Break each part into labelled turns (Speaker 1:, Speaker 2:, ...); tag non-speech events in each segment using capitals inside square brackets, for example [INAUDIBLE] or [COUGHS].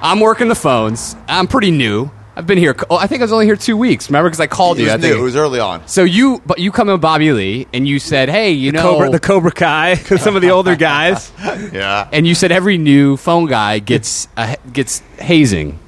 Speaker 1: I'm working the phones. I'm pretty new. I've been here. Oh, I think I was only here two weeks. Remember, because I called
Speaker 2: It
Speaker 1: you. I
Speaker 2: was
Speaker 1: think-
Speaker 2: new. It was early on.
Speaker 1: so you, but you come in with Bobby Lee, and you said, "Hey, you know,"
Speaker 2: Oh.
Speaker 3: Cobra, the Cobra Kai, [LAUGHS] 'cause some of the
Speaker 2: [LAUGHS]
Speaker 3: older guys.
Speaker 2: Yeah.
Speaker 1: and you said every new phone guy gets uh, gets hazing.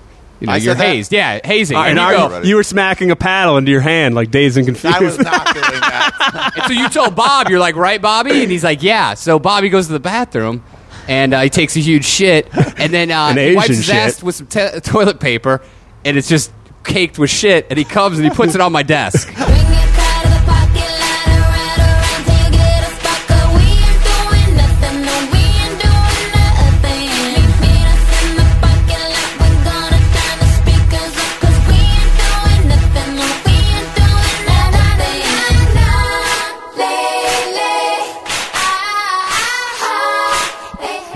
Speaker 1: You know,
Speaker 2: I
Speaker 1: you're
Speaker 2: said that?
Speaker 1: hazed. Yeah, hazing. And
Speaker 3: and
Speaker 1: you
Speaker 3: are
Speaker 1: go-
Speaker 3: you, you were smacking a paddle into your hand like dazed and
Speaker 2: I was [LAUGHS]
Speaker 3: confused.
Speaker 2: not doing that.
Speaker 1: And so you told Bob, you're like, right, Bobby? And he's like, yeah. So Bobby goes to the bathroom and uh, he takes a huge shit and then
Speaker 2: [LAUGHS]
Speaker 1: uh,
Speaker 3: An
Speaker 1: he wipes
Speaker 3: Asian
Speaker 1: his
Speaker 3: shit.
Speaker 1: ass with some te- toilet paper and it's just caked with shit. And he comes and he puts it on my desk.
Speaker 4: Bring your car to the parking lot and ride around till you get a spark. 'Cause we ain't doing nothing, no, we ain't doing nothing. Meet us in the parking lot, we're gonna turn the speakers up. 'Cause we ain't doing nothing, no, we ain't doing nothing. Na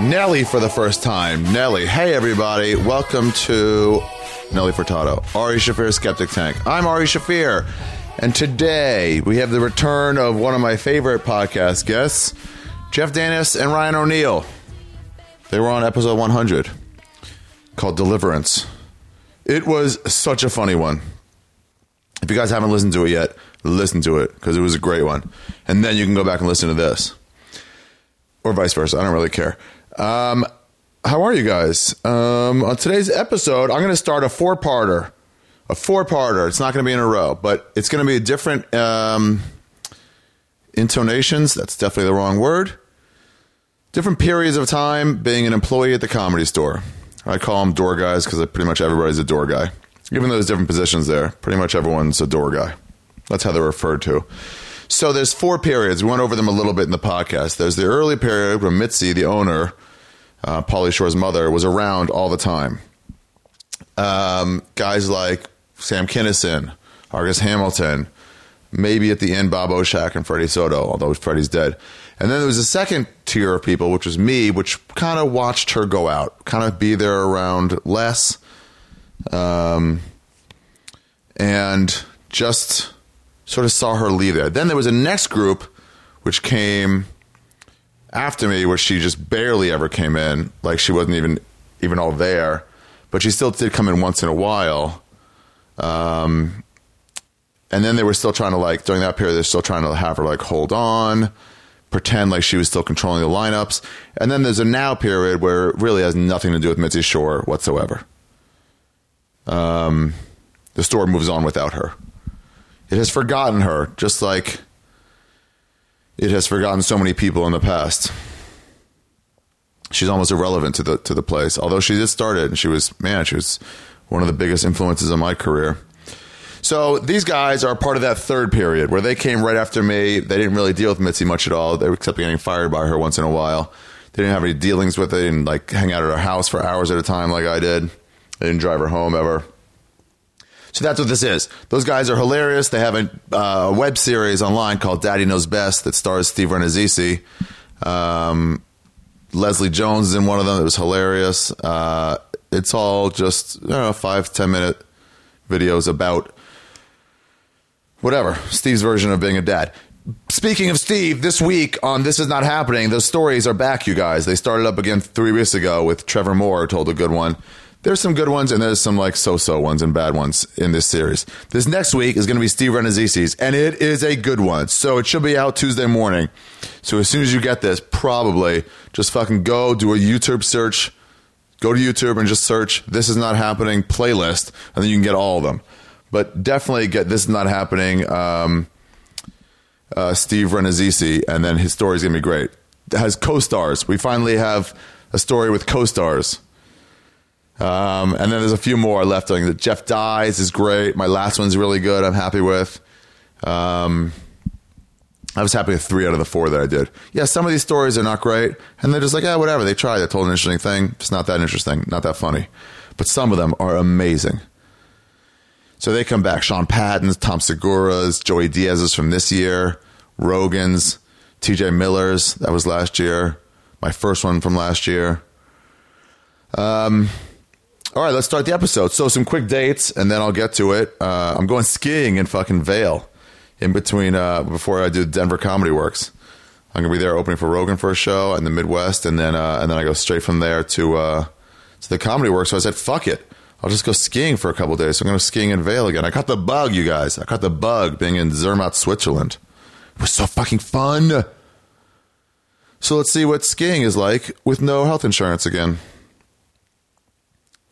Speaker 2: Nelly for the first time. Nelly. Hey, everybody. Welcome to Nelly Furtado. Ari Shafir, Skeptic Tank. I'm Ari Shafir. And today we have the return of one of my favorite podcast guests, Jeff Danis and Ryan O'Neill. They were on episode 100 called Deliverance. It was such a funny one. If you guys haven't listened to it yet, listen to it because it was a great one. And then you can go back and listen to this or vice versa. I don't really care. Um, how are you guys? Um, on today's episode, I'm going to start a four parter. A four parter. It's not going to be in a row, but it's going to be a different um, intonations. That's definitely the wrong word. Different periods of time being an employee at the comedy store. I call them door guys because pretty much everybody's a door guy. Even though there's different positions there, pretty much everyone's a door guy. That's how they're referred to. So there's four periods. We went over them a little bit in the podcast. There's the early period where Mitzi, the owner, uh, Polly Shore's mother, was around all the time. Um, guys like Sam Kinison, Argus Hamilton, maybe at the end Bob Oshak and Freddie Soto, although Freddie's dead. And then there was a second tier of people, which was me, which kind of watched her go out, kind of be there around less, um, and just sort of saw her leave there. Then there was a next group, which came after me, which she just barely ever came in, like she wasn't even even all there, but she still did come in once in a while and then they were still trying to like during that period they're still trying to have her like hold on pretend like she was still controlling the lineups and then there's a now period where it really has nothing to do with mitzi shore whatsoever um, the store moves on without her it has forgotten her just like it has forgotten so many people in the past she's almost irrelevant to the to the place although she did start it and she was man she was one of the biggest influences on my career so these guys are part of that third period where they came right after me. They didn't really deal with Mitzi much at all, they were- except getting fired by her once in a while. They didn't have any dealings with it. They didn't like hang out at her house for hours at a time like I did. They didn't drive her home ever. So that's what this is. Those guys are hilarious. They have a, uh, a web series online called Daddy Knows Best that stars Steve Renazzisi. Um, Leslie Jones is in one of them. It was hilarious. Uh, it's all just I don't know, five ten minute videos about whatever Steve's version of being a dad. Speaking of Steve, this week on This Is Not Happening, those stories are back, you guys. They started up again three weeks ago with Trevor Moore told a good one. There's some good ones and there's some like so-so ones and bad ones in this series. This next week is going to be Steve Renazzisi's, and it is a good one. So it should be out Tuesday morning. So as soon as you get this, probably just fucking go do a YouTube search go to YouTube and just search "This is not happening" playlist, and then you can get all of them. But definitely get "This is not happening." Um, uh, Steve Renazzisi, and then his story's gonna be great. It has co-stars. We finally have a story with co-stars. Um, and then there's a few more left. I think Jeff dies is great. My last one's really good. I'm happy with. Um, I was happy with three out of the four that I did. Yeah, some of these stories are not great, and they're just like, yeah, whatever. They tried. They told an interesting thing. It's not that interesting, not that funny. But some of them are amazing. So they come back. Sean Patton's, Tom Segura's, Joey Diaz's from this year, Rogan's, TJ Miller's, that was last year, my first one from last year. All right, let's start the episode. So some quick dates, and then I'll get to it. Uh, I'm going skiing in fucking Vale in between uh, before I do Denver Comedy Works. I'm gonna be there opening for Rogan for a show in the Midwest, and then uh, and then I go straight from there to uh, So the comedy worked. So I said, fuck it. I'll just go skiing for a couple days. So I'm going to skiing in Vale again. I caught the bug, you guys. I caught the bug being in Zermatt, Switzerland. It was so fucking fun. So let's see what skiing is like with no health insurance again.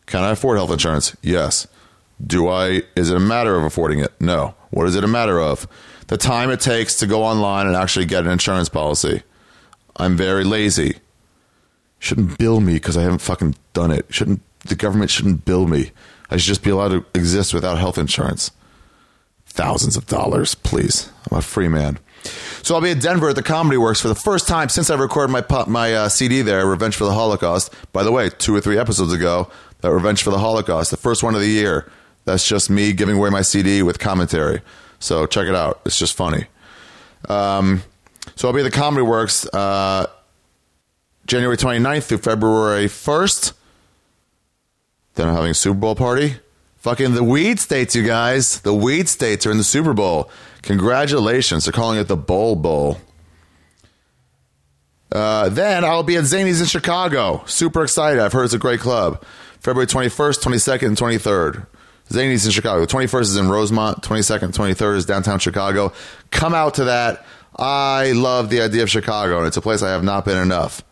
Speaker 2: Can I afford health insurance? Yes. Do I is it a matter of affording it? No. What is it a matter of? The time it takes to go online and actually get an insurance policy. I'm very lazy. Shouldn't bill me because I haven't fucking done it. Shouldn't the government shouldn't bill me. I should just be allowed to exist without health insurance. Thousands of dollars, please. I'm a free man. So I'll be at Denver at the Comedy Works for the first time since I recorded my pop, my uh, CD there, Revenge for the Holocaust. By the way, two or three episodes ago, that Revenge for the Holocaust, the first one of the year. That's just me giving away my CD with commentary. So check it out. It's just funny. Um, so I'll be at the Comedy Works uh, January 29th through February 1st. Then I'm having a Super Bowl party. Fucking the weed states, you guys. The weed states are in the Super Bowl. Congratulations. They're calling it the Bowl Bowl. Uh, then I'll be at Zany's in Chicago. Super excited. I've heard it's a great club. February 21st, 22nd, and 23rd. Zany's in Chicago. 21st is in Rosemont. 22nd, 23rd is downtown Chicago. Come out to that. I love the idea of Chicago, and it's a place I have not been enough.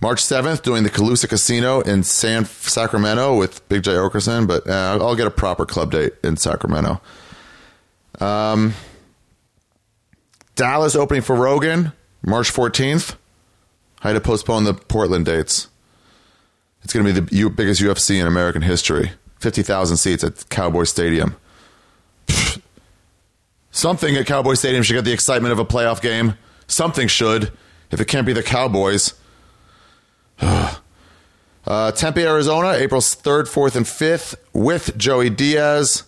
Speaker 2: March 7th, doing the Calusa Casino in San Sacramento with Big J Okerson, but uh, I'll get a proper club date in Sacramento. Um, Dallas opening for Rogan, March 14th. I had to postpone the Portland dates. It's going to be the U- biggest UFC in American history. 50,000 seats at Cowboy Stadium. [LAUGHS] Something at Cowboy Stadium should get the excitement of a playoff game. Something should, if it can't be the Cowboys. Uh, Tempe, Arizona, April 3rd, 4th, and 5th with Joey Diaz.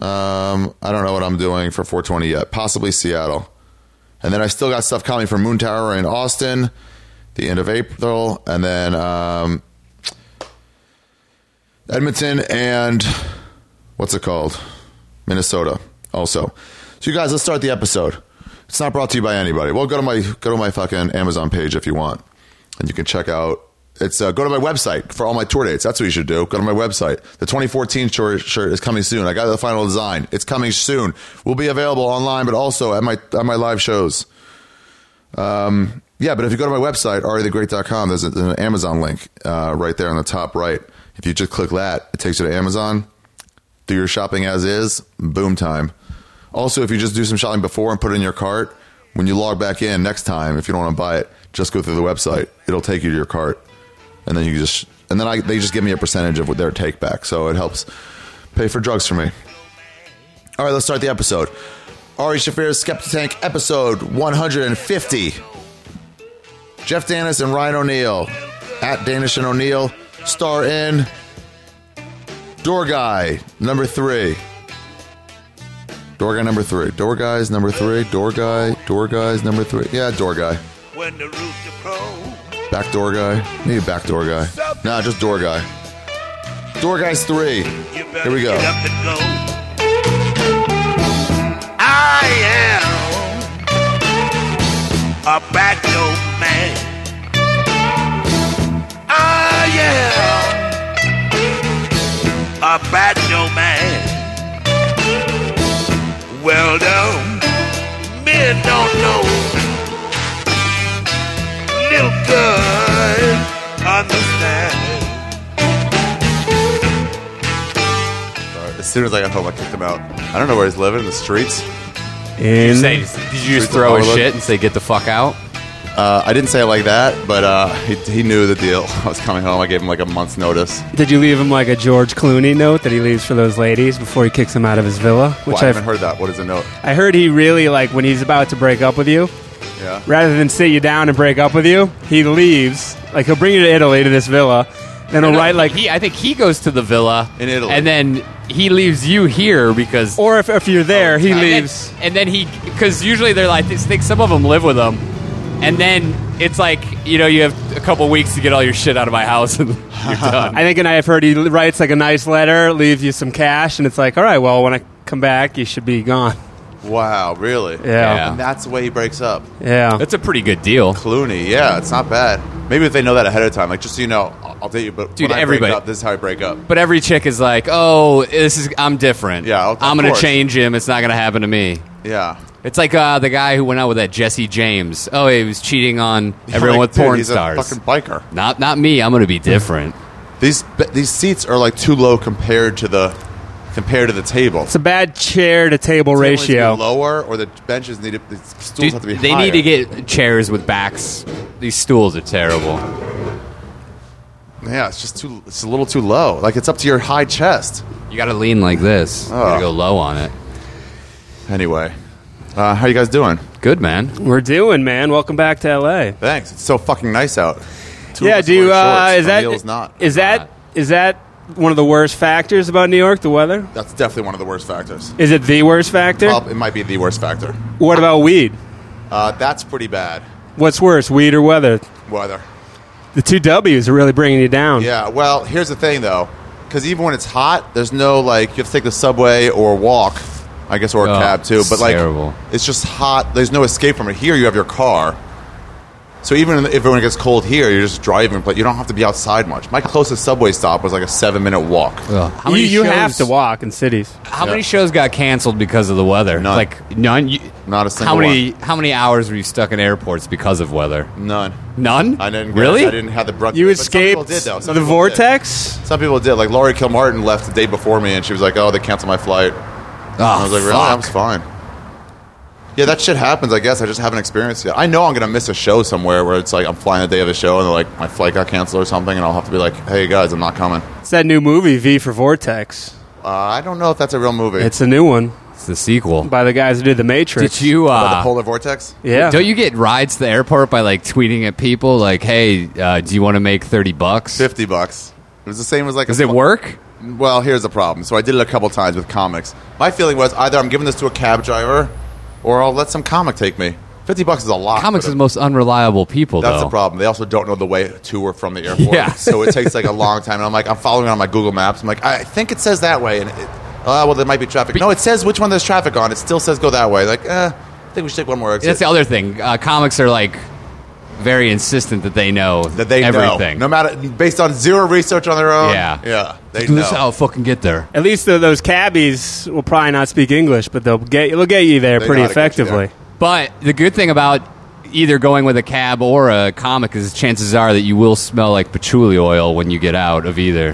Speaker 2: Um, I don't know what I'm doing for 420 yet. Possibly Seattle. And then I still got stuff coming from Moon Tower in Austin, the end of April, and then um, Edmonton and what's it called? Minnesota also. So you guys, let's start the episode. It's not brought to you by anybody. Well, go to my go to my fucking Amazon page if you want, and you can check out. It's uh, go to my website for all my tour dates. That's what you should do. Go to my website. The 2014 tour shirt is coming soon. I got the final design. It's coming soon. Will be available online, but also at my at my live shows. Um, Yeah, but if you go to my website, artythegreat.com, there's, a, there's an Amazon link uh, right there on the top right. If you just click that, it takes you to Amazon. Do your shopping as is, boom time. Also, if you just do some shopping before and put it in your cart, when you log back in next time, if you don't want to buy it, just go through the website. It'll take you to your cart, and then you just and then I, they just give me a percentage of what their take back, so it helps pay for drugs for me. All right, let's start the episode. Ari Shafir's Skeptic Tank, episode 150. Jeff Danis and Ryan O'Neill at Danish and O'Neill star in Door Guy number three. Door guy number three. Door guys number three. Door guy. Door guys number three. Yeah, door guy.
Speaker 5: when the rooster crows.
Speaker 2: Back door guy. Need a back door guy. Nah, just door guy. Door guys three.
Speaker 5: You better
Speaker 2: Here we go.
Speaker 5: get up and go. I am a back door man. I am a back door man. Well, the men don't know little good understand.
Speaker 2: Uh, As soon as I got home, I kicked him out. I don't know where he's living. In the streets.
Speaker 1: You
Speaker 3: In
Speaker 1: say- did you just throw a shit and say get the fuck out?
Speaker 2: Uh, I didn't say it like that, but uh, he, he knew the deal. [LAUGHS] I was coming home. I gave him like a month's notice.
Speaker 3: Did you leave him like a George Clooney note that he leaves for those ladies before he kicks him out of his villa?
Speaker 2: Well,
Speaker 3: Which
Speaker 2: I
Speaker 3: I've,
Speaker 2: haven't heard that. What is the note?
Speaker 3: I heard he really like when he's about to break up with you.
Speaker 2: Yeah.
Speaker 3: Rather than sit you down and break up with you, he leaves. Like he'll bring you to Italy to this villa, then he'll write like.
Speaker 1: he, I think he goes to the villa
Speaker 2: In Italy.
Speaker 1: and then he leaves you here because
Speaker 3: Or if, if you're
Speaker 2: Oh,
Speaker 3: there, he
Speaker 1: and then-
Speaker 3: leaves.
Speaker 1: and then, he because usually they're like I think some of them live with him, and then it's like you know you have a couple weeks to get all your shit out of my house and [LAUGHS]
Speaker 3: [LAUGHS]
Speaker 1: you're done.
Speaker 3: I think, and I've heard he l- writes like a nice letter, leaves you some cash, and it's like, all right, well, when I come back, you should be gone.
Speaker 2: Wow, really?
Speaker 3: Yeah.
Speaker 2: And that's the way he breaks up.
Speaker 3: Yeah.
Speaker 1: That's a pretty good deal.
Speaker 2: Clooney, yeah, it's not bad. Maybe if they know that ahead of time, like just so you know, I'll, I'll date you, but
Speaker 1: Dude,
Speaker 2: when I
Speaker 1: everybody-
Speaker 2: break up, this is how I break up.
Speaker 1: But every chick is like, "Oh, this is I'm different.
Speaker 2: Yeah, of
Speaker 1: I'm gonna
Speaker 2: course.
Speaker 1: change him. It's not gonna happen to me."
Speaker 2: Yeah,
Speaker 1: It's like uh, the guy who went out with that Jesse James. Oh, he was cheating on [LAUGHS] everyone
Speaker 2: [LAUGHS] Like,
Speaker 1: with
Speaker 2: dude,
Speaker 1: porn
Speaker 2: he's
Speaker 1: stars.
Speaker 2: A fucking biker.
Speaker 1: Not not me. I'm gonna be
Speaker 2: [LAUGHS]
Speaker 1: different.
Speaker 2: These these seats are like too low compared to the compared to the table.
Speaker 3: It's a bad chair to table
Speaker 2: The table needs to be
Speaker 3: ratio.
Speaker 2: lower, or the benches need to, the stools
Speaker 1: Dude,
Speaker 2: have to be.
Speaker 1: they
Speaker 2: higher.
Speaker 1: need to get chairs with backs. These stools are terrible.
Speaker 2: Yeah, it's just too. It's a little too low. Like it's up to your high chest.
Speaker 1: You got to lean like this. You got
Speaker 2: Ugh.
Speaker 1: to go low on it.
Speaker 2: Anyway, uh, how you guys doing?
Speaker 1: Good man.
Speaker 3: We're doing, man. Welcome back to LA.
Speaker 2: Thanks. It's so fucking nice out. Two of
Speaker 3: yeah,
Speaker 2: us
Speaker 3: do you,
Speaker 2: wearing
Speaker 3: uh,
Speaker 2: shorts.
Speaker 3: is that
Speaker 2: Emil's not?
Speaker 3: is
Speaker 1: Not.
Speaker 3: that is that one of the worst factors about New York? The weather
Speaker 2: That's definitely one of the worst factors.
Speaker 3: is it the worst factor?
Speaker 2: Prob- it might be the worst factor.
Speaker 3: What about weed?
Speaker 2: Uh, that's pretty bad
Speaker 3: What's worse, weed or weather?
Speaker 2: weather.
Speaker 3: The two W's are really bringing you down.
Speaker 2: Yeah. Well, here's the thing though, because even when it's hot, there's no like you have to take the subway or walk, I guess, or a
Speaker 1: Oh,
Speaker 2: cab too. But like,
Speaker 1: terrible.
Speaker 2: it's just hot. There's no escape from it. Here, you have your car. So even if when it gets cold here, you're just driving, but you don't have to be outside much. My closest subway stop was like a seven-minute walk.
Speaker 1: How
Speaker 3: you
Speaker 1: many
Speaker 3: you have
Speaker 1: shows-
Speaker 3: to walk in cities.
Speaker 1: How
Speaker 2: Yeah.
Speaker 1: many shows got canceled because of the weather?
Speaker 2: None.
Speaker 1: Like none. You,
Speaker 2: Not a single
Speaker 1: How many? How many hours were you stuck in airports because of weather?
Speaker 2: None.
Speaker 1: None.
Speaker 2: I didn't.
Speaker 1: really.
Speaker 2: I didn't have the breakfast.
Speaker 3: You
Speaker 2: but some people
Speaker 3: escaped
Speaker 2: did, though. Some
Speaker 3: the
Speaker 2: people did.
Speaker 3: vortex.
Speaker 2: Some people did. Like Laurie Kilmartin left the day before me, and she was like, "Oh, they canceled my flight."
Speaker 1: Oh,
Speaker 2: I was like, really? I was fine. Yeah, that shit happens, I guess. I just haven't experienced it yet. I know I'm going to miss a show somewhere where it's like I'm flying the day of the show and they're like, my flight got canceled or something, and I'll have to be like, hey, guys, I'm not coming.
Speaker 3: It's that new movie V for Vortex.
Speaker 2: Uh, I don't know if that's a real movie.
Speaker 3: It's a new one
Speaker 1: It's the sequel.
Speaker 3: by the guys who did The Matrix.
Speaker 1: Did you?
Speaker 2: About
Speaker 1: Uh,
Speaker 2: the polar vortex?
Speaker 3: Yeah.
Speaker 1: Don't you get rides to the airport by like tweeting at people like, "Hey, uh, do you want to make thirty bucks?
Speaker 2: 50 bucks. It was the same as like
Speaker 1: Does
Speaker 2: a
Speaker 1: it work?"
Speaker 2: Well, here's the problem. So I did it a couple times with comics. My feeling was either I'm giving this to a cab driver or I'll let some comic take me. 50 bucks is a lot.
Speaker 1: Comics
Speaker 2: for
Speaker 1: is
Speaker 2: the-
Speaker 1: the most unreliable people.
Speaker 2: That's
Speaker 1: though.
Speaker 2: the problem. They also don't know the way to or from the airport.
Speaker 1: Yeah.
Speaker 2: so it takes like a long time. And I'm like, I'm following it on my Google Maps. I'm like, I think it says that way. And it, oh, well, there might be traffic. No, it says which one there's traffic on. It still says go that way. Like, eh, I think we should take one more exit.
Speaker 1: That's the other thing. Uh, comics are like very insistent that they know
Speaker 2: that they
Speaker 1: everything.
Speaker 2: know. No matter, based on zero research on their own.
Speaker 1: Yeah.
Speaker 2: Yeah. They
Speaker 1: This is
Speaker 2: know.
Speaker 1: how I fucking get there.
Speaker 3: At least th those cabbies will probably not speak English, but they'll get they'll get you there
Speaker 2: They
Speaker 3: pretty
Speaker 2: gotta get you
Speaker 3: effectively.
Speaker 1: But the good thing about either going with a cab or a comic is chances are that you will smell like patchouli oil when you get out of either.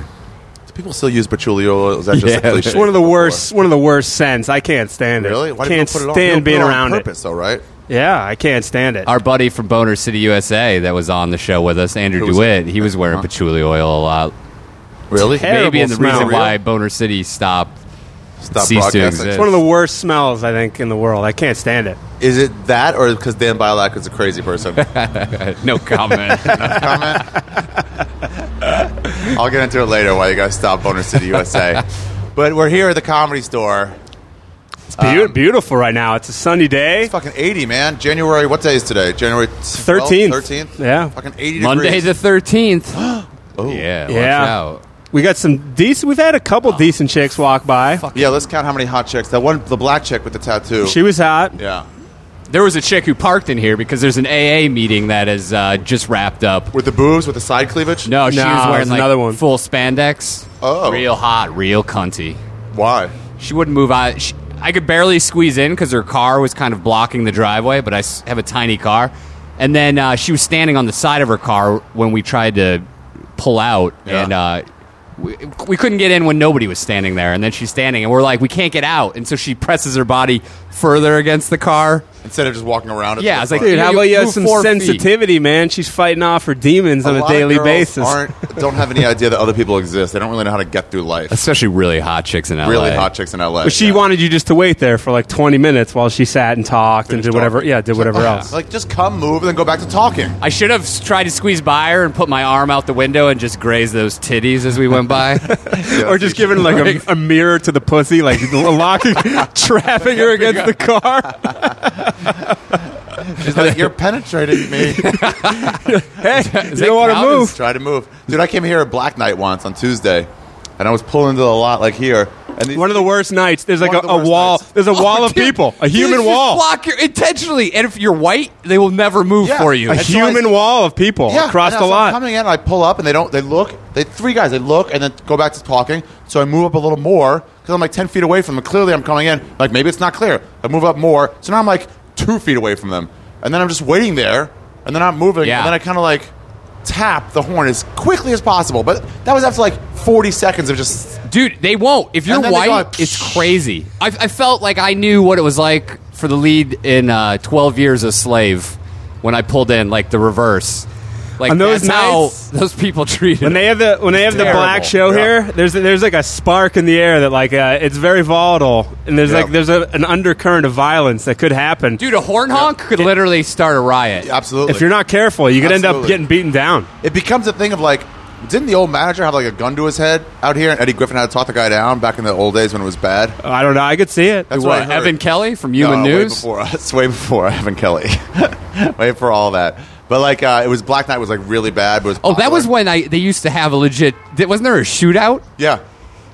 Speaker 2: Do people still use patchouli oil? Is that just
Speaker 1: Yeah,
Speaker 2: a cliche?
Speaker 1: it's
Speaker 3: It's one of the worst one of the worst scents. I can't stand it.
Speaker 2: Really? Why do
Speaker 3: can't
Speaker 2: people put it on?
Speaker 3: stand
Speaker 2: People put
Speaker 3: being
Speaker 2: it on
Speaker 3: around
Speaker 2: purpose, though, right?
Speaker 3: it. Yeah, I can't stand it.
Speaker 1: Our buddy from Boner City, USA, that was on the show with us, Andrew
Speaker 2: Who was
Speaker 1: DeWitt,
Speaker 2: it?
Speaker 1: he was wearing
Speaker 2: Huh?
Speaker 1: patchouli oil a lot.
Speaker 2: Really?
Speaker 3: Terrible
Speaker 1: Maybe and the
Speaker 3: smell.
Speaker 1: reason
Speaker 3: Really?
Speaker 1: why Boner City stopped.
Speaker 2: Stop
Speaker 1: Cease to
Speaker 2: broadcasting.
Speaker 1: exist.
Speaker 3: it's one of the worst smells I think in the world. I can't stand it.
Speaker 2: Is it that, or because Dan Bilak is a crazy
Speaker 1: [LAUGHS]
Speaker 2: person?
Speaker 1: [LAUGHS] No
Speaker 2: [LAUGHS]
Speaker 1: comment.
Speaker 2: I'll get into it later why you guys stop Boner City USA. but we're here at the comedy store.
Speaker 3: It's beau- beautiful right now. It's a sunny day.
Speaker 2: Um, It's fucking 80, man. January, what day is today? January 12th,
Speaker 3: 13th.
Speaker 2: 13th?
Speaker 3: Yeah.
Speaker 2: Fucking 80
Speaker 1: Monday
Speaker 2: degrees.
Speaker 1: the
Speaker 2: [GASPS]
Speaker 1: 13th.
Speaker 2: Oh.
Speaker 1: Yeah,
Speaker 3: Yeah.
Speaker 1: watch out.
Speaker 3: We got some decent. We've had a couple
Speaker 2: Ah.
Speaker 3: decent chicks walk by.
Speaker 2: Yeah, let's count how many hot chicks. That one, the black chick with the tattoo.
Speaker 3: She was hot.
Speaker 2: yeah.
Speaker 1: There was a chick who parked in here because there's an AA meeting that has uh, just wrapped up.
Speaker 2: With the boobs, with the side cleavage?
Speaker 1: No, she
Speaker 3: No,
Speaker 1: was wearing
Speaker 3: it's
Speaker 1: like
Speaker 3: another one.
Speaker 1: full spandex.
Speaker 2: Oh.
Speaker 1: real hot, real cunty.
Speaker 2: Why?
Speaker 1: She wouldn't move out. She, I could barely squeeze in because her car was kind of blocking the driveway. But I s- have a tiny car, and then uh, she was standing on the side of her car when we tried to pull out,
Speaker 2: Yeah.
Speaker 1: and uh, we, we couldn't get in when nobody was standing there. And then she's standing, and we're like, we can't get out, and so she presses her body further against the car.
Speaker 2: Instead of just walking around. at
Speaker 1: Yeah,
Speaker 2: the
Speaker 1: I was like,
Speaker 2: front.
Speaker 3: Dude, how about you have
Speaker 1: Move
Speaker 3: some
Speaker 1: four feet.
Speaker 3: sensitivity, man? She's fighting off her demons on a
Speaker 2: lot of
Speaker 3: daily
Speaker 2: girls
Speaker 3: basis.
Speaker 2: Aren't, don't have any idea that other people exist. They don't really know how to get through life.
Speaker 1: Especially really hot chicks in LA.
Speaker 2: Really hot chicks in LA.
Speaker 3: But she
Speaker 2: yeah.
Speaker 3: wanted you just to wait there for like 20 minutes while she sat and talked and
Speaker 2: Finished
Speaker 3: did whatever.
Speaker 2: talking.
Speaker 3: Yeah, did
Speaker 2: She's like,
Speaker 3: [LAUGHS] whatever
Speaker 2: "Oh,
Speaker 3: else.
Speaker 2: Like, just come, move, and then go back to talking.
Speaker 1: I should have s- tried to squeeze by her and put my arm out the window and just graze those titties as we went [LAUGHS]
Speaker 3: [LAUGHS]
Speaker 1: by.
Speaker 3: [LAUGHS] or just giving like a, a mirror to the pussy, [LAUGHS] like locking, trapping her against the car.
Speaker 2: She's like, you're penetrating
Speaker 3: [LAUGHS]
Speaker 2: me.
Speaker 3: Hey, you
Speaker 1: that
Speaker 3: don't want to
Speaker 1: count? [LAUGHS]
Speaker 3: move.
Speaker 2: Try to move. Dude, I came here at Black Night once on Tuesday, and I was pulling into the lot like here, And these,
Speaker 3: One of the worst nights. There's like
Speaker 2: One of
Speaker 3: a,
Speaker 2: the
Speaker 3: a
Speaker 2: worst
Speaker 3: wall.
Speaker 2: nights.
Speaker 3: There's a
Speaker 1: Oh,
Speaker 3: wall of
Speaker 1: dude,
Speaker 3: people. A
Speaker 1: dudes
Speaker 3: human
Speaker 1: just
Speaker 3: wall.
Speaker 1: block your, intentionally, and if you're white, they will never move
Speaker 2: Yeah.
Speaker 1: for you.
Speaker 3: A
Speaker 2: And so I-
Speaker 3: human wall of people
Speaker 2: yeah,
Speaker 3: across
Speaker 2: and
Speaker 3: the
Speaker 2: so I'm
Speaker 3: lot.
Speaker 2: coming in, I pull up, and they don't. They look. They three guys. They look, and then go back to talking. So I move up a little more because I'm like ten feet away from them. Clearly, I'm coming in. Like maybe it's not clear. I move up more. So now I'm like two feet away from them, and then I'm just waiting there, and then I'm moving,
Speaker 1: Yeah.
Speaker 2: and then I kind of like tap the horn as quickly as possible. But that was after like 40 seconds of just
Speaker 1: Dude, they won't. If you're
Speaker 2: And then they
Speaker 1: white,
Speaker 2: go like,
Speaker 1: it's crazy. I, I felt like I knew what it was like for the lead in uh, 12 Years a Slave when I pulled in, like the reverse. Like
Speaker 3: On those
Speaker 1: that's
Speaker 3: nights-
Speaker 1: how those people [LAUGHS] treat
Speaker 3: When
Speaker 1: it.
Speaker 3: they have the when they have the
Speaker 2: terrible.
Speaker 3: black show
Speaker 2: Yeah.
Speaker 3: here, there's there's like a spark in the air that like uh, it's very volatile, and there's
Speaker 2: Yeah.
Speaker 3: like there's a, an undercurrent of violence that could happen.
Speaker 1: Dude, a horn honk could literally start a riot.
Speaker 2: absolutely.
Speaker 3: if you're not careful, you could end up
Speaker 2: Absolutely.
Speaker 3: getting beaten down.
Speaker 2: it becomes a thing of like, didn't the old manager have like a gun to his head out here, and Eddie Griffin had to talk the guy down back in the old days when it was bad?
Speaker 3: I don't know. I could see it.
Speaker 2: That's what I
Speaker 1: What,
Speaker 2: heard.
Speaker 1: Evan Kelly from Human
Speaker 2: No, Uh, Way
Speaker 1: News?
Speaker 2: before us, [LAUGHS] way before Evan Kelly, [LAUGHS] way before all that. But like, uh, it was Black Knight was like really bad. But it was
Speaker 1: Oh, that
Speaker 2: popular.
Speaker 1: was when I they used to have a legit. th- Wasn't there a shootout?
Speaker 2: Yeah.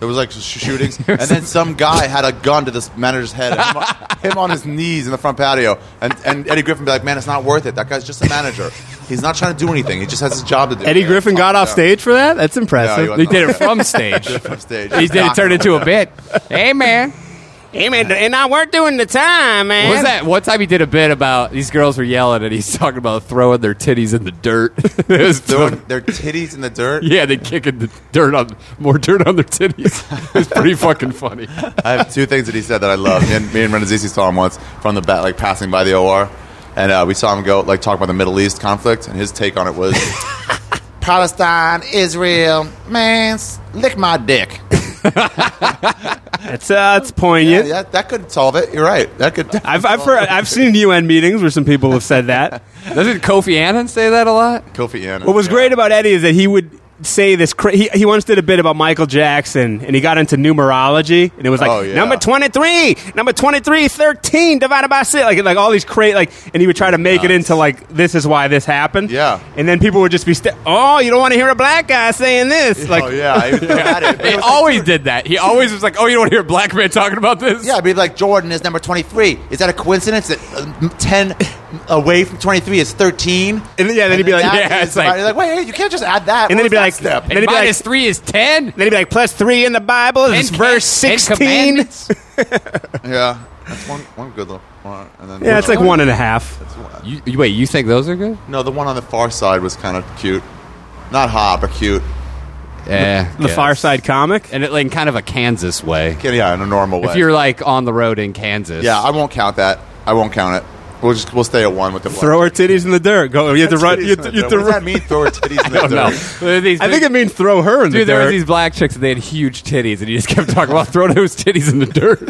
Speaker 2: It was like sh- shootings, and then some guy had a gun to this manager's head, and him, [LAUGHS] him on his knees in the front patio, and, and Eddie Griffin be like, "Man, it's not worth it. That guy's just a manager. He's not trying to do anything. He just has his job to do."
Speaker 3: Eddie Griffin got off
Speaker 2: Yeah.
Speaker 3: stage for that. That's
Speaker 2: Yeah, he
Speaker 3: impressive.
Speaker 2: was-
Speaker 1: They did it from
Speaker 3: [LAUGHS]
Speaker 1: stage.
Speaker 2: From stage.
Speaker 1: He did it turned into a bit. Hey man,
Speaker 3: hey man, and I worked doing the time, man.
Speaker 1: what was that? One time he did a bit about these girls were yelling, and he's talking about throwing their titties in the dirt. [LAUGHS] it
Speaker 3: [LAUGHS]
Speaker 1: was
Speaker 2: throwing their titties in the dirt.
Speaker 1: Yeah, they kicking the dirt on more dirt on their titties. It's pretty fucking funny.
Speaker 2: I have two things that he said that I love. Me and, me and Renazizi saw him once from the bat, like passing by the OR, and uh, we saw him go like talk about the Middle East conflict, and his take on it was Palestine, Israel, man, s- lick my dick.
Speaker 3: That's, uh, that's poignant.
Speaker 2: Yeah, that, that could solve it. You're right. That
Speaker 3: [LAUGHS]
Speaker 2: could.
Speaker 3: I've I've, heard, I've seen UN meetings where some people have said that.
Speaker 1: Doesn't Kofi Annan say that a lot?
Speaker 2: Kofi Annan.
Speaker 3: What
Speaker 2: [LAUGHS]
Speaker 3: was
Speaker 2: Yeah.
Speaker 3: great about Eddie is that he would say this. Cra- he, he once did a bit about Michael Jackson, and he got into numerology, and it was like
Speaker 2: Oh, yeah.
Speaker 3: number twenty three, number 23, 13 divided by six, like like all these cra like, and he would try to make it into like this is why this happened.
Speaker 2: Yeah.
Speaker 3: and then people would just be, st- oh, you don't want to hear a black guy saying this, like.
Speaker 2: oh yeah, he was mad
Speaker 3: [LAUGHS]
Speaker 2: at it.
Speaker 1: He always did that. He always was like, "Oh, you don't hear a black man talking about this."
Speaker 2: Yeah, I'd be like, Jordan is number 23. Is that a coincidence that um, 10 away from 23 is 13?
Speaker 3: And then- [LAUGHS] yeah, then he'd be like,
Speaker 2: that
Speaker 1: yeah,
Speaker 2: is
Speaker 1: it's like-
Speaker 2: divided- wait, hey, you can't just add that.
Speaker 3: And
Speaker 2: What
Speaker 3: then he'd be
Speaker 2: was that
Speaker 3: like,
Speaker 2: step?
Speaker 3: and then he'd be like,
Speaker 1: Minus three is ten.
Speaker 3: then he'd be like, plus three in the Bible is
Speaker 1: And
Speaker 3: verse
Speaker 1: ca- and
Speaker 3: sixteen. Yeah,
Speaker 1: commandments.
Speaker 2: yeah, that's one, one good little one. And then
Speaker 3: it's like one and a half.
Speaker 1: You, you- wait, you think those are good?
Speaker 2: No, the one on the far side was kind of cute. Not hot, but cute.
Speaker 1: Yeah,
Speaker 3: The Far Side comic.
Speaker 1: and it, like, in kind of a Kansas way.
Speaker 2: Yeah, in a normal way.
Speaker 1: If you're like on the road in Kansas,
Speaker 2: yeah, I won't count that. I won't count it. We'll just we'll stay at one with the
Speaker 3: Throw her titties in the dirt. Go. You have to run.
Speaker 2: Titties
Speaker 3: You
Speaker 2: in
Speaker 3: have
Speaker 2: the
Speaker 3: to, you have
Speaker 2: dirt.
Speaker 3: to
Speaker 2: What does that
Speaker 3: run.
Speaker 2: mean?
Speaker 3: [LAUGHS]
Speaker 2: Throw her titties in the
Speaker 1: I don't
Speaker 2: dirt.
Speaker 1: know. These
Speaker 3: I think
Speaker 1: big-
Speaker 3: it means throw her in the
Speaker 1: Dude, there
Speaker 3: dirt.
Speaker 1: was these black chicks and they had huge titties, and he just kept talking
Speaker 2: [LAUGHS]
Speaker 1: about throwing those titties in the dirt.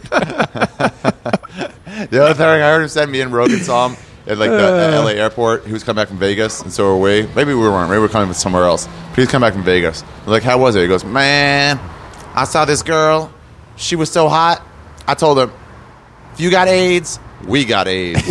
Speaker 2: The other thing I heard him said, me and Rogan saw him at like the uh, LA airport. He was coming back from Vegas, and so were we. Maybe we weren't. Maybe we were coming from somewhere else. But he was coming back from Vegas. We're like, how was it? He goes, man, I saw this girl. She was so hot. I told her, if you got AIDS, we got AIDS.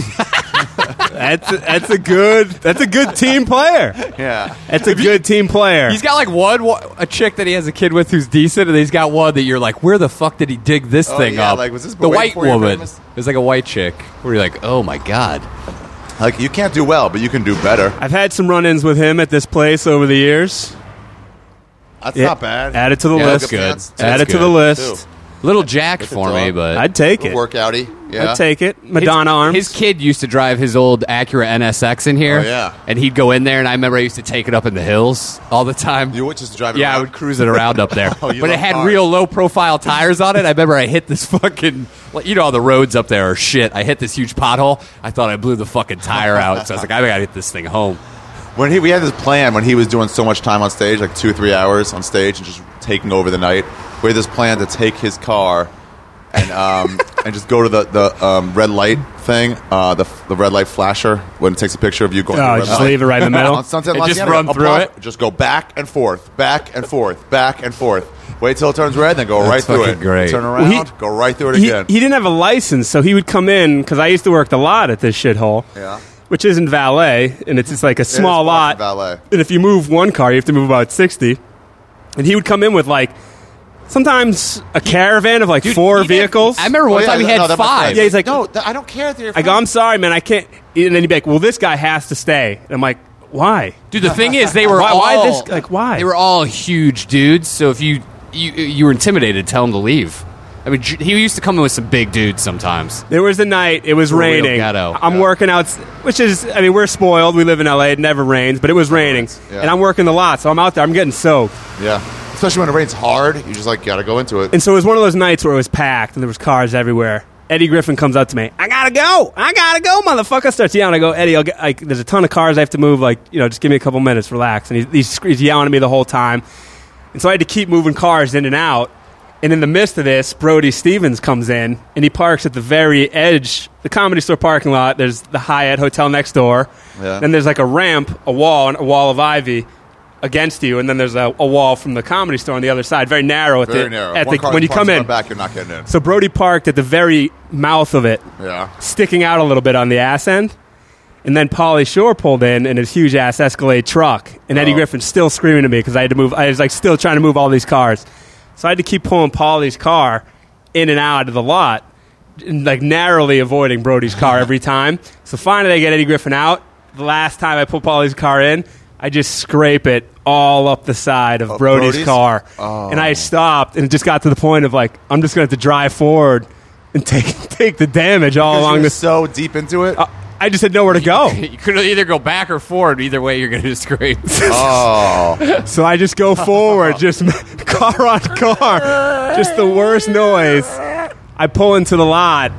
Speaker 3: That's a, that's a good that's a good team player.
Speaker 2: yeah.
Speaker 3: That's a good team player.
Speaker 1: He's got like one wa- a chick that he has a kid with who's decent, and he's got one that you're like, where the fuck did he dig this
Speaker 2: Oh,
Speaker 1: thing
Speaker 2: yeah,
Speaker 1: up?
Speaker 2: like, was this
Speaker 1: the
Speaker 2: way
Speaker 1: white
Speaker 2: before you were
Speaker 1: woman.
Speaker 2: famous?
Speaker 1: It was like a white chick where you're like, oh my god.
Speaker 2: [LAUGHS] Like you can't do well, but you can do better.
Speaker 3: I've had some run-ins with him at this place over the years.
Speaker 2: That's
Speaker 3: Yeah.
Speaker 2: not bad.
Speaker 3: Add it to the
Speaker 1: Yeah,
Speaker 3: list.
Speaker 1: that's good.
Speaker 3: Add
Speaker 1: That's
Speaker 3: it to the
Speaker 1: good.
Speaker 3: list.
Speaker 1: Little Jack for me,
Speaker 2: dog.
Speaker 1: but
Speaker 3: I'd take it.
Speaker 2: Workouty. Yeah.
Speaker 3: I'd take it. Madonna
Speaker 1: his,
Speaker 3: arms.
Speaker 1: His kid used to drive his old Acura NSX in here.
Speaker 2: Oh, yeah.
Speaker 1: And he'd go in there, and I remember I used to take it up in the hills all the time.
Speaker 2: You would just drive.
Speaker 1: yeah, I would cruise it around up there.
Speaker 2: [LAUGHS] Oh, you
Speaker 1: but it
Speaker 2: love
Speaker 1: had
Speaker 2: cars.
Speaker 1: real low profile tires on it. I remember I hit this fucking, like, you know, all the roads up there are shit. I hit this huge pothole. I thought I blew the fucking tire out. So I was like, I gotta hit this thing home.
Speaker 2: When he, we had this plan when he was doing so much time on stage, like two, three hours on stage, and just taking over the night. We had this plan to take his car
Speaker 1: [LAUGHS]
Speaker 2: and um, and just go to the the um, red light thing, uh, the the red light flasher when it takes a picture of you going. through
Speaker 3: oh,
Speaker 2: the red
Speaker 3: just
Speaker 2: light.
Speaker 3: leave it right in the middle.
Speaker 2: on Sunset
Speaker 1: And
Speaker 2: Las
Speaker 1: just
Speaker 2: Vegas,
Speaker 1: run
Speaker 2: a
Speaker 1: through
Speaker 2: block,
Speaker 1: it?
Speaker 2: Just go back and forth, back and forth, back and forth. Wait till it turns red, then go right through
Speaker 1: fucking
Speaker 2: it.
Speaker 1: great.
Speaker 2: Turn
Speaker 3: Well,
Speaker 2: around,
Speaker 3: he-
Speaker 2: go right through it
Speaker 3: he,
Speaker 2: again.
Speaker 3: he didn't have a license, so he would come in because I used to work the lot at this shithole.
Speaker 2: Yeah.
Speaker 3: Which isn't valet, and it's just like a small
Speaker 2: Boston
Speaker 3: lot.
Speaker 2: valet.
Speaker 3: And if you move one car, you have to move about sixty. And he would come in with like sometimes a caravan of like four
Speaker 1: he did-
Speaker 3: vehicles.
Speaker 1: I remember one
Speaker 2: Oh, yeah,
Speaker 1: time he
Speaker 2: no,
Speaker 1: had
Speaker 2: that must-
Speaker 1: five.
Speaker 3: Yeah, he's like,
Speaker 2: no, th- I don't care if you're.
Speaker 3: I go, I'm sorry, man, I can't. And then you'd be like, well, this guy has to stay. And I'm like, why?
Speaker 1: Dude, the thing is, they were
Speaker 3: Why-
Speaker 1: all
Speaker 3: why this- like, why?
Speaker 1: They were all huge dudes. So if you you you were intimidated, tell him to leave. I mean, J- he used to come in with some big dudes sometimes. [LAUGHS]
Speaker 3: There was a night it was
Speaker 1: Real
Speaker 3: raining.
Speaker 1: ghetto.
Speaker 3: I'm
Speaker 1: Yeah.
Speaker 3: working out, which is I mean we're spoiled. We live in LA; it never rains, but it was raining,
Speaker 2: yeah.
Speaker 3: and I'm working the lot, so I'm out there. I'm getting soaked,
Speaker 2: Yeah, especially when it rains hard, you just like gotta go into it.
Speaker 3: and so it was one of those nights where it was packed and there was cars everywhere. Eddie Griffin comes up to me. I gotta go. I gotta go, motherfucker. Starts yelling. I go, Eddie. I'll get, like, there's a ton of cars I have to move. Like, you know, just give me a couple minutes, relax. And he's, he's, sc- he's yelling at me the whole time. And so I had to keep moving cars in and out. And in the midst of this, Brody Stevens comes in and he parks at the very edge, the comedy store parking lot. There's the Hyatt Hotel next door.
Speaker 2: Yeah.
Speaker 3: Then there's like a ramp, a wall, and a wall of ivy against you. And then there's a, a wall from the comedy store on the other side, very narrow. At
Speaker 2: Very
Speaker 3: the,
Speaker 2: narrow.
Speaker 3: At
Speaker 2: One
Speaker 3: the,
Speaker 2: car
Speaker 3: when you
Speaker 2: parks
Speaker 3: come
Speaker 2: front
Speaker 3: in.
Speaker 2: back, you're not getting in.
Speaker 3: So Brody parked at the very mouth of it,
Speaker 2: Yeah.
Speaker 3: sticking out a little bit on the ass end. And then Polly Shore pulled in in his huge ass Escalade truck, and Eddie
Speaker 2: Oh.
Speaker 3: Griffin's still screaming at me because I had to move. I was like still trying to move all these cars, so I had to keep pulling Polly's car in and out of the lot, and, like narrowly avoiding Brody's car [LAUGHS] every time. So finally, I get Eddie Griffin out. The last time I put Polly's car in, I just scrape it all up the side of Brody's,
Speaker 2: Brody's?
Speaker 3: car, and
Speaker 2: Oh.
Speaker 3: I stopped, and it just got to the point of like I'm just going to have to drive forward and take [LAUGHS] take the damage all along
Speaker 2: You're
Speaker 3: this
Speaker 2: so deep into it.
Speaker 3: I just had nowhere
Speaker 2: [LAUGHS]
Speaker 3: to go.
Speaker 1: You could either go back or forward. Either way, you're going [LAUGHS] to scrape.
Speaker 2: oh,
Speaker 3: So I
Speaker 2: [LAUGHS]
Speaker 3: just go forward, just [LAUGHS] car on car, just the worst noise. I pull into the lot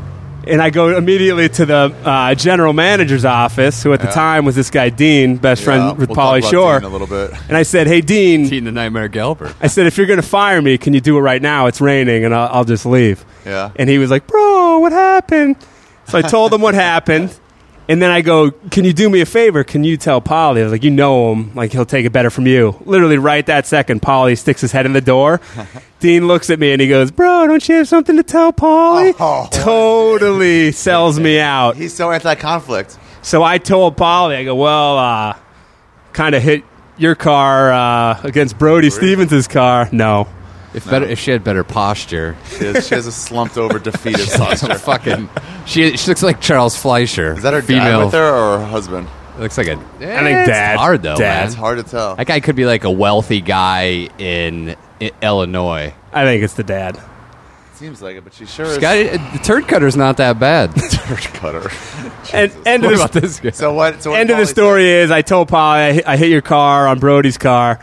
Speaker 3: and I go immediately to the uh, general manager's office, who at the
Speaker 2: Yeah.
Speaker 3: time was this guy Dean, best
Speaker 2: Yeah,
Speaker 3: friend with
Speaker 2: we'll talk
Speaker 3: Polly
Speaker 2: about
Speaker 3: Shore.
Speaker 2: Dean a little bit.
Speaker 3: And I said, "Hey Dean,
Speaker 1: Teen the Nightmare Galbert.
Speaker 3: I said if you're going to fire me, can you do it right now? It's raining, and I'll, I'll just leave."
Speaker 2: Yeah.
Speaker 3: And he was like, "Bro, what happened?" So I told
Speaker 2: [LAUGHS]
Speaker 3: him what happened, and then I go, "Can you do me a favor? Can you tell Polly?" I was like, "You know him. Like he'll take it better from you." Literally, right that second, Polly sticks his head in the
Speaker 2: [LAUGHS]
Speaker 3: door. Dean looks at me and he goes, "Bro, don't you have something to tell Polly?"
Speaker 2: Oh.
Speaker 3: totally sells me out.
Speaker 2: He's so anti-conflict.
Speaker 3: So I told Polly, I go, well, uh, kind of hit your car uh, against Brody Stevens' car. No.
Speaker 1: If better, if she had better posture,
Speaker 2: She has, she has a slumped over
Speaker 3: [LAUGHS]
Speaker 2: defeated
Speaker 1: [LAUGHS]
Speaker 2: posture.
Speaker 1: fucking. She she looks like Charles Fleischer.
Speaker 2: Is that her
Speaker 1: female?
Speaker 2: dad with her or her husband?
Speaker 1: Looks like a.
Speaker 3: I think
Speaker 1: it's
Speaker 3: dad.
Speaker 1: hard though,
Speaker 3: Dad.
Speaker 2: It's
Speaker 1: man.
Speaker 2: hard to tell.
Speaker 1: That guy could be like a wealthy guy in, in Illinois.
Speaker 3: I think it's the dad.
Speaker 2: Seems like it, but she sure
Speaker 1: This
Speaker 2: is. [LAUGHS]
Speaker 1: guy, uh, the turd cutter's not that bad. [LAUGHS]
Speaker 3: [LAUGHS]
Speaker 2: cutter.
Speaker 3: And end
Speaker 1: what
Speaker 3: of,
Speaker 1: about
Speaker 3: the,
Speaker 1: this guy? [LAUGHS]
Speaker 2: So what? So what
Speaker 3: end of the
Speaker 2: Polly said-
Speaker 3: story is I told Polly I, hit- I hit your car on Brody's car.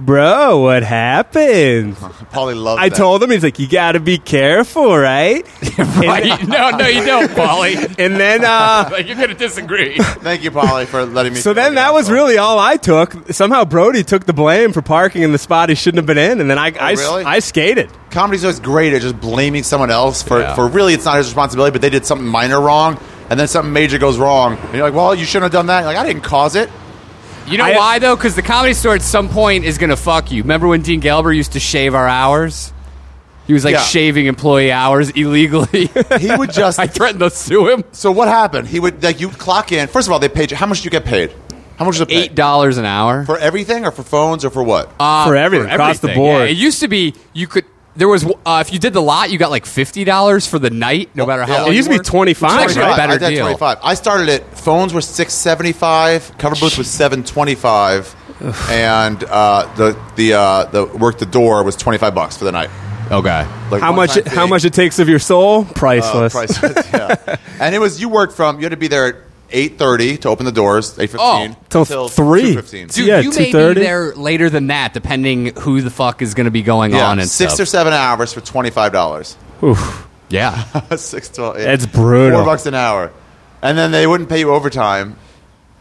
Speaker 3: Bro, what happened?
Speaker 2: Polly loved.
Speaker 3: I
Speaker 2: that.
Speaker 3: told him, he's like, you got to be careful, right?
Speaker 1: [LAUGHS] Right? no, no, you don't, Polly.
Speaker 3: [LAUGHS] And
Speaker 1: [LAUGHS]
Speaker 3: then, uh,
Speaker 1: Like you're gonna disagree.
Speaker 2: Thank you, Polly, for letting me.
Speaker 3: so then that was really all I took. Somehow Brody took the blame for parking in the spot he shouldn't have been in. And then
Speaker 1: Oh,
Speaker 3: I, I s-
Speaker 2: really?
Speaker 3: I skated.
Speaker 2: Comedy's always great at just blaming someone else for,
Speaker 1: Yeah.
Speaker 2: for really it's not his responsibility, but they did something minor wrong, and then something major goes wrong, and you're like, well, you shouldn't have done that. You're like I didn't cause it.
Speaker 1: You know
Speaker 3: I-
Speaker 1: why though? Because the comedy store at some point is gonna fuck you. Remember when Dean Gelber used to shave our hours? He was like
Speaker 2: Yeah.
Speaker 1: shaving employee hours illegally. [LAUGHS]
Speaker 2: He would just.
Speaker 1: I threatened to sue him.
Speaker 2: so what happened? He would like you clock in. First of all, they paid you. How much do you get paid? How much is it
Speaker 1: Eight
Speaker 2: paid?
Speaker 1: dollars an hour
Speaker 2: for everything or for phones or for what?
Speaker 1: Uh,
Speaker 3: For everything, across the
Speaker 1: everything,
Speaker 3: board.
Speaker 1: Yeah, it used to be you could. There was uh, if you did the lot, you got like fifty dollars for the night, no matter how.
Speaker 2: yeah.
Speaker 1: long
Speaker 2: It
Speaker 1: you
Speaker 3: used to be
Speaker 1: worked.
Speaker 3: 25,
Speaker 1: It's actually
Speaker 3: right?
Speaker 1: a
Speaker 2: I
Speaker 1: better
Speaker 2: did
Speaker 1: deal.
Speaker 2: 25. I started it. Phones were six seventy five. Cover booth was seven twenty five, and uh, the the uh, the work the door was twenty five bucks for the night.
Speaker 1: Okay.
Speaker 2: Like
Speaker 3: How much?
Speaker 2: one-time
Speaker 3: How
Speaker 2: fee.
Speaker 3: much it takes of your soul? Priceless.
Speaker 2: Uh, priceless, yeah. and it was you worked from you had to be there at eight thirty to open the doors eight fifteen
Speaker 1: Oh,
Speaker 3: till three.
Speaker 2: 2:15.
Speaker 1: Dude,
Speaker 3: Yeah,
Speaker 1: you may be
Speaker 3: 2:30.
Speaker 1: there later than that, depending who the fuck is going to be going
Speaker 2: yeah,
Speaker 1: on and
Speaker 2: six
Speaker 1: stuff.
Speaker 2: or seven hours for twenty five dollars. [LAUGHS]
Speaker 3: Oof.
Speaker 1: yeah.
Speaker 2: six to eight.
Speaker 3: That's brutal.
Speaker 2: Four bucks an hour, and then they wouldn't pay you overtime,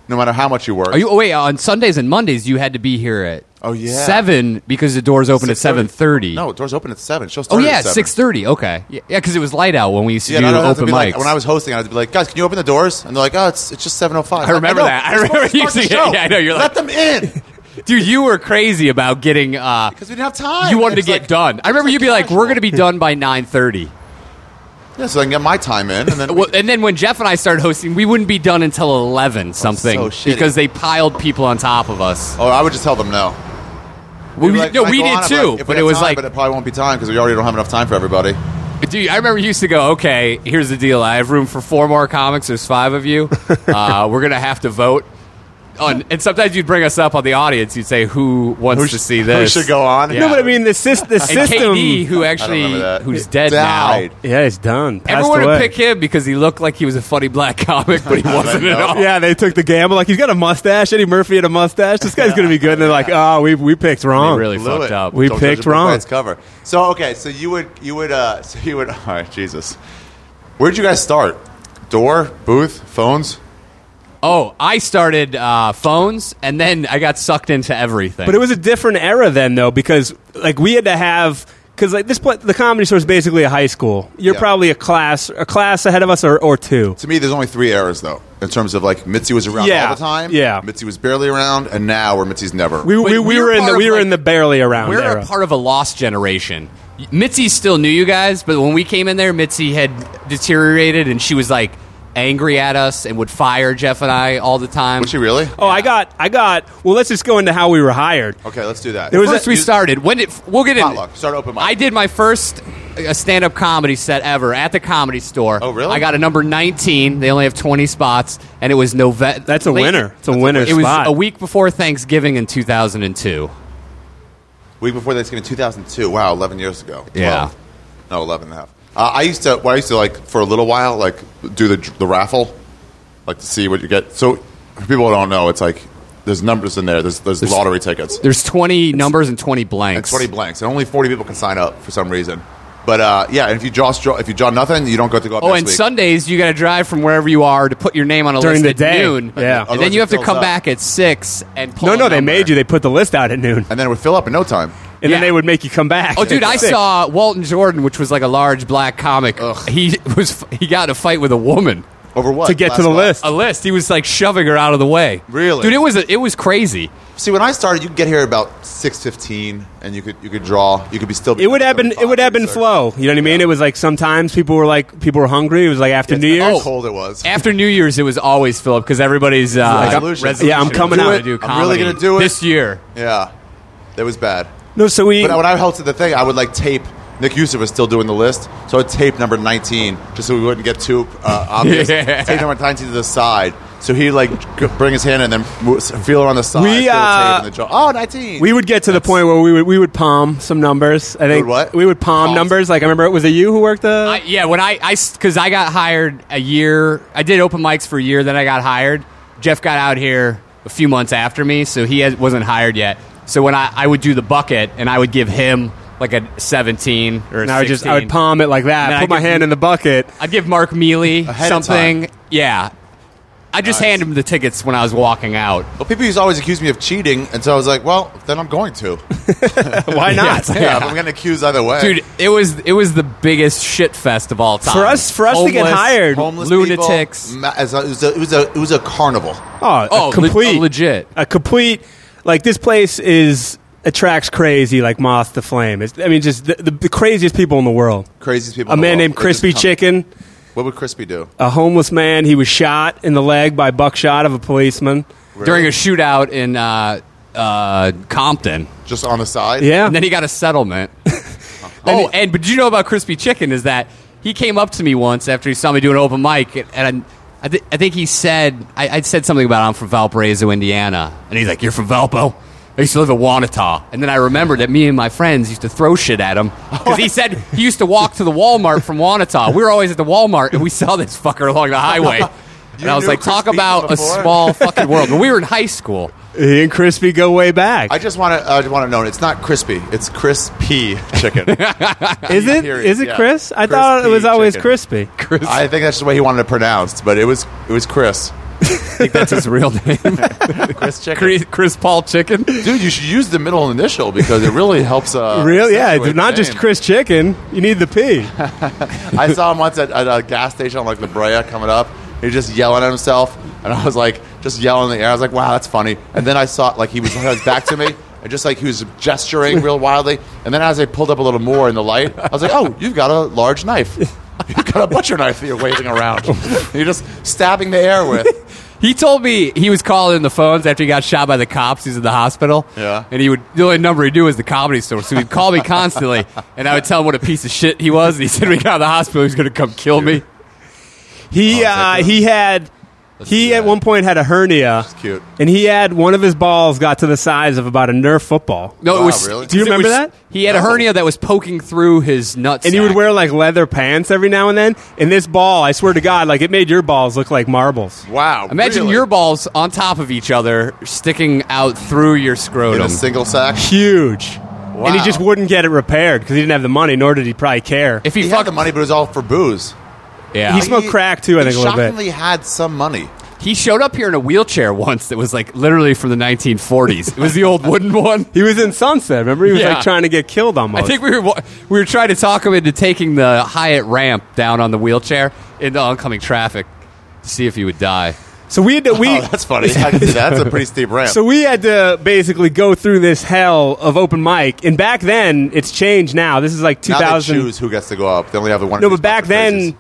Speaker 2: no matter how much you worked.
Speaker 1: Are you? Oh, wait, on Sundays and Mondays you had to be here at
Speaker 2: Oh, yeah.
Speaker 1: seven because the doors open at
Speaker 2: 6:30.
Speaker 1: seven thirty.
Speaker 2: No, doors open at seven. Show
Speaker 1: Oh
Speaker 2: started
Speaker 1: yeah,
Speaker 2: at 7.
Speaker 1: six thirty. Okay. Yeah, because it was light out when we used to
Speaker 2: Yeah,
Speaker 1: do
Speaker 2: and I'd have to
Speaker 1: open
Speaker 2: be
Speaker 1: mics.
Speaker 2: like, when I was hosting, I'd be like, "Guys, can you open the doors?" And they're like, "Oh, it's it's just 7.05.
Speaker 1: I remember that. I remember you saying- [LAUGHS] yeah, I know. You're
Speaker 2: let
Speaker 1: like-
Speaker 2: them in
Speaker 1: Dude, you were crazy about getting. Uh,
Speaker 2: because we didn't have
Speaker 1: [LAUGHS]
Speaker 2: time.
Speaker 1: you wanted to
Speaker 2: It's
Speaker 1: get
Speaker 2: like-
Speaker 1: done. I remember
Speaker 2: it's
Speaker 1: you'd be like,
Speaker 2: casual.
Speaker 1: "We're going to be done by 9.30.
Speaker 2: Yeah, so I can get my time in,
Speaker 1: [LAUGHS]
Speaker 2: and then
Speaker 1: Well, and then when Jeff and I started hosting, we wouldn't be done until eleven something
Speaker 2: Oh, so shitty.
Speaker 1: because they piled people on top of us.
Speaker 2: Oh, I would just tell them no.
Speaker 1: We,
Speaker 2: were like,
Speaker 1: no,
Speaker 2: "Might
Speaker 1: we
Speaker 2: go
Speaker 1: did
Speaker 2: on,"
Speaker 1: too,
Speaker 2: if
Speaker 1: but
Speaker 2: we had
Speaker 1: it was
Speaker 2: time,
Speaker 1: like-
Speaker 2: but it probably won't be time because we already don't have enough time for everybody.
Speaker 1: Dude, I remember you used to go, okay, here's the deal. I have room for four more comics. There's five of
Speaker 2: [LAUGHS]
Speaker 1: you. Uh, we're going to have to vote. On, and sometimes you'd bring us up on the audience. You'd say, who wants to see this?
Speaker 2: should go on?
Speaker 1: Yeah.
Speaker 3: No, but I mean the, sys- the
Speaker 1: And
Speaker 3: system.
Speaker 1: KD, who actually,
Speaker 2: remember that.
Speaker 1: who's dead
Speaker 2: Died.
Speaker 1: now.
Speaker 3: yeah, it's done. Passed
Speaker 1: Everyone
Speaker 3: away.
Speaker 1: would pick him because he looked like he was a funny black comic,
Speaker 2: [LAUGHS]
Speaker 1: but he wasn't at all.
Speaker 3: Yeah, they took the gamble. Like he's got a mustache. Eddie Murphy had a mustache. This guy's gonna be good. And they're like, oh, we we picked wrong.
Speaker 1: They really
Speaker 2: Blew
Speaker 1: fucked
Speaker 2: it.
Speaker 1: up.
Speaker 3: We
Speaker 2: Don't judge
Speaker 3: picked
Speaker 2: a book by
Speaker 3: wrong.
Speaker 2: its cover. So okay, so you would you would uh [LAUGHS] so you would all right, Jesus. Where'd you guys start? Door, booth, phones?
Speaker 1: oh, I started uh, phones, and then I got sucked into everything.
Speaker 3: But it was a different era then, though, because like we had to have because like this place, the comedy store is basically a high school. You're
Speaker 2: Yeah.
Speaker 3: probably a class a class ahead of us or, or two.
Speaker 2: To me, there's only three eras though, in terms of like Mitzi was around
Speaker 3: Yeah.
Speaker 2: all the time.
Speaker 3: Yeah.
Speaker 2: Mitzi was barely around, and now where Mitzi's never.
Speaker 3: We, we, we
Speaker 1: we're
Speaker 3: were in
Speaker 1: part
Speaker 3: the
Speaker 1: of,
Speaker 3: we were
Speaker 1: like-
Speaker 3: in the barely around
Speaker 1: We're
Speaker 3: era.
Speaker 1: a part of a lost generation. Mitzi still knew you guys, but when we came in there, Mitzi had deteriorated, and she was like angry at us and would fire Jeff and I all the time.
Speaker 2: was she really?
Speaker 3: oh, I got I got. Well, let's just go into how we were hired.
Speaker 2: Okay, let's do that.
Speaker 3: There was
Speaker 1: First,
Speaker 3: a-
Speaker 1: we started. When did we'll get in?
Speaker 2: potluck. Start open mic.
Speaker 1: I did my first uh, stand-up comedy set ever at the Comedy Store.
Speaker 2: Oh, really?
Speaker 1: I got a number 19. They only have 20 spots, and it was November.
Speaker 3: That's a winner. It's a winner
Speaker 1: It was
Speaker 3: spot.
Speaker 1: a week before Thanksgiving in 2002.
Speaker 2: Week before Thanksgiving, 2002. Wow, 11 years ago.
Speaker 1: Yeah.
Speaker 2: 12. No, 11 and a half. Uh, I used to, well, I used to like, for a little while, like, do the, the raffle, like, to see what you get. So, for people who don't know, it's like, there's numbers in there. There's, there's, lottery tickets.
Speaker 1: There's 20 numbers and 20
Speaker 2: and
Speaker 1: blanks.
Speaker 2: 20 blanks. And only 40 people can sign up for some reason. But, uh, yeah, and if you draw, straw- if you draw nothing, you don't get to go up
Speaker 1: Oh,
Speaker 2: next
Speaker 1: and
Speaker 2: week.
Speaker 1: Sundays you got to drive from wherever you are to put your name on a
Speaker 3: During
Speaker 1: list
Speaker 3: the
Speaker 1: at
Speaker 3: day.
Speaker 1: noon.
Speaker 3: Yeah.
Speaker 1: and then
Speaker 2: Otherwise
Speaker 1: you
Speaker 2: it
Speaker 1: have to
Speaker 2: fills
Speaker 1: come
Speaker 2: up.
Speaker 1: back at six and pull.
Speaker 3: no,
Speaker 1: a
Speaker 3: no, they
Speaker 1: number.
Speaker 3: made you. They put the list out at noon,
Speaker 2: and then it would fill up at no time.
Speaker 3: and
Speaker 1: Yeah.
Speaker 3: then they would make you come back.
Speaker 1: Oh, dude, I
Speaker 3: Sick.
Speaker 1: saw Walton Jordan, which was like a large black comic. He was he got in a fight with a woman.
Speaker 2: Over what?
Speaker 3: to get
Speaker 2: Last
Speaker 3: to the
Speaker 2: month?
Speaker 3: list.
Speaker 1: A list. He was like shoving her out of the way.
Speaker 2: Really?
Speaker 1: dude? It was a, it was crazy.
Speaker 2: See, when I started, you could get here about 6.15, and you could, you could draw. You could be still.
Speaker 3: It would ebb and it would ebb and flow. You know what I mean? It was like sometimes people were like people were hungry. It was like after New
Speaker 2: How
Speaker 3: Year's.
Speaker 2: cold it was.
Speaker 1: After New Year's, it was always Philip because everybody's uh,
Speaker 2: Resolution.
Speaker 1: resolution
Speaker 3: Yeah, I'm
Speaker 1: was
Speaker 3: coming
Speaker 1: I'm
Speaker 3: out.
Speaker 1: gonna Do
Speaker 2: I'm really
Speaker 1: comedy
Speaker 2: gonna do it.
Speaker 1: this year.
Speaker 2: Yeah, that was bad.
Speaker 3: No, so we
Speaker 2: But when I hosted the thing, I would like tape. Nick Yusuf was still doing the list, so I'd tape number 19 just so we wouldn't get too uh,
Speaker 3: [LAUGHS]
Speaker 2: obvious.
Speaker 1: Yeah.
Speaker 2: Tape number 19 to the side, so he'd like g- bring his hand and then mo- feel it on the side.
Speaker 3: We,
Speaker 2: feel the tape
Speaker 3: uh,
Speaker 2: and the jaw. oh, 19.
Speaker 3: we would get to the point where we would we would palm some numbers. I think
Speaker 2: would what?
Speaker 3: we would palm
Speaker 2: Palms.
Speaker 3: numbers. Like I remember, was it you who worked the?
Speaker 1: I, yeah, when I I because I got hired a year. I did open mics for a year, then I got hired. Jeff got out here a few months after me, so he has, wasn't hired yet. So when I, I would do the bucket, and I would give him like a seventeen or a
Speaker 3: and I would just I would
Speaker 1: 16.
Speaker 3: palm it like that.
Speaker 1: And
Speaker 3: put
Speaker 1: I'd
Speaker 3: my
Speaker 1: give-
Speaker 3: hand in the bucket.
Speaker 1: I'd give Mark Mealy
Speaker 2: Ahead of
Speaker 1: something.
Speaker 2: time.
Speaker 1: Yeah, I just
Speaker 2: Nice.
Speaker 1: hand him the tickets when I was walking out.
Speaker 2: well, people used to always accuse me of cheating, and so I was like, well, then I'm going
Speaker 3: [LAUGHS]
Speaker 2: to.
Speaker 3: Why not?
Speaker 1: it's like-
Speaker 2: Yeah, if I'm getting accused either way.
Speaker 1: Dude, it was it was the biggest shit fest of all time.
Speaker 3: For us- for us to get
Speaker 1: Homeless,
Speaker 3: hired,
Speaker 2: homeless
Speaker 1: lunatics.
Speaker 2: People, ma- as a- it, was a, it was a it was a carnival.
Speaker 3: Oh, a
Speaker 1: Oh, le-
Speaker 3: complete
Speaker 1: oh, legit.
Speaker 3: A complete like this place is attracts crazy like moth to flame. It's, I mean, just the, the, the craziest people in the world.
Speaker 2: Craziest people.
Speaker 3: A
Speaker 2: in the
Speaker 3: man
Speaker 2: world.
Speaker 3: named
Speaker 2: They just
Speaker 3: Crispy
Speaker 2: come-
Speaker 3: Chicken. Oh.
Speaker 2: What would Crispy do?
Speaker 3: a homeless man. He was shot in the leg by buckshot of a policeman.
Speaker 1: during a shootout in uh, uh, Compton.
Speaker 2: Just on the side.
Speaker 3: Yeah.
Speaker 1: And then he got a settlement. [LAUGHS] oh, and but did you know about crispy chicken? Is that he came up to me once after he saw me do an open mic, and, and I, th- I think he said I, I said something about I'm from Valparaiso, Indiana, and he's like, "You're from Valpo." I used to live in Wanata, and then I remembered that me and my friends used to throw shit at him because he said he used to walk to the Walmart from Wanata. We were always at the Walmart, and we saw this fucker along the [LAUGHS] highway. And I was
Speaker 2: knew
Speaker 1: like, talk
Speaker 2: Crispy
Speaker 1: about a
Speaker 2: before?
Speaker 1: small fucking
Speaker 2: [LAUGHS]
Speaker 1: world. But we were in high school.
Speaker 3: He and Crispy go way back.
Speaker 2: I just want to. I just want to know. It's not crispy. It's crispy [LAUGHS] chicken.
Speaker 3: is it?
Speaker 2: period,
Speaker 3: Is it
Speaker 2: yeah.
Speaker 3: Chris? I thought it was
Speaker 2: Crispy
Speaker 3: always
Speaker 2: chicken.
Speaker 3: Crispy.
Speaker 2: I think that's the way he wanted it pronounced, but it was it was Chris.
Speaker 1: I think that's his real
Speaker 2: [LAUGHS]
Speaker 1: name.
Speaker 2: Chris chicken.
Speaker 1: Chris, Chris Paul Chicken.
Speaker 2: Dude, you should use the middle initial because it really helps. Uh,
Speaker 3: [LAUGHS] Real, yeah.
Speaker 2: accentuate
Speaker 3: It's not
Speaker 2: the
Speaker 3: just
Speaker 2: name.
Speaker 3: Chris Chicken. You need the
Speaker 2: [LAUGHS]
Speaker 3: P.
Speaker 2: I saw him once at, at a gas station on like La Brea coming up. He was just yelling at himself, and I was like, just yelling in the air. I was like, wow, that's funny. And then I saw like he was he had his back to me, and just like he was gesturing real wildly. And then as I pulled up a little more in the light, I was like, oh, you've got a large [LAUGHS] knife. You've got a butcher knife that you're waving around. you're just stabbing the air with.
Speaker 1: He told me he was calling the phones after he got shot by the cops. He's in the hospital.
Speaker 2: Yeah.
Speaker 1: And he would, the only number he knew was the comedy store. So he'd call me constantly, and I would tell him what a piece of shit he was. And he said, when he got out of the hospital, he was going to come kill me.
Speaker 3: He
Speaker 2: Oh, is that
Speaker 3: uh,
Speaker 2: good?
Speaker 3: he had
Speaker 2: do
Speaker 3: he at
Speaker 2: that.
Speaker 3: one point had a hernia.
Speaker 2: cute.
Speaker 3: And he had one of his balls got to the size of about a Nerf football.
Speaker 1: No, it
Speaker 2: Wow,
Speaker 1: was.
Speaker 2: really?
Speaker 3: Do you
Speaker 1: it
Speaker 3: remember
Speaker 1: was-
Speaker 3: that?
Speaker 1: He had a hernia that was poking through his nuts.
Speaker 3: And he would wear like leather pants every now and then. And this ball, I swear to God, like it made your balls look like marbles.
Speaker 2: Wow.
Speaker 1: Imagine
Speaker 2: really?
Speaker 1: your balls on top of each other, sticking out through your
Speaker 2: in a
Speaker 1: scrotum.
Speaker 2: single sack.
Speaker 3: Huge. And he just
Speaker 2: Wow.
Speaker 3: wouldn't get it repaired because he didn't have the money, nor did he probably care.
Speaker 1: If
Speaker 2: He
Speaker 1: he
Speaker 2: had the
Speaker 1: fucked,
Speaker 2: money, but it was all for booze.
Speaker 1: yeah,
Speaker 3: He smoked crack, too,
Speaker 2: he
Speaker 3: I think, a little bit.
Speaker 2: shockingly had some money.
Speaker 1: He showed up here in a wheelchair once that was like literally from the 1940s. It was the old wooden one.
Speaker 3: he was in Sunset. Remember, he was
Speaker 1: Yeah.
Speaker 3: like trying to get killed
Speaker 1: I
Speaker 3: almost.
Speaker 1: think we were wa- we were trying to talk him into taking the Hyatt ramp down on the wheelchair into oncoming traffic to see if he would die.
Speaker 3: so. We had to,
Speaker 2: [LAUGHS]
Speaker 3: we
Speaker 2: oh, that's funny. I can see that. That's a pretty steep ramp.
Speaker 3: So we had to basically go through this hell of open mic, and back then it's changed. Now this is like
Speaker 2: now they
Speaker 3: 2000.
Speaker 2: choose who gets to go up. They only have the one.
Speaker 3: No,
Speaker 2: of
Speaker 3: but
Speaker 2: these
Speaker 3: back
Speaker 2: fucking
Speaker 3: then
Speaker 2: places.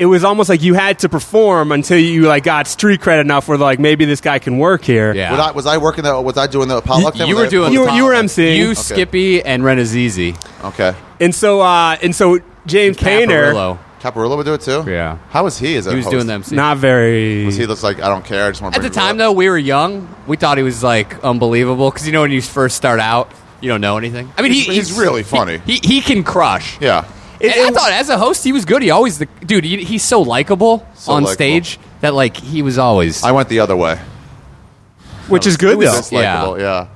Speaker 3: it was almost like you had to perform until you like got street cred enough where like maybe this guy can work here.
Speaker 1: Yeah.
Speaker 2: Was I, was I working the? Was I doing the
Speaker 1: You,
Speaker 2: potluck? then?
Speaker 1: you
Speaker 2: Was
Speaker 1: were
Speaker 2: I-
Speaker 1: doing
Speaker 3: You were- you were emceeing.
Speaker 1: You,
Speaker 3: Okay.
Speaker 1: Skippy, and Renazizi.
Speaker 2: Okay.
Speaker 3: And so uh, and so James Painter,
Speaker 1: Caparillo.
Speaker 2: Caparillo would do it too.
Speaker 1: Yeah.
Speaker 2: How was he? As a
Speaker 1: He was
Speaker 2: host?
Speaker 1: doing the MC.
Speaker 3: not very.
Speaker 2: Was he looks like I don't care. I just want to
Speaker 1: At the time, though, we were young. We thought he was like unbelievable because you know when you first start out, you don't know anything. I mean, he,
Speaker 2: He's- he's really funny.
Speaker 1: He, he, he can crush.
Speaker 2: Yeah.
Speaker 1: And I thought as a host, he was good. He always the dude. He, he's so likable
Speaker 2: So
Speaker 1: on
Speaker 2: likable.
Speaker 1: stage that like he was always.
Speaker 2: I went the other way.
Speaker 3: which is good though.
Speaker 2: Just likable. Yeah.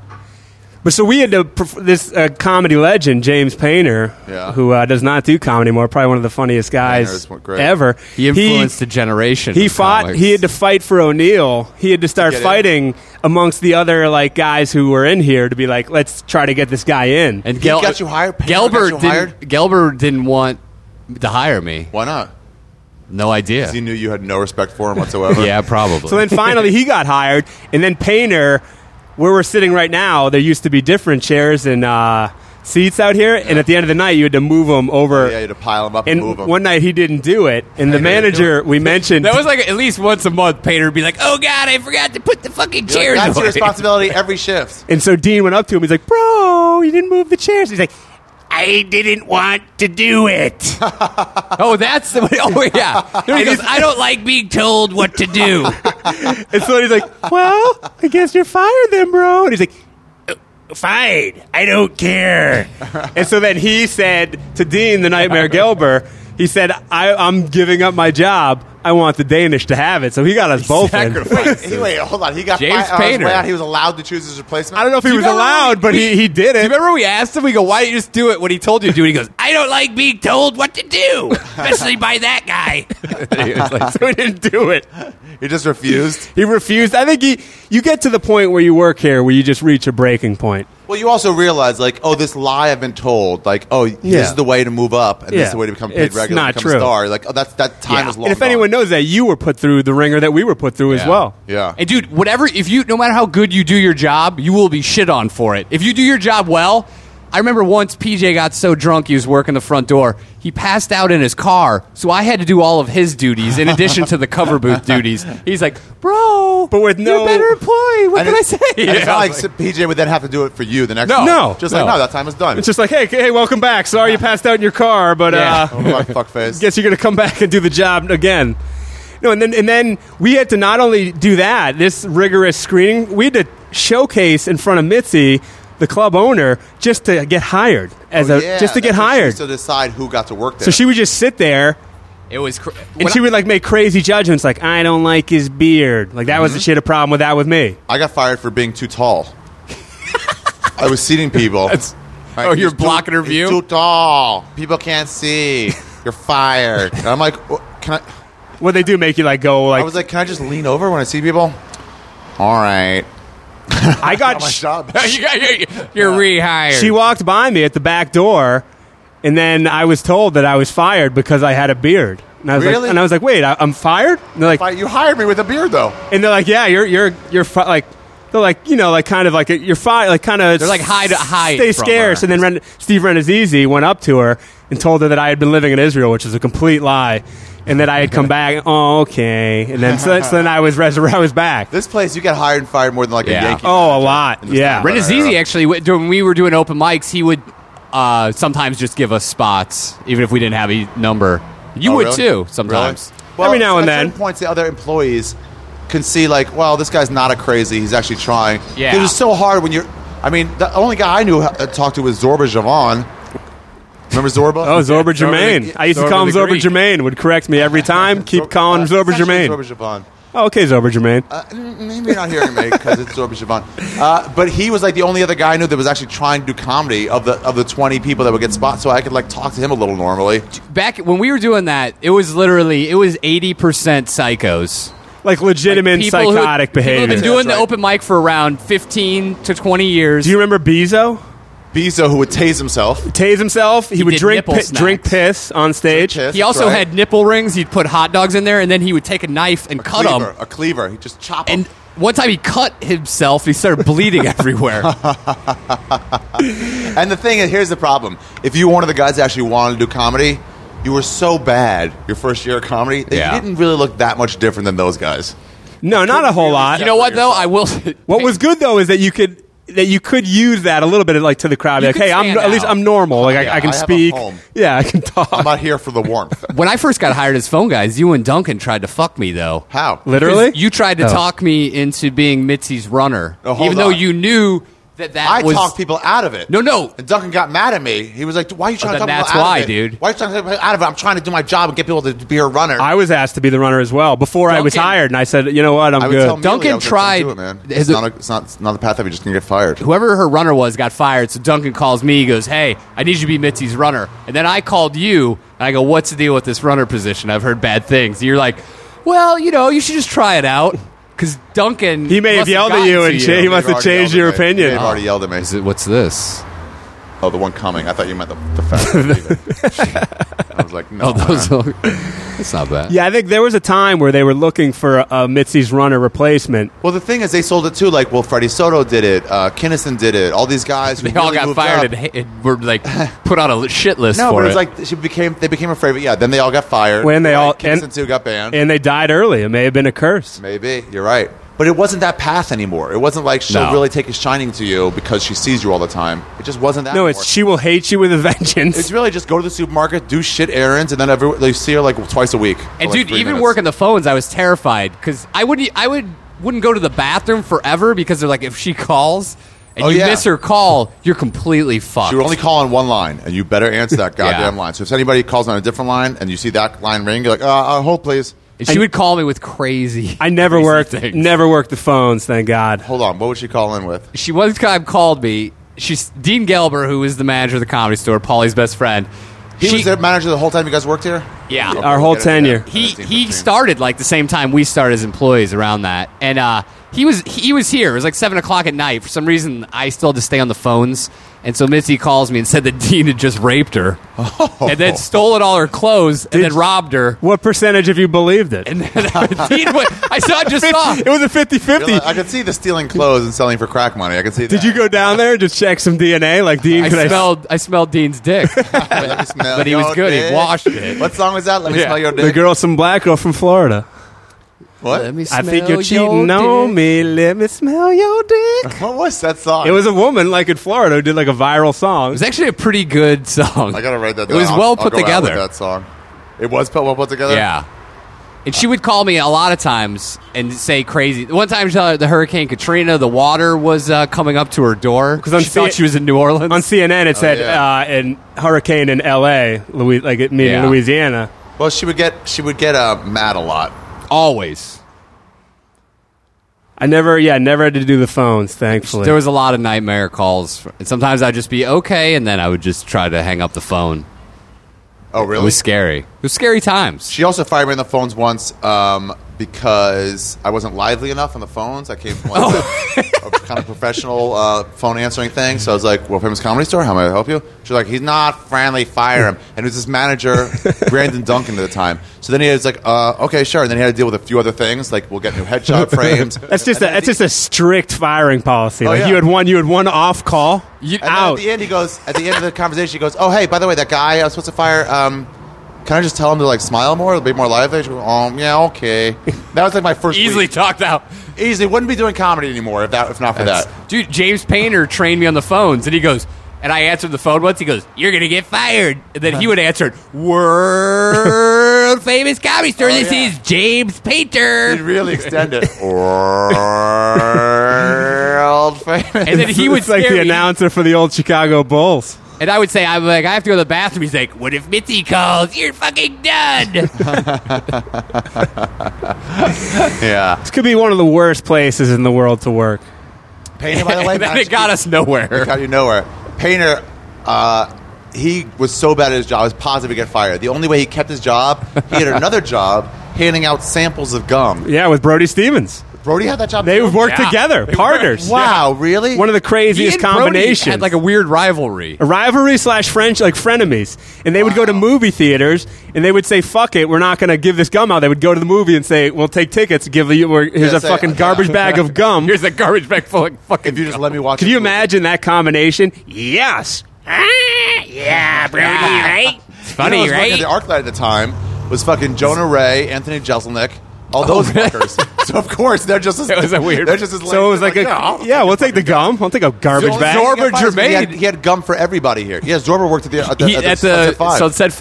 Speaker 3: But so we had to perf- this uh, comedy legend James Painter,
Speaker 2: Yeah.
Speaker 3: who uh, does not do comedy anymore. Probably one of the funniest guys
Speaker 2: Painter's great.
Speaker 3: ever.
Speaker 1: he influenced a generation.
Speaker 3: He
Speaker 1: of
Speaker 3: fought.
Speaker 1: comics.
Speaker 3: He had to fight for O'Neill. He had to start
Speaker 2: get in.
Speaker 3: fighting amongst the other like guys who were in here to be like, let's try to get this guy in.
Speaker 1: and Gel-
Speaker 2: got you hired? Painter got
Speaker 1: Gelber
Speaker 2: you
Speaker 1: didn't.
Speaker 2: hired?
Speaker 1: Gelber didn't want to hire me.
Speaker 2: Why not?
Speaker 1: No idea.
Speaker 2: He knew you had no respect for him
Speaker 1: [LAUGHS]
Speaker 2: whatsoever.
Speaker 1: Yeah, probably.
Speaker 3: so then finally he got hired, and then Painter, where we're sitting right now, there used to be different chairs and uh, seats out here, and at the end of the night you had to move them over.
Speaker 2: Yeah, you had to pile him up and,
Speaker 3: and
Speaker 2: move him.
Speaker 3: one night he didn't do it, and the manager we mentioned
Speaker 1: that was like at least once a month. Painter would be like, "Oh God, I forgot to put the fucking
Speaker 2: You're
Speaker 1: chairs."
Speaker 2: like, That's your
Speaker 1: away."
Speaker 2: responsibility every
Speaker 3: [LAUGHS]
Speaker 2: shift.
Speaker 3: And so Dean went up to him. He's like, "Bro, you didn't move the chairs." He's like, "I didn't want to do it."
Speaker 1: [LAUGHS] Oh, that's the way. Oh, yeah. There he goes, I don't like being told what to do.
Speaker 3: [LAUGHS] and so he's like, "Well, I guess you're fired then, bro." And he's like, "Uh, "Fine, I don't care." and so then he said to Dean, the Nightmare Gelber, he said, I, "I'm giving up my job. I want the Danish to have it." So he got us both. In.
Speaker 2: Wait, he, wait, hold on. He got
Speaker 1: James
Speaker 2: fired on his
Speaker 1: Painter.
Speaker 2: way out. He was allowed to choose his replacement.
Speaker 3: I don't know if he
Speaker 1: Do you
Speaker 3: was
Speaker 1: remember
Speaker 3: allowed,
Speaker 1: we-
Speaker 3: but he, he did [LAUGHS]
Speaker 1: Do
Speaker 3: it.
Speaker 1: you remember we asked him? We go, why don't you just do it when he told you to do it? He goes, I don't like being told what to do, especially by that guy. He was like,
Speaker 3: so he didn't do it.
Speaker 2: He just refused.
Speaker 3: He refused. I think he. You get to the point where you work here, where you just reach a breaking point.
Speaker 2: Well, you also realize, like, oh, this lie I've been told, like, oh,
Speaker 3: Yeah.
Speaker 2: this is the way to move up, and this
Speaker 3: Yeah.
Speaker 2: is the way to become paid
Speaker 3: It's
Speaker 2: regular,
Speaker 3: not
Speaker 2: become
Speaker 3: true.
Speaker 2: a star. Like, oh, that's that time
Speaker 3: Yeah.
Speaker 2: is long.
Speaker 3: And if anyone knows that, you were put through the ringer that we were put through as
Speaker 1: Yeah.
Speaker 3: well.
Speaker 2: yeah,
Speaker 1: And dude, whatever, if you, no matter how good you do your job, you will be shit on for it. If you do your job well, I remember once PJ got so drunk he was working the front door, he passed out in his car, so I had to do all of his duties in addition to the cover
Speaker 2: [LAUGHS]
Speaker 1: booth duties. He's like, bro,
Speaker 3: But with
Speaker 1: you're
Speaker 3: no-
Speaker 1: a better employee. What
Speaker 2: And
Speaker 1: can
Speaker 2: it-
Speaker 1: I say?
Speaker 2: And it's
Speaker 1: Yeah,
Speaker 2: not
Speaker 1: I
Speaker 2: like,
Speaker 1: was
Speaker 2: PJ would then have to do it for you the next.
Speaker 1: No.
Speaker 2: time.
Speaker 3: No.
Speaker 2: just
Speaker 1: No.
Speaker 2: like no, that time is done.
Speaker 3: It's just like, hey, hey, welcome back. Sorry you passed out in your car, but
Speaker 1: Yeah.
Speaker 3: uh,
Speaker 2: oh, fuck face.
Speaker 3: guess you're gonna come back and do the job again. No, and then and then we had to not only do that, this rigorous screening, we had to showcase in front of Mitzi, the club owner, just to get hired as a
Speaker 2: Oh, Yeah,
Speaker 3: just to get
Speaker 2: that's what she
Speaker 3: hired.
Speaker 2: used To decide who got to work there.
Speaker 3: so she would just sit there
Speaker 1: It was. Cr-
Speaker 3: and she would like make crazy judgments, like I don't like his beard. Like that was
Speaker 2: Mm-hmm.
Speaker 3: the shit a problem with that with me.
Speaker 2: I got fired for being too tall. I was seating people. Right,
Speaker 1: oh, you're
Speaker 2: he's too-
Speaker 1: blocking her
Speaker 2: he's
Speaker 1: view?
Speaker 2: too tall. People can't see. You're fired. And I'm like, "Wha- can I?
Speaker 3: What they do make you like go
Speaker 2: I
Speaker 3: like
Speaker 2: was like, can I just lean over when I see people? All right. [LAUGHS]
Speaker 3: I got
Speaker 2: Oh My
Speaker 3: sh-
Speaker 2: job.
Speaker 1: [LAUGHS] you got, you're, you're rehired.
Speaker 3: She walked by me at the back door, and then I was told that I was fired because I had a beard. And I was
Speaker 2: Really?
Speaker 3: like, and I was like, wait, I, I'm fired? And they're like,
Speaker 2: You hired me with a beard, though.
Speaker 3: and they're like, yeah, you're you're you're fi-, like, They're like you know, like kind of like a, you're fine, like kind of.
Speaker 1: They're like hide- hide
Speaker 3: Stay
Speaker 1: from
Speaker 3: scarce,
Speaker 1: her.
Speaker 3: and then Ren, Steve Renazizi went up to her and told her that I had been living in Israel, which is a complete lie, and that I had come back. Oh, okay, and then so, so then I was resurrected. I was back.
Speaker 2: This place, you get hired and fired more than like
Speaker 1: Yeah.
Speaker 2: a Yankee.
Speaker 3: Oh, a lot. Yeah.
Speaker 2: Ren-
Speaker 1: Renazizi actually, w- when we were doing open mics, he would uh, sometimes just give us spots, even if we didn't have a number. You
Speaker 2: Oh,
Speaker 1: would
Speaker 2: really?
Speaker 1: too sometimes.
Speaker 2: Really?
Speaker 3: Every now and
Speaker 2: at certain
Speaker 3: then.
Speaker 2: points the other employees can see like, well, this guy's not a crazy. He's actually trying.
Speaker 1: Yeah.
Speaker 2: 'Cause it's so hard when you're. I mean, the only guy I knew uh, talked to was Zorba Javon. Remember Zorba?
Speaker 3: Oh, Zorba Germain.
Speaker 1: the-
Speaker 3: I used to
Speaker 1: Zorba
Speaker 3: call him
Speaker 1: the
Speaker 3: Zorba
Speaker 1: Greek.
Speaker 3: Germain. Would correct me every time. Keep
Speaker 2: Zor-
Speaker 3: calling
Speaker 2: uh,
Speaker 3: him Zorba
Speaker 2: it's actually
Speaker 3: Germain.
Speaker 2: Zorba Javon.
Speaker 3: Oh, okay, Zorba Germain.
Speaker 2: Uh, n- maybe you're not hearing me because it's Zorba Siobhan. Uh, but he was like the only other guy I knew that was actually trying to do comedy of the of the 20 people that would get spots, so I could like talk to him a little normally.
Speaker 1: Back when we were doing that, it was literally it was eighty percent psychos.
Speaker 3: like legitimate
Speaker 1: People who-
Speaker 3: psychotic
Speaker 1: People have
Speaker 3: behavior.
Speaker 1: been doing
Speaker 2: That's
Speaker 1: the
Speaker 2: right.
Speaker 1: open mic for around fifteen to twenty years.
Speaker 3: Do you remember Bezo?
Speaker 2: Bizo, who would tase himself,
Speaker 3: Tase himself. He, would
Speaker 1: did
Speaker 3: drink
Speaker 1: nipple
Speaker 3: pi-
Speaker 1: snacks.
Speaker 3: drink piss on stage.
Speaker 2: Drink piss.
Speaker 1: he also
Speaker 2: Right.
Speaker 1: had nipple rings. He'd put hot dogs in there, and then he would take a knife and cut
Speaker 2: cleaver,
Speaker 1: them.
Speaker 2: a cleaver, he just chop him.
Speaker 1: And one time he cut himself. He started bleeding [LAUGHS] everywhere.
Speaker 2: And the thing is, here's the problem: if you were one of the guys that actually wanted to do comedy, you were so bad your first year of comedy that
Speaker 1: Yeah.
Speaker 2: you didn't really look that much different than those guys.
Speaker 3: No, not a whole lot.
Speaker 1: you know what though? I will. [LAUGHS]
Speaker 3: what was good though is that you could that you could use that a little bit like to the crowd.
Speaker 1: You
Speaker 3: like,
Speaker 1: could
Speaker 3: hey, I'm
Speaker 1: stand
Speaker 3: at least
Speaker 1: out.
Speaker 3: I'm normal. Like
Speaker 2: Yeah,
Speaker 3: I, I can
Speaker 2: I have a
Speaker 3: speak.
Speaker 2: home.
Speaker 3: Yeah, I can
Speaker 2: I'm
Speaker 3: talk.
Speaker 2: not here for
Speaker 1: [LAUGHS]
Speaker 2: the warmth.
Speaker 1: when I first got hired as phone guys? You and Duncan tried to fuck me though.
Speaker 2: How?
Speaker 3: Literally,
Speaker 1: You tried to
Speaker 3: Oh.
Speaker 1: talk me into being Mitzi's runner,
Speaker 2: Oh, hold
Speaker 1: even though
Speaker 2: on.
Speaker 1: you knew that that
Speaker 2: I
Speaker 1: was
Speaker 2: talked people out of it.
Speaker 1: No, no.
Speaker 2: And Duncan got mad at me. He was like, "Why are you trying
Speaker 1: then
Speaker 2: to talk
Speaker 1: that's
Speaker 2: people out
Speaker 1: why,
Speaker 2: of it?
Speaker 1: dude.
Speaker 2: Why are you trying to talk people out of it? I'm trying to do my job and get people to be a runner."
Speaker 3: I was asked to be the runner as well before I was
Speaker 1: Duncan-
Speaker 3: hired, and I said, you know what, I'm
Speaker 2: I would
Speaker 3: good.
Speaker 2: tell Mealy,
Speaker 1: Duncan
Speaker 2: I was like,
Speaker 1: tried-
Speaker 2: "Don't do it, man.
Speaker 1: is
Speaker 2: It's,
Speaker 1: it-
Speaker 2: not a, it's, not, it's not the path that we just can get fired.
Speaker 1: whoever her runner was got fired. So Duncan calls me, he goes, "Hey, I need you to be Mitzi's runner." And then I called you, and I go, "What's the deal with this runner position? I've heard bad things." And you're like, "Well, you know, you should just try it out." Because Duncan,
Speaker 3: He may have
Speaker 1: must
Speaker 3: yelled at
Speaker 1: gotten
Speaker 3: you
Speaker 1: to
Speaker 3: and cha- he must
Speaker 2: They've
Speaker 3: have
Speaker 2: already yelled
Speaker 3: changed your
Speaker 2: at me.
Speaker 3: opinion.
Speaker 2: They've already yelled at me.
Speaker 1: Is it- What's [LAUGHS] this?
Speaker 2: Oh, the one coming. I thought you meant the, the
Speaker 3: [LAUGHS]
Speaker 2: fact. I
Speaker 1: [LAUGHS]
Speaker 2: was like, no.
Speaker 1: Oh, those.
Speaker 2: man.
Speaker 1: That's not bad.
Speaker 3: yeah, I think there was a time where they were looking for a, a Mitzi's runner replacement.
Speaker 2: Well, the thing is, they sold it too. Like, well, Freddie Soto did it. Uh, Kinnison did it. All these guys. Who
Speaker 1: They all
Speaker 2: really
Speaker 1: got
Speaker 2: moved
Speaker 1: fired
Speaker 2: up.
Speaker 1: and, ha- and were like put on a li- shit list
Speaker 2: no,
Speaker 1: for
Speaker 2: but
Speaker 1: it.
Speaker 2: it was like she became. They became a favorite. Yeah. Then they all got fired.
Speaker 3: When they
Speaker 2: Right,
Speaker 3: all-
Speaker 2: Kinnison
Speaker 3: and-
Speaker 2: too got banned.
Speaker 3: and they died early. It may have been a curse.
Speaker 2: Maybe you're right. But it wasn't that path anymore. It wasn't like she'll
Speaker 1: No.
Speaker 2: really take a shining to you because she sees you all the time. It just wasn't that.
Speaker 3: No,
Speaker 2: anymore.
Speaker 3: it's she will hate you with a [LAUGHS] vengeance.
Speaker 2: It's really just go to the supermarket, do shit errands, and then every, they see her like twice a week.
Speaker 1: And
Speaker 2: for, like,
Speaker 1: dude,
Speaker 2: three
Speaker 1: even
Speaker 2: minutes.
Speaker 1: working the phones, I was terrified because I would I would wouldn't go to the bathroom forever because they're like, if she calls and
Speaker 2: Oh,
Speaker 1: you
Speaker 2: yeah.
Speaker 1: miss her call, you're completely fucked.
Speaker 2: You were only calling one line, and you better answer
Speaker 1: [LAUGHS]
Speaker 2: that goddamn
Speaker 1: Yeah.
Speaker 2: line. So if anybody calls on a different line and you see that line ring, you're like, uh, uh, hold please.
Speaker 1: And she would call me with crazy.
Speaker 3: [LAUGHS] I never
Speaker 1: crazy
Speaker 3: worked,
Speaker 1: things.
Speaker 3: never worked the phones. Thank God.
Speaker 2: Hold on. What would she call in with?
Speaker 1: She one time called me. She's Dean Gelber, who is the manager of the Comedy Store, Paulie's best friend.
Speaker 2: He
Speaker 1: She-
Speaker 2: was their manager the whole time you guys worked here?
Speaker 1: Yeah.
Speaker 2: Okay,
Speaker 3: Our
Speaker 2: we
Speaker 3: whole
Speaker 2: get it, yeah.
Speaker 3: tenure.
Speaker 1: he
Speaker 2: 13,
Speaker 1: he
Speaker 2: 15.
Speaker 1: started like the same time we started as employees around that, and uh, he was he was here. It was like seven o'clock at night. For some reason, I still had to stay on the phones, and so Mitzi calls me and said that [LAUGHS] Dean had just raped her,
Speaker 3: Oh.
Speaker 1: and then stolen all her clothes, and then robbed
Speaker 3: [LAUGHS]
Speaker 1: her.
Speaker 3: What percentage of you believed
Speaker 2: [LAUGHS]
Speaker 3: it?
Speaker 1: And then Dean went, I saw, I just saw.
Speaker 3: [LAUGHS] It was a 50
Speaker 2: You're
Speaker 3: 50.
Speaker 2: like, I could see the stealing clothes and selling for crack money. I could see.
Speaker 3: [LAUGHS] Did you go down there and just check some DNA? Like, Dean,
Speaker 1: I
Speaker 3: could I-
Speaker 1: smelled I smelled Dean's
Speaker 3: [LAUGHS]
Speaker 1: dick,
Speaker 2: But,
Speaker 1: but he was good. He washed it.
Speaker 2: What song was that? Let me
Speaker 1: Yeah.
Speaker 2: smell your dick.
Speaker 3: the girl, some black girl from Florida.
Speaker 2: what?
Speaker 1: Let me
Speaker 3: I think
Speaker 1: smell
Speaker 3: you're cheating
Speaker 1: your
Speaker 3: on
Speaker 1: dick.
Speaker 3: me. Let me smell your dick.
Speaker 2: What was that song?
Speaker 3: It was a woman, like in Florida, who did like a viral song.
Speaker 1: It was actually a pretty good song.
Speaker 2: I gotta write that.
Speaker 1: It was
Speaker 2: down.
Speaker 1: well
Speaker 2: I'll- I'll
Speaker 1: put
Speaker 2: go out with
Speaker 1: together.
Speaker 2: that song. It was put well put together.
Speaker 1: Yeah. And she would call me a lot of times and say crazy. One time, she the Hurricane Katrina, the water was uh, coming up to her door
Speaker 3: 'Cause on
Speaker 1: she thought
Speaker 3: C-
Speaker 1: she was in New Orleans.
Speaker 3: on CNN, it said
Speaker 2: yeah.
Speaker 3: uh, in hurricane in L.A., Louis, like it meaning
Speaker 1: Yeah.
Speaker 3: Louisiana.
Speaker 2: Well, she would get she would get uh, mad a lot.
Speaker 1: Always,
Speaker 3: I never, yeah, I never had to do the phones. Thankfully,
Speaker 1: there was a lot of nightmare calls. And sometimes I'd just be okay, and then I would just try to hang up the phone.
Speaker 2: Oh,
Speaker 1: It
Speaker 2: really?
Speaker 1: was scary. It was scary times.
Speaker 2: She also fired me on the phones once um, because I wasn't lively enough on the phones. I came from like
Speaker 1: Oh.
Speaker 2: a, a kind of professional uh, phone answering thing. So I was like, "Well, famous comedy store, how may I help you?" She's like, "He's not friendly. Fire him." And it was
Speaker 1: [LAUGHS]
Speaker 2: this manager, Brandon Duncan, at the time. So then he was like, uh, "Okay, sure." And then he had to deal with a few other things, like we'll get
Speaker 1: [LAUGHS]
Speaker 2: new headshot frames.
Speaker 3: That's just a, that's just a strict firing policy. like
Speaker 2: yeah.
Speaker 3: you had one, you had one off call.
Speaker 1: You-
Speaker 2: And then
Speaker 3: out.
Speaker 2: at
Speaker 3: [LAUGHS]
Speaker 2: the end, he goes. At the end of the conversation, he goes, "Oh, hey, by the way, that guy I was supposed to fire. Um, can I just tell him to like smile more, be more lively?" She goes, um, yeah, okay. That was like my first
Speaker 1: Easily
Speaker 2: week.
Speaker 1: talked out.
Speaker 2: easily wouldn't be doing comedy anymore if that if not for that.
Speaker 1: Dude, James Painter trained me on the phones, and he goes, and I answered the phone once. He goes, "You're gonna get fired." And then he would answer, "World famous comedy store. this
Speaker 2: yeah.
Speaker 1: is James
Speaker 2: He'd [LAUGHS]
Speaker 1: Painter."
Speaker 3: [LAUGHS]
Speaker 2: really extend it. World famous.
Speaker 1: And then he would
Speaker 3: It's like
Speaker 1: scare
Speaker 3: the
Speaker 1: me.
Speaker 3: announcer for the old Chicago Bulls.
Speaker 1: and I would say, "I'm like, I have to go to the bathroom." He's like, "What if Mitzi calls? You're fucking done."
Speaker 2: Yeah.
Speaker 3: This could be one of the worst places in the world to work.
Speaker 1: [LAUGHS]
Speaker 2: Painter, by the way,
Speaker 1: and then it got us nowhere.
Speaker 2: Got you nowhere. Painter, uh, he was so bad at his job, I was positive he'd get fired. The only way he kept
Speaker 1: [LAUGHS]
Speaker 2: his job, he had another job handing out samples of gum.
Speaker 3: Yeah, with Brody Stevens.
Speaker 2: Brody had that job.
Speaker 3: Oh, They
Speaker 2: too?
Speaker 3: worked
Speaker 1: Yeah.
Speaker 3: together, partners.
Speaker 2: Wow, really?
Speaker 3: One of
Speaker 1: [LAUGHS]
Speaker 3: the
Speaker 1: He
Speaker 3: craziest
Speaker 1: and Brody
Speaker 3: combinations.
Speaker 1: had like a weird rivalry.
Speaker 3: A rivalry slash French, like frenemies. And they would go to movie theaters and they would say, fuck it, we're not going to give this gum out. They would go to the movie and say, we'll take tickets, give you, we're- here's
Speaker 2: Yeah,
Speaker 3: a
Speaker 2: say-
Speaker 3: fucking garbage bag
Speaker 1: [LAUGHS]
Speaker 3: of gum.
Speaker 1: [LAUGHS] Here's a garbage bag full of fucking.
Speaker 2: [LAUGHS] if you just let me watch.
Speaker 3: Can
Speaker 2: it.
Speaker 3: you imagine that combination? Yes.
Speaker 1: yeah, Brody, right? It's funny,
Speaker 2: you know, I was
Speaker 1: right?
Speaker 2: working At the ArcLight at the time was fucking Jonah Ray, Anthony Jeselnik, all those fuckers. so of course they're just. As,
Speaker 1: It was a weird-
Speaker 2: They're just as.
Speaker 3: So it was like, a,
Speaker 2: yeah, I'll-
Speaker 3: yeah, we'll take the gum. We'll take a
Speaker 2: The
Speaker 3: garbage
Speaker 2: only
Speaker 3: bag.
Speaker 2: thing
Speaker 1: Zorba
Speaker 2: he got fired is He had,
Speaker 1: Jermaine.
Speaker 2: he had gum for everybody here. Yes, Zorba worked at the at the,
Speaker 1: He,
Speaker 2: at the,
Speaker 1: at the
Speaker 2: Sunset Five.
Speaker 1: Sunset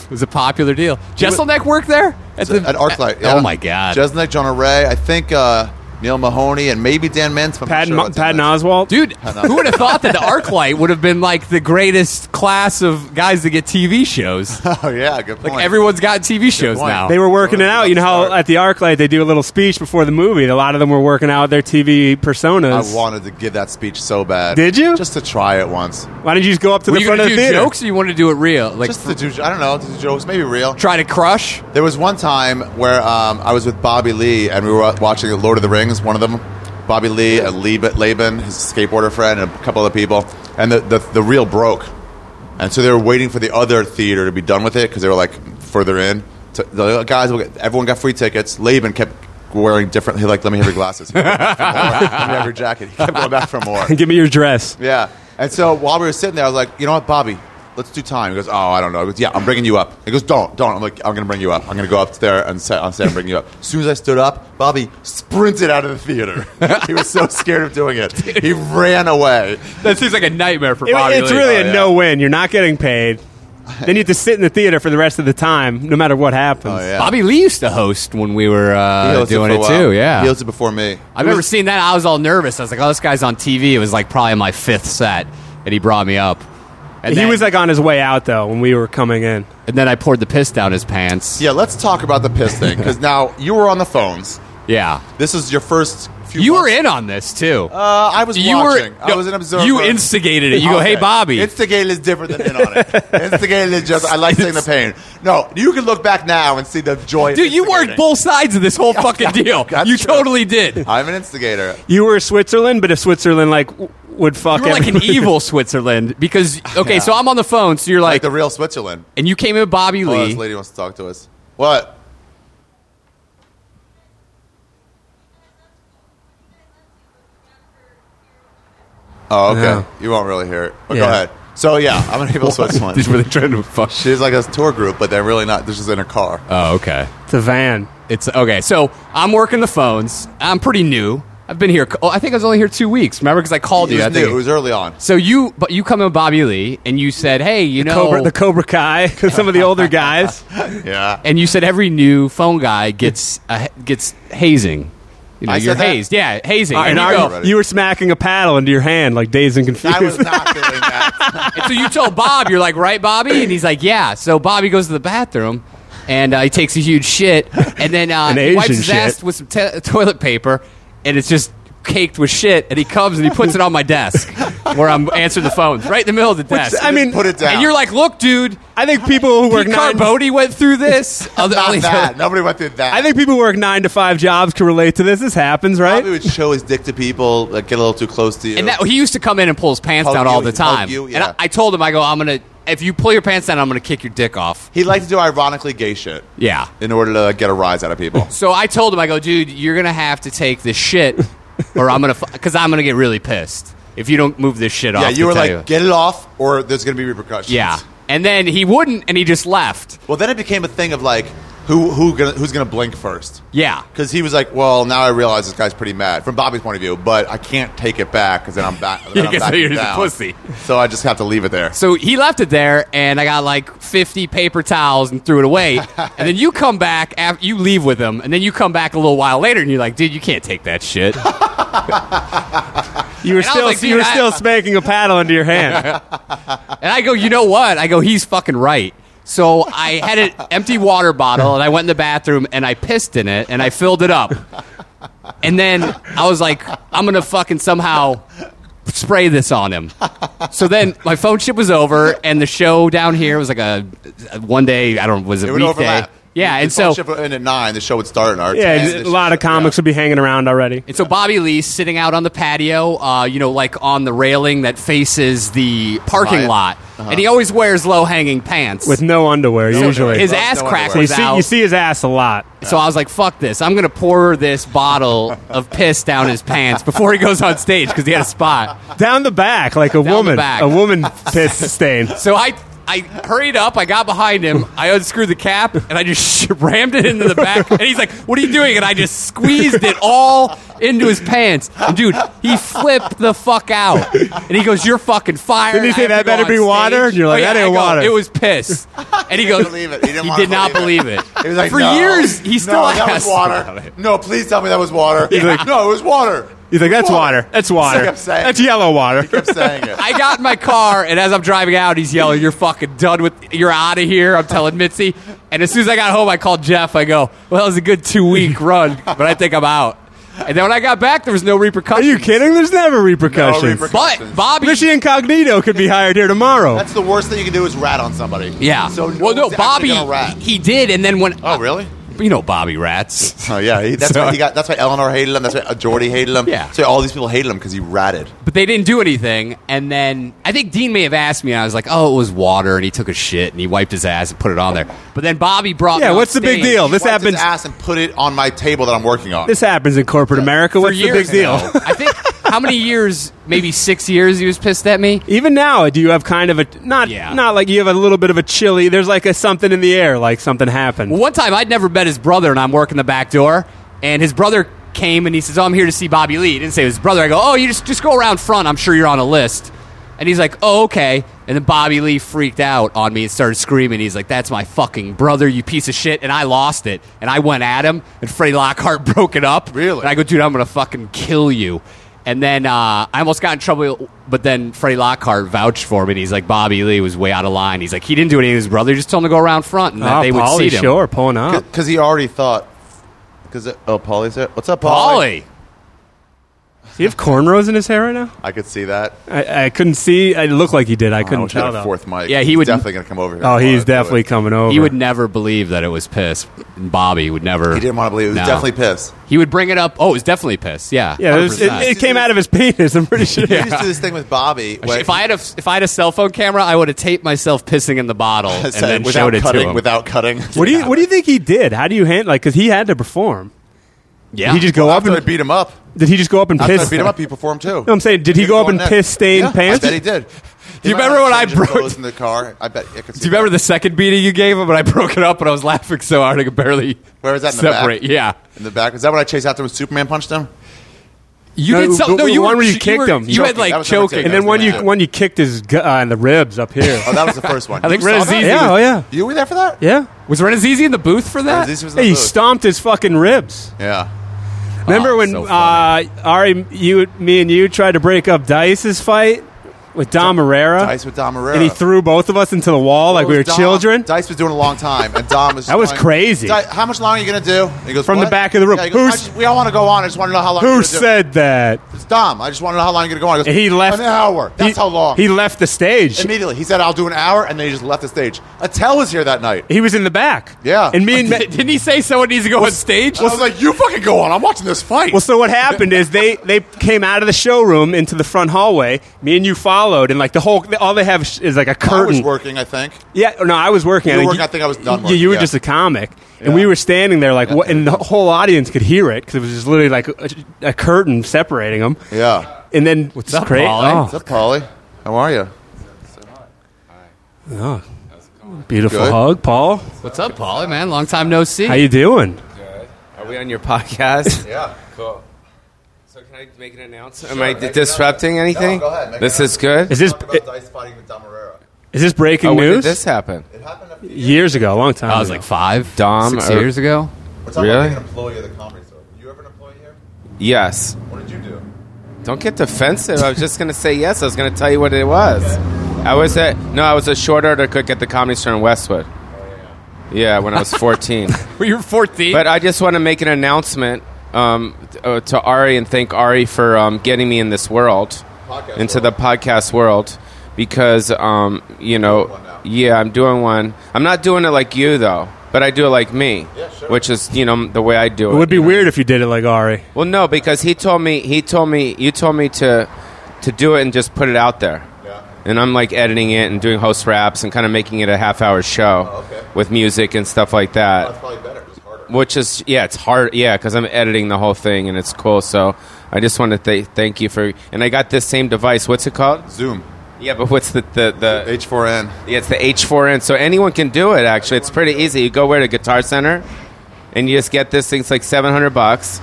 Speaker 1: Five. It was a popular deal. Jesselneck worked there at the
Speaker 2: at ArcLight.
Speaker 1: Oh my god,
Speaker 2: Jeselnik, Jonah Ray. I think uh, Neil Mahoney and maybe Dan Mintz. but I'm not
Speaker 3: Patton,
Speaker 2: sure
Speaker 3: Mo-
Speaker 2: about Dan
Speaker 3: Patton
Speaker 2: Mintz.
Speaker 3: Oswald.
Speaker 1: dude! Who would have thought that the ArcLight would have been like the greatest class of guys that get TV shows? Like
Speaker 2: [LAUGHS] Oh yeah, good point.
Speaker 1: everyone's got TV shows
Speaker 2: point.
Speaker 1: now.
Speaker 3: They were working it out. You know how at the ArcLight they do a little speech before the movie. A lot of them were working out their TV
Speaker 2: I
Speaker 3: personas.
Speaker 2: wanted to give that speech so bad.
Speaker 3: Did you?
Speaker 2: Just to try it once.
Speaker 3: Why didn't you just go up to
Speaker 1: were
Speaker 3: the
Speaker 1: you
Speaker 3: front
Speaker 1: gonna
Speaker 3: of
Speaker 1: do
Speaker 3: the theater?
Speaker 1: jokes? Or you want to do it real? Like
Speaker 2: Just to do. I don't know. To do jokes, maybe real.
Speaker 1: try to crush?
Speaker 2: There was one time where um, I was with Bobby Lee and we were watching Lord of the Rings, one of them. Bobby Lee, uh, Lee- Laban, his skateboarder friend, and a couple other people. And the, the, the reel broke. And so they were waiting for the other theater to be done with it because they were like further in. So the guys, will get, everyone got free tickets. Laban kept wearing different, he like, let me have your glasses. [LAUGHS] Let me have your jacket. He kept going back for more.
Speaker 3: Give me your dress.
Speaker 2: Yeah. And so while we were sitting there, I was like, you know what, Bobby, let's do time. He goes, oh, I don't know. I goes, yeah, I'm bringing you up. He goes, don't, don't. I'm like, I'm going to bring you up. I'm going to go up there and set on set and bring you up. As soon as I stood up, Bobby sprinted out of the theater. [LAUGHS] he was so scared of doing it. He ran away.
Speaker 1: That seems like a nightmare for
Speaker 3: It-
Speaker 1: Bobby.
Speaker 3: it's
Speaker 1: Lee.
Speaker 3: really
Speaker 2: Oh,
Speaker 3: a
Speaker 2: yeah.
Speaker 3: no win. You're not getting paid. then you have to sit in the theater for the rest of the time, no matter what happens.
Speaker 2: Oh, yeah.
Speaker 1: Bobby Lee used to host when we were
Speaker 2: He
Speaker 1: uh,
Speaker 2: hosted
Speaker 1: doing
Speaker 2: for a
Speaker 1: it
Speaker 2: while.
Speaker 1: too. Yeah,
Speaker 2: He hosted before me.
Speaker 1: I remember seeing that. I was all nervous. I was like, "Oh, this guy's on TV." It was like probably my fifth set, and he brought me up. And
Speaker 3: he
Speaker 1: then,
Speaker 3: was like on his way out though when we were coming in.
Speaker 1: and then I poured the piss down his pants.
Speaker 2: Yeah, let's talk about the piss thing because now you were on the phones.
Speaker 1: yeah.
Speaker 2: This is your first few
Speaker 1: You were
Speaker 2: months.
Speaker 1: in on this too.
Speaker 2: Uh, I was
Speaker 1: you
Speaker 2: watching.
Speaker 1: were.
Speaker 2: I
Speaker 1: no,
Speaker 2: was an observer.
Speaker 1: You instigated it. You go,
Speaker 2: Okay.
Speaker 1: "Hey, Bobby."
Speaker 2: Instigated is different than in
Speaker 1: [LAUGHS]
Speaker 2: on it. Instigated is just, I like seeing the pain. No, you can look back now and see the joy. of
Speaker 1: Dude, you worked
Speaker 2: instigating.
Speaker 1: both sides of this
Speaker 2: [LAUGHS]
Speaker 1: whole fucking deal.
Speaker 2: that's
Speaker 1: you
Speaker 2: true.
Speaker 1: totally did.
Speaker 2: I'm an instigator.
Speaker 3: You were Switzerland, but if Switzerland like w- would fuck
Speaker 1: You were like an
Speaker 3: everybody- [LAUGHS]
Speaker 1: evil [LAUGHS] Switzerland because okay, so I'm on the phone, so you're
Speaker 2: Like
Speaker 1: like,
Speaker 2: the real Switzerland.
Speaker 1: and you came in with Bobby
Speaker 2: Oh,
Speaker 1: Lee.
Speaker 2: this lady wants to talk to us. What? Oh, okay.
Speaker 3: Yeah.
Speaker 2: You won't really hear it. But
Speaker 3: Yeah.
Speaker 2: go ahead. So, yeah, I'm
Speaker 1: [LAUGHS]
Speaker 2: an evil Switzerland.
Speaker 1: Dude, were they trying to fuck?
Speaker 2: She's like a tour group, but they're really not. They're just in a car.
Speaker 1: Oh, okay.
Speaker 3: It's a van.
Speaker 1: It's okay. So I'm working the phones. I'm pretty new. I've been here. Oh, I think I was only here two weeks. Remember, because I called
Speaker 2: it
Speaker 1: you.
Speaker 2: was
Speaker 1: I
Speaker 2: new.
Speaker 1: think.
Speaker 2: It was early on.
Speaker 1: so you, but you come in with Bobby Lee, and you said, "Hey, you know,"
Speaker 3: Cobra, the Cobra Kai, [LAUGHS] some of
Speaker 1: [LAUGHS]
Speaker 3: the older guys.
Speaker 2: Yeah.
Speaker 1: and you said every new phone guy gets uh, gets hazing. You know,
Speaker 2: I
Speaker 1: you're
Speaker 2: said that?
Speaker 1: hazed. Yeah, hazing. and
Speaker 3: And
Speaker 1: you
Speaker 3: our-
Speaker 1: go,
Speaker 2: already.
Speaker 3: you were smacking a paddle into your hand like dazed and confused.
Speaker 2: I was
Speaker 3: [LAUGHS]
Speaker 2: not doing that.
Speaker 1: And so you told Bob, you're like, right, Bobby? And he's like, yeah. So Bobby goes to the bathroom and uh, he takes a huge shit and then uh,
Speaker 3: An
Speaker 1: he wipes
Speaker 3: Asian
Speaker 1: his ass
Speaker 3: shit.
Speaker 1: with some te- toilet paper and it's just caked with shit, and he comes and he puts it on my desk where I'm answering the phones, right in the middle of the desk.
Speaker 3: I mean,
Speaker 2: Put it
Speaker 1: [LAUGHS]
Speaker 2: down.
Speaker 1: and you're like, look, dude,
Speaker 3: I think people who work
Speaker 1: Pete
Speaker 3: nine.
Speaker 1: Carboni went through this. Other- all [LAUGHS]
Speaker 2: not
Speaker 1: these
Speaker 2: that.
Speaker 1: other-
Speaker 2: Nobody went through that.
Speaker 3: I think people who work nine to five jobs can relate to this. This happens, right?
Speaker 2: Bobby would show his dick to people, like get a little too close to you.
Speaker 1: And that, he used to come in and pull his pants
Speaker 2: Hug
Speaker 1: down
Speaker 2: you,
Speaker 1: all the
Speaker 2: he'd hug
Speaker 1: time.
Speaker 2: you,
Speaker 1: And
Speaker 2: yeah.
Speaker 1: I, I told him, I go, I'm gonna if you pull your pants down, I'm gonna kick your dick off.
Speaker 2: he liked to do ironically gay shit.
Speaker 1: Yeah.
Speaker 2: In order to like, get a rise out of
Speaker 1: [LAUGHS]
Speaker 2: people.
Speaker 1: So I told him, I go, dude, you're gonna have to take this shit, or I'm gonna, because I'm gonna get really pissed if you don't move this shit off.
Speaker 2: yeah,
Speaker 1: to
Speaker 2: you were
Speaker 1: tell
Speaker 2: like, get it off, or there's going to be repercussions.
Speaker 1: yeah. And then he wouldn't, and he just left.
Speaker 2: Well, then it became a thing of like, who who gonna, who's going to blink first?
Speaker 1: Yeah.
Speaker 2: Because he was like, well, now I realize this guy's pretty mad from Bobby's point of view, but I can't take it back because then I'm back.
Speaker 1: [LAUGHS] Yeah,
Speaker 2: Then I'm
Speaker 1: 'cause
Speaker 2: backing
Speaker 1: you're just a
Speaker 2: down.
Speaker 1: pussy.
Speaker 2: So I just have to leave it there.
Speaker 1: So he left it there, and I got like 50 paper towels and threw it away. and then you come back, af you leave with him, and then you come back a little while later, and you're like, dude, you can't take that shit.
Speaker 3: You were
Speaker 1: And I was
Speaker 3: still
Speaker 1: like,
Speaker 3: you were
Speaker 1: dude, I- [LAUGHS]
Speaker 3: still spanking a paddle into your hand.
Speaker 1: And I go, you know what? I go, he's fucking right. So I had an empty water bottle and I went in the bathroom and I pissed in it and I filled it up. And then I was like, I'm going to fucking somehow spray this on him. So then my phone ship was over and the show down here was like a, a one day, I don't know, was it
Speaker 2: It
Speaker 1: a
Speaker 2: would
Speaker 1: weekday?
Speaker 2: overlap.
Speaker 1: [LAUGHS] Yeah,
Speaker 2: The
Speaker 1: and
Speaker 2: phone
Speaker 1: so
Speaker 2: shift would end at nine. The show would start at our
Speaker 3: yeah,
Speaker 2: 10.
Speaker 3: a lot of comics would be hanging around already.
Speaker 1: And so Bobby Lee's sitting out on the patio, uh, you know, like on the railing that faces the parking
Speaker 2: Right. Uh-huh.
Speaker 1: lot. And he always wears low hanging pants.
Speaker 3: With no underwear, usually.
Speaker 1: his
Speaker 2: No
Speaker 1: ass
Speaker 2: underwear.
Speaker 1: crack
Speaker 3: so you
Speaker 1: was
Speaker 3: see,
Speaker 1: out.
Speaker 3: you see his ass a lot.
Speaker 1: So I was like, fuck this. I'm going to pour this bottle of piss down his pants before he goes on stage because he had a spot.
Speaker 3: Down the back, like a
Speaker 1: the
Speaker 3: woman.
Speaker 1: back.
Speaker 3: A woman piss stain.
Speaker 1: So I, I hurried up. I got behind him. I unscrewed the cap and I just [LAUGHS] rammed it into the back. And he's like, what are you doing? And I just squeezed it all into his pants. And dude, he flipped the fuck out. And he goes, you're fucking fired.
Speaker 3: Didn't he say,
Speaker 1: I have to
Speaker 3: "That
Speaker 1: go
Speaker 3: better be
Speaker 1: on
Speaker 3: water?"
Speaker 1: stage."
Speaker 3: And you're like,
Speaker 1: Oh, yeah.
Speaker 3: "That ain't
Speaker 1: I go,
Speaker 3: water."
Speaker 1: It was piss. And he goes,
Speaker 2: believe it. He didn't wanna
Speaker 1: did not
Speaker 2: believe
Speaker 1: believe
Speaker 2: it.
Speaker 1: it.
Speaker 2: He was like,
Speaker 1: For
Speaker 2: "No.
Speaker 1: years, he still
Speaker 2: no, that
Speaker 1: asked.
Speaker 2: was water. No, please tell me that was water.
Speaker 3: Yeah. like-
Speaker 2: no, it
Speaker 1: [LAUGHS]
Speaker 2: was water.
Speaker 3: He's like, that's water. That's water.
Speaker 2: That's what I'm saying.
Speaker 3: That's yellow water.
Speaker 2: Kept saying
Speaker 1: [LAUGHS]
Speaker 2: it.
Speaker 1: I got in my car, and as I'm driving out, he's yelling, "You're fucking done with. You're out of here." I'm telling Mitzi, and as soon as I got home, I called Jeff. I go, "Well, it was a good two
Speaker 2: [LAUGHS]
Speaker 1: week run, but I think I'm out." And then when I got back, there was no
Speaker 3: Are
Speaker 1: repercussions.
Speaker 3: you kidding? There's never repercussions.
Speaker 2: repercussions.
Speaker 1: But Bobby,
Speaker 3: Richie Incognito could be hired here tomorrow.
Speaker 2: That's the worst thing you can do is rat on somebody.
Speaker 1: yeah.
Speaker 2: So no
Speaker 1: well, no,
Speaker 2: one's actually
Speaker 1: Bobby,
Speaker 2: gonna rat.
Speaker 1: he he did, and then when
Speaker 2: oh really?
Speaker 1: you know Bobby rats.
Speaker 2: [LAUGHS] Oh yeah. He, that's
Speaker 1: So-
Speaker 2: why he
Speaker 1: [LAUGHS]
Speaker 2: got. That's why Eleanor hated him. That's why Jordy hated him.
Speaker 1: Yeah.
Speaker 2: So all these people hated him because he ratted.
Speaker 1: But they didn't do anything. And then I think Dean may have asked me, and I was like, oh, it was water, and he took a shit, and he wiped his ass and put it on there. But then Bobby brought
Speaker 3: yeah,
Speaker 1: me
Speaker 3: what's the big
Speaker 1: upstage.
Speaker 3: deal? This
Speaker 2: Wiped his
Speaker 3: happens.
Speaker 2: ass and put it on my table that I'm working on.
Speaker 3: This happens in corporate America. What's the
Speaker 1: years
Speaker 3: big deal?
Speaker 1: now. I think how many years? Maybe six years. He was pissed at me.
Speaker 3: Even now, do you have kind of a not
Speaker 1: Yeah.
Speaker 3: not like you have a little bit of a chilly? There's like a something in the air, like something happened.
Speaker 1: One time, I'd never met his brother, and I'm working the back door, and his brother came and he says, "Oh, I'm here to see Bobby Lee." He didn't say it was his brother. I go, "Oh, you just just go around front. I'm sure you're on a list." And he's like, "Oh, okay." And then Bobby Lee freaked out on me and started screaming. He's like, "That's my fucking brother, you piece of shit!" And I lost it, and I went at him, and Freddie Lockhart [LAUGHS] broke it up.
Speaker 2: Really?
Speaker 1: And I go, "Dude, I'm gonna fucking kill you." And then uh, I almost got in trouble, but then Freddie Lockhart vouched for me. And he's like, Bobby Lee was way out of line. He's like, he didn't do anything to his brother. He just told him to go around front and that
Speaker 3: oh,
Speaker 1: they would
Speaker 3: Pauly
Speaker 1: see him.
Speaker 3: Shore pulling up.
Speaker 2: because he already thought. Because oh, Paulie's there. What's up,
Speaker 1: Pauly.
Speaker 2: Paulie?
Speaker 3: Do you have cornrows in his hair right now?
Speaker 2: I could see that.
Speaker 3: I, I couldn't see. It looked like he did. I
Speaker 2: I
Speaker 3: couldn't
Speaker 2: wish I
Speaker 3: tell
Speaker 2: Oh, had
Speaker 3: though.
Speaker 2: a fourth mic.
Speaker 1: Yeah, he
Speaker 2: He's
Speaker 1: would-
Speaker 2: definitely gonna come over here.
Speaker 3: Oh, he's
Speaker 2: tomorrow to do
Speaker 3: definitely
Speaker 2: it.
Speaker 3: coming over.
Speaker 1: He would never believe that it was piss. And Bobby would never.
Speaker 2: He didn't want to believe. It He
Speaker 1: No.
Speaker 2: was definitely pissed.
Speaker 1: He would bring it up. Oh, it was definitely piss. Yeah.
Speaker 3: Yeah, there's- it,
Speaker 1: 100%.
Speaker 3: it came out of his penis. I'm pretty sure.
Speaker 2: He used to do this thing with Bobby. when-
Speaker 1: if I had a if I had a cell phone camera, I would have taped myself pissing in the
Speaker 2: [LAUGHS]
Speaker 1: bottle and
Speaker 2: said
Speaker 1: then
Speaker 2: without
Speaker 1: showed it
Speaker 2: cutting,
Speaker 1: to him.
Speaker 2: without cutting.
Speaker 3: [LAUGHS] What do you What do you think he did? How do you handle? Like, because he had to perform.
Speaker 1: yeah.
Speaker 3: Did he just go up
Speaker 2: After I
Speaker 3: and
Speaker 2: beat him up,
Speaker 3: did he just go up and
Speaker 2: after
Speaker 3: piss?
Speaker 2: I beat him up, he performed too.
Speaker 1: Um,
Speaker 3: No, I'm saying, did he
Speaker 2: Give
Speaker 3: go
Speaker 2: him
Speaker 3: up
Speaker 2: one
Speaker 3: in
Speaker 2: neck.
Speaker 3: piss-stained
Speaker 2: Yeah,
Speaker 3: pants?
Speaker 2: I bet he did. Do
Speaker 1: you remember when I broke-
Speaker 2: in the car? I bet. I could see
Speaker 1: Do you remember
Speaker 2: that.
Speaker 1: the second beating you gave him? But I [LAUGHS] broke it up and I was laughing so hard I could barely
Speaker 2: Where was that, in the back?
Speaker 1: separate. Yeah.
Speaker 2: in the back? Is that when I chased after him? when Superman punched him.
Speaker 1: You
Speaker 3: No,
Speaker 1: did
Speaker 3: the-
Speaker 1: something. No,
Speaker 3: the
Speaker 1: you
Speaker 3: one
Speaker 1: were,
Speaker 3: where you
Speaker 1: you
Speaker 3: kicked
Speaker 1: were-
Speaker 3: him.
Speaker 1: You had
Speaker 2: Choking. That
Speaker 1: like
Speaker 2: was number two.
Speaker 1: choking.
Speaker 3: and then
Speaker 2: That's
Speaker 3: when
Speaker 2: the
Speaker 3: you
Speaker 2: man.
Speaker 3: when you kicked his gu- uh, in the ribs
Speaker 2: [LAUGHS]
Speaker 3: up here.
Speaker 2: Oh, that was the first
Speaker 3: [LAUGHS]
Speaker 2: one.
Speaker 1: I think
Speaker 2: You saw that?
Speaker 1: Renazizi-
Speaker 3: yeah, oh yeah,
Speaker 2: You were there for that?
Speaker 3: yeah.
Speaker 1: was Renazizi in the booth for that?
Speaker 2: Renazizi was in the
Speaker 3: Hey, he
Speaker 2: booth.
Speaker 3: stomped his fucking ribs.
Speaker 2: Yeah.
Speaker 3: Remember when
Speaker 1: so
Speaker 3: uh,
Speaker 1: funny.
Speaker 3: Ari, you, me, and you tried to break up Dice's fight? with Dom Herrera.
Speaker 2: Dice with Dom Herrera.
Speaker 3: and he threw both of us into the wall like we were
Speaker 2: Dom-
Speaker 3: children.
Speaker 2: Dice was doing a long time, and Dom was.
Speaker 3: [LAUGHS] That was
Speaker 2: going,
Speaker 3: crazy.
Speaker 2: "Di- how much longer are you going to do? And he goes
Speaker 3: From the
Speaker 2: "What?"
Speaker 3: back of the room.
Speaker 2: Yeah, he goes,
Speaker 3: Who's-
Speaker 2: "I just- we all want to go on. I just want to know how long. you're
Speaker 3: Who
Speaker 2: gonna
Speaker 3: said that?
Speaker 2: Do. it." It's Dom. I just want to know how long you're going to go on. He, goes,
Speaker 3: And he left
Speaker 2: an hour. That's
Speaker 3: he-
Speaker 2: how long.
Speaker 3: He left the stage.
Speaker 2: immediately. He said, "I'll do an hour," and then he just left the stage. Attell was here that night.
Speaker 3: He was in the back.
Speaker 2: Yeah.
Speaker 3: And
Speaker 2: [LAUGHS]
Speaker 3: me and Ma-
Speaker 1: Didn't he say someone needs to go on stage?
Speaker 2: I was like, "You fucking go on. I'm watching this fight."
Speaker 3: Well, so what happened is they, they came out of the showroom into the front hallway. Me and you followed, and like the whole all they have is like a
Speaker 2: I
Speaker 3: curtain.
Speaker 2: was working. I think.
Speaker 3: Yeah, no, I was working.
Speaker 2: You were working, I think I was done
Speaker 3: Yeah,
Speaker 2: working,
Speaker 3: you were
Speaker 2: yeah.
Speaker 3: just a comic, and we were standing there like, what, and the whole audience could hear it because it was just literally like a, a curtain separating them.
Speaker 2: Yeah.
Speaker 3: And then what's
Speaker 1: up, eh? Polly?
Speaker 2: What's
Speaker 3: Oh,
Speaker 2: up, Polly? How are you?
Speaker 3: oh. beautiful
Speaker 2: Good.
Speaker 3: hug, Paul.
Speaker 1: What's up, Polly? Man, long time no see.
Speaker 3: How you doing?
Speaker 6: Are we on your podcast?
Speaker 2: Yeah.
Speaker 6: Cool. So can I make an announcement? Am I disrupting anything?
Speaker 2: Oh, go ahead, make
Speaker 6: this
Speaker 2: an
Speaker 6: is good.
Speaker 3: Is this
Speaker 2: Dice fighting with Dom Herrera.
Speaker 3: is this breaking
Speaker 6: oh, when did
Speaker 3: news?
Speaker 6: this happen?
Speaker 2: It happened a few
Speaker 3: Years ago, a long time.
Speaker 1: I was
Speaker 3: ago.
Speaker 1: like five,
Speaker 6: Dom
Speaker 1: six
Speaker 6: or-
Speaker 1: years ago.
Speaker 2: We're
Speaker 6: talking about Really? being an
Speaker 2: employee of the comedy store. Were you ever an employee here?
Speaker 6: Yes.
Speaker 2: What did you do?
Speaker 6: Don't get defensive. I was just gonna say yes. I was gonna tell you what it was. I was at no, I was a short order cook at the Comedy Store in Westwood. Yeah, when
Speaker 2: [LAUGHS]
Speaker 6: I was 14.
Speaker 1: Were you 14?
Speaker 6: But I just want to make an announcement um, t- uh, to Ari and thank Ari for um, getting me in this world,
Speaker 2: Podcast
Speaker 6: into
Speaker 2: world.
Speaker 6: the podcast world, because um, you know,
Speaker 2: one now.
Speaker 6: yeah, I'm doing one. I'm not doing it like you though, but I do it like me,
Speaker 2: Yeah, sure.
Speaker 6: which is you know the way I do it.
Speaker 3: it would be weird if you did it like Ari.
Speaker 6: Well, no, because he told me he told me you told me to to do it and just put it out there.
Speaker 2: Yeah.
Speaker 6: And I'm like editing it and doing host raps and kind of making it a half hour show
Speaker 2: Oh, okay.
Speaker 6: with music and stuff like that
Speaker 2: That's probably better. It was harder.
Speaker 6: which is yeah, it's hard yeah because I'm editing the whole thing and it's cool. So I just want to th- thank you for and I got this same device. What's it called?
Speaker 2: Zoom.
Speaker 6: Yeah, but what's the the, the
Speaker 2: H4N.
Speaker 6: yeah, it's the H4n. So anyone can do it. Actually, it's pretty easy. You go where to Guitar Center, and you just get this thing. It's like seven hundred bucks,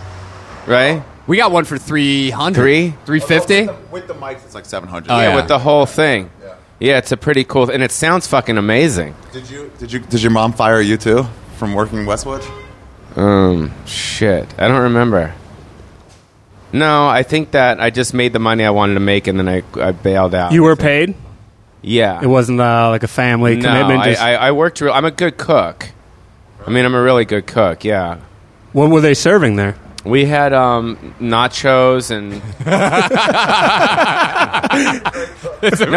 Speaker 6: right?
Speaker 1: we got one for 300.
Speaker 6: Three?
Speaker 1: 350?
Speaker 2: With the, with the mics, it's like 700.
Speaker 1: Oh,
Speaker 6: yeah,
Speaker 1: yeah.
Speaker 6: with the whole thing.
Speaker 2: Yeah.
Speaker 6: Yeah, it's a pretty cool, and it sounds fucking amazing.
Speaker 2: Did you did you did your mom fire you too from working Westwood?
Speaker 6: Um, shit, I don't remember. No, I think that I just made the money I wanted to make, and then I, I bailed out.
Speaker 3: You were paid.
Speaker 6: yeah.
Speaker 3: It wasn't uh, like a family commitment.
Speaker 6: I,
Speaker 3: just-
Speaker 6: I, I worked real. I'm a good cook. I mean, I'm a really good cook. Yeah,
Speaker 3: what were they serving there?
Speaker 6: we had um, nachos [LAUGHS] and no,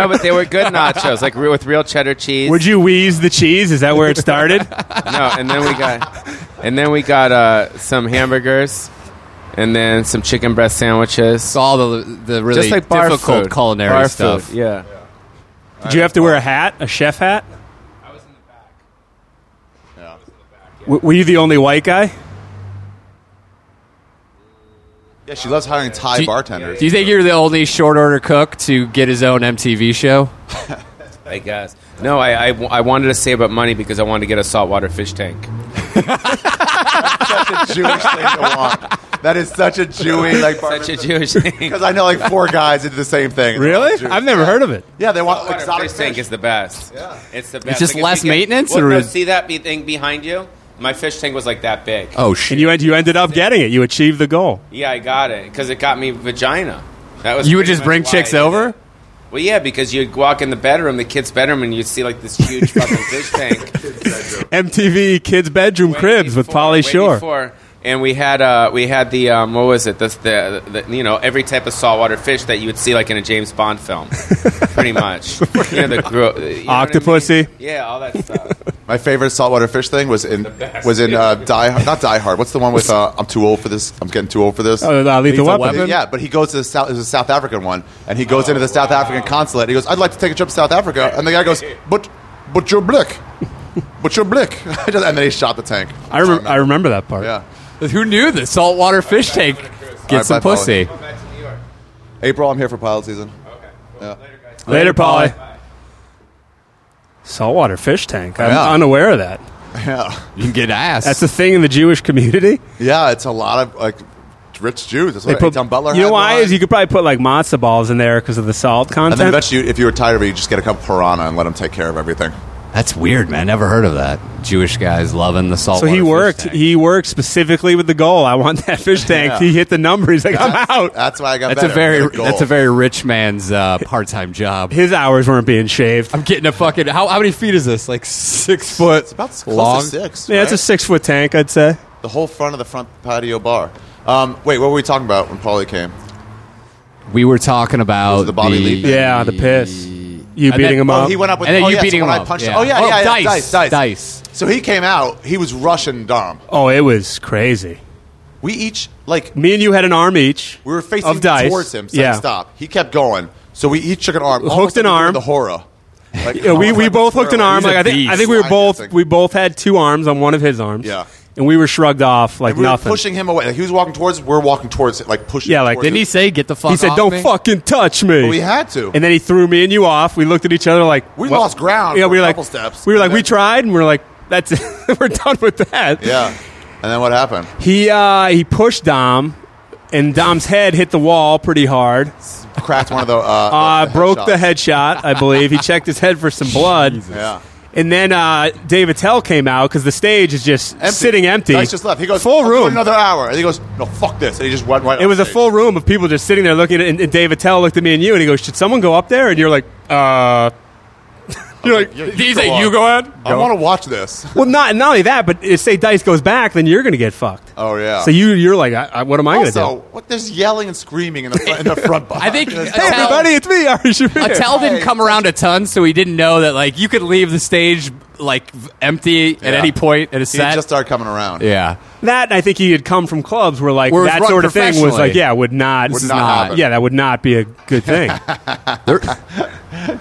Speaker 6: but they were good nachos, like re- with real cheddar cheese.
Speaker 3: Would you wheeze the cheese? Is that where it
Speaker 2: [LAUGHS]
Speaker 3: started?
Speaker 6: no, and then we got and then we got uh, some hamburgers, and then some chicken breast sandwiches.
Speaker 1: It's all the, the really
Speaker 6: Just like bar
Speaker 1: difficult
Speaker 6: food.
Speaker 1: culinary
Speaker 6: Bar
Speaker 1: stuff.
Speaker 6: food, yeah.
Speaker 3: Did you have to wear a hat, a chef hat?
Speaker 6: I was in the back.
Speaker 3: W- were you the only white guy?
Speaker 2: Yeah, she loves hiring Thai
Speaker 1: Do you-
Speaker 2: bartenders.
Speaker 1: Do you think you're the only short order cook to get his own MTV show?
Speaker 6: I guess. No, I, I, I wanted to save up money because I wanted to get a saltwater fish tank.
Speaker 2: That's a Jewish thing to want. That is such a Jewy like
Speaker 6: Such a [LAUGHS] Jewish thing.
Speaker 2: because I know like four guys that did the same thing. Jewish.
Speaker 3: I've never heard of it.
Speaker 2: Yeah, they want
Speaker 6: Water
Speaker 2: exotic
Speaker 6: fish tank is the best.
Speaker 2: Yeah.
Speaker 6: It's the best.
Speaker 1: just
Speaker 6: if
Speaker 1: less
Speaker 6: you get-
Speaker 1: maintenance,
Speaker 6: Well,
Speaker 1: or
Speaker 6: no,
Speaker 1: is-
Speaker 6: see that be- thing behind you? My fish tank was like that big.
Speaker 1: Oh, shit.
Speaker 3: And you, end, you ended up getting it. You achieved the goal.
Speaker 6: Yeah, I got it because it got me vagina. That was
Speaker 1: You would
Speaker 6: pretty
Speaker 1: just
Speaker 6: much
Speaker 1: bring
Speaker 6: why
Speaker 1: chicks
Speaker 6: I did
Speaker 1: over?
Speaker 6: it. Well, yeah, because you'd walk in the bedroom, the kid's bedroom, and you'd see like
Speaker 1: [LAUGHS]
Speaker 6: this huge fucking fish tank.
Speaker 3: MTV Kids Bedroom
Speaker 6: Way
Speaker 3: Cribs with
Speaker 6: before-
Speaker 3: Polly
Speaker 6: way
Speaker 3: Shore.
Speaker 6: before. and we had uh, we had the um, what was it? This, the, the you know every type of saltwater fish that you would see like in a James
Speaker 1: [LAUGHS]
Speaker 6: Bond film, pretty much. you know the gro- you know what I mean?
Speaker 3: Octopussy.
Speaker 6: Yeah, all that
Speaker 2: [LAUGHS]
Speaker 6: stuff.
Speaker 2: My favorite saltwater fish thing was in
Speaker 6: best.
Speaker 2: was in uh, Die Hard. Not Die Hard. What's the one with uh, I'm too old for this? I'm getting too old for this.
Speaker 3: Oh, uh, Lethal
Speaker 1: Lethal
Speaker 3: Weapon.
Speaker 1: Weapon?
Speaker 2: Yeah, but he goes to the South, it was a South African one, and he goes into the South African consulate. He goes, "I'd like to take a trip to South Africa," and the guy goes, "But, but your blick, but your blick," [LAUGHS] and then he shot the tank.
Speaker 3: I, rem- I remember that part.
Speaker 2: Yeah,
Speaker 1: Who knew the saltwater fish tank? Get
Speaker 2: All right,
Speaker 1: some
Speaker 2: bye, Polly.
Speaker 1: pussy.
Speaker 6: back to New York.
Speaker 2: April, I'm here for pilot season.
Speaker 6: Okay.
Speaker 2: Yeah.
Speaker 6: Later, guys.
Speaker 3: Later, Polly. Saltwater fish tank. I'm
Speaker 2: Yeah.
Speaker 3: unaware of that.
Speaker 2: Yeah,
Speaker 1: You can get ass.
Speaker 3: That's a thing in the Jewish community.
Speaker 2: yeah, it's a lot of like rich Jews. That's what Tom Butler.
Speaker 3: you know
Speaker 2: had
Speaker 3: why?
Speaker 2: one.
Speaker 3: Is you could probably put like matzo balls in there because of the salt
Speaker 2: and then
Speaker 3: content.
Speaker 2: eventually, if you were tired of it, you just get a couple piranha and let them take care of everything.
Speaker 1: That's weird, man. Never heard of that. Jewish guys loving the salt.
Speaker 3: So he worked. He worked specifically with the goal. I want that
Speaker 2: [LAUGHS]
Speaker 3: fish tank.
Speaker 2: Yeah.
Speaker 3: He hit the number. He's like, I'm out.
Speaker 2: That's why I got
Speaker 1: that's
Speaker 2: better.
Speaker 1: a very
Speaker 2: Good goal.
Speaker 1: that's a very rich man's uh, part time job.
Speaker 3: His hours weren't being shaved.
Speaker 1: I'm getting a fucking how, how many feet is this? Like six foot.
Speaker 2: It's about close
Speaker 1: long.
Speaker 2: to six.
Speaker 3: Yeah, it's a
Speaker 2: right?
Speaker 3: six foot tank, I'd say.
Speaker 2: the whole front of the front patio bar. Um, wait, what were we talking about when Paulie came?
Speaker 1: We were talking about
Speaker 2: Was it the Bobby Lee thing?
Speaker 3: Yeah, the piss. You
Speaker 1: And
Speaker 3: beating
Speaker 1: then-
Speaker 3: him
Speaker 2: Oh,
Speaker 3: up.
Speaker 2: he went up with
Speaker 1: Um, and then
Speaker 2: oh,
Speaker 1: you
Speaker 2: yeah,
Speaker 1: beating
Speaker 2: so
Speaker 1: him
Speaker 2: when I
Speaker 1: up.
Speaker 2: punched-
Speaker 1: yeah.
Speaker 2: Oh yeah,
Speaker 1: Oh,
Speaker 2: yeah, yeah,
Speaker 1: dice,
Speaker 2: dice, dice,
Speaker 1: dice.
Speaker 2: So he came out. He was Russian dumb.
Speaker 3: oh, it was crazy.
Speaker 2: We each like
Speaker 3: Me and you had an arm each.
Speaker 2: we were facing
Speaker 3: of dice.
Speaker 2: towards him. Saying
Speaker 3: Yeah,
Speaker 2: stop. He kept going. So we each took an arm,
Speaker 3: Hooked
Speaker 2: almost
Speaker 3: an
Speaker 2: like we were
Speaker 3: arm.
Speaker 2: The horror. Like,
Speaker 3: Yeah, we,
Speaker 2: almost
Speaker 3: we
Speaker 2: like
Speaker 3: both
Speaker 2: the
Speaker 3: hooked an
Speaker 2: horror.
Speaker 3: arm.
Speaker 2: He's
Speaker 3: Like
Speaker 2: a
Speaker 3: I think I think we
Speaker 2: beast.
Speaker 3: were both
Speaker 2: dancing.
Speaker 3: we both had two arms on one of his arms.
Speaker 2: Yeah.
Speaker 3: and we were shrugged off like
Speaker 2: And we were
Speaker 3: nothing.
Speaker 2: pushing him away. Like, he was walking towards. us, We are walking towards. it, Like pushing.
Speaker 3: Yeah, like,
Speaker 2: towards
Speaker 1: Didn't he
Speaker 2: us.
Speaker 1: say get the fuck?
Speaker 3: He said,
Speaker 1: off
Speaker 3: "Don't
Speaker 1: me?"
Speaker 2: [LAUGHS]
Speaker 3: fucking touch me."
Speaker 2: But we had to.
Speaker 3: And then he threw me and you off. We looked at each other like
Speaker 2: We lost ground for
Speaker 3: Yeah, we
Speaker 2: a
Speaker 3: were like
Speaker 2: couple steps.
Speaker 3: we were like
Speaker 2: And
Speaker 3: we
Speaker 2: then-
Speaker 3: tried and we are like that's it. [LAUGHS] we're done with that.
Speaker 2: yeah. And then what happened?
Speaker 3: He uh, he pushed Dom, and Dom's head hit the wall pretty hard.
Speaker 2: Cracked one of the. Uh,
Speaker 3: Uh,
Speaker 2: the
Speaker 3: broke the
Speaker 2: headshots.
Speaker 3: headshot, I believe. he checked his head
Speaker 2: [LAUGHS]
Speaker 3: for some blood.
Speaker 2: Yeah.
Speaker 3: And then uh, Dave Attell came out because the stage is just sitting empty.
Speaker 2: Dice just left. He goes
Speaker 3: full
Speaker 2: "I'll do it
Speaker 3: room.
Speaker 2: Another hour. And he goes no fuck this. And he just went right.
Speaker 3: It
Speaker 2: up
Speaker 3: was a
Speaker 2: stage.
Speaker 3: full room of people just sitting there looking at it, and, and Dave Attell looked at me and you, and he goes, "Should someone go up there?" And you're like, "Uh." [LAUGHS] You're like,
Speaker 2: Yeah,
Speaker 1: Did he say
Speaker 2: on.
Speaker 1: you go ahead?
Speaker 2: I want to watch this.
Speaker 3: well, not not only that, but if say Dice goes back, then you're going to get fucked.
Speaker 2: Oh yeah.
Speaker 3: So you you're like, I, I, what am I going to
Speaker 2: also
Speaker 3: do?
Speaker 2: what there's yelling and screaming in the front, in the front bar.
Speaker 1: [LAUGHS] I think- uh,
Speaker 2: There's-
Speaker 1: Hey, Attell-
Speaker 3: Everybody, it's me, Ari Shaffir.
Speaker 1: Attell didn't come around a ton, so he didn't know that like you could leave the stage like v- empty at
Speaker 2: Yeah.
Speaker 1: any point at a
Speaker 2: he
Speaker 1: set.
Speaker 2: just started coming around.
Speaker 1: yeah,
Speaker 3: That and I think he had come from clubs where like
Speaker 1: Where it was
Speaker 3: that
Speaker 1: run
Speaker 3: sort of thing was like
Speaker 1: professionally.
Speaker 3: yeah would not,
Speaker 2: Would not
Speaker 1: not-
Speaker 2: happen.
Speaker 3: yeah that would not be a good thing.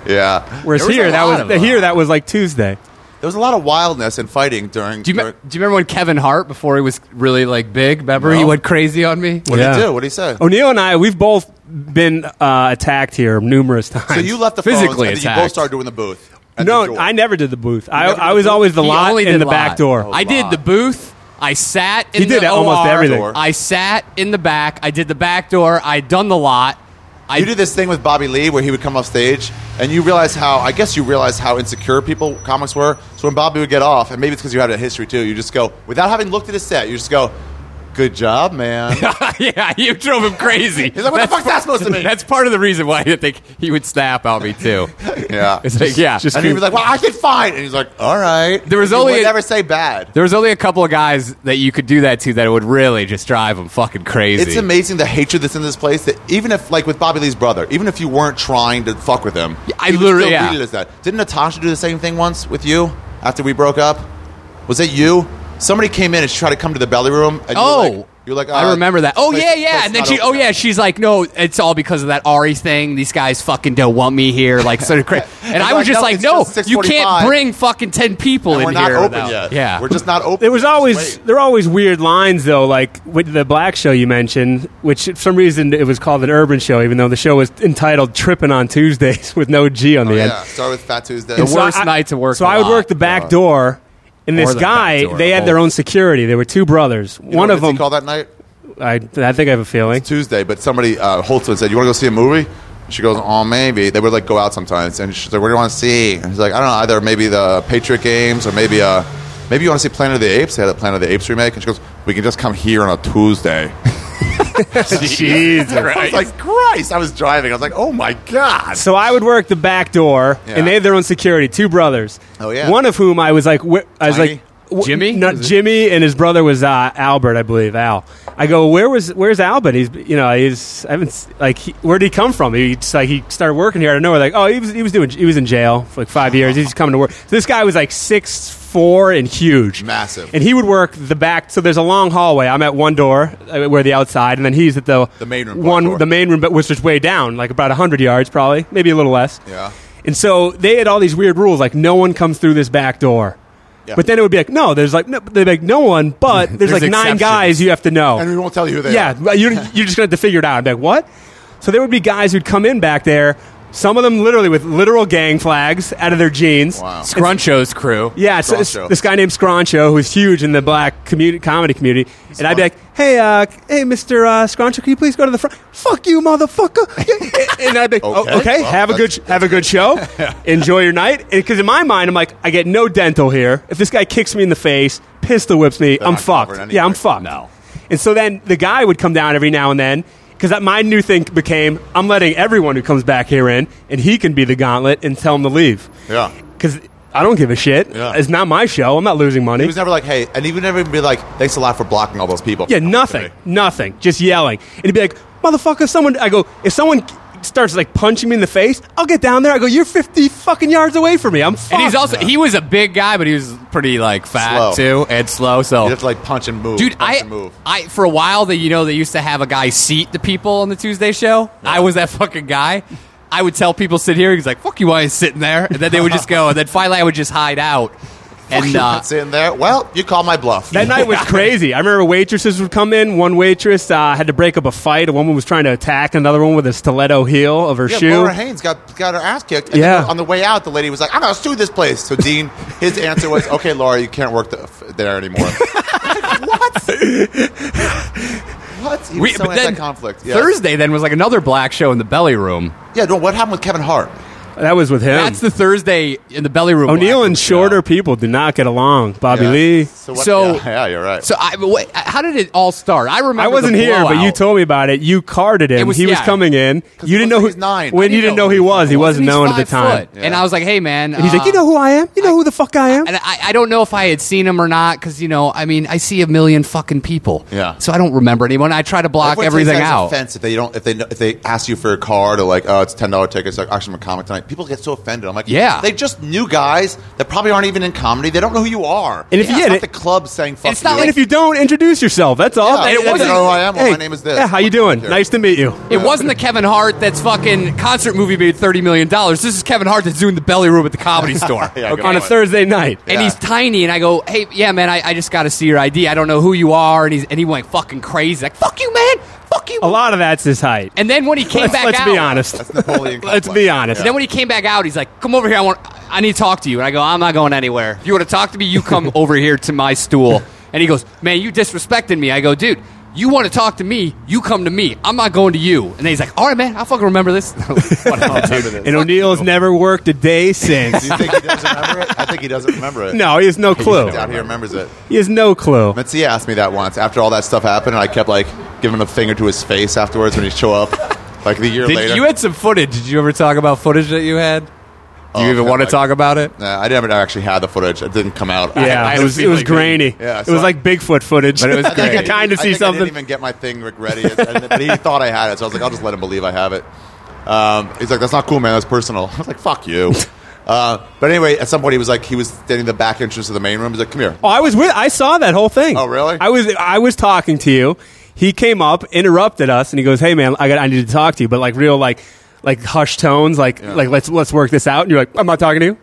Speaker 2: yeah.
Speaker 1: There
Speaker 3: Whereas
Speaker 1: was
Speaker 3: here
Speaker 1: a
Speaker 3: that
Speaker 1: lot of
Speaker 3: was
Speaker 1: them.
Speaker 3: here that was like Tuesday.
Speaker 2: There was a lot of wildness and fighting during.
Speaker 1: Do you, me-
Speaker 2: during
Speaker 1: do you remember when Kevin Hart, before he was really like big, remember he
Speaker 2: No.
Speaker 1: went crazy on me?
Speaker 2: what did he
Speaker 3: Yeah.
Speaker 2: do? What did he say?
Speaker 1: Oh,
Speaker 3: O'Neill and I we've both been uh, attacked here numerous times.
Speaker 2: so you left the
Speaker 1: Physically
Speaker 2: phones Oh, and then you both
Speaker 1: attacked.
Speaker 2: started doing the booth. at the
Speaker 3: No,
Speaker 2: door.
Speaker 3: I never did the booth. I,
Speaker 2: never did
Speaker 3: I
Speaker 2: the
Speaker 3: was
Speaker 2: booth?
Speaker 3: always the
Speaker 1: He
Speaker 3: lot
Speaker 1: only did
Speaker 3: in the back
Speaker 1: lot. Oh.
Speaker 3: door.
Speaker 1: I did the booth. I sat in
Speaker 3: He did
Speaker 1: the
Speaker 3: almost
Speaker 1: OR.
Speaker 3: everything.
Speaker 1: I sat in the back. I did the back door. I done the lot. I
Speaker 2: You did this thing with Bobby Lee where he would come off stage and you realize how I guess you realize how insecure people comics were. So when Bobby would get off, and maybe it's because you had a history too, you just go without having looked at his set, you just go, "Good job, man."
Speaker 1: [LAUGHS] yeah, you drove him crazy.
Speaker 2: He's like, "What the fuck's that supposed to mean?"
Speaker 1: That's part of the reason why I think he would snap at me
Speaker 2: [LAUGHS]
Speaker 1: too.
Speaker 2: yeah,
Speaker 1: It's like, yeah,
Speaker 3: just-
Speaker 2: and he was like, "Well, I did fine," and he's like, "All right."
Speaker 1: There was
Speaker 2: You
Speaker 1: only
Speaker 2: would
Speaker 1: a-
Speaker 2: never say bad.
Speaker 1: there was only a couple of guys that you could do that to that would really just drive him fucking crazy.
Speaker 2: It's amazing the hatred that's in this place. That even if, like with Bobby Lee's brother, even if you weren't trying to fuck with him,
Speaker 1: I
Speaker 2: he was
Speaker 1: literally-
Speaker 2: still
Speaker 1: yeah.
Speaker 2: treated as that. Didn't Natasha do the same thing once with you after we broke up? Was it you? Somebody came in and she tried to come to the belly room. And
Speaker 1: Oh,
Speaker 2: you were like, you're like uh,
Speaker 1: I remember that. Oh
Speaker 2: place-
Speaker 1: yeah, yeah.
Speaker 2: place
Speaker 1: And then
Speaker 2: not
Speaker 1: she, oh
Speaker 2: open.
Speaker 1: yeah, she's like, no, it's all because of that Ari thing. These guys fucking don't want me here. Like sort of
Speaker 2: [LAUGHS]
Speaker 1: crazy. And
Speaker 2: It's
Speaker 1: I was
Speaker 2: like,
Speaker 1: just
Speaker 2: no,
Speaker 1: like,
Speaker 2: it's
Speaker 1: no,
Speaker 2: just
Speaker 1: you can't
Speaker 2: 6:45.
Speaker 1: bring fucking ten people
Speaker 2: And
Speaker 1: in
Speaker 2: we're not
Speaker 1: here.
Speaker 2: open
Speaker 1: without-
Speaker 2: yet.
Speaker 1: Yeah,
Speaker 2: we're just not open.
Speaker 3: There was
Speaker 2: Just
Speaker 3: always
Speaker 2: wait.
Speaker 3: there are always weird lines though, like with the black show you mentioned, which for some reason it was called an urban show, even though the show was entitled "Tripping on Tuesdays" [LAUGHS] with no G on the end.
Speaker 2: yeah. Start with Fat Tuesday.
Speaker 1: The worst night to work
Speaker 3: So
Speaker 1: a
Speaker 3: I would
Speaker 1: lot.
Speaker 3: work the back door, and this
Speaker 1: the back
Speaker 3: guy
Speaker 1: door,
Speaker 3: they had their
Speaker 1: both.
Speaker 3: own security. There were two brothers.
Speaker 2: You know
Speaker 3: One
Speaker 2: what
Speaker 3: of
Speaker 2: Mitzi
Speaker 3: them,
Speaker 2: called that night
Speaker 3: I, I think I have a feeling.
Speaker 2: Tuesday, but somebody uh, Holtzman said, "You want to go see a movie?" She goes, "Oh, maybe." They would like go out sometimes, and she's like, "What do you want to see?" And he's like, "I don't know. Either maybe the Patriot Games, or maybe uh, maybe you want to see Planet of the Apes." They had a Planet of the Apes remake, and she goes, "We can just come here on a Tuesday." [LAUGHS]
Speaker 3: Jesus,
Speaker 2: I was like, "Christ!" I was driving. I was like, "Oh my god!"
Speaker 3: So I would work the back door,
Speaker 2: Yeah.
Speaker 3: and they had their own security. Two brothers.
Speaker 2: Oh, yeah.
Speaker 3: One of whom I was like, wh- I was
Speaker 2: Tiny?
Speaker 3: like, wh-
Speaker 1: Jimmy?
Speaker 3: No,
Speaker 1: Was it-
Speaker 3: Jimmy, and his brother was uh, Albert, I believe. Al. I go, where was where's Albert? He's you know he's I haven't s- like he, where did he come from? He just, like he started working here. I don't know. Like oh he was he was doing he was in jail for like five years. He's just coming to work. So this guy was like six four and huge,
Speaker 2: Massive.
Speaker 3: and he would work the back. So there's a long hallway. I'm at one door uh, where the outside, and then he's at the
Speaker 2: The main room,
Speaker 3: one
Speaker 2: front door.
Speaker 3: the main room, but which was way down, like about hundred yards, probably maybe a little less.
Speaker 2: Yeah.
Speaker 3: And so they had all these weird rules, like no one comes through this back door.
Speaker 2: Yeah.
Speaker 3: But then it would be like, no, there's like, no, they'd be like, no one,
Speaker 2: [LAUGHS]
Speaker 3: but there's,
Speaker 1: There's
Speaker 3: like nine
Speaker 1: exceptions.
Speaker 3: guys you have to know.
Speaker 2: And we won't tell you who they [LAUGHS]
Speaker 3: yeah,
Speaker 2: are.
Speaker 3: well, you're, you're just going to have to figure it out. I'm like, what? So there would be guys who'd come in back there, Some of them literally with literal gang flags out of their jeans.
Speaker 2: Wow.
Speaker 1: Scruncho's crew.
Speaker 3: Yeah, it's, it's
Speaker 2: Scroncho.
Speaker 3: this guy named Scroncho who's huge in the black community, comedy community. and I'd be like, hey, uh, c- hey, Mr. Uh, Scroncho, can you please go to the front? Fuck you,
Speaker 2: [LAUGHS]
Speaker 3: motherfucker. and I'd be like,
Speaker 2: Okay,
Speaker 3: "Oh, okay
Speaker 2: well,
Speaker 3: have, a good,
Speaker 2: that's-
Speaker 3: have a
Speaker 2: [LAUGHS]
Speaker 3: good show. Enjoy your night. Because in my mind, I'm like, I get no dental here. If this guy kicks me in the face, pistol whips me, I'm
Speaker 2: not covering
Speaker 3: fucked.
Speaker 2: anything.
Speaker 3: Yeah, I'm fucked.
Speaker 1: No.
Speaker 3: And so then the guy would come down every now and then because my new thing became I'm letting everyone who comes back here in, and he can be the gauntlet and tell him to leave.
Speaker 2: Yeah.
Speaker 3: Because I don't give a shit.
Speaker 2: Yeah.
Speaker 3: It's not my show. I'm not losing money.
Speaker 2: He was never like, hey, and he would never be like, thanks a lot for blocking all those people.
Speaker 3: yeah, nothing.
Speaker 2: Okay.
Speaker 3: Nothing. Just yelling. And he'd be like, motherfucker, someone. I go, if someone starts like punching me in the face, I'll get down there. I go, you're 50 fucking yards away from me. I'm fucked.
Speaker 1: And he's also he was a big guy, but he was pretty like fat
Speaker 2: Slow.
Speaker 1: too and slow.
Speaker 2: You
Speaker 1: So
Speaker 2: have to like punch and move.
Speaker 1: dude,
Speaker 2: punch
Speaker 1: I
Speaker 2: and move.
Speaker 1: I for a while that you know they used to have a guy seat the people on the Tuesday show. I was that fucking guy. I would tell people sit here. He's like, "Fuck you, why are you sitting there?" And then they would just go. And then finally, I would just hide
Speaker 2: [LAUGHS]
Speaker 1: out. And uh,
Speaker 2: That's in there. Well, you call my bluff.
Speaker 3: That night
Speaker 1: [LAUGHS]
Speaker 3: was crazy. I remember waitresses would come in. One waitress uh, had to break up a fight. A woman was trying to attack another one with a stiletto heel of her
Speaker 2: yeah,
Speaker 3: shoe.
Speaker 2: Laura Haynes got got her ass kicked. And
Speaker 3: Yeah.
Speaker 2: then On the way out, the lady was like, "I'm gonna sue this place." So Dean, his answer was, "Okay, Laura, you can't work the, f-
Speaker 1: [LAUGHS]
Speaker 2: there anymore." Like, what? what? He was
Speaker 1: we,
Speaker 2: so
Speaker 1: but then
Speaker 2: anti-conflict. Yeah.
Speaker 1: Thursday then was like another black show in the belly room.
Speaker 2: Yeah. No. What happened with Kevin Hart?
Speaker 3: That was with him.
Speaker 1: That's the Thursday in the belly room.
Speaker 3: O'Neill
Speaker 1: black
Speaker 3: and
Speaker 1: show.
Speaker 3: shorter people do not get along. Bobby
Speaker 2: Yeah.
Speaker 3: Lee.
Speaker 2: [LAUGHS] So, what,
Speaker 1: So-
Speaker 2: yeah, yeah, you're right.
Speaker 1: So I, but wait, how did it all start? I remember
Speaker 3: I wasn't
Speaker 1: the
Speaker 3: here, but you
Speaker 1: blowout.
Speaker 3: told me about it. You carded him.
Speaker 1: It was-
Speaker 3: he was
Speaker 1: yeah.
Speaker 3: coming in. You didn't know who
Speaker 2: he's nine.
Speaker 3: When
Speaker 2: I
Speaker 3: you didn't know who he was, he wasn't
Speaker 1: He's
Speaker 3: known at the
Speaker 1: five
Speaker 3: time.
Speaker 1: foot. And I was like, "Hey, man," uh,
Speaker 3: He's like, you know who I am. You know who the fuck I am.
Speaker 1: [LAUGHS] and I, I don't know if I had seen him or not because you know I mean I see a million fucking people.
Speaker 2: Yeah.
Speaker 1: So I don't remember anyone. I try to block
Speaker 2: Everyone takes
Speaker 1: everything
Speaker 2: that as
Speaker 1: out.
Speaker 2: Offense if they don't if they if they ask you for a card or like oh it's ten dollar tickets like actually I'm a comic tonight. People get so offended. I'm like
Speaker 1: Yeah.
Speaker 2: they just new guys that probably aren't even in comedy. They don't know who you are.
Speaker 3: And if you
Speaker 2: It's
Speaker 3: get
Speaker 2: not
Speaker 3: it-
Speaker 2: the club saying fuck
Speaker 1: It's not
Speaker 2: you.
Speaker 1: like
Speaker 3: and if you don't introduce yourself, that's all.
Speaker 2: Yeah,
Speaker 3: That-
Speaker 2: it
Speaker 3: that's-
Speaker 1: wasn't-
Speaker 2: Hello, I am. Well, my name is this.
Speaker 3: Yeah, how you
Speaker 2: What's up
Speaker 3: doing?
Speaker 2: here?
Speaker 3: Nice to meet you.
Speaker 1: It wasn't the Kevin Hart that's fucking concert movie made thirty million dollars. This is Kevin Hart that's doing the belly room at the comedy store.
Speaker 2: [LAUGHS] Yeah, good
Speaker 3: On a
Speaker 2: point.
Speaker 3: Thursday night.
Speaker 1: And
Speaker 2: Yeah.
Speaker 1: he's tiny, and I go, "Hey, yeah, man, I, I just got to see your ID. I don't know who you are." And he's and he went fucking crazy, like, "Fuck you, man, fuck you."
Speaker 3: A lot of that's his height.
Speaker 1: And then when he came
Speaker 3: let's,
Speaker 1: back
Speaker 3: let's
Speaker 1: out,
Speaker 3: be honest.
Speaker 2: That's Napoleon.
Speaker 3: Let's
Speaker 2: complex.
Speaker 3: be honest.
Speaker 1: And then when he came back out, he's like, "Come over here. I want. I need to talk to you." And I go, "I'm not going anywhere. If you want to talk to me, you [LAUGHS] come over here to my stool." And he goes, "Man, you disrespected me." I go, "Dude, you want to talk to me? You come to me. I'm not going to you." And then he's like, "All right, man. I fucking remember this." [LAUGHS] Whatever, dude.
Speaker 3: And O'Neill's never worked a day since.
Speaker 2: Do you think he doesn't remember it? I think he doesn't
Speaker 1: [LAUGHS]
Speaker 2: remember it.
Speaker 3: no, he has no clue.
Speaker 2: He's Down here remembers it.
Speaker 3: He has no clue.
Speaker 2: Metzia asked me that once after all that stuff happened, and I kept like giving a finger to his face afterwards when he'd show up, like the year later.
Speaker 1: Did, you had some footage. Did you ever talk about footage that you had? Do you
Speaker 2: Oh,
Speaker 1: even
Speaker 2: yeah,
Speaker 1: want to
Speaker 2: like-
Speaker 1: talk about it?
Speaker 2: Nah, I never actually had the footage. It didn't come out.
Speaker 3: Yeah,
Speaker 1: I had
Speaker 3: it
Speaker 1: a
Speaker 3: was it
Speaker 1: feeling
Speaker 3: was
Speaker 1: you-
Speaker 3: grainy.
Speaker 2: Yeah,
Speaker 3: it
Speaker 2: so
Speaker 3: was
Speaker 2: I-
Speaker 3: like Bigfoot footage.
Speaker 1: But it was
Speaker 3: I think I [LAUGHS]
Speaker 1: great.
Speaker 2: didn't-
Speaker 3: kind of
Speaker 2: I
Speaker 3: see
Speaker 2: think I
Speaker 3: something.
Speaker 2: didn't even get my thing Rick ready, And- and- but he thought I had it, so I was like, I'll just let him believe I have it. Um, he's like, that's not cool, man. That's personal. [LAUGHS] I was like, fuck you. Uh, but anyway, at some point he was like, he was standing in the back entrance of the main room. He's like, come here.
Speaker 3: Oh, I was with. I saw that whole thing.
Speaker 2: Oh, really?
Speaker 3: I was I was talking to you. He came up, interrupted us, and he goes, "Hey, man, I got I need to talk to you," but like real like like hushed tones, like like let's let's work this out. And you're like, "I'm not talking to you."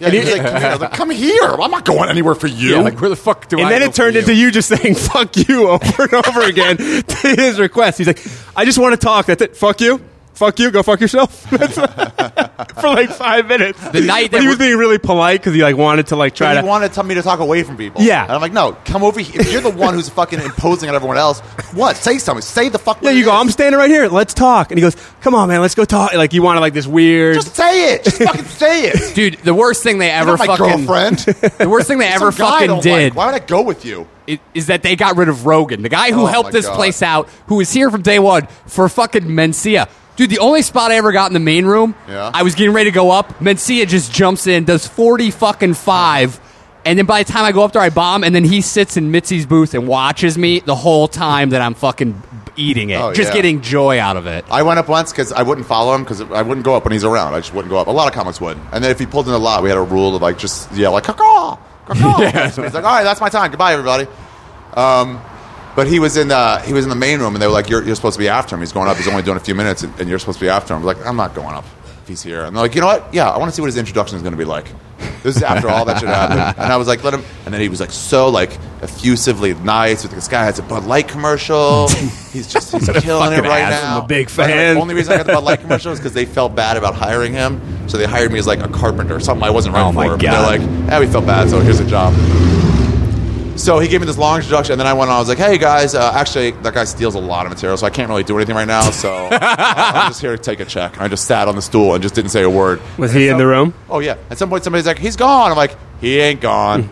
Speaker 2: Yeah, he was like, come here. I was like, come here. I'm not going anywhere for you.
Speaker 1: Like, where the fuck do I?
Speaker 3: and then
Speaker 1: go
Speaker 3: it turned
Speaker 1: for
Speaker 3: into
Speaker 1: you?
Speaker 3: you just [LAUGHS] saying "fuck you" over and over again to his request. He's like, "I just want to talk." That's it. Fuck you. Fuck you. Go fuck yourself. [LAUGHS] That's- for like five minutes.
Speaker 1: The night
Speaker 3: But
Speaker 1: that
Speaker 3: he was
Speaker 1: we're-
Speaker 3: being really polite because he like wanted to like [LAUGHS] try
Speaker 2: He
Speaker 3: to.
Speaker 2: wanted to tell me to talk away from people.
Speaker 3: Yeah.
Speaker 2: And I'm like, no, come over here. If you're the one who's fucking imposing on everyone else, what? Say something. Say the fuck
Speaker 3: yeah,
Speaker 2: what
Speaker 3: you
Speaker 2: it
Speaker 3: go.
Speaker 2: is.
Speaker 3: I'm standing right here. Let's talk. And he goes, "Come on, man. Let's go talk." Like you wanted like this
Speaker 2: [LAUGHS]
Speaker 3: weird.
Speaker 2: Just say it. Just
Speaker 3: [LAUGHS]
Speaker 2: fucking say it.
Speaker 1: dude. The worst thing they ever
Speaker 2: You're not my
Speaker 1: fucking
Speaker 2: girlfriend.
Speaker 1: the worst thing they ever
Speaker 2: Some guy I
Speaker 1: fucking
Speaker 2: don't
Speaker 1: did.
Speaker 2: Like. Why would I go with you?
Speaker 1: i- is that they got rid of Rogan, the guy who
Speaker 2: Oh,
Speaker 1: helped
Speaker 2: my
Speaker 1: this
Speaker 2: God.
Speaker 1: place out, who was here from day one for fucking Mencia. Dude, the only spot I ever got in the main room,
Speaker 2: Yeah.
Speaker 1: I was getting ready to go up. Mencia just jumps in, does 40 fucking five. And then by the time I go up there, I bomb, and then he sits in Mitzi's booth and watches me the whole time that I'm fucking b- eating it,
Speaker 2: Oh,
Speaker 1: just
Speaker 2: yeah.
Speaker 1: getting joy out of it.
Speaker 2: I went up once because I wouldn't follow him because I wouldn't go up when he's around. I just wouldn't go up. A lot of comics would. And then if he pulled in a lot, we had a rule of like just yell like caw yeah. He's like, all right, that's my time. Goodbye, everybody. Um, but he was in the he was in the main room, and they were like, you're, you're supposed to be after him. He's going up. He's only doing a few minutes, and, and you're supposed to be after him. I was like, I'm not going up if he's here. And they're like, you know what? Yeah, I want to see what his introduction is going to be like. This is after all that shit happened,
Speaker 1: [LAUGHS]
Speaker 2: and I was like, let him. And then he was like so like effusively nice with this guy. It's a Bud
Speaker 1: [LAUGHS]
Speaker 2: Light commercial. He's just he's killing it
Speaker 1: fucking
Speaker 2: right
Speaker 1: ass.
Speaker 2: now.
Speaker 3: I'm a big
Speaker 2: But
Speaker 3: fan.
Speaker 2: The only reason I got the Bud Light commercial is because they felt bad about hiring him, so they hired me as like a carpenter or something. I wasn't right
Speaker 1: Oh,
Speaker 2: for.
Speaker 1: my
Speaker 2: But
Speaker 1: God.
Speaker 2: They're like, yeah, we felt bad, so here's a job. So he gave me this long introduction, and then I went on. I was like, "Hey guys, uh, actually, that guy steals a lot of material, so I can't really do anything right
Speaker 1: [LAUGHS]
Speaker 2: now. So uh, I'm just here to take a check." And I just sat on the stool and just didn't say a word.
Speaker 3: Was he in the room?
Speaker 2: Oh yeah. At some point, somebody's like, "He's gone." I'm like, "He ain't
Speaker 1: Hmm.
Speaker 2: gone."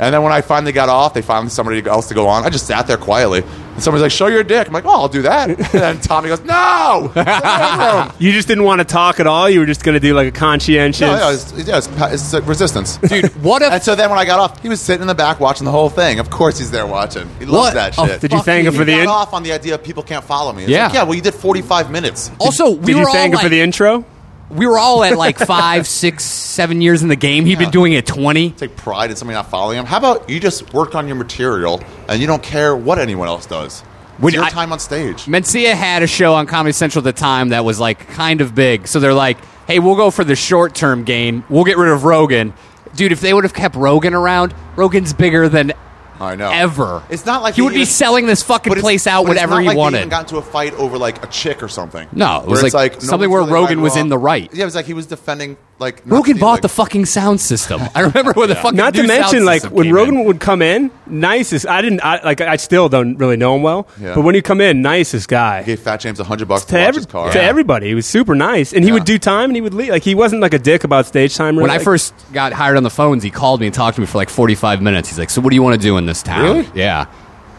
Speaker 2: and then when I finally got off, they found somebody else to go on. I just sat there quietly, and somebody's like, "Show your dick." I'm like, "Oh, I'll
Speaker 1: [LAUGHS]
Speaker 2: do that." and then Tommy goes, "No." no,
Speaker 3: You just didn't want to talk at all. You were just going to do like a conscientious.
Speaker 2: no, it's, yeah, it's, pa- it's uh, resistance,
Speaker 1: Dude, what if
Speaker 2: And so then when I got off, he was sitting in the back watching the whole thing. Of course, he's there watching. He
Speaker 1: What?
Speaker 2: loves that
Speaker 1: Oh,
Speaker 2: shit.
Speaker 3: did you thank him
Speaker 2: He
Speaker 3: for the
Speaker 2: got
Speaker 3: in-
Speaker 2: off on the idea of people can't follow me. It's
Speaker 1: Yeah.
Speaker 2: like, yeah. Well, you did 45 minutes.
Speaker 1: also we
Speaker 3: Did
Speaker 1: were
Speaker 3: you
Speaker 1: all
Speaker 3: thank him
Speaker 1: like,
Speaker 3: for the intro?
Speaker 1: we were all at like [LAUGHS] five, six, seven years in the game. He'd been
Speaker 2: Yeah.
Speaker 1: doing it twenty.
Speaker 2: Take pride in somebody not following him. How about you just worked on your material and you don't care what anyone else does?
Speaker 1: Would
Speaker 2: It's your
Speaker 1: I-
Speaker 2: time on stage.
Speaker 1: Mencia had a show on Comedy Central at the time that was like kind of big. So they're like, hey, we'll go for the short term gain. We'll get rid of Rogan. Dude, if they would have kept Rogan around, Rogan's bigger than
Speaker 2: I know.
Speaker 1: ever.
Speaker 2: It's not like
Speaker 1: he
Speaker 2: they
Speaker 1: would be
Speaker 2: even-
Speaker 1: selling this fucking
Speaker 2: it's-
Speaker 1: place out
Speaker 2: but it's
Speaker 1: whenever
Speaker 2: not
Speaker 1: he
Speaker 2: like they
Speaker 1: wanted.
Speaker 2: even got into a fight over like a chick or something.
Speaker 1: No, it
Speaker 2: Where
Speaker 1: was
Speaker 2: it's
Speaker 1: like something where
Speaker 2: one's really
Speaker 1: Rogan was
Speaker 2: right or
Speaker 1: in the
Speaker 2: wrong.
Speaker 1: right.
Speaker 2: Yeah, it was like he was defending like not
Speaker 1: Rogan
Speaker 2: the-
Speaker 1: bought
Speaker 2: like-
Speaker 1: the fucking sound system. [LAUGHS] I remember when the fucking
Speaker 3: Not to
Speaker 1: new sound
Speaker 3: mention, like
Speaker 1: system
Speaker 3: when
Speaker 1: came
Speaker 3: Rogan
Speaker 1: in.
Speaker 3: would come in, nicest. I didn't I, like. I still don't really know him well,
Speaker 2: Yeah.
Speaker 3: but when you come in, nicest guy.
Speaker 2: gave Fat James hundred bucks to,
Speaker 3: to,
Speaker 2: watch
Speaker 3: every,
Speaker 2: his car.
Speaker 3: to everybody. He was super nice, and he would do time, and he would leave. Like he wasn't like a dick about stage time. or
Speaker 1: When I
Speaker 3: like-
Speaker 1: first got hired on the phones, he called me and talked to me for like 45 minutes. He's like, So, what do you want to do in this town?
Speaker 2: Really?
Speaker 1: Yeah.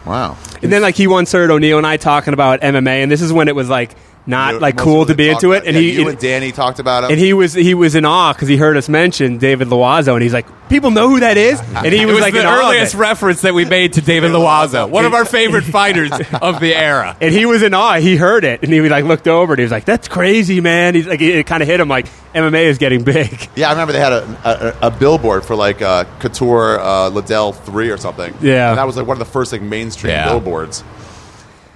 Speaker 2: Wow.
Speaker 3: and then like he once heard O'Neill and I talking about MMA, and this is when it was like not like
Speaker 2: Most
Speaker 3: cool
Speaker 2: people
Speaker 3: to be
Speaker 2: talked
Speaker 3: into
Speaker 2: about-
Speaker 3: it, and
Speaker 2: yeah,
Speaker 3: he
Speaker 2: you and Danny talked about him.
Speaker 3: and he was he was in awe because he heard us mention David Loazo, and he's like, people know who that is, and he was, like in awe of Uh-huh. it.
Speaker 1: reference that we made to David Loazo, one of our favorite fighters of the era.
Speaker 3: and he was in awe. He heard it, and he like looked over, and he was like, "That's crazy, man." He's like, it, kind of hit him like MMA is getting big.
Speaker 2: yeah, I remember they had a, a, a billboard for like uh, Couture uh, Liddell three or something.
Speaker 3: Yeah.
Speaker 2: and that was like one of the first like mainstream
Speaker 1: Yeah.
Speaker 2: billboards.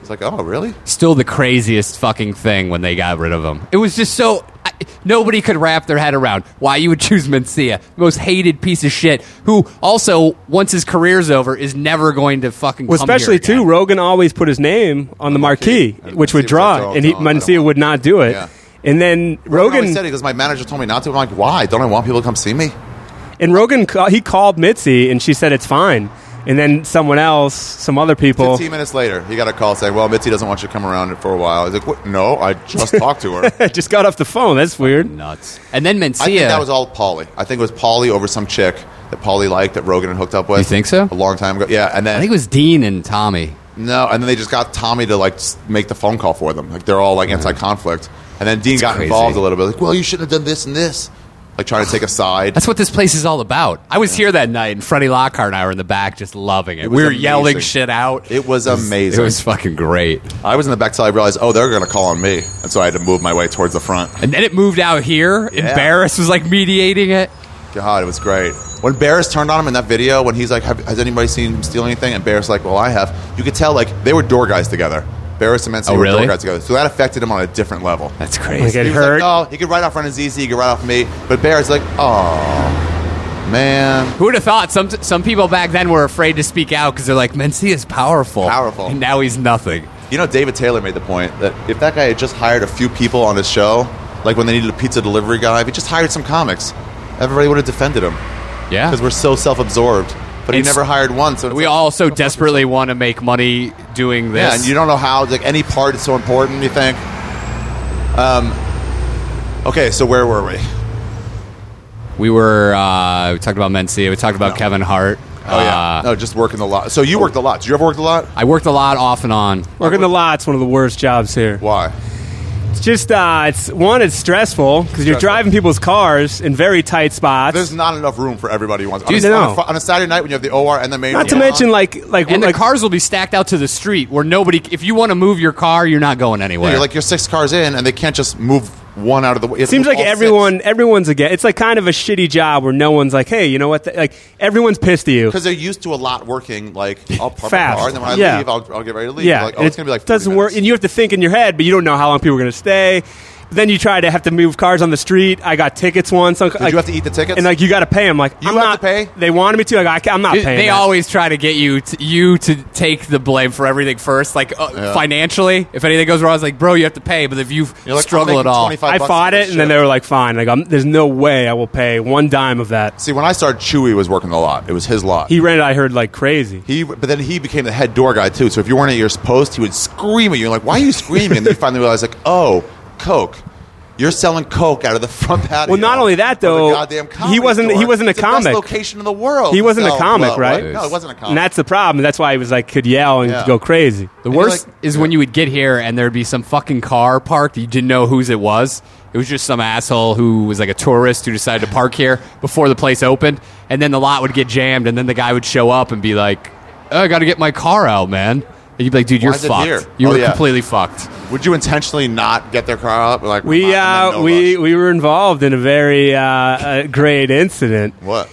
Speaker 2: It's like, oh, really?
Speaker 1: Still the craziest fucking thing when they got rid of him. It was just so. I, nobody could wrap their head around why you would choose Mencia, most hated piece of shit, who also, once his career's over, is never going to fucking
Speaker 3: Well,
Speaker 1: come
Speaker 3: especially
Speaker 1: here again.
Speaker 3: too, Rogan always put his name on the
Speaker 2: marquee.
Speaker 3: marquee,
Speaker 2: And
Speaker 3: which
Speaker 2: Mencia
Speaker 3: would
Speaker 2: was
Speaker 3: draw,
Speaker 2: like, "Oh,
Speaker 3: it, and he,
Speaker 2: no, I don't
Speaker 3: Mencia
Speaker 2: want
Speaker 3: would not do it.
Speaker 2: Yeah.
Speaker 3: And then
Speaker 2: Rogan
Speaker 3: Rogan
Speaker 2: always said it because my manager told me not to. I'm like, why? Don't I want people to come see me?
Speaker 3: and Rogan ca- he called Mitzi, and she said it's fine. And then someone else, some other people,
Speaker 2: Fifteen minutes later, he got a call saying, "Well, Mitzi doesn't want you to come around for a while." He's like, what? "No, I just talked
Speaker 1: [LAUGHS]
Speaker 2: to her."
Speaker 3: [LAUGHS] just got off the phone. That's weird.
Speaker 1: nuts. And then Mencia.
Speaker 2: I think that was all Paulie. I think it was Paulie over some chick that Paulie liked that Rogan had hooked up with.
Speaker 1: You think so?
Speaker 2: A long time ago. Yeah, and then
Speaker 1: I think it was Dean and Tommy.
Speaker 2: No, and then they just got Tommy to like s- make the phone call for them. Like they're all like anti-conflict, and then Dean got
Speaker 1: Mm-hmm. crazy.
Speaker 2: involved a little bit. Like, well, you shouldn't have done this and this. Like trying to take a side.
Speaker 1: That's what this place is all about. I was here that night, and Freddie Lockhart and I were in the back just loving it.
Speaker 2: It was
Speaker 1: we were
Speaker 2: amazing.
Speaker 1: yelling shit out.
Speaker 2: It was amazing.
Speaker 1: It was fucking great.
Speaker 2: I was in the back till I realized, oh, they're going to call on me, and so I had to move my way towards the front.
Speaker 1: And then it moved out here, and Barris was like mediating it.
Speaker 2: God, it was great. When Barris turned on him in that video, when he's like, have, "Has anybody seen him steal anything?" and Barris like, "Well, I have." You could tell like they were door guys together. Barris and Mency
Speaker 1: Oh,
Speaker 2: were
Speaker 1: really?
Speaker 2: door guys together, so that affected him on a different level.
Speaker 1: That's
Speaker 3: Like
Speaker 1: crazy.
Speaker 3: it
Speaker 2: He was
Speaker 3: hurt.
Speaker 2: Like, oh, he could write off Ren and ZZ, he could write off me. But Barrett's like, oh, man.
Speaker 1: Who would have thought? Some some people back then were afraid to speak out because they're like, Mencia is powerful,
Speaker 2: Powerful.
Speaker 1: and now he's nothing.
Speaker 2: You know, David Taylor made the point that if that guy had just hired a few people on his show, like when they needed a pizza delivery guy, if he just hired some comics, everybody would have defended him
Speaker 1: Yeah,
Speaker 2: because we're so self absorbed. But he
Speaker 1: It's-
Speaker 2: never hired one. So it's
Speaker 1: we
Speaker 2: like,
Speaker 1: all so desperately want to make money doing this.
Speaker 2: Yeah, and you don't know how. Like any part is so important. You think. Um, okay, so where were we?
Speaker 1: we were uh, we talked about Mencia. We talked about
Speaker 2: No.
Speaker 1: Kevin Hart. Uh,
Speaker 2: Oh yeah, no, just working the lot. So you worked a lot. Did you ever work the lot?
Speaker 1: I worked a lot off and on.
Speaker 3: Working the lot's one of the worst jobs here.
Speaker 2: Why?
Speaker 3: It's just uh, it's one, it's stressful because you're
Speaker 2: Stressful.
Speaker 3: driving people's cars in very tight spots.
Speaker 2: There's not enough room for everybody who wants.
Speaker 3: Dude,
Speaker 2: on, a,
Speaker 3: no.
Speaker 2: on, a, fr- on a Saturday night when you have the OR and the main.
Speaker 3: not to
Speaker 2: room on,
Speaker 3: mention like like
Speaker 1: And
Speaker 3: like
Speaker 1: the cars will be stacked out to the street where nobody. If you want to move your car, you're not going anywhere.
Speaker 2: you're like you're six cars in, and they can't just move one out of the way. You have to
Speaker 3: Seems
Speaker 2: move
Speaker 3: like
Speaker 2: all six.
Speaker 3: everyone, everyone's again. It's like kind of a shitty job where no one's like, "Hey, you know what?" The, like everyone's pissed at you.
Speaker 2: because they're used to a lot working.
Speaker 3: [LAUGHS]
Speaker 2: Like I'll park my
Speaker 3: Fast.
Speaker 2: car, and then when I
Speaker 3: Yeah.
Speaker 2: leave, I'll, I'll get ready to leave.
Speaker 3: Yeah,
Speaker 2: like, oh, it's
Speaker 3: it
Speaker 2: gonna be like 40
Speaker 3: doesn't work,
Speaker 2: minutes.
Speaker 3: and you have to think in your head, but you don't know how long people are going to stay. Then you try to have to move cars on the street. I got tickets once. Did
Speaker 2: you have to eat the tickets?
Speaker 3: And like you got to pay them. Like
Speaker 2: You
Speaker 3: I'm
Speaker 2: have
Speaker 3: not-
Speaker 2: to pay?
Speaker 3: They wanted me to. Like, I, ca- I'm not paying.
Speaker 1: they
Speaker 3: that.
Speaker 1: always try to get you to, you to take the blame for everything first, like uh, financially. If anything goes wrong, it's like, bro, you have to pay. But if you
Speaker 2: You're like, I'm
Speaker 1: struggle at
Speaker 2: making
Speaker 1: all,
Speaker 2: 25
Speaker 3: I
Speaker 2: bucks
Speaker 3: fought
Speaker 2: for
Speaker 3: it,
Speaker 2: this
Speaker 3: and then
Speaker 2: shit.
Speaker 3: they were like, "Fine." Like I'm, there's no way I will pay one dime of that.
Speaker 2: See, when I started, Chewy was working the lot. It was his lot.
Speaker 3: He ran it. I heard like crazy.
Speaker 2: He, but then he became the head door guy too. So if you weren't at your post, he would scream at you. Like, why are you screaming? and then you finally realize, like, oh, Coke. You're selling Coke out of the front patio.
Speaker 3: Well, not only that,
Speaker 2: of the
Speaker 3: though,
Speaker 2: goddamn
Speaker 3: he
Speaker 2: comedy
Speaker 3: wasn't- he
Speaker 2: store.
Speaker 3: wasn't a
Speaker 2: It's the best
Speaker 3: comic.
Speaker 2: location in the world.
Speaker 3: He
Speaker 2: to
Speaker 3: wasn't a
Speaker 2: sell-
Speaker 3: comic,
Speaker 2: well,
Speaker 3: right?
Speaker 2: what? Oh, No, it wasn't a comic.
Speaker 3: And that's the problem. That's why he was like could yell and
Speaker 2: Yeah.
Speaker 3: go crazy.
Speaker 1: the
Speaker 2: you're
Speaker 1: worst
Speaker 2: like-
Speaker 1: is when you would get here and there'd be some fucking car parked. You didn't know whose it was. It was just some asshole who was like a tourist who decided to park here before the place opened, and then the lot would get jammed, and then the guy would show up and be like, oh, "I got to get my car out, man." And you'd be like, "Dude, you're
Speaker 2: is it here?
Speaker 1: fucked. You
Speaker 2: Oh,
Speaker 1: were
Speaker 2: yeah.
Speaker 1: completely fucked."
Speaker 2: Would you intentionally not get their car up? Like
Speaker 3: We
Speaker 2: I'm not- I'm in
Speaker 3: uh,
Speaker 2: no
Speaker 3: we
Speaker 2: rush.
Speaker 3: we were involved in a very uh, uh, great incident.
Speaker 2: what?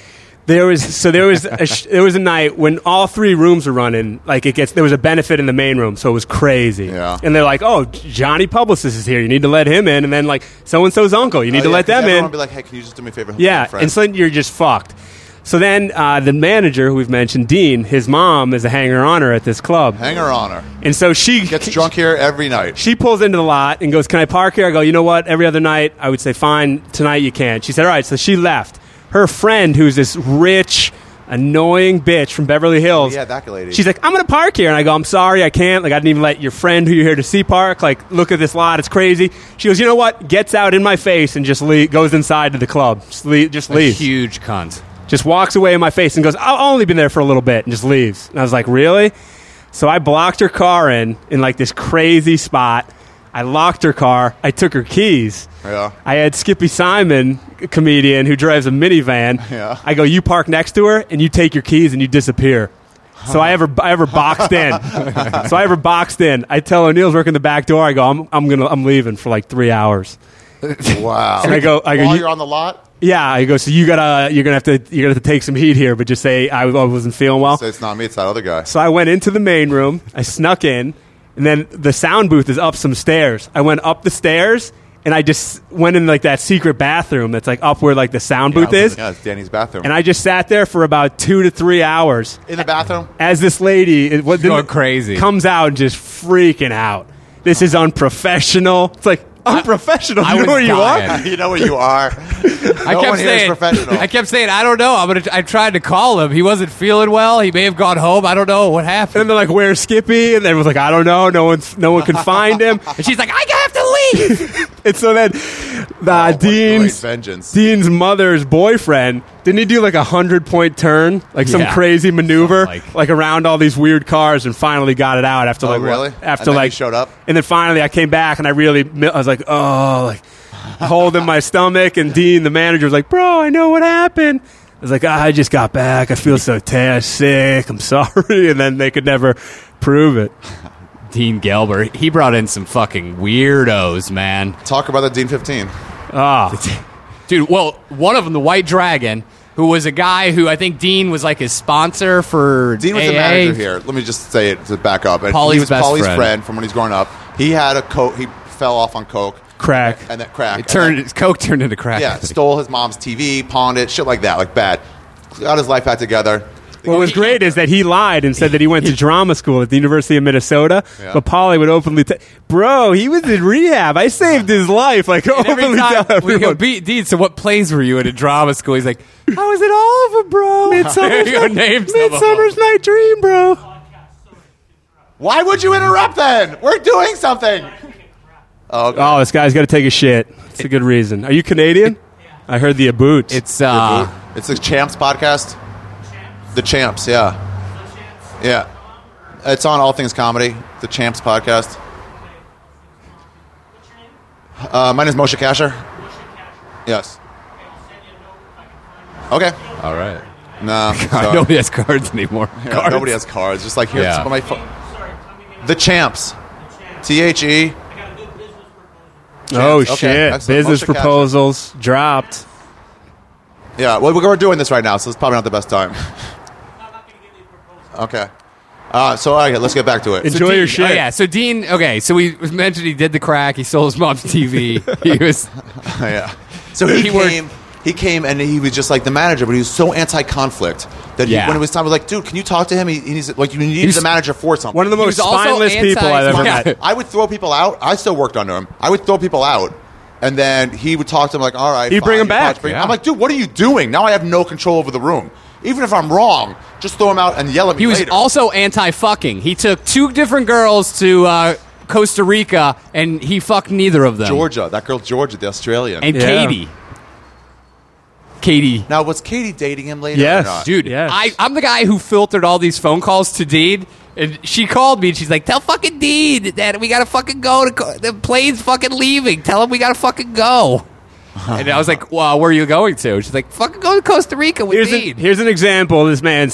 Speaker 3: There was so there was a sh- there was a night when all three rooms were running. Like it gets there was a benefit in the main room, so it was crazy.
Speaker 2: Yeah.
Speaker 3: And they're like, "Oh, Johnny Publicist is here. You need to let him in." And then like so and so's uncle, you need
Speaker 2: Oh,
Speaker 3: to
Speaker 2: yeah,
Speaker 3: let
Speaker 2: 'cause
Speaker 3: them
Speaker 2: everyone
Speaker 3: in.
Speaker 2: would Be like, hey, can you just do me a favor?
Speaker 3: Yeah,
Speaker 2: friend?
Speaker 3: and so then you're just fucked. So then uh, the manager who we've mentioned, Dean, his mom is a hanger oner at this club,
Speaker 2: hang her on her.
Speaker 3: and so she
Speaker 2: Gets drunk here every night.
Speaker 3: She pulls into the lot and goes, "Can I park here?" I go, "You know what? Every other night, I would say fine. Tonight, you can't." She said, "All right." So she left. Her friend, who's this rich, annoying bitch from Beverly Hills,
Speaker 2: Yeah, that lady.
Speaker 3: She's like, I'm gonna park here, and I go, I'm sorry, I can't. Like, I didn't even let your friend who you're here to see park. Like, look at this lot, it's crazy. She goes, you know what? Gets out in my face and just le goes inside to the club. Just, le- just
Speaker 1: A
Speaker 3: leaves.
Speaker 1: huge cunt.
Speaker 3: just walks away in my face and goes, I've only been there for a little bit, and just leaves. And I was like, really? So I blocked her car in in like this crazy spot. I locked her car. I took her keys.
Speaker 2: Yeah.
Speaker 3: I had Skippy Simon, a comedian who drives a minivan.
Speaker 2: Yeah.
Speaker 3: I go, you park next to her, and you take your keys and you disappear. So I ever I ever boxed in. so I ever boxed in. I tell O'Neill's working the back door. I go, I'm, I'm gonna I'm leaving for like three hours.
Speaker 2: wow.
Speaker 3: And I go, I go,
Speaker 2: While
Speaker 3: you-
Speaker 2: you're on the lot,
Speaker 3: Yeah, I go. So you gotta, you're gonna have to, you're gonna have to take some heat here, but just say I, I wasn't feeling well.
Speaker 2: so it's not me, it's that other guy.
Speaker 3: So I went into the main room. I snuck in, and then the sound booth is up some stairs. I went up the stairs, and I just went in like that secret bathroom that's like up where like the sound booth is.
Speaker 2: Yeah, it's Danny's bathroom.
Speaker 3: And I just sat there for about two to three hours
Speaker 2: in the bathroom. [LAUGHS]
Speaker 3: as this lady it- what,
Speaker 1: going
Speaker 3: didn't-
Speaker 1: crazy.
Speaker 3: comes out and just freaking out. This is unprofessional. It's like unprofessional.
Speaker 1: I
Speaker 3: [LAUGHS] you
Speaker 1: was
Speaker 3: know where you are.
Speaker 1: dying.
Speaker 2: you know where
Speaker 3: [LAUGHS]
Speaker 2: you are.
Speaker 1: I
Speaker 2: no
Speaker 1: kept
Speaker 2: one here is
Speaker 1: saying,
Speaker 2: professional.
Speaker 1: I kept saying, I don't know. I'm gonna, I tried to call him. He wasn't feeling well. He may have gone home. I don't know what
Speaker 3: And
Speaker 1: [LAUGHS] happened.
Speaker 3: they're like, "Where's Skippy?" And everyone's like, "I don't know. No one's, no one can find him."
Speaker 2: [LAUGHS]
Speaker 1: And she's like, I have to leave.
Speaker 3: and so then, uh,
Speaker 2: Oh, what
Speaker 3: Dean's
Speaker 2: great vengeance.
Speaker 3: Dean's mother's boyfriend didn't he do like a hundred point turn, like some
Speaker 1: Yeah.
Speaker 3: crazy maneuver,
Speaker 1: Something
Speaker 3: like.
Speaker 1: like-
Speaker 3: around all these weird cars, and finally got it out after
Speaker 2: Oh,
Speaker 3: like what-
Speaker 2: really?
Speaker 3: after
Speaker 2: And then he
Speaker 3: like
Speaker 2: showed up?
Speaker 3: and then finally I came back and I really mi- I was like, oh, like
Speaker 2: [LAUGHS]
Speaker 3: holding my stomach, and Dean the manager was like, bro, I know what happened. I was like, "Ah, I just got back. I feel so tired, sick. I'm [LAUGHS] sorry. And then they could never prove it.
Speaker 1: [LAUGHS] Dean Gelber, he brought in some fucking weirdos, man.
Speaker 2: Talk about the Dean 15.
Speaker 1: Dude, well, one of them, the White Dragon, who was a guy who I think Dean was like his sponsor for
Speaker 2: Dean was
Speaker 1: AA.
Speaker 2: the manager here. Let me just say it to back up. And
Speaker 1: Paulie's
Speaker 2: he was
Speaker 1: best
Speaker 2: Paulie's
Speaker 1: friend.
Speaker 2: from when he's growing up. He had a coke. He fell off on coke
Speaker 3: Crack.
Speaker 2: and that crack.
Speaker 1: It turned
Speaker 2: And then-
Speaker 1: Coke turned into crack.
Speaker 2: yeah, stole his mom's TV, pawned it, shit like that, like bad. Got his life back together.
Speaker 3: What was great is that he lied and said that he went
Speaker 1: [LAUGHS]
Speaker 3: to drama school at the University of Minnesota.
Speaker 2: Yeah.
Speaker 3: But Polly would openly, t- bro, he was in rehab. I saved his life. Like
Speaker 1: And [LAUGHS] every
Speaker 3: openly tell
Speaker 1: time we go,
Speaker 3: everyone.
Speaker 1: "Be- Dean, so what plays were you in at drama school? He's like, [LAUGHS] I was at all of them, bro. [LAUGHS]
Speaker 3: Midsummer's,
Speaker 1: There you go,
Speaker 3: night,
Speaker 1: name some of 'em.
Speaker 3: Midsummer's Night Dream, bro.
Speaker 2: Why would you interrupt then? We're doing something. Oh, okay.
Speaker 3: Oh, this guy's got to take a shit. It's a good reason. Are you Canadian? I heard the aboots.
Speaker 1: It's uh,
Speaker 2: it's the Champs podcast. The Champs, yeah, yeah. It's on All Things Comedy. The Champs podcast. Uh, my name is Moshe Kasher. Yes. Okay.
Speaker 1: all right. [LAUGHS]
Speaker 2: No. sorry.
Speaker 1: God, nobody has cards anymore.
Speaker 2: Yeah,
Speaker 1: Cards.
Speaker 2: Nobody has cards. Just like here's
Speaker 1: Yeah.
Speaker 2: on my phone. The Champs. T H E.
Speaker 3: oh
Speaker 2: okay,
Speaker 3: shit!
Speaker 2: excellent.
Speaker 3: Business
Speaker 2: Moshe Kasher.
Speaker 3: proposals dropped.
Speaker 2: Yeah. Well, we're doing this right now, so it's probably not the best time. okay. Uh, so all right, let's get back to
Speaker 3: [LAUGHS]
Speaker 2: it. [LAUGHS]
Speaker 3: Enjoy
Speaker 1: Dean-
Speaker 3: your shit.
Speaker 1: Oh, yeah. So Dean. Okay. So we mentioned he did the crack. He stole his mom's
Speaker 3: [LAUGHS]
Speaker 1: TV. he was.
Speaker 2: yeah. So he,
Speaker 1: He worked-
Speaker 2: came. He came and he was just like the manager, but he was so anti-conflict that he,
Speaker 1: Yeah.
Speaker 2: when it was time, I was like, "Dude, can you talk to him?" He, he's like, "You need
Speaker 3: He's-
Speaker 2: the manager for something."
Speaker 3: One of the
Speaker 1: He
Speaker 3: most
Speaker 1: was also
Speaker 3: spineless people I've ever
Speaker 1: anti-
Speaker 3: met.
Speaker 2: I would throw people out. I still worked under him. I would throw people out, and then he would talk to him like, "All right,
Speaker 3: He'd
Speaker 2: fine,
Speaker 3: bring 'em
Speaker 2: you
Speaker 3: back,
Speaker 2: touch me."
Speaker 3: yeah.
Speaker 2: I'm like, "Dude, what are you doing?" Now I have no control over the room. Even if I'm wrong, just throw him out and yell at
Speaker 1: [LAUGHS]
Speaker 2: me.
Speaker 1: He was
Speaker 2: later.
Speaker 1: also anti-fucking. He took two different girls to uh, Costa Rica, and he fucked neither of them.
Speaker 2: Georgia. That girl, Georgia, the Australian.
Speaker 1: and
Speaker 3: Yeah.
Speaker 1: Katie. Katie.
Speaker 2: now was Katie dating him later?
Speaker 3: Yes.
Speaker 2: or not?
Speaker 1: Dude,
Speaker 3: Yes.
Speaker 1: I, I'm the guy who filtered all these phone calls to Dean. And she called me and she's like, Tell fucking Dean that we gotta fucking go. To co- the plane's fucking leaving. Tell him we gotta fucking [LAUGHS] go. And I was like, well, Where are you going to? She's like, Fucking go to Costa Rica with
Speaker 3: Here's,
Speaker 1: Dean.
Speaker 3: an, here's an example of this man's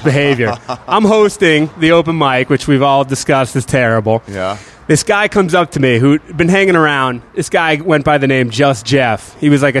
Speaker 2: [LAUGHS]
Speaker 3: behavior. I'm hosting the open mic, which we've all discussed is terrible.
Speaker 2: Yeah.
Speaker 3: This guy comes up to me who'd been hanging around. This guy went by the name Just Jeff. He was like a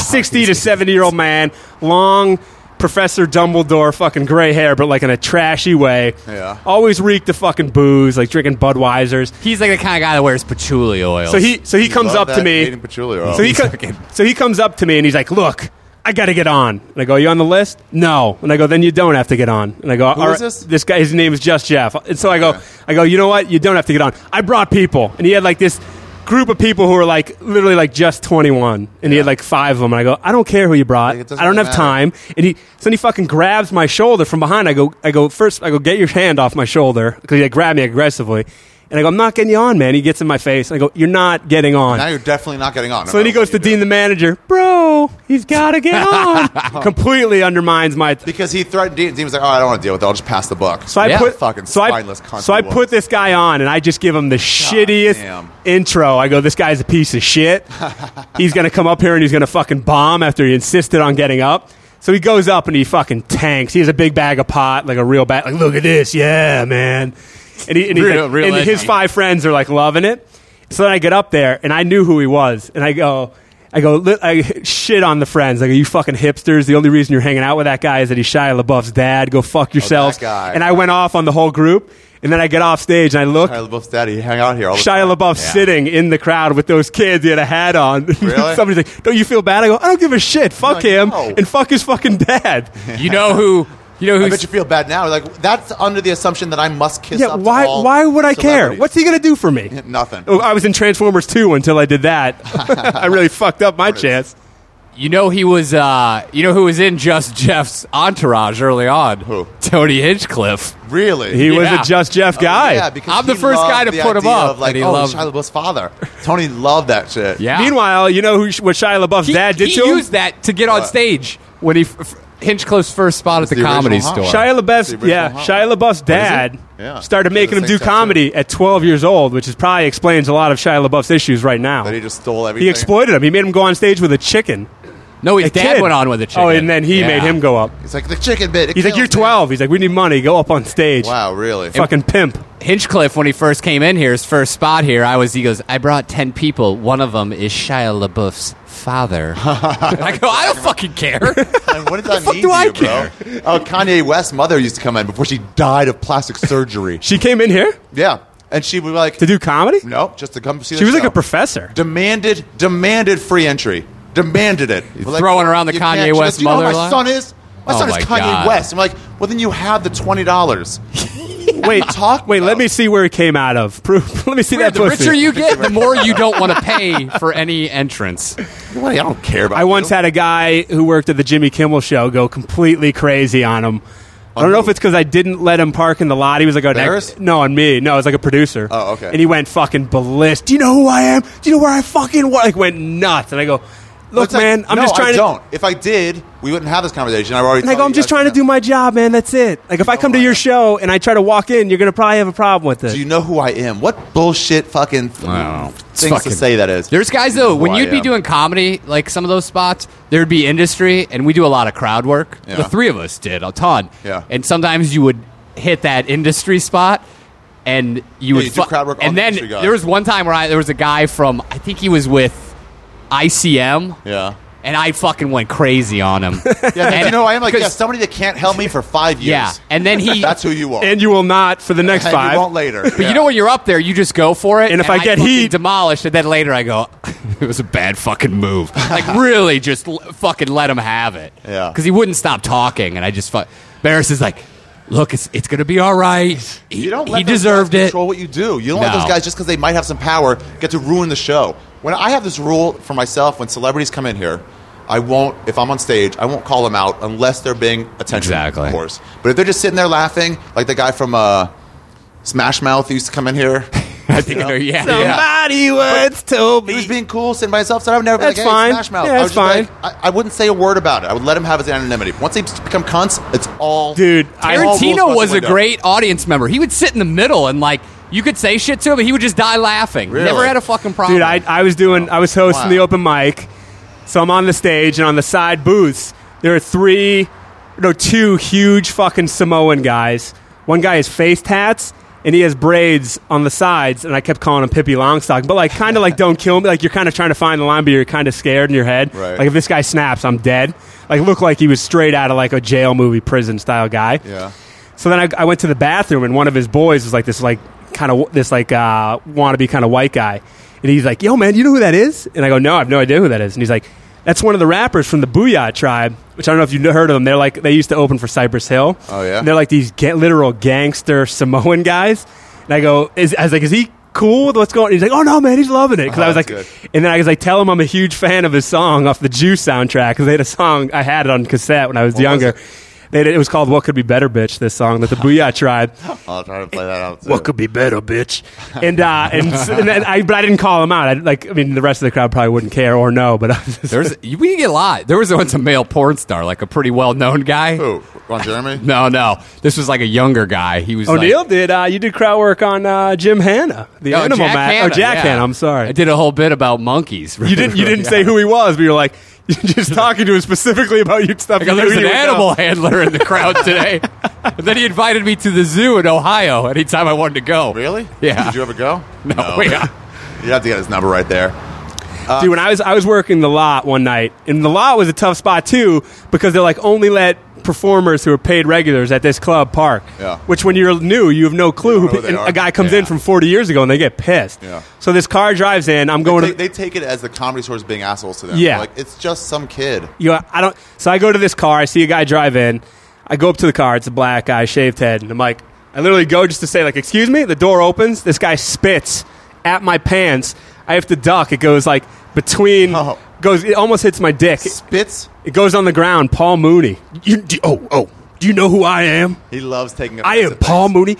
Speaker 2: [LAUGHS]
Speaker 3: 60 to 70 year old man, long Professor Dumbledore fucking gray hair, but like in a trashy way.
Speaker 2: Yeah.
Speaker 3: Always reeked of fucking booze, like drinking Budweiser's.
Speaker 1: He's like the kind of guy that wears patchouli oil.
Speaker 3: So he, so he comes
Speaker 2: Love
Speaker 3: up to
Speaker 2: that
Speaker 3: me.
Speaker 2: Dating Patchouli. Oh.
Speaker 3: So he, co- so he comes up to me and he's like, "Look, I got to get on." And I go, "You on the list?" No. And I go, "Then you don't have to get on." And I go, "All
Speaker 2: is
Speaker 3: right,
Speaker 2: this?
Speaker 3: this guy, his name is Just Jeff." And so I go, "I go, you know what? You don't have to get on." I brought people, and he had like this group of people who were like literally like just 21 and he had like five of them and i go i don't care who you brought i
Speaker 2: Like, it
Speaker 3: don't
Speaker 2: doesn't
Speaker 3: have
Speaker 2: matter.
Speaker 3: time and he so then he fucking grabs my shoulder from behind i go i go first i go get your hand off my shoulder because he had grabbed me aggressively and i go i'm not getting you on man he gets in my face and i go you're not getting on
Speaker 2: now you're definitely not getting on. no
Speaker 3: so then he
Speaker 2: matter what
Speaker 3: goes to
Speaker 2: you do.
Speaker 3: Dean the manager, bro, he's got
Speaker 2: [LAUGHS]
Speaker 3: to get on. Completely undermines my.
Speaker 2: because he threatened Dean. Dean was like, "Oh, I don't want to deal with it. I'll just pass the buck."
Speaker 3: so I
Speaker 1: Yeah.
Speaker 3: put
Speaker 2: Fucking
Speaker 3: so I,
Speaker 2: spineless cunt
Speaker 3: so I
Speaker 2: he was.
Speaker 3: put this guy on, and I just give him the shittiest
Speaker 2: damn.
Speaker 3: intro. I go, "This guy's a piece of shit.
Speaker 1: [LAUGHS]
Speaker 3: he's gonna come up here and he's gonna fucking bomb after he insisted on getting up." So he goes up and he fucking tanks. He has a big bag of pot, like a real bag. Like, look at this, yeah, man. And, he, and, he's
Speaker 1: Real-
Speaker 3: like-
Speaker 1: real
Speaker 3: and his
Speaker 1: edgy.
Speaker 3: five friends are like loving it. So then I get up there and I knew who he was, and I go, I go, li- I shit on the friends. Like, you fucking hipsters. The only reason you're hanging out with that guy is that he's Shia LaBeouf's dad. Go
Speaker 1: Oh,
Speaker 3: fuck yourselves.
Speaker 2: guy.
Speaker 3: And I went off on the whole group, and then I get off stage and I look.
Speaker 2: Shia LaBeouf's daddy. He hang out here all the
Speaker 3: Shia
Speaker 2: time.
Speaker 3: LaBeouf
Speaker 2: Yeah.
Speaker 3: sitting in the crowd with those kids. He had a hat on. [LAUGHS]
Speaker 2: Really?
Speaker 3: Somebody's like, "Don't you feel bad?" I go, "I don't give a shit. Fuck
Speaker 2: like,
Speaker 3: him
Speaker 2: no.
Speaker 3: and fuck his fucking dad."
Speaker 1: [LAUGHS] you know who. You know
Speaker 2: I
Speaker 1: who.
Speaker 2: bet you feel bad now. Like that's under the assumption that I must kiss.
Speaker 3: yeah,
Speaker 2: up to
Speaker 3: why?
Speaker 2: all
Speaker 3: Why would I care?
Speaker 2: celebrities.
Speaker 3: What's he gonna do for me?
Speaker 2: Nothing.
Speaker 3: Oh, I was in Transformers 2 until I
Speaker 2: [LAUGHS]
Speaker 3: did that. [LAUGHS] I really fucked up my chance.
Speaker 1: You know he was. Uh, you know who was in Just Jeff's entourage early on.
Speaker 2: Who?
Speaker 1: Tony Hinchcliffe.
Speaker 2: Really?
Speaker 3: He
Speaker 1: Yeah.
Speaker 3: was a Just Jeff guy.
Speaker 2: Oh, Yeah, because
Speaker 1: I'm the
Speaker 2: he
Speaker 1: first
Speaker 2: loved
Speaker 1: guy to
Speaker 2: the
Speaker 1: put him
Speaker 2: idea
Speaker 1: up,
Speaker 2: Of like,
Speaker 1: and he
Speaker 2: oh,
Speaker 1: loved-
Speaker 2: Shia LaBeouf's father. Tony loved that shit.
Speaker 1: Yeah.
Speaker 3: Meanwhile, you know who, sh- what Shia LaBeouf's
Speaker 1: he,
Speaker 3: dad did
Speaker 1: he
Speaker 3: to him?
Speaker 1: used that to get on
Speaker 2: What?
Speaker 1: stage when he f- f- Hinchcliffe's first spot at the,
Speaker 2: the original
Speaker 1: comedy
Speaker 2: Hot
Speaker 1: store.
Speaker 2: Shot.
Speaker 3: Shia LaBeouf's,
Speaker 2: The original
Speaker 3: yeah,
Speaker 2: Hot
Speaker 3: Shia LaBeouf's dad
Speaker 2: Yeah.
Speaker 3: started
Speaker 2: He
Speaker 3: making
Speaker 2: had
Speaker 3: him
Speaker 2: the
Speaker 3: do
Speaker 2: same tattoo.
Speaker 3: comedy at 12 years old, which is probably explains a lot of Shia LaBeouf's issues right now.
Speaker 2: That he just stole everything.
Speaker 3: He exploited him. He made him go on stage with a chicken.
Speaker 1: No, his
Speaker 3: A
Speaker 1: dad
Speaker 3: kid.
Speaker 1: went on with it.
Speaker 3: Oh, and then he made him go up.
Speaker 2: He's like the chicken bit. it
Speaker 3: He's like,
Speaker 2: kills
Speaker 3: "You're
Speaker 2: me."
Speaker 3: 12." He's like, "We need money. Go up on stage."
Speaker 2: Wow, really?
Speaker 3: Fucking pimp.
Speaker 1: Hinchcliffe, when he first came in here, his first spot here, I was. He goes, "I brought ten people. One of them is Shia LaBeouf's father."
Speaker 3: [LAUGHS]
Speaker 1: I go, "I don't fucking care."
Speaker 2: Like, what does that
Speaker 1: fuck
Speaker 2: mean
Speaker 1: do
Speaker 2: to
Speaker 1: I
Speaker 2: you, bro? Oh, Kanye West's mother used to come in before she died of plastic surgery.
Speaker 3: She came in here
Speaker 2: yeah, and she would be like,
Speaker 3: to do comedy.
Speaker 2: "No, just to come see."
Speaker 3: She
Speaker 2: the
Speaker 3: was like
Speaker 2: show."
Speaker 3: a professor.
Speaker 2: demanded demanded free entry. Demanded it. We're
Speaker 1: throwing around the
Speaker 2: "You
Speaker 1: Kanye
Speaker 2: can't just-
Speaker 1: West
Speaker 2: Do you know who
Speaker 1: mother
Speaker 2: my
Speaker 1: line?
Speaker 2: son is? My
Speaker 1: Oh
Speaker 2: son is
Speaker 1: my
Speaker 2: Kanye
Speaker 1: God.
Speaker 2: West. I'm like, well, then you have the twenty dollars.
Speaker 3: Wait,
Speaker 2: talking
Speaker 3: Wait, let
Speaker 2: about?
Speaker 3: me see where he came out of. [LAUGHS] Proof. let me see
Speaker 1: Yeah,
Speaker 3: that
Speaker 1: the
Speaker 3: pussy.
Speaker 1: richer you get, the more you don't want to pay for any entrance.
Speaker 2: I don't care about.
Speaker 3: I once
Speaker 2: you.
Speaker 3: had a guy who worked at the Jimmy Kimmel show go completely crazy on him. I don't know if it's because I didn't let him park in the lot. He was like, oh,
Speaker 2: Embarrassed?
Speaker 3: next. No, on me. No, it was like a producer.
Speaker 2: Oh, okay.
Speaker 3: And he went fucking ballistic. Do you know who I am? Do you know where I fucking work? Like, went nuts. And I go, look,
Speaker 2: It's like,
Speaker 3: man, I'm
Speaker 2: no,
Speaker 3: just trying
Speaker 2: I
Speaker 3: to.
Speaker 2: don't. Oh, If I did, we wouldn't have this conversation. I already.
Speaker 3: And I
Speaker 2: told
Speaker 3: go,
Speaker 2: you
Speaker 3: I'm
Speaker 2: guys
Speaker 3: just trying to
Speaker 2: that.
Speaker 3: do my job, man. That's it. Like, if I come to
Speaker 2: my
Speaker 3: your
Speaker 2: God.
Speaker 3: show and I try to walk in, you're going to probably have a problem with it.
Speaker 2: Do you know who I am? What bullshit fucking th-
Speaker 1: Wow. It's
Speaker 2: things
Speaker 1: fucking-
Speaker 2: to say that is?
Speaker 1: There's guys though.
Speaker 2: Who
Speaker 1: When
Speaker 2: I
Speaker 1: you'd be
Speaker 2: am.
Speaker 1: doing comedy, like some of those spots, there'd be industry, and we do a lot of crowd work.
Speaker 2: Yeah.
Speaker 1: The three of us did a ton.
Speaker 2: Yeah.
Speaker 1: And sometimes you would hit that industry spot, and you would
Speaker 2: you do crowd work on
Speaker 1: And
Speaker 2: the
Speaker 1: then
Speaker 2: industry guy.
Speaker 1: there was one time where I there was a guy from I think he was with ICM.
Speaker 2: yeah.
Speaker 1: and I fucking went crazy on him.
Speaker 2: [LAUGHS] Yeah,
Speaker 1: And-
Speaker 2: you know, I am like,
Speaker 1: [LAUGHS]
Speaker 2: yeah,
Speaker 1: 'cause-
Speaker 2: somebody that can't help me for five years.
Speaker 1: yeah, and then he.
Speaker 2: [LAUGHS] That's who you are.
Speaker 3: and you will
Speaker 2: [LAUGHS]
Speaker 3: not for the next
Speaker 2: And
Speaker 3: five.
Speaker 2: you won't later.
Speaker 1: But you know when you're up there, you just go for it.
Speaker 3: And if I get
Speaker 1: fucking
Speaker 3: heat-
Speaker 1: demolished, and then later I go, [LAUGHS] it was a bad fucking move. Like really, just l- fucking let him have it.
Speaker 2: Yeah.
Speaker 1: because he wouldn't stop talking, and I just fuck. Barris is like, look, it's it's gonna be all right. He,
Speaker 2: You don't. Let
Speaker 1: he
Speaker 2: those
Speaker 1: deserved
Speaker 2: guys
Speaker 1: it.
Speaker 2: Control what you do. You don't let
Speaker 1: No.
Speaker 2: those guys just because they might have some power get to ruin the show. When I have this rule for myself, when celebrities come in here, I won't. If I'm on stage, I won't call them out unless they're being attention.
Speaker 1: Exactly.
Speaker 2: Of course. But if they're just sitting there laughing, like the guy from uh, Smash Mouth who used to come in here,
Speaker 1: [LAUGHS] [LAUGHS] I think, I know, yeah, yeah.
Speaker 3: Somebody once told
Speaker 2: he was
Speaker 3: me.
Speaker 2: being cool sitting by himself. So I would never be like,
Speaker 3: That's
Speaker 2: hey,
Speaker 3: fine.
Speaker 2: Smash Mouth.
Speaker 3: Yeah,
Speaker 2: I was
Speaker 3: that's
Speaker 2: just
Speaker 3: fine.
Speaker 2: Like, I, I wouldn't say a word about it. I would let him have his anonymity. Once they become cunts, it's all
Speaker 3: Dude,
Speaker 2: all
Speaker 3: I-
Speaker 2: rules out
Speaker 1: Tarantino
Speaker 2: the
Speaker 1: was a
Speaker 2: window.
Speaker 1: great audience member. He would sit in the middle and like you could say shit to him, and he would just die laughing.
Speaker 2: Really?
Speaker 1: Never had a fucking problem.
Speaker 3: Dude, I, I was doing, I was hosting
Speaker 2: Oh. Wow.
Speaker 3: the open mic. So I'm on the stage, and on the side booths, there are three, no, two huge fucking Samoan guys. One guy has face tats, and he has braids on the sides, and I kept calling him Pippi Longstock. But, like, kind of like, don't kill me. Like, you're kind of trying to find the line, but you're kind of scared in your head.
Speaker 2: Right.
Speaker 3: Like, if this guy snaps, I'm dead. Like, looked like he was straight out of, like, a jail movie, prison style guy.
Speaker 2: Yeah.
Speaker 3: So then I, I went to the bathroom, and one of his boys was like this, like kind of this, like uh, wannabe kind of white guy, and he's like, "Yo, man, you know who that is?" And I go, "No, I have no idea who that is." And he's like, "That's one of the rappers from the Booyah Tribe, which I don't know if you've heard of them. They're like they used to open for Cypress Hill.
Speaker 2: Oh, yeah?
Speaker 3: And they're like these ga- literal gangster Samoan guys." And I go, is, "I was like, is he?" Cool with what's going on. He's like, oh no, man, he's loving it. Because I
Speaker 2: Oh,
Speaker 3: was like,
Speaker 2: that's
Speaker 3: and then I was like, tell him I'm a huge fan of his song off the Juice soundtrack. Because they had a song, I had it on cassette when I was younger. They did, it was called "What Could Be Better, Bitch." This
Speaker 1: [LAUGHS]
Speaker 3: song that the Booyah Tribe.
Speaker 2: I'll try to play that out. too.
Speaker 3: What could be better, bitch? And uh, and, s- and then I, but I didn't call him out. I, like I mean, the rest of the crowd probably wouldn't care or know. But I was just,
Speaker 1: There's we get a lot. There was once a male porn star, like a pretty well known guy.
Speaker 2: Who? Ron Jeremy?
Speaker 1: No, no. This was like a younger guy. He was
Speaker 3: O'Neill
Speaker 1: Like,
Speaker 3: did. Uh, you did crowd work on uh, Jim Hanna, the
Speaker 1: Oh,
Speaker 3: animal
Speaker 1: Jack
Speaker 3: man.
Speaker 1: Hanna,
Speaker 3: oh, Jack
Speaker 1: yeah.
Speaker 3: Hanna. I'm sorry.
Speaker 1: I did a whole bit about monkeys.
Speaker 3: You didn't. You didn't
Speaker 1: [LAUGHS]
Speaker 3: say who he was, but you're like [LAUGHS] you're just talking to him specifically about your stuff.
Speaker 1: I
Speaker 3: you
Speaker 1: go,
Speaker 3: knew
Speaker 1: there's
Speaker 3: you
Speaker 1: an
Speaker 3: would know."
Speaker 1: animal handler in the crowd
Speaker 3: [LAUGHS]
Speaker 1: today. and then he invited me to the zoo in Ohio anytime I wanted to go.
Speaker 2: Really?
Speaker 1: Yeah.
Speaker 2: Did you ever go?
Speaker 1: No. [LAUGHS] yeah.
Speaker 2: [LAUGHS] You have to get his number right there.
Speaker 3: Dude, when I was I was working the lot one night, and the lot was a tough spot too because they like only let performers who are paid regulars at this club park.
Speaker 2: Yeah.
Speaker 3: Which when you're new, you have no
Speaker 2: don't
Speaker 3: clue.
Speaker 2: know
Speaker 3: Who,
Speaker 2: who they
Speaker 3: and
Speaker 2: are.
Speaker 3: a guy comes in
Speaker 1: Yeah.
Speaker 3: from 40 years ago, and they get pissed.
Speaker 2: Yeah.
Speaker 3: So this car drives in. I'm going
Speaker 2: They,
Speaker 3: to.
Speaker 2: they take it as the comedy stores being assholes to them.
Speaker 3: Yeah.
Speaker 2: Like, it's just some kid.
Speaker 3: you know, I don't. So I go to this car. I see a guy drive in. I go up to the car. It's a black guy, shaved head, and I'm like, I literally go just to say like, "Excuse me." The door opens. This guy spits at my pants. I have to duck. It goes like between.
Speaker 2: Oh.
Speaker 3: Goes. It almost hits my dick.
Speaker 2: Spitz,
Speaker 3: It goes on the ground. Paul Mooney. You, do, oh, oh. Do you know who I am?
Speaker 2: he loves taking
Speaker 3: I am
Speaker 2: offensive
Speaker 3: Paul
Speaker 2: things.
Speaker 3: Mooney.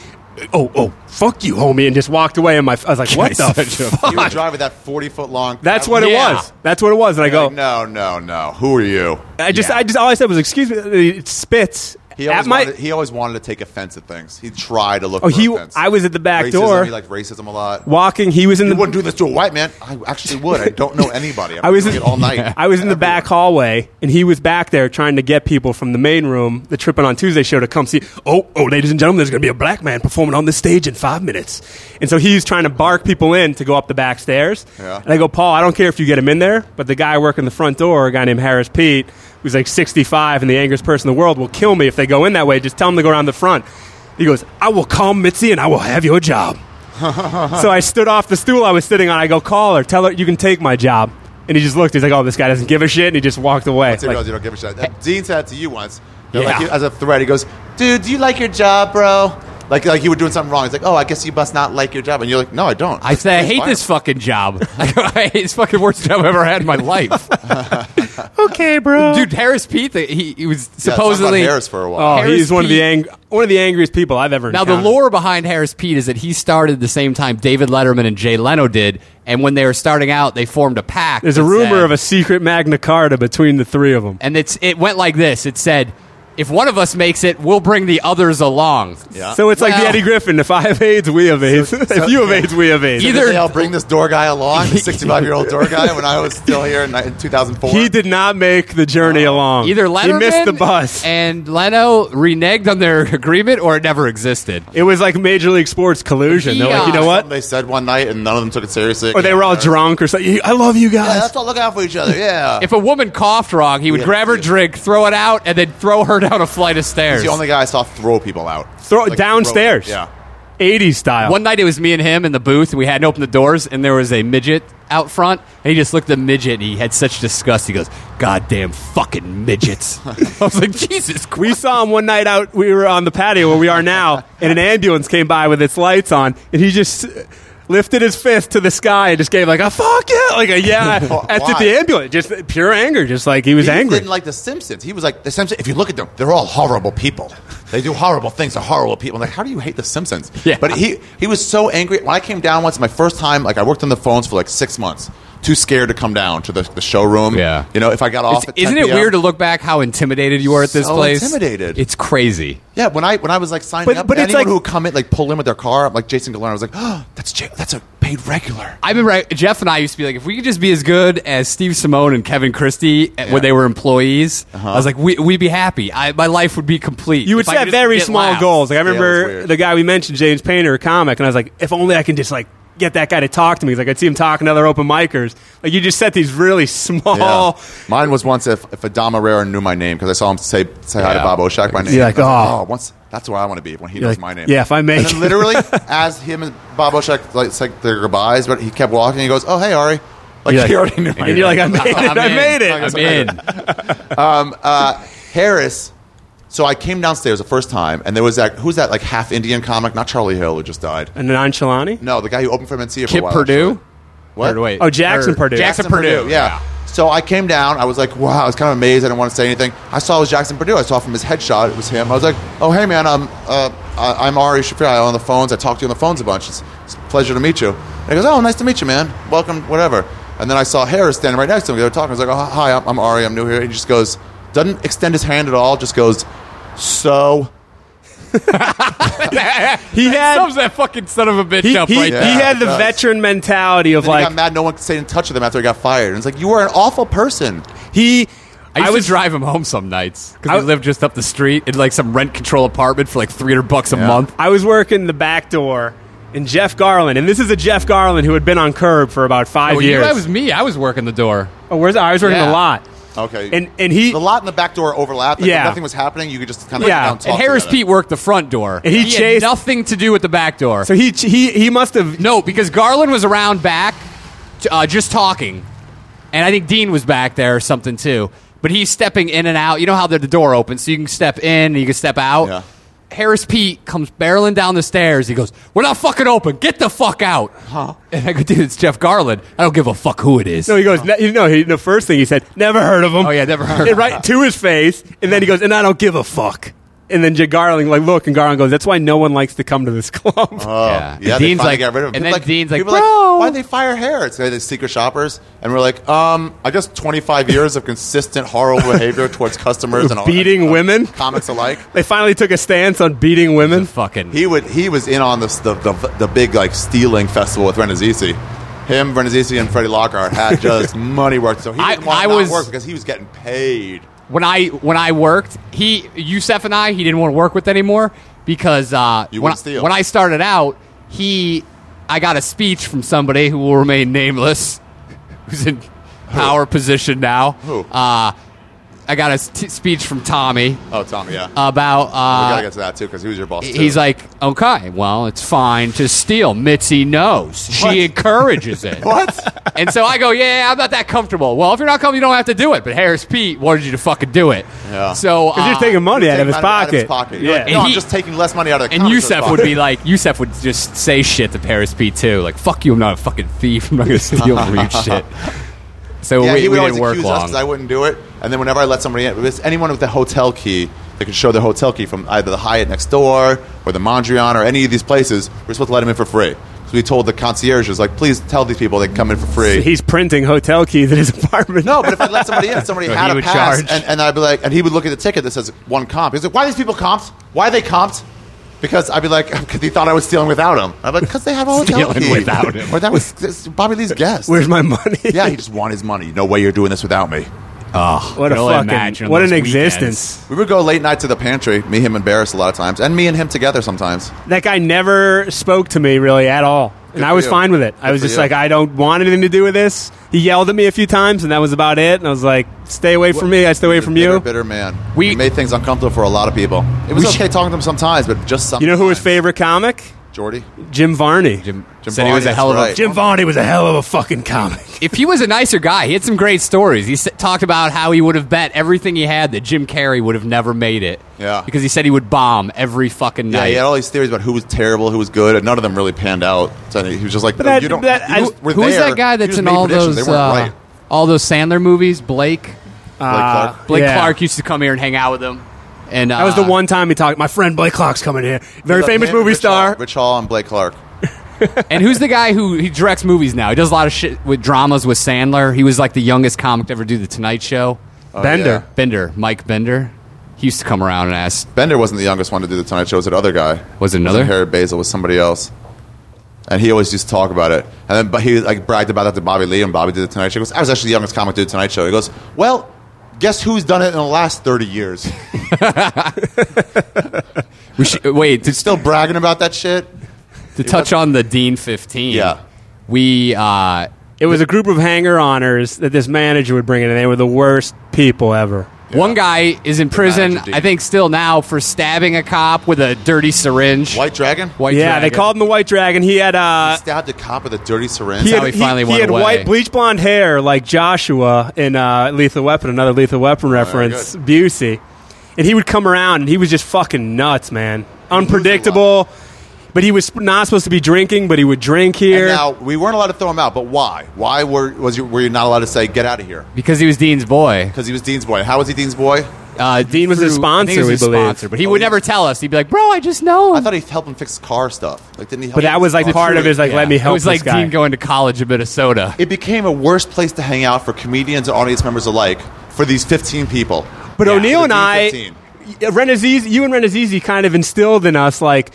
Speaker 3: Oh, oh, fuck you, homie, and just walked away. And my, I was like, what
Speaker 1: Guy's
Speaker 3: the
Speaker 1: such a-
Speaker 3: fuck?
Speaker 2: He
Speaker 3: [LAUGHS]
Speaker 2: would drive with that 40 foot long.
Speaker 3: That's what
Speaker 1: Yeah.
Speaker 3: it was. That's what it was. And I go,
Speaker 2: Like, no, no, no. Who are you?
Speaker 3: I just,
Speaker 1: Yeah.
Speaker 3: I just, all I said was, excuse me. It spits
Speaker 2: He
Speaker 3: at
Speaker 2: always,
Speaker 3: my.
Speaker 2: wanted, he always wanted to take offense at things. He tried to look
Speaker 3: oh,
Speaker 2: for
Speaker 3: he.
Speaker 2: offense.
Speaker 3: I was at the back
Speaker 2: racism,
Speaker 3: door
Speaker 2: He liked racism a lot.
Speaker 3: walking. He was in
Speaker 2: You
Speaker 3: the.
Speaker 2: wouldn't do this to a white man. I actually would. I don't know anybody. i
Speaker 3: I was
Speaker 2: it
Speaker 3: in-
Speaker 2: all night.
Speaker 3: [LAUGHS] I was in the back hallway, and he was back there trying to get people from the main room, the Trippin' on Tuesday show, to come see. Oh, oh, ladies and gentlemen, there's going to be a black man performing on this stage in five minutes. And so he's trying to bark people in to go up the back stairs.
Speaker 2: Yeah.
Speaker 3: And I go, Paul, I don't care if you get him in there, but the guy working the front door, a guy named Harris Pete, who's like 65 and the angriest person in the world, will kill me if they go in that way. Just tell him to go around the front. He goes, I will call Mitzi and I will have your job. So I stood off the stool I was sitting on. I go, call her, tell her you can take my job. And he just looked. He's like, oh, this guy doesn't give a shit. And he just walked away.
Speaker 2: Once he
Speaker 3: Like,
Speaker 2: realized you don't give a shit. Uh, Dean said that to you once. They're
Speaker 3: Yeah.
Speaker 2: Like, he- as a threat, he goes, "Dude, do you like your job, bro?" Like, like you were doing something wrong. He's like, "Oh, I guess you must not like your job," and you're like, "No, I don't."
Speaker 1: I said, I hate
Speaker 2: Fire.
Speaker 1: this fucking job. [LAUGHS] I go, I hate- it's fucking worst job I've ever had in my
Speaker 3: [LAUGHS]
Speaker 1: life.
Speaker 3: okay, bro.
Speaker 1: Dude, Harris Pete, he, he was
Speaker 2: Yeah, it's not about
Speaker 1: supposedly.
Speaker 2: Harris for a while.
Speaker 3: oh,
Speaker 1: Harris
Speaker 3: he's one of the
Speaker 1: Pete-
Speaker 3: ang- one of the angriest people I've ever.
Speaker 1: Now the
Speaker 3: encountered.
Speaker 1: lore behind Harris Pete is that he started the same time David Letterman and Jay Leno did, and when they were starting out, they formed a pact.
Speaker 3: There's a
Speaker 1: that
Speaker 3: rumor
Speaker 1: said-
Speaker 3: of a secret Magna Carta between the three of them.
Speaker 1: and it's it went like this. It said, if one of us makes it, we'll bring the others along.
Speaker 2: Yeah.
Speaker 3: So it's like the
Speaker 1: Well-
Speaker 3: Eddie Griffin. If I have AIDS, we have AIDS. [LAUGHS] if you have AIDS, we have AIDS.
Speaker 1: Either-
Speaker 2: Did they all bring this door guy
Speaker 3: [LAUGHS]
Speaker 2: along, the 65 year old door guy, when I was still here in ni- in 2004?
Speaker 3: he did not make the journey along.
Speaker 1: Either
Speaker 3: he
Speaker 1: Letterman
Speaker 3: missed the bus.
Speaker 1: and Leno reneged on their [LAUGHS] agreement, or it never existed.
Speaker 3: it was like Major League Sports collusion. They're like, you
Speaker 2: Something
Speaker 3: know what?
Speaker 2: They said one night, and none of them took it seriously.
Speaker 3: Or they were all drunk or something. I love you
Speaker 2: Yeah,
Speaker 3: guys.
Speaker 2: let's all look out for each other.
Speaker 3: [LAUGHS]
Speaker 2: Yeah.
Speaker 1: If a woman coughed wrong, he would
Speaker 2: Yeah.
Speaker 1: grab her drink, throw it out, and then throw her [LAUGHS] down a flight of stairs.
Speaker 2: He's the only guy I saw throw people out.
Speaker 3: Throw
Speaker 2: Like,
Speaker 3: downstairs.
Speaker 2: throw- yeah.
Speaker 3: 80s style.
Speaker 1: One night it was me and him in the booth, and we hadn't opened the doors, and there was a midget out front, and he just looked at the midget, and he had such disgust. He goes, "Goddamn fucking midgets!" [LAUGHS] I was like, "Jesus
Speaker 3: We
Speaker 1: Christ!"
Speaker 3: saw him one night out. We were on the patio where we are now, and an ambulance came by with its lights on, and he just uh, lifted his fist to the sky and just gave like a fuck yeah, like a yeah at the-
Speaker 2: Why?
Speaker 3: the ambulance, just pure anger, just like he was
Speaker 2: He
Speaker 3: angry.
Speaker 2: didn't like The Simpsons. He was like, The Simpsons, if you look at them, they're all horrible people. They do horrible things to horrible people. I'm like, how do you hate The Simpsons?
Speaker 1: Yeah.
Speaker 2: But he, he was so angry. When I came down once, my first time, like I worked on the phones for like six months. Too scared to come down to the, the showroom.
Speaker 1: Yeah.
Speaker 2: You know, if I got off
Speaker 1: It's-
Speaker 2: at 10
Speaker 1: isn't it
Speaker 2: p.m.
Speaker 1: weird to look back how intimidated you were at this
Speaker 2: So
Speaker 1: place?
Speaker 2: intimidated.
Speaker 1: It's crazy.
Speaker 2: Yeah, when I when I was like signing
Speaker 3: But-
Speaker 2: up,
Speaker 3: but it's
Speaker 2: anyone
Speaker 3: like-
Speaker 2: who would come in like pull in with their car, like Jason Galarno, I was like, [GASPS] oh, that's J- that's a paid regular.
Speaker 1: I remember I- Jeff and I used to be like, if we could just be as good as Steve Simone and Kevin Christie at- when they were employees,
Speaker 2: Uh-huh.
Speaker 1: I was like, we, we'd be happy. I, my life would be complete.
Speaker 3: you would
Speaker 1: if I could
Speaker 3: set
Speaker 1: just
Speaker 3: very
Speaker 1: get
Speaker 3: small
Speaker 1: laughs.
Speaker 3: goals. Like I
Speaker 2: Yeah, it was
Speaker 3: remember
Speaker 2: weird.
Speaker 3: the guy we mentioned, James Painter, a comic, and I was like, if only I can just like get that guy to talk to me. 'Cause, Like I'd see him talking to other open micers. Like you just set these really [LAUGHS] small.
Speaker 2: Mine was once if, if Adama Rera knew my name because I saw him say say hi to
Speaker 1: Yeah.
Speaker 2: Bob Oshak my name.
Speaker 3: you're like,
Speaker 2: I was
Speaker 3: "Oh."
Speaker 2: once that's where I want to be when he
Speaker 3: You're
Speaker 2: knows
Speaker 3: like,
Speaker 2: my name.
Speaker 3: "Yeah, if I make
Speaker 2: And then
Speaker 3: it."
Speaker 2: literally [LAUGHS] as him and Bob Oshak like said their goodbyes, but he kept walking. He goes, "Oh hey Ari," like
Speaker 3: You're
Speaker 2: he
Speaker 3: like-
Speaker 2: already knew my
Speaker 3: [LAUGHS] and
Speaker 2: name.
Speaker 3: you're like, I
Speaker 1: [LAUGHS]
Speaker 3: made it.
Speaker 1: I'm
Speaker 3: I
Speaker 1: in.
Speaker 3: made it.
Speaker 1: I'm in.
Speaker 2: Harris. So I came downstairs the first time, and there was that who's that like half Indian comic, not Charlie Hill who just died.
Speaker 3: And nonchalani.
Speaker 2: No, the guy who opened for MNC for a
Speaker 1: Kip
Speaker 2: while.
Speaker 1: Purdue?
Speaker 2: What?
Speaker 1: Or wait,
Speaker 3: Oh, Jackson
Speaker 1: or-
Speaker 3: Purdue.
Speaker 1: Jackson, Purdue.
Speaker 2: Yeah. So I came down. I was like, wow, I was kind of amazed. I didn't want to say anything. I saw it was Jackson Purdue. I saw from his headshot it was him. I was like, oh, hey, man, I'm, uh, I- I'm Ari Shafir. I own the phones. I talk to you on the phones a bunch. It's, it's a pleasure to meet you. And he goes, oh, nice to meet you, man. Welcome, whatever. And then I saw Harris standing right next to him. They were talking. I was like, oh, hi, I'm, I'm Ari. I'm new here. He just goes, doesn't extend his hand at all, just goes, so.
Speaker 3: He had
Speaker 1: Thumbs that fucking son of a bitch
Speaker 3: he,
Speaker 1: up
Speaker 3: he-
Speaker 1: right
Speaker 3: he
Speaker 1: there.
Speaker 2: Yeah,
Speaker 3: had the
Speaker 2: it does.
Speaker 3: veteran mentality of
Speaker 2: Then he
Speaker 3: like
Speaker 2: got mad no one could stay in touch with him after he got fired. And it's like, you are an awful person.
Speaker 3: he.
Speaker 1: I used
Speaker 3: was
Speaker 1: to drive him home some nights because
Speaker 3: I-
Speaker 1: we lived just up the street in like some rent control apartment for like three hundred bucks a
Speaker 2: Yeah.
Speaker 1: month.
Speaker 3: I was working the back door, and Jeff Garland, and this is a Jeff Garland who had been on Curb for about five
Speaker 1: Oh, you,
Speaker 3: years.
Speaker 1: that was me. I was working the door.
Speaker 3: oh, where's I was working
Speaker 1: Yeah.
Speaker 3: a lot.
Speaker 2: Okay.
Speaker 3: and and he
Speaker 2: The lot in the back door overlapped. Like,
Speaker 3: Yeah.
Speaker 2: if nothing was happening. You could just kind of
Speaker 3: Yeah.
Speaker 2: yeah. Down, talk
Speaker 1: and Harris
Speaker 2: together.
Speaker 1: Pete worked the front door.
Speaker 3: And he
Speaker 1: had
Speaker 3: chased-
Speaker 1: nothing to do with the back door.
Speaker 3: so he he he must have
Speaker 1: no, because Garland was around back, t- uh, just talking, and I think Dean was back there or something too. But he's stepping in and out. You know how the the door opens, so you can step in and you can step out.
Speaker 2: Yeah.
Speaker 1: Harris Pete comes barreling down the stairs. He goes, "We're not fucking open. Get the fuck out!" Huh? And I go, "Dude, it's Jeff Garland. I don't give a fuck who it is."
Speaker 3: No, he goes. Ne- you know, he, the first thing he said, "Never heard of him."
Speaker 1: Oh, yeah, never heard of
Speaker 3: And right to his face, and then he goes, "And I don't give a fuck." And then Jay Garland like look, and Garland goes, "That's why no one likes to come to this club."
Speaker 2: Oh,
Speaker 1: Yeah.
Speaker 2: yeah.
Speaker 1: And
Speaker 2: they
Speaker 1: Dean's
Speaker 2: finally
Speaker 1: like-
Speaker 2: got rid of him.
Speaker 1: and
Speaker 2: People
Speaker 1: then Dean's like,
Speaker 2: people
Speaker 1: "Bro."
Speaker 2: why'd they fire Harris? They're the secret shoppers. And we're like, um, I guess 25 years of
Speaker 1: [LAUGHS]
Speaker 2: consistent horrible behavior towards customers and all that
Speaker 3: Beating
Speaker 2: stuff.
Speaker 3: women?
Speaker 2: Comics alike.
Speaker 3: they finally took a stance on beating women.
Speaker 1: fucking.
Speaker 2: He would. He was in on this, the, the the big like stealing festival with Renazzisi. Him, Renazzisi, and Freddie
Speaker 1: [LAUGHS]
Speaker 2: Lockhart had just money worked. So he
Speaker 1: I-
Speaker 2: didn't want to
Speaker 1: I
Speaker 2: not
Speaker 1: was-
Speaker 2: work because he was getting paid.
Speaker 1: when I when I worked, he Yusef and I he didn't want to work with anymore because uh,
Speaker 2: You
Speaker 1: when,
Speaker 2: wouldn't steal.
Speaker 1: when I started out, he I got a speech from somebody who will remain nameless, [LAUGHS] who's in power position now.
Speaker 2: Who?
Speaker 1: Uh, I got a s- t- speech from Tommy
Speaker 2: Oh, Tommy, yeah.
Speaker 1: about
Speaker 2: we gotta
Speaker 1: uh,
Speaker 2: get to that too because he was your boss. too.
Speaker 1: he's like, okay, well, it's fine to steal. Mitzi knows she
Speaker 2: What?
Speaker 1: encourages it.
Speaker 2: [LAUGHS] what?
Speaker 1: And so I go, yeah, I'm not that comfortable. Well, if you're not comfortable, you don't have to do it. But Harris Pete wanted you to fucking do it.
Speaker 2: Yeah.
Speaker 1: So
Speaker 3: Because
Speaker 2: Ah.
Speaker 1: uh,
Speaker 3: you're taking money out of,
Speaker 2: Take
Speaker 3: his
Speaker 2: him out of his
Speaker 3: pocket.
Speaker 2: pocket. You're
Speaker 3: Yeah.
Speaker 2: like, no,
Speaker 1: he-
Speaker 2: I'm just taking less money out of the
Speaker 1: And
Speaker 2: comic book's
Speaker 1: Yusef
Speaker 2: pocket.
Speaker 1: would be like, Yusef would just say shit to Paris P too, like "fuck you, I'm not a fucking thief. [LAUGHS] I'm not gonna steal from
Speaker 2: [LAUGHS]
Speaker 1: you." Shit. So
Speaker 2: yeah,
Speaker 1: we,
Speaker 2: he would
Speaker 1: we
Speaker 2: always
Speaker 1: didn't work
Speaker 2: accuse us
Speaker 1: long.
Speaker 2: because I wouldn't do it. And then whenever I let somebody in, if it's anyone with a hotel key, they could show their hotel key from either the Hyatt next door or the Mondrian or any of these places. We're supposed to let them in for free So we told the concierge, it was like, please tell these people they can come in for free.
Speaker 3: He's printing hotel keys at his apartment.
Speaker 2: No, but if I let somebody in, somebody
Speaker 1: he
Speaker 2: had a
Speaker 1: would
Speaker 2: pass,
Speaker 1: charge.
Speaker 2: and, and I'd be like, and he would look at the ticket that says one comp. He's like, why are these people comped? Why are they comped? Because I'd be like, [LAUGHS] because he thought I was stealing without him. I'm like, because they have all
Speaker 1: Stealing without him.
Speaker 2: Or that was that's Bobby Lee's guest.
Speaker 3: Where's my money?
Speaker 2: yeah,
Speaker 3: [LAUGHS]
Speaker 2: he just wanted his money. No way you're doing this without me.
Speaker 3: what a
Speaker 1: Can only
Speaker 3: fucking
Speaker 1: imagine
Speaker 3: what
Speaker 1: those
Speaker 3: an
Speaker 1: weekends.
Speaker 3: existence.
Speaker 2: We would go late night to the pantry. Me, him, and Barris a lot of times, and me and him together sometimes.
Speaker 3: That guy never spoke to me really at all, and I
Speaker 2: for
Speaker 3: was
Speaker 2: you.
Speaker 3: fine with it. I
Speaker 2: Good
Speaker 3: was
Speaker 2: for
Speaker 3: just
Speaker 2: you.
Speaker 3: like, I don't want anything to do with this. He yelled at me a few times, and that was about it. And I was like, stay away from me. I stay away from
Speaker 2: bitter,
Speaker 3: you.
Speaker 2: bitter man.
Speaker 1: We-
Speaker 2: We made things uncomfortable for a lot of people. It was
Speaker 1: We
Speaker 2: okay talking to him sometimes, but just sometimes.
Speaker 3: You know who his favorite comic?
Speaker 2: Jordy.
Speaker 3: Jim Varney.
Speaker 2: Jim
Speaker 1: Said he was
Speaker 2: Varney,
Speaker 1: a hell of
Speaker 2: that's
Speaker 1: a-
Speaker 2: right.
Speaker 3: Jim Varney was a hell of a fucking comic.
Speaker 2: Ah.
Speaker 1: If he was a nicer guy, he had some great stories. He s- talked about how he would have bet everything he had that Jim Carrey would have never made it.
Speaker 2: Yeah.
Speaker 1: Because he said he would bomb every fucking
Speaker 2: Yeah,
Speaker 1: night.
Speaker 2: he had all these theories about who was terrible, who was good, and none of them really panned out. So he was just like,
Speaker 3: that-
Speaker 2: you don't.
Speaker 3: that-
Speaker 2: you
Speaker 3: I-
Speaker 2: were
Speaker 1: Who's
Speaker 2: there.
Speaker 1: that guy
Speaker 2: You
Speaker 1: that's
Speaker 2: just
Speaker 1: in
Speaker 2: made
Speaker 1: all
Speaker 2: predictions.
Speaker 1: those
Speaker 2: They weren't
Speaker 1: uh,
Speaker 2: right.
Speaker 1: all those Sandler movies? Blake
Speaker 2: Like, Clark.
Speaker 1: Blake
Speaker 3: Yeah.
Speaker 1: Clark used to come here and hang out with him. And uh,
Speaker 3: That was the one time he talked. My friend Blake Clark's coming here. Very
Speaker 2: Like
Speaker 3: famous
Speaker 2: him and
Speaker 3: movie
Speaker 2: Rich
Speaker 3: star.
Speaker 2: Hall, Rich Hall and Blake Clark.
Speaker 1: And who's the guy who he directs movies now? He does a lot of shit with dramas with Sandler. He was like the youngest comic to ever do the Tonight Show.
Speaker 3: Bender.
Speaker 1: Bender, Mike Bender. He used to come around and ask,
Speaker 2: Bender wasn't the youngest one to do the Tonight Show. It was that other guy.
Speaker 1: Was it
Speaker 2: Wasn't
Speaker 1: another?
Speaker 2: Harry Basil was somebody else. And he always used to talk about it. And then but he like bragged about that to Bobby Lee and Bobby did the Tonight Show. He goes, I was actually the youngest comic to do the Tonight Show. He goes, Well, guess who's done it in the last thirty years? [LAUGHS]
Speaker 1: we should, wait, to,
Speaker 2: Still bragging about that shit?
Speaker 1: to touch on the Dean 15.
Speaker 2: Yeah.
Speaker 1: We, uh,
Speaker 3: It was a group of hanger oners that this manager would bring in, and they were the worst people ever.
Speaker 1: one guy is in prison,
Speaker 2: manager, Dean.
Speaker 1: I think still now, for stabbing a cop with a dirty syringe.
Speaker 2: White Dragon?
Speaker 1: White
Speaker 3: yeah, they
Speaker 1: Dragon.
Speaker 3: called him the White Dragon. He had uh,
Speaker 2: Stabbed a cop with a dirty syringe.
Speaker 3: he
Speaker 1: how
Speaker 3: had,
Speaker 1: he finally went
Speaker 3: had
Speaker 1: away.
Speaker 3: white bleach blonde hair like Joshua in uh, Lethal Weapon, another Lethal
Speaker 1: Oh,
Speaker 3: Weapon reference, Busey. And he would come around, and he was just fucking nuts, man. Unpredictable. But he was not supposed to be drinking, but he would drink here.
Speaker 2: And now we weren't allowed to throw him out, but why? Why were was you, were you not allowed to say get out of here?
Speaker 1: Because he was Dean's boy.
Speaker 2: Because he was Dean's boy. How was he Dean's boy?
Speaker 1: Uh, Dean
Speaker 3: was his sponsor, we believe.
Speaker 1: but he
Speaker 2: Oh,
Speaker 1: would
Speaker 2: he-
Speaker 1: never tell us. He'd be like, "Bro, I just know."
Speaker 2: I
Speaker 1: him."
Speaker 2: thought he helped him fix car stuff. Like didn't he? Help
Speaker 3: but that
Speaker 2: him
Speaker 3: was like
Speaker 2: fix
Speaker 3: part
Speaker 2: cars?
Speaker 3: of his like,
Speaker 1: Yeah.
Speaker 3: let me help
Speaker 1: It was
Speaker 3: this
Speaker 1: like
Speaker 3: guy.
Speaker 1: Dean going to college in Minnesota.
Speaker 2: It became a worse place to hang out for comedians and audience members alike for these fifteen people.
Speaker 3: But
Speaker 2: Yeah,
Speaker 3: O'Neill
Speaker 2: the
Speaker 3: and I, uh,
Speaker 2: D15.
Speaker 3: Renazizi, you and Renazizi kind of instilled in us like,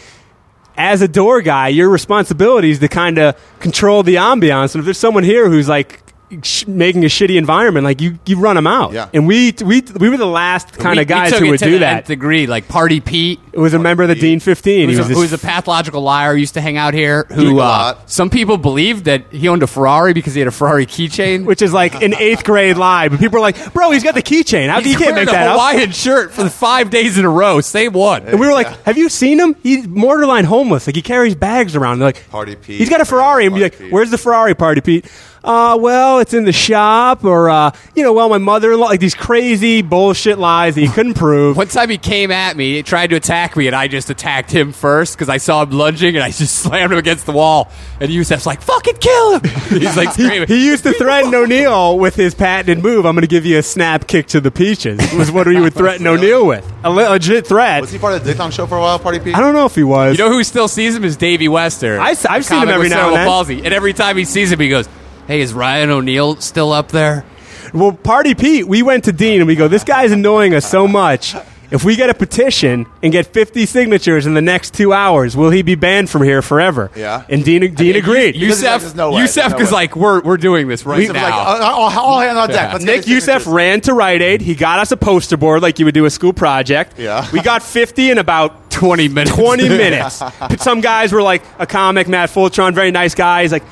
Speaker 3: as a door guy, your responsibility is to kind of control the ambiance. And if there's someone here who's like sh- making a shitty environment, like you, you run them out.
Speaker 2: Yeah.
Speaker 3: And we, we, we were the last kind
Speaker 1: We-
Speaker 3: of
Speaker 1: we
Speaker 3: guys
Speaker 1: took
Speaker 3: who
Speaker 1: it
Speaker 3: would
Speaker 1: to
Speaker 3: do
Speaker 1: the
Speaker 3: that.
Speaker 1: nth degree, like Party Pete.
Speaker 3: it was a member of the Dean 15.
Speaker 1: Who
Speaker 3: He
Speaker 1: was,
Speaker 3: was
Speaker 1: a,
Speaker 3: this
Speaker 1: who was a pathological liar used to hang out here.
Speaker 2: Drink
Speaker 1: Who
Speaker 2: a
Speaker 1: uh,
Speaker 2: lot.
Speaker 1: some people believed that he owned a Ferrari because he had a Ferrari keychain.
Speaker 3: which is like an eighth grade lie, but people are like, "Bro, he's got the keychain. How
Speaker 1: He's
Speaker 3: you can't
Speaker 1: wearing
Speaker 3: make
Speaker 1: a
Speaker 3: that up?"
Speaker 1: Hawaiian shirt for the five days in a row. Say what?
Speaker 3: And we were like, "Have you seen him? He's borderline homeless. Like he carries bags around. They're like,
Speaker 2: Party Pete.
Speaker 3: He's got a Ferrari, and be like,
Speaker 2: Party Pete.
Speaker 3: "Where's the Ferrari, Party Pete? Uh, well, it's in the shop, or uh, you know, well, my mother-in-law. Like these crazy bullshit lies that he couldn't prove.
Speaker 1: One time he came at me, he tried to attack me, and I just attacked him first because I saw him lunging and I [LAUGHS] just slammed him against the wall. And Yusef's like, fucking kill
Speaker 3: [LAUGHS]
Speaker 1: him. He's like screaming.
Speaker 3: He used to threaten O'Neill with his patented move. I'm going to give you a snap kick to the peaches. Was what he
Speaker 2: [LAUGHS]
Speaker 3: would threaten O'Neill with a le- legit threat.
Speaker 2: was he part of the Daytime Show for a while? Party Pete.
Speaker 3: I don't know if he was.
Speaker 1: You know who still sees him is Davey Wester.
Speaker 3: I- I've
Speaker 1: the
Speaker 3: seen him
Speaker 1: comic
Speaker 3: every
Speaker 1: with
Speaker 3: now
Speaker 1: cerebral
Speaker 3: and then.
Speaker 1: Palsy. And every time he sees him, he goes, "Hey, is Ryan O'Neill still up there?"
Speaker 3: Well, Party Pete, we went to Dean and we go, this guy's annoying us so much. If we get a petition and get 50 signatures in the next two hours, will he be banned from here forever?
Speaker 2: Yeah.
Speaker 3: And Dean, Dean agreed.
Speaker 2: Because he's like,
Speaker 1: Yusef,
Speaker 2: "There's no way,
Speaker 1: Yusef
Speaker 2: there's no
Speaker 1: is
Speaker 2: way."
Speaker 1: like, "We're we're doing this right
Speaker 2: He's
Speaker 1: now."
Speaker 2: like,
Speaker 3: uh,
Speaker 2: uh, all, all, all hands on deck. Let's get the
Speaker 3: Nick
Speaker 2: signatures.
Speaker 3: Youssef ran to Rite Aid. He got us a poster board like you would do a school project.
Speaker 2: Yeah.
Speaker 3: We got 50 in about
Speaker 1: 20 minutes.
Speaker 3: 20 minutes. Some guys were like, a comic, Matt Fultron, very nice guy. He's like,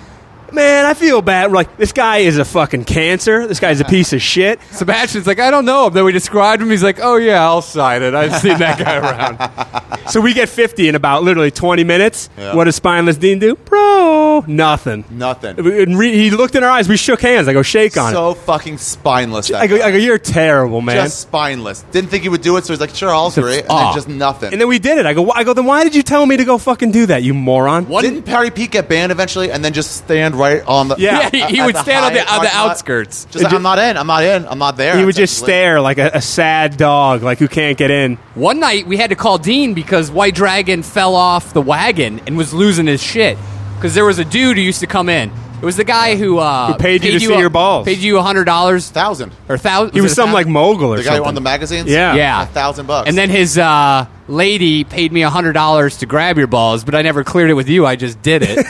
Speaker 3: man, I feel bad. We're like, this guy is a fucking cancer. This guy's a piece of shit.
Speaker 1: Sebastian's like, "I don't know him." Then we described him. He's like, "Oh yeah, I'll sign it. I've seen that
Speaker 3: [LAUGHS]
Speaker 1: guy around."
Speaker 3: So we get 50 in about literally 20 minutes.
Speaker 2: Yeah.
Speaker 3: What does Spineless Dean do? Bro, nothing.
Speaker 2: Nothing.
Speaker 3: And re- he looked in our eyes. We shook hands. I go, shake on it.
Speaker 2: So fucking spineless. That
Speaker 3: I go,
Speaker 2: guy.
Speaker 3: I go, you're terrible, man.
Speaker 2: just spineless. Didn't think he would do it, so he's like, sure, I'll do it. And
Speaker 1: "Ah."
Speaker 2: then just nothing.
Speaker 3: and then we did it. I go, wh- I go, then why did you tell me to go fucking do that, you moron?
Speaker 1: One-
Speaker 2: Didn't Party Pete get banned eventually, and then just stand right on the
Speaker 3: Yeah.
Speaker 2: [LAUGHS]
Speaker 1: Yeah, he- he
Speaker 2: at
Speaker 1: would stand on the-
Speaker 2: Hyatt
Speaker 1: on the
Speaker 2: parking lot?
Speaker 1: outskirts.
Speaker 2: Just like, I'm not in. I'm not in. I'm not there.
Speaker 3: He would
Speaker 2: It's
Speaker 3: just
Speaker 2: like,
Speaker 3: stare like a, a sad dog, like who can't get in.
Speaker 1: One night we had to call Dean because White Dragon fell off the wagon and was losing his shit. because there was a dude who used to come in. It was the guy who, uh,
Speaker 3: Who paid you to see
Speaker 1: a-
Speaker 3: your balls.
Speaker 1: paid you hundred dollars
Speaker 2: Thousand.
Speaker 1: or thousand.
Speaker 3: He was some like mogul or
Speaker 2: The guy
Speaker 3: something.
Speaker 2: who won the magazines.
Speaker 3: Yeah.
Speaker 1: yeah,
Speaker 2: A thousand bucks.
Speaker 1: And then his uh, lady paid me hundred dollars to grab your balls, but I never cleared it with you. I just did
Speaker 2: [LAUGHS]
Speaker 1: it.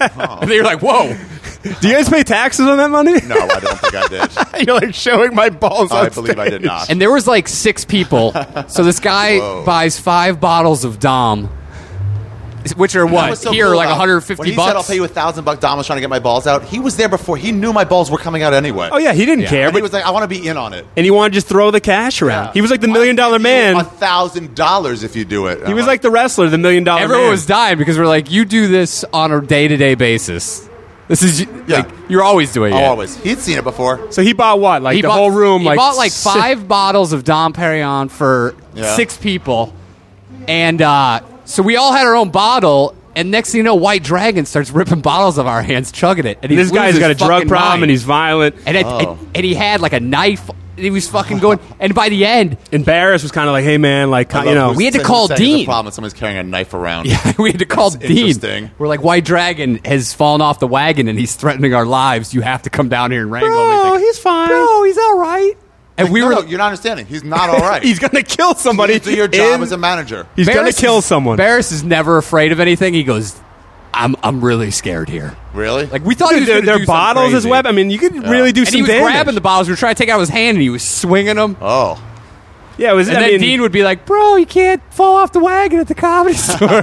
Speaker 1: [LAUGHS] And you're like, whoa.
Speaker 3: Do you guys pay taxes on that money?
Speaker 2: no, I don't think I did.
Speaker 3: [LAUGHS] You're like showing my balls.
Speaker 2: I
Speaker 3: on
Speaker 2: believe I did
Speaker 3: stage.
Speaker 2: not.
Speaker 1: And there was like six people.
Speaker 3: [LAUGHS]
Speaker 1: So this guy buys five bottles of Dom, which are
Speaker 2: That
Speaker 1: what
Speaker 2: was so
Speaker 1: here
Speaker 2: cool
Speaker 1: like
Speaker 2: about-
Speaker 1: 150
Speaker 2: when he
Speaker 1: bucks.
Speaker 2: said, "I'll pay you a thousand bucks," Dom was trying to get my balls out. He was there before. He knew my balls were coming out anyway.
Speaker 3: Oh yeah, he didn't care,
Speaker 2: And
Speaker 3: but
Speaker 2: he was like, "I want to be in on it."
Speaker 3: and he wanted to just throw the cash around. He was like the million dollar
Speaker 2: A
Speaker 3: man.
Speaker 2: thousand dollars if you do it.
Speaker 3: He was like the wrestler, the million dollar
Speaker 1: Everyone
Speaker 3: man.
Speaker 1: was dying because we're like, you do this on a day to day basis. This is like you're always doing
Speaker 2: oh,
Speaker 1: it.
Speaker 2: always. He'd seen it before.
Speaker 3: so he bought what? Like
Speaker 1: He
Speaker 3: the
Speaker 1: bought,
Speaker 3: whole room.
Speaker 1: He
Speaker 3: like
Speaker 1: bought like
Speaker 3: si-
Speaker 1: five bottles of Dom Perignon for
Speaker 2: Yeah.
Speaker 1: six people, and uh, so we all had our own bottle. And next thing you know, White Dragon starts ripping bottles of our hands, chugging it. And he
Speaker 3: This guy's
Speaker 1: loses
Speaker 3: got a
Speaker 1: fucking
Speaker 3: drug problem
Speaker 1: mind.
Speaker 3: and he's violent.
Speaker 1: and, it,
Speaker 2: Oh.
Speaker 1: and and he had like a knife. He was fucking
Speaker 2: [LAUGHS]
Speaker 1: going. And by the end, [LAUGHS]
Speaker 3: Embarrassed was kind of like, hey man, like
Speaker 2: I
Speaker 3: you
Speaker 2: love
Speaker 3: know,
Speaker 2: who's
Speaker 1: we had to
Speaker 2: saying-
Speaker 1: call
Speaker 2: saying it's
Speaker 1: Dean.
Speaker 2: A problem if someone's carrying a knife
Speaker 3: [LAUGHS]
Speaker 2: around.
Speaker 1: we had to call
Speaker 2: That's
Speaker 1: Dean.
Speaker 2: interesting.
Speaker 1: We're like, White Dragon has fallen off the wagon and he's threatening our lives. You have to come down here and wrangle him. We
Speaker 3: bro,
Speaker 1: think,
Speaker 3: he's fine.
Speaker 1: Bro, he's all right. And we
Speaker 2: No,
Speaker 1: were
Speaker 2: no, you're not understanding. He's not all right.
Speaker 3: [LAUGHS] he's gonna kill somebody.
Speaker 2: You do your job
Speaker 3: in-
Speaker 2: as a manager.
Speaker 3: he's gonna
Speaker 1: Barris
Speaker 3: kill
Speaker 1: is-
Speaker 3: someone.
Speaker 1: Barris is never afraid of anything. He goes, I'm I'm really scared here.
Speaker 2: Really?
Speaker 1: Like we thought he
Speaker 3: Dude,
Speaker 1: was
Speaker 3: their,
Speaker 1: gonna
Speaker 3: their
Speaker 1: do something
Speaker 3: bottles as
Speaker 1: crazy.
Speaker 3: web. I mean, you could really do
Speaker 1: And
Speaker 3: some
Speaker 1: he was
Speaker 3: damage.
Speaker 1: grabbing the bottles. We were trying to take out his hand, and he was swinging them.
Speaker 2: oh,
Speaker 3: yeah, it was.
Speaker 1: and
Speaker 3: I
Speaker 1: then
Speaker 3: mean,
Speaker 1: Dean would be like, "Bro, you can't fall off the wagon at the [LAUGHS] comedy store."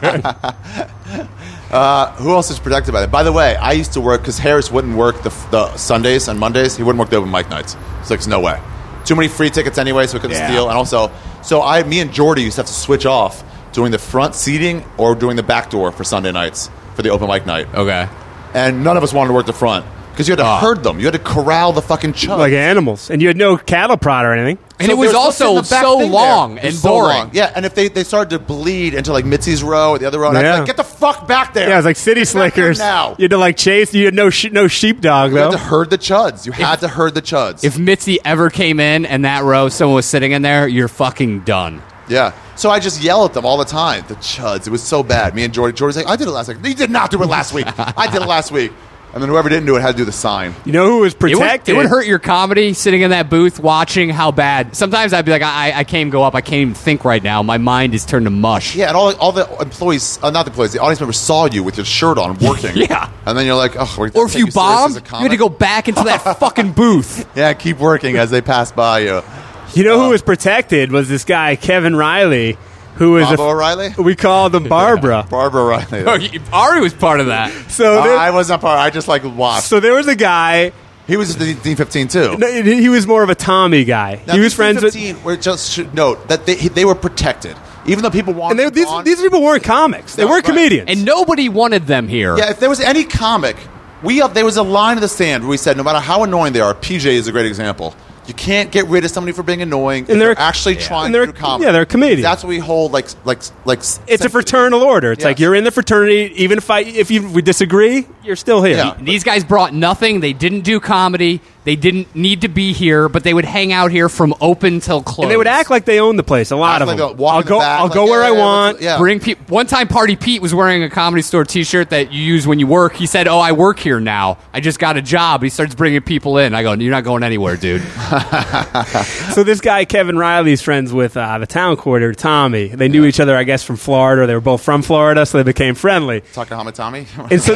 Speaker 2: who else is protected by that? By the way, I used to work because Harris wouldn't work the, the Sundays and Mondays. He wouldn't work the open mic nights. It's like, there's no way. Too many free tickets anyway, so we couldn't steal. And also, so I, me and Jordy used to have to switch off doing the front seating or doing the back door for Sunday nights for the open mic night.
Speaker 1: okay.
Speaker 2: And none of us wanted to work the front because you had to herd them. You had to corral the fucking chug.
Speaker 3: Ah. like animals, and you had no cattle prod or anything.
Speaker 1: And
Speaker 2: So
Speaker 1: it was
Speaker 2: there's what's in
Speaker 1: also
Speaker 2: the back
Speaker 1: so
Speaker 2: thing
Speaker 1: long
Speaker 2: there.
Speaker 1: and
Speaker 2: It's so
Speaker 1: boring.
Speaker 2: long. Yeah, and if they, they started to bleed into like Mitzi's row or the other row, and I
Speaker 3: Yeah.
Speaker 2: was like, get the fuck back there.
Speaker 3: Yeah, it was like city
Speaker 2: Get back here
Speaker 3: slickers.
Speaker 2: Now.
Speaker 3: You had to like chase. You had no sh- no sheepdog
Speaker 2: You had
Speaker 3: though.
Speaker 2: to herd the chuds. You had to herd the chuds.
Speaker 1: If Mitzi ever came in and that row, someone was sitting in there, you're fucking done.
Speaker 2: yeah. So I just yell at them all the time. The chuds. It was so bad. Me and Jordy. Jordy's like, I did it last week. You did not do it last week. I did it last week. And then whoever didn't do it had to do the sign.
Speaker 3: You know who was
Speaker 1: It would,
Speaker 3: protected?
Speaker 1: it would hurt your comedy sitting in that booth watching how bad. Sometimes I'd be like, I, I- I can't go up. I can't even think right now. My mind is turned to mush.
Speaker 2: Yeah, and all, all the employees, uh, not the employees, the audience members saw you with your shirt on working.
Speaker 1: Yeah.
Speaker 2: And then you're like, oh, we're
Speaker 1: Or if you bombed,
Speaker 2: bomb,
Speaker 1: you had to go back into
Speaker 3: [LAUGHS]
Speaker 1: that fucking booth.
Speaker 2: Yeah, keep working as they pass by you. Um,
Speaker 3: You know who was protected was this guy Kevin Riley, who was
Speaker 2: Bob
Speaker 3: a,
Speaker 2: O'Reilly?
Speaker 3: we called him
Speaker 2: [LAUGHS]
Speaker 3: Barbara.
Speaker 2: Barbara Riley.
Speaker 1: Oh, you- Ari was part of that.
Speaker 3: So
Speaker 2: Uh,
Speaker 3: there,
Speaker 2: I was not part. I just like watched.
Speaker 3: so there was a guy.
Speaker 2: he was the D fifteen too.
Speaker 3: no, He was more of a Tommy guy.
Speaker 2: Now,
Speaker 3: he was
Speaker 2: D15
Speaker 3: friends with,
Speaker 2: We're just should note that they, they were protected, even though people wanted.
Speaker 3: and they, these
Speaker 2: on-
Speaker 3: these people weren't comics. They
Speaker 2: No,
Speaker 3: weren't
Speaker 2: right.
Speaker 3: comedians.
Speaker 1: And nobody wanted them here.
Speaker 2: yeah, if there was any comic, we up there was a line in the sand where we said, no matter how annoying they are, PJ is a great example. You can't get rid of somebody for being annoying. if
Speaker 3: they're-
Speaker 2: they're actually trying
Speaker 3: And they're-
Speaker 2: to do comedy.
Speaker 3: yeah, they're comedians.
Speaker 2: That's what we hold like like like.
Speaker 3: it's a fraternal order. It's
Speaker 2: Yeah.
Speaker 3: like you're in the fraternity, even if I if you, we disagree, you're still here.
Speaker 2: Yeah.
Speaker 1: These guys brought nothing. They didn't do comedy. They didn't need to be here, but they would hang out here from open till close.
Speaker 3: And they would act like they own the place. A
Speaker 2: Act
Speaker 3: lot of
Speaker 2: like
Speaker 3: them.
Speaker 2: a- walk
Speaker 3: I'll
Speaker 2: in the
Speaker 3: go.
Speaker 2: back,
Speaker 3: I'll
Speaker 2: like,
Speaker 3: go where
Speaker 2: yeah,
Speaker 3: I
Speaker 2: yeah,
Speaker 3: want.
Speaker 2: what's- yeah.
Speaker 1: Bring people. One time, Party Pete was wearing a comedy store T-shirt that you use when you work. He said, "Oh, I work here now. I just got a job." He starts bringing people in. I go, "You're not going anywhere,
Speaker 2: [LAUGHS]
Speaker 1: dude."
Speaker 3: So this guy Kevin Riley's friends with uh, the town quarter Tommy. They knew each other, I guess, from Florida. They were both from Florida, so they became friendly.
Speaker 2: Takahama Tommy. [LAUGHS]
Speaker 3: And so, [LAUGHS]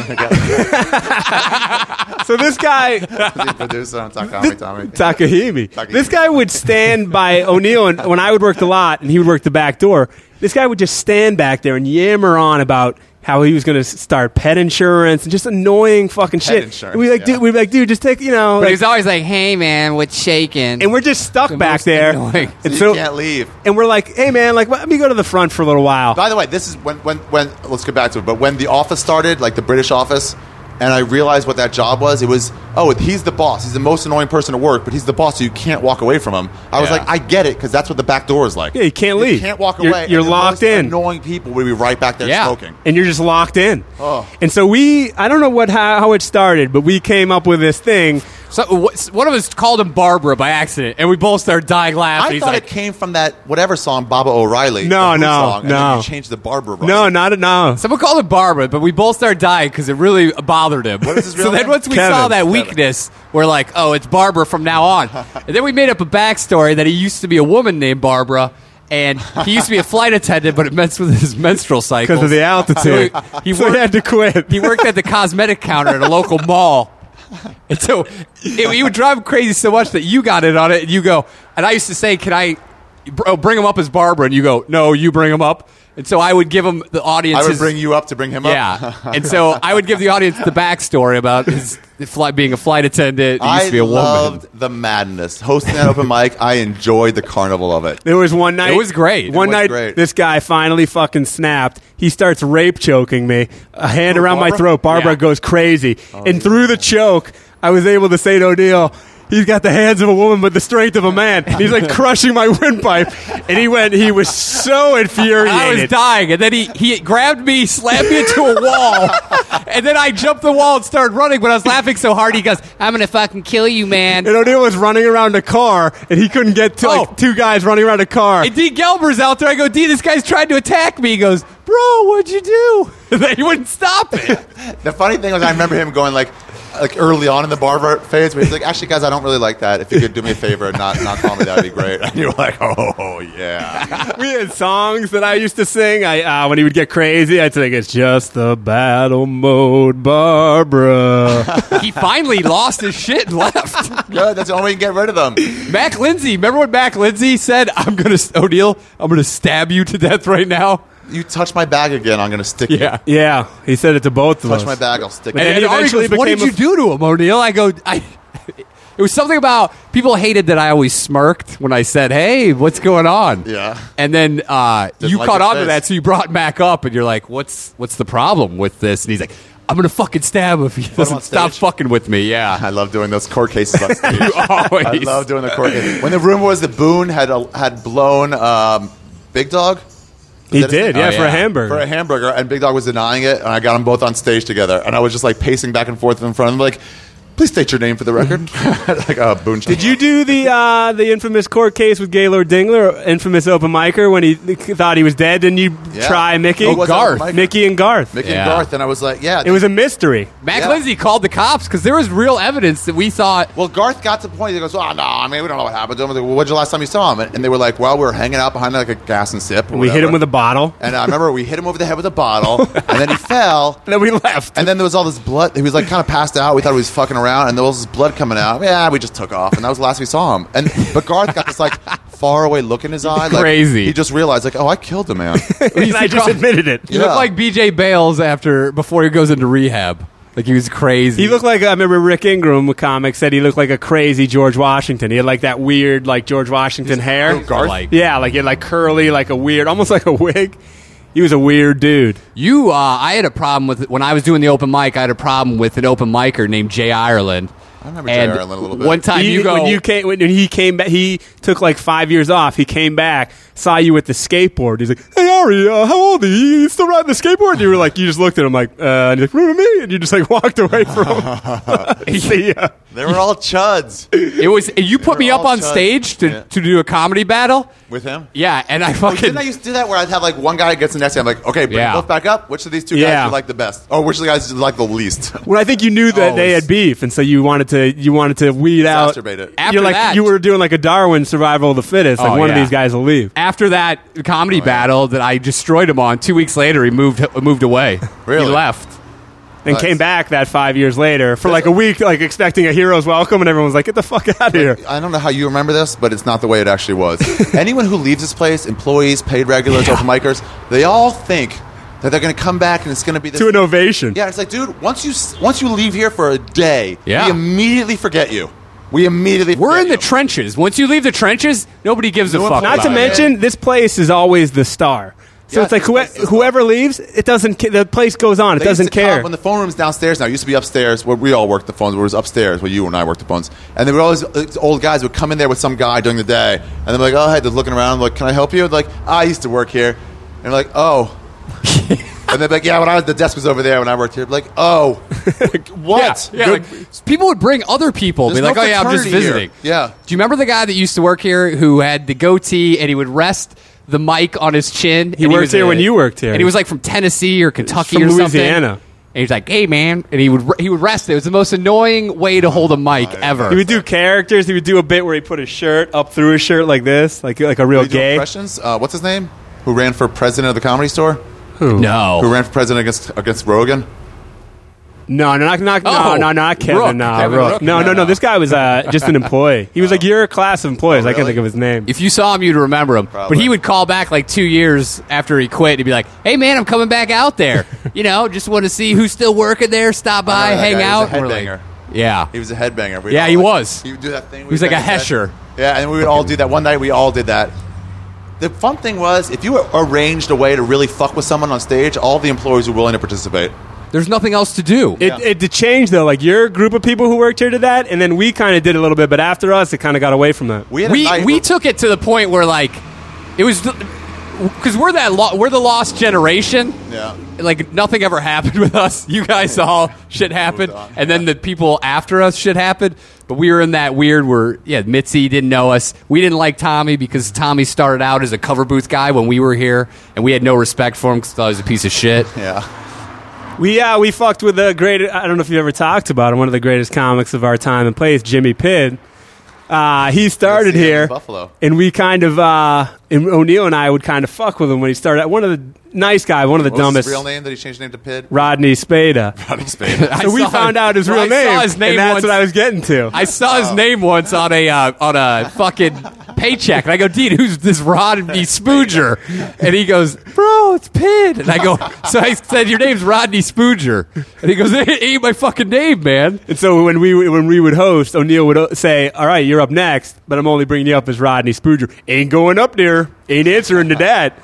Speaker 3: so this guy
Speaker 2: He's a producer on
Speaker 3: [LAUGHS]
Speaker 2: Takahama Tommy.
Speaker 3: Takahimi.
Speaker 2: Takahimi.
Speaker 3: This guy would stand by O'Neill, and when I would work the lot, and he would work the back door. This guy would just stand back there and yammer on about how he was going to start pet insurance and just annoying fucking shit.
Speaker 2: insurance,
Speaker 3: And we like,
Speaker 2: yeah.
Speaker 3: dude, we like, dude, just take, you know,
Speaker 1: But
Speaker 3: like-
Speaker 1: he's always like, "Hey, man, what's shaking?"
Speaker 3: and we're just stuck
Speaker 1: The
Speaker 3: back
Speaker 1: most
Speaker 3: there.
Speaker 1: annoying.
Speaker 3: And
Speaker 2: you
Speaker 3: so,
Speaker 2: can't leave.
Speaker 3: and we're like, hey man, like, let me go to the front for a little while.
Speaker 2: By the way, this is when, when, when, let's get back to it, but when The Office started, like the British Office, and I realized what that job was, it was, oh, he's the boss. He's the most annoying person at work, but he's the boss, so you can't walk away from him. I was
Speaker 1: Yeah.
Speaker 2: like, I get it, because that's what the back door is like.
Speaker 3: Yeah, you can't
Speaker 2: You
Speaker 3: leave.
Speaker 2: can't walk
Speaker 3: You're-
Speaker 2: away.
Speaker 3: You're
Speaker 2: and the
Speaker 3: locked
Speaker 2: most
Speaker 3: in.
Speaker 2: Annoying people would be right back there
Speaker 1: Yeah.
Speaker 2: smoking.
Speaker 3: and you're just locked in.
Speaker 2: Oh.
Speaker 3: And so we, I don't know what how, how it started, but we came up with this thing
Speaker 1: So, wh- one of us called him Barbara by accident, and we both started dying laughing.
Speaker 2: I
Speaker 1: He's
Speaker 2: thought
Speaker 1: like,
Speaker 2: it came from that whatever song, Baba O'Reilly.
Speaker 3: No,
Speaker 2: the Who
Speaker 3: no,
Speaker 2: song, and
Speaker 3: no.
Speaker 2: Then you changed the Barbara.
Speaker 3: No, not at no.
Speaker 1: Someone called it Barbara, but we both started dying because it really bothered him.
Speaker 2: What is
Speaker 1: [LAUGHS]
Speaker 2: his
Speaker 1: so
Speaker 2: real
Speaker 1: then
Speaker 2: name?
Speaker 1: once we
Speaker 3: Kevin.
Speaker 1: saw that weakness, we're like, oh, it's Barbara from now on. and then we made up a backstory that he used to be a woman named Barbara, and he used to be a flight attendant, but it messed with his menstrual cycle.
Speaker 3: Because of
Speaker 1: [LAUGHS]
Speaker 3: the altitude,
Speaker 1: So he- he
Speaker 3: so
Speaker 1: worked-
Speaker 3: he had to quit.
Speaker 1: he worked at the cosmetic counter at a local mall. And so it, it would drive him crazy so much that you got in on it and you go, and I used to say, Can I br- oh, bring him up as Barbara? And you go, No, you bring him up. And so I would give him the audience.
Speaker 2: I would bring you up to bring him up. [LAUGHS]
Speaker 1: Yeah. [LAUGHS] And so I would give the audience the backstory about his flight, being a flight attendant. He used
Speaker 2: I
Speaker 1: to be a woman.
Speaker 2: loved the madness. Hosting that open mic, I enjoyed the carnival of it.
Speaker 3: There was one night.
Speaker 1: It was great.
Speaker 2: It
Speaker 3: One
Speaker 2: was
Speaker 3: night,
Speaker 2: great.
Speaker 3: this guy finally fucking snapped. He starts rape choking me, a hand around my
Speaker 2: Barbara?
Speaker 3: throat. Barbara
Speaker 1: Yeah.
Speaker 3: goes crazy, and through the choke, I was able to say to O'Neill. He's got the hands of a woman, but the strength of a man. He's like crushing my windpipe, and he went. He was so infuriated.
Speaker 1: I was dying, and then he, he grabbed me, slammed me into a wall, [LAUGHS] and then I jumped the wall and started running. But I was laughing so hard, he goes, "I'm gonna fucking kill you, man."
Speaker 3: and O'Neill was running around a car, and he couldn't get to
Speaker 1: Oh.
Speaker 3: like two guys running around a car.
Speaker 1: And D. Gelber's out there. I go, D, this guy's trying to attack me. He goes, Bro, what'd you do? [LAUGHS] And then he wouldn't stop it.
Speaker 2: The funny thing was,
Speaker 1: [LAUGHS]
Speaker 2: I remember him going like, like early on in the Barbara phase, where he's like, "Actually, guys, I don't really like that. If you could do me a favor and not not call me, that'd be great." [LAUGHS] And you're like, "Oh yeah."
Speaker 3: We had songs that I used to sing. I uh, when he would get crazy, I'd sing "It's just the battle mode, Barbara."
Speaker 1: he finally lost his shit and left.
Speaker 2: Good. That's the only way you can get rid of them.
Speaker 1: Mac Lindsay, remember when Mac Lindsay said, I'm going to, O'Neill, I'm going to stab you to death right now?
Speaker 2: You touch my bag again, I'm gonna stick you.
Speaker 1: Yeah.
Speaker 3: [LAUGHS] yeah, he said it to both of
Speaker 2: Touch
Speaker 3: us.
Speaker 2: my bag, I'll stick
Speaker 1: And,
Speaker 2: you.
Speaker 3: then
Speaker 1: and
Speaker 3: he
Speaker 1: Ari
Speaker 3: eventually
Speaker 1: goes, What
Speaker 3: became
Speaker 1: did you do to him, O'Neill? I go, I. It was something about people hated that I always smirked when I said, "Hey, what's going on?"
Speaker 2: Yeah.
Speaker 1: and then uh,
Speaker 2: Didn't
Speaker 1: you
Speaker 2: like
Speaker 1: caught
Speaker 2: his
Speaker 1: on to
Speaker 2: face.
Speaker 1: that, so you brought him back up, and you're like, "What's what's the problem with this?" And he's like, "I'm gonna fucking stab him if he doesn't
Speaker 2: on
Speaker 1: stop
Speaker 2: stage.
Speaker 1: fucking with me."
Speaker 2: [LAUGHS]
Speaker 1: Yeah, [LAUGHS]
Speaker 2: I love doing those court cases on stage.
Speaker 1: you always.
Speaker 2: I love doing the court case. When the rumor was that Boone had uh, had blown um, Big Dog.
Speaker 3: he
Speaker 2: That is-
Speaker 3: did, yeah,
Speaker 1: Oh,
Speaker 3: for
Speaker 1: yeah.
Speaker 3: a hamburger.
Speaker 2: for a hamburger, and Big Dog was denying it, and I got them both on stage together, and I was just like pacing back and forth in front of them, like, please state your name for the record, [LAUGHS] like uh, Boone.
Speaker 3: did you do the uh, the infamous court case with Gaylord Dingler, infamous open micer when he thought he was dead? Didn't you
Speaker 2: Yeah.
Speaker 3: try Mickey?
Speaker 2: Oh, was it
Speaker 1: Garth.
Speaker 2: open micer?
Speaker 3: Mickey and Garth.
Speaker 2: Mickey
Speaker 1: Yeah.
Speaker 2: and Garth? And I was like, yeah.
Speaker 3: It was a mystery.
Speaker 1: Mac
Speaker 2: Yeah.
Speaker 1: Lindsay called the cops because there was real evidence that we thought.
Speaker 2: well, Garth got to the point. He goes, "Oh no, I mean, we don't know what happened to him." I was like, well, when's the last time you saw him? And, and they were like, "Well, we were hanging out behind like a gas and sip." or
Speaker 3: We hit
Speaker 2: whatever."
Speaker 3: him with a bottle,
Speaker 2: And I remember we hit him over the head with a
Speaker 3: [LAUGHS]
Speaker 2: bottle, and then he fell.
Speaker 3: and then we [LAUGHS] left.
Speaker 2: And then there was all this blood. He was like kind of passed out. We thought he was fucking around, and there was this blood coming out. Yeah, we just took off, and that was the last we saw him. And but Garth got this like far away look in his eye, like,
Speaker 1: Crazy.
Speaker 2: He just realized like, oh, I killed a
Speaker 3: [LAUGHS]
Speaker 2: man.
Speaker 1: we
Speaker 3: and I just admitted it.
Speaker 1: You look
Speaker 2: Yeah.
Speaker 1: like B.J. Bales after before he goes into rehab. Like he was crazy.
Speaker 3: He looked like I remember Rick Ingram, a comic, said he looked like a crazy George Washington. He had like that weird, like George Washington hair.
Speaker 2: Garth?
Speaker 1: Like-
Speaker 3: Yeah, like he had like curly, like a weird, almost like a wig. He was a weird dude.
Speaker 1: You, uh, I had a problem with when I was doing the open mic. I had a problem with an open micer named Jay Ireland. I
Speaker 2: remember Jay Ireland a little bit.
Speaker 1: One time
Speaker 3: he,
Speaker 1: you go,
Speaker 3: when you came when he came back, he took like five years off. He came back, saw you with the skateboard. He's like, "Hey Ari, uh, how old are you? You still riding the skateboard?" And you were like, you just looked at him like, uh, and he's like, "Remember me?" And you just like [LAUGHS] walked away from him. [LAUGHS] See ya.
Speaker 2: they were all chuds
Speaker 1: [LAUGHS] it was you put
Speaker 2: were
Speaker 1: me up
Speaker 2: all
Speaker 1: on
Speaker 2: chuds.
Speaker 1: stage to,
Speaker 2: Yeah.
Speaker 1: to do a comedy battle.
Speaker 2: with him.
Speaker 1: Yeah, and I
Speaker 2: Didn't
Speaker 1: fucking
Speaker 2: I used to do that where I'd have like one guy against the next guy? I'm like, okay, bring
Speaker 1: Yeah.
Speaker 2: them both back up. Which of these two
Speaker 3: Yeah.
Speaker 2: guys you like the best, or which of the guys you like the least?
Speaker 3: Well, I think you knew that they
Speaker 2: Always.
Speaker 3: had beef, and so you wanted to you wanted to weed out.
Speaker 2: Exacerbate it.
Speaker 1: After
Speaker 3: You're like
Speaker 1: that-
Speaker 3: you were doing like a Darwin survival of the fittest. Like
Speaker 1: Oh,
Speaker 3: one of
Speaker 1: yeah.
Speaker 3: these guys will leave.
Speaker 1: after that
Speaker 2: Oh,
Speaker 1: comedy battle that I destroyed him on. Two weeks later, he moved moved away.
Speaker 2: [LAUGHS] Really?
Speaker 1: he left.
Speaker 3: And
Speaker 2: Nice.
Speaker 3: came back that five years later for like a week, like expecting a hero's welcome, and everyone was like, "Get the fuck out of here!"
Speaker 2: I don't know how you remember this, but it's not the way it actually [LAUGHS] was. Anyone who leaves this place, employees, paid regulars, open micers, they all think that they're going to come back and it's going to be this
Speaker 3: To an ovation.
Speaker 2: [LAUGHS] Yeah, it's like, dude, once you once you leave here for a day,
Speaker 1: Yeah.
Speaker 2: we immediately forget you. We immediately
Speaker 1: We're
Speaker 2: forget
Speaker 1: in the
Speaker 2: you.
Speaker 1: trenches. Once you leave the trenches, nobody gives a
Speaker 2: No one
Speaker 1: fuck.
Speaker 2: cares.
Speaker 3: Not to
Speaker 1: about it.
Speaker 3: mention, this place is always the star. So
Speaker 2: Yeah,
Speaker 3: it's like
Speaker 2: this place is
Speaker 3: whoe-
Speaker 2: the
Speaker 3: whoever leaves, it doesn't. ca- The place goes on. It
Speaker 2: They
Speaker 3: doesn't
Speaker 2: used to come-
Speaker 3: care.
Speaker 2: When the phone room's downstairs now, it used to be upstairs where we all worked the phones. Where it was upstairs where you and I worked the phones, and they were always these old guys would come in there with some guy during the day, and they're like, "Oh, hey," they're looking around, like, "Can I help you?" And like, "I used to work here,"
Speaker 3: [LAUGHS] [LAUGHS]
Speaker 2: and they're like, "Oh," and they're like, "Yeah, when I was the desk was over there when I worked here." Like, "Oh," what?
Speaker 1: Yeah, like, people would bring other people. Be
Speaker 2: There's
Speaker 1: like,
Speaker 2: no
Speaker 1: oh yeah, I'm just
Speaker 2: fraternity here."
Speaker 1: visiting.
Speaker 2: Yeah.
Speaker 1: Do you remember the guy that used to work here who had the goatee and he would rest the mic on his chin? and He
Speaker 3: worked
Speaker 1: was
Speaker 3: here when you worked here.
Speaker 1: and he was like from Tennessee or Kentucky
Speaker 3: From
Speaker 1: or
Speaker 3: Louisiana.
Speaker 1: something. And he's like, "Hey, man," and he would he would rest. It It was the most annoying way to hold a mic ever.
Speaker 3: He would do characters. He would do a bit where he put his shirt up through his shirt like this, like like a real
Speaker 2: We do
Speaker 3: gay.
Speaker 2: impressions. Uh, what's his name? Who ran for president of the Comedy Store?
Speaker 1: no,
Speaker 2: Who ran for president against against Rogan?
Speaker 3: No, no, not, not,
Speaker 1: Oh,
Speaker 3: no, no, not Kevin.
Speaker 1: Rook.
Speaker 3: no,
Speaker 1: Kevin
Speaker 3: Rook.
Speaker 1: Rook.
Speaker 3: No, no,
Speaker 1: No,
Speaker 3: no. This guy was uh, just an employee. He was like your class of employees. I can't
Speaker 2: really?
Speaker 3: think of his name.
Speaker 1: if you saw him, you'd remember him.
Speaker 2: Probably.
Speaker 1: But he would call back like two years after he quit and be like, "Hey, man, I'm coming back out there. you know, just want to see who's still working there. Stop by,
Speaker 2: that
Speaker 1: hang
Speaker 2: guy. He was
Speaker 1: out."
Speaker 2: a
Speaker 1: And we're like,
Speaker 2: headbanger.
Speaker 1: yeah,
Speaker 2: He was a headbanger. We'd
Speaker 1: Yeah,
Speaker 2: all,
Speaker 1: he
Speaker 2: like-
Speaker 1: was.
Speaker 2: He would do that thing. He
Speaker 1: was like a hesher.
Speaker 2: Yeah, and we would all do that. One night we all did that. The fun thing was, if you arranged a way to really fuck with someone on stage, all the employees were willing to participate.
Speaker 1: there's nothing else to do.
Speaker 3: It, it did change though. Like your group of people who worked here did that, and then we kind of did a little bit. But after us, it kind of got away from that.
Speaker 2: We had a
Speaker 1: we
Speaker 2: night
Speaker 1: we
Speaker 2: where-
Speaker 1: took it to the point where like it was because we're that lo- we're the lost generation.
Speaker 2: Yeah.
Speaker 1: Like nothing ever [LAUGHS] happened with us. You guys all shit happened,
Speaker 2: on,
Speaker 1: and then the people after us shit happened. But we were in that weird where yeah, Mitzi didn't know us. We didn't like Tommy because Tommy started out as a cover booth guy when we were here, and we had no respect for him because thought he was a piece of shit.
Speaker 2: Yeah,
Speaker 3: We uh, we fucked with the great. I don't know if you ever talked about him. One of the greatest comics of our time and place, Jimmy Pidd. Uh, he started
Speaker 2: him in
Speaker 3: here,
Speaker 2: Buffalo.
Speaker 3: and we kind of uh, and O'Neill and I would kind of fuck with him when he started. One of the nice guy, one of the
Speaker 2: what was
Speaker 3: dumbest,
Speaker 2: his real name that he changed his name to Pid.
Speaker 3: Rodney Spada.
Speaker 2: Rodney Spade.
Speaker 1: I
Speaker 3: So we
Speaker 1: saw
Speaker 3: found
Speaker 1: him-
Speaker 3: out his real
Speaker 1: I
Speaker 3: name,
Speaker 1: Saw his name
Speaker 3: and that's
Speaker 1: once.
Speaker 3: what I was getting to.
Speaker 1: I saw his name once on a uh, on a fucking paycheck, and I go, "Dude, who's this Rodney Spooger?" And he goes, "Bro, it's Pid." And I go, [LAUGHS] "So I said your name's Rodney Spooger," and he goes, "It ain't my fucking name, man."
Speaker 3: and so when we when we would host, O'Neill would uh, say, "All right, you're up next, but I'm only bringing you up as Rodney Spooger. Ain't going up there. Ain't answering to that."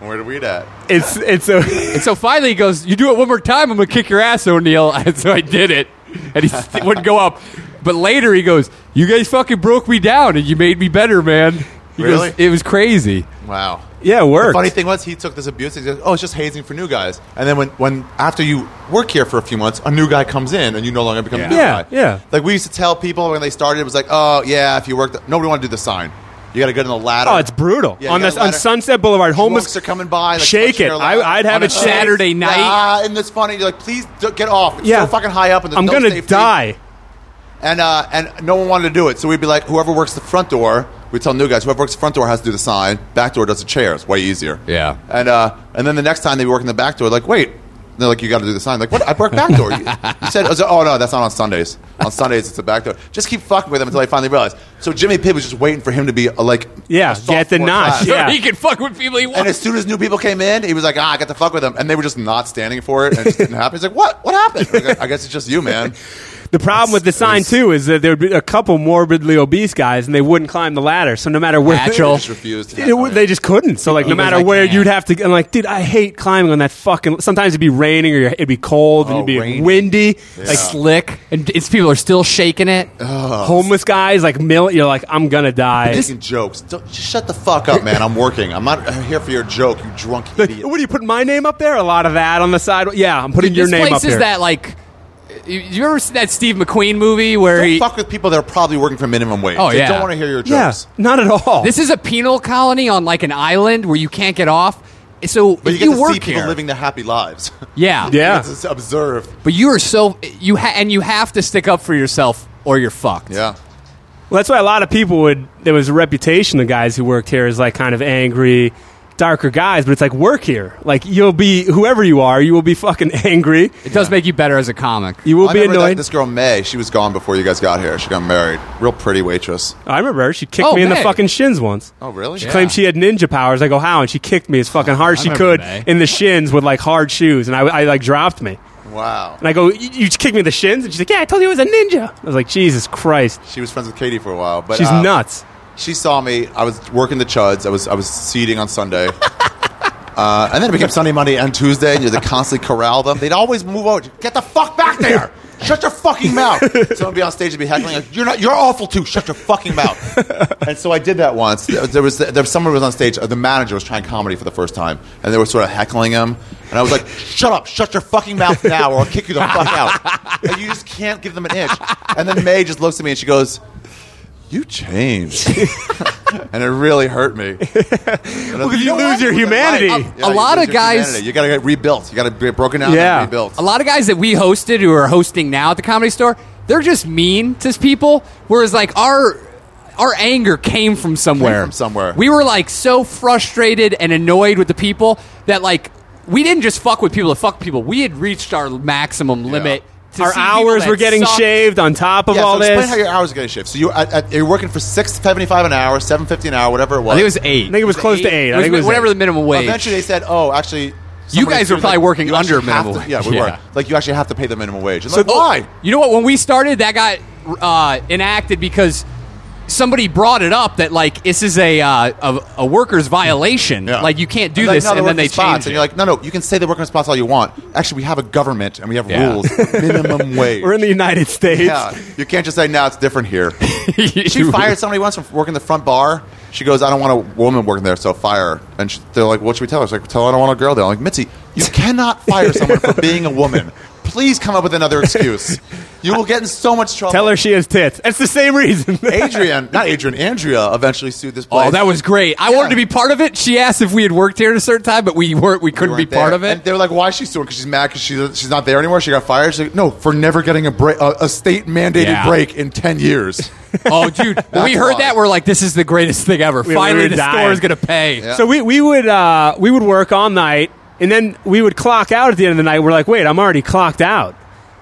Speaker 2: Where did we at?
Speaker 3: It's it's a. [LAUGHS]
Speaker 1: And so finally, he goes, "You do it one more time, I'm gonna kick your ass, O'Neill." [LAUGHS] And so I did it, and he [LAUGHS] st- wouldn't go up. But later, he goes, "You guys fucking broke me down, and you made me better, man." He goes,
Speaker 2: Really?
Speaker 1: it was crazy.
Speaker 2: Wow.
Speaker 3: Yeah, it worked.
Speaker 2: Funny thing was, he took this abuse. And he goes, "Oh, it's just hazing for new guys." And then when, when after you work here for a few months, a new guy comes in, and you no longer become a new
Speaker 3: Yeah,
Speaker 2: guy.
Speaker 3: yeah.
Speaker 2: Like we used to tell people when they started, it was like, "Oh yeah, if you work, the, nobody want to do the sign. You got to get on the ladder."
Speaker 3: Oh, it's brutal.
Speaker 2: Yeah,
Speaker 3: on
Speaker 2: you
Speaker 3: this
Speaker 2: got a
Speaker 3: on
Speaker 2: ladder.
Speaker 3: Sunset Boulevard,
Speaker 2: Homeless
Speaker 3: homeless
Speaker 2: are coming by. Like,
Speaker 3: shake it. I, I'd have it shake.
Speaker 1: Saturday night.
Speaker 2: Ah, and it's funny. You're like, please d- get off. It's
Speaker 3: Yeah.
Speaker 2: so fucking high up. And there's
Speaker 3: I'm
Speaker 2: no
Speaker 3: gonna
Speaker 2: safety.
Speaker 3: die.
Speaker 2: And uh, and no one wanted to do it. So we'd be like, whoever works the front door, we tell new guys, whoever works the front door has to do the sign. Back door does the chairs. Way easier.
Speaker 1: Yeah.
Speaker 2: And uh, and then the next time they work in the back door, like, wait. And They're like, you got to do the sign. Like, what? I work back door. You, you said, I was like, oh no, that's not on Sundays. On Sundays, it's the back door. Just keep fucking with them until they finally realize. So Jimmy Pibb was just waiting for him to be uh, like,
Speaker 3: Yeah,
Speaker 2: a sophomore
Speaker 3: get the notch.
Speaker 2: class.
Speaker 1: [LAUGHS]
Speaker 3: Yeah.
Speaker 1: he could fuck with people he wants.
Speaker 2: And as soon as new people came in, he was like, ah, I got to fuck with them. And they were just not standing for it. And it just didn't happen. He's like, what? What happened? I was like, I guess it's just
Speaker 1: [LAUGHS]
Speaker 2: you, man.
Speaker 3: The problem with the sign too is that there would be a couple morbidly obese guys, and they wouldn't climb the ladder. So no matter where,
Speaker 1: Natural.
Speaker 2: Just refused.
Speaker 3: It would- they just couldn't. So like, no
Speaker 1: He was
Speaker 3: matter
Speaker 1: like,
Speaker 3: where
Speaker 1: "Nah."
Speaker 3: you'd have to, I'm like, dude, I hate climbing on that fucking. Sometimes it'd be raining or it'd be cold and
Speaker 2: Oh,
Speaker 3: it'd be
Speaker 2: rainy.
Speaker 3: windy.
Speaker 1: like slick, and it's people are still shaking it.
Speaker 3: Like homeless guys, like mill. You're like, I'm gonna die.
Speaker 2: making jokes. Don't, just shut the fuck up, man. I'm working. I'm not here for your joke, you drunk
Speaker 3: Like,
Speaker 2: idiot.
Speaker 3: what do you put my name up there? A lot of that on the side. Yeah, I'm putting your
Speaker 1: this
Speaker 3: name
Speaker 1: place
Speaker 3: up
Speaker 1: is
Speaker 3: here.
Speaker 1: that like? You, you ever seen that Steve McQueen movie where
Speaker 2: don't
Speaker 1: he?
Speaker 2: fuck with people that are probably working for minimum wage.
Speaker 1: Oh,
Speaker 2: they
Speaker 1: yeah.
Speaker 2: don't want to hear your
Speaker 3: yeah,
Speaker 2: jokes.
Speaker 3: not at all.
Speaker 1: This is a penal colony on like an island where you can't get off. So
Speaker 2: But
Speaker 1: if
Speaker 2: you get to
Speaker 1: work
Speaker 2: see people
Speaker 1: here,
Speaker 2: living their happy lives. [LAUGHS]
Speaker 1: yeah,
Speaker 3: yeah.
Speaker 2: It's observed.
Speaker 1: But you are so you ha- and you have to stick up for yourself or you're fucked.
Speaker 2: Yeah.
Speaker 3: Well, that's why a lot of people would. There was a reputation of guys who worked here as like kind of angry, darker guys. But it's like work here. Like you'll be whoever you are, you will be fucking [LAUGHS] angry.
Speaker 1: it does make you better as a comic.
Speaker 3: You will
Speaker 2: I
Speaker 3: be
Speaker 2: remember that-
Speaker 3: annoyed.
Speaker 2: this girl May, she was gone before you guys got here. She got married. Real pretty waitress.
Speaker 3: I remember her. She kicked
Speaker 1: Oh,
Speaker 3: me in the
Speaker 1: Meg.
Speaker 3: fucking shins once.
Speaker 2: Oh, really?
Speaker 1: Yeah.
Speaker 3: Claimed she had ninja powers. I go how, and she kicked me as fucking hard as she could
Speaker 1: Meg.
Speaker 3: in the shins with like hard shoes, and I, I like dropped me.
Speaker 2: Wow.
Speaker 3: And I go, "You you kicked me in the shins?" And she's like, "Yeah, I told you it was a ninja." I was like, "Jesus Christ,
Speaker 2: She was friends with Katie for a while, but
Speaker 3: she's
Speaker 2: uh,
Speaker 3: nuts."
Speaker 2: She saw me. I was working the chuds. I was I was seating on Sunday. [LAUGHS] Uh, and then it became Sunday, Monday, and Tuesday, and you had to constantly corral them. They'd always move out. Get the fuck back there! Shut your fucking mouth. Someone would be on stage and be heckling like, "You're not. You're awful too. Shut your fucking mouth." and so I did that once. There there was there was someone who was on stage. uh, The manager was trying comedy for the first time, and they were sort of heckling him. And I was like, "Shut up! Shut your fucking mouth now, or I'll kick you the fuck out." And you just can't give them an inch. And then May just looks at me and she goes. You changed, and it really hurt me.
Speaker 3: [LAUGHS]
Speaker 2: well,
Speaker 3: you lose your humanity. A-
Speaker 1: a lot of guys-
Speaker 2: you got to get rebuilt. You got to get broken down
Speaker 3: Yeah.
Speaker 2: and rebuilt.
Speaker 1: a lot of guys that we hosted who are hosting now at the comedy store they're just mean to people whereas like our our anger came from somewhere
Speaker 2: from somewhere.
Speaker 1: we were like so frustrated and annoyed with the people that like we didn't just fuck with people to fuck people we had reached our maximum limit to
Speaker 3: Our
Speaker 1: see people
Speaker 3: hours
Speaker 1: that
Speaker 3: were getting
Speaker 1: sucked.
Speaker 3: shaved on top of
Speaker 2: Yeah,
Speaker 3: all
Speaker 2: so explain
Speaker 3: this.
Speaker 2: how your hours are going to shift. So you at, at, you're working for six seventy five an hour, seven fifty an hour, whatever it was.
Speaker 1: i think it was eight
Speaker 3: I think it was close to eight. I
Speaker 1: was
Speaker 3: think it was
Speaker 1: whatever
Speaker 3: eight.
Speaker 1: the minimum wage
Speaker 2: Eventually, they said, "Oh, actually."
Speaker 1: You
Speaker 2: somebody
Speaker 1: guys were
Speaker 2: threw,
Speaker 1: probably working
Speaker 2: you actually
Speaker 1: under
Speaker 2: have
Speaker 1: minimum
Speaker 2: to-
Speaker 1: wage.
Speaker 2: Yeah, we
Speaker 1: Yeah.
Speaker 2: were. Like you actually have to pay the minimum wage. And
Speaker 1: So
Speaker 2: like, "Oh, why?
Speaker 1: You know what? When we started, that got uh, enacted because somebody brought it up that like this is a uh, a, a worker's violation.
Speaker 2: Yeah.
Speaker 1: Like you can't do
Speaker 2: And like,
Speaker 1: this,
Speaker 2: no, they're
Speaker 1: and then
Speaker 2: working
Speaker 1: they
Speaker 2: spots,
Speaker 1: changed it.
Speaker 2: and you're like, no, no, you can say they're working spots all you want. Actually, we have a government and we have
Speaker 1: Yeah.
Speaker 2: rules. minimum wage.
Speaker 3: We're in the United States.
Speaker 2: yeah, you can't just say no. It's different here. she
Speaker 1: [LAUGHS] You-
Speaker 2: fired somebody once from working the front bar. She goes, I don't want a woman working there, so fire. her." And she, they're like, What should we tell her? She's like, Tell her I don't want a girl there. I'm like, Mitzi, you cannot fire someone for being a woman. Please come up with another excuse. You will get in so much
Speaker 1: [LAUGHS]
Speaker 2: trouble.
Speaker 3: Tell her she has tits. That's the same reason. [LAUGHS]
Speaker 2: Adrian, not Adrian, Andrea eventually sued this place.
Speaker 1: Oh, that was great! I wanted to be part of it. She asked if we had worked here at a certain time, but we weren't. We couldn't be
Speaker 2: weren't
Speaker 1: part
Speaker 2: there.
Speaker 1: of it.
Speaker 2: And they were like, "Why is she suing? Because she's mad because she's she's not there anymore. She got fired. She's like, no, for never getting a break, a, a state mandated
Speaker 1: Yeah.
Speaker 2: break in ten years.
Speaker 1: oh,
Speaker 2: [LAUGHS]
Speaker 1: dude, when we
Speaker 2: That's
Speaker 1: heard
Speaker 2: why.
Speaker 1: that, we're like, this is the greatest thing ever.
Speaker 3: we
Speaker 1: Finally,
Speaker 3: were
Speaker 1: the
Speaker 3: dying.
Speaker 1: store is gonna pay.
Speaker 3: So we, we would uh, we would work all night, and then we would clock out at the end of the night. We're like, wait, I'm already clocked out.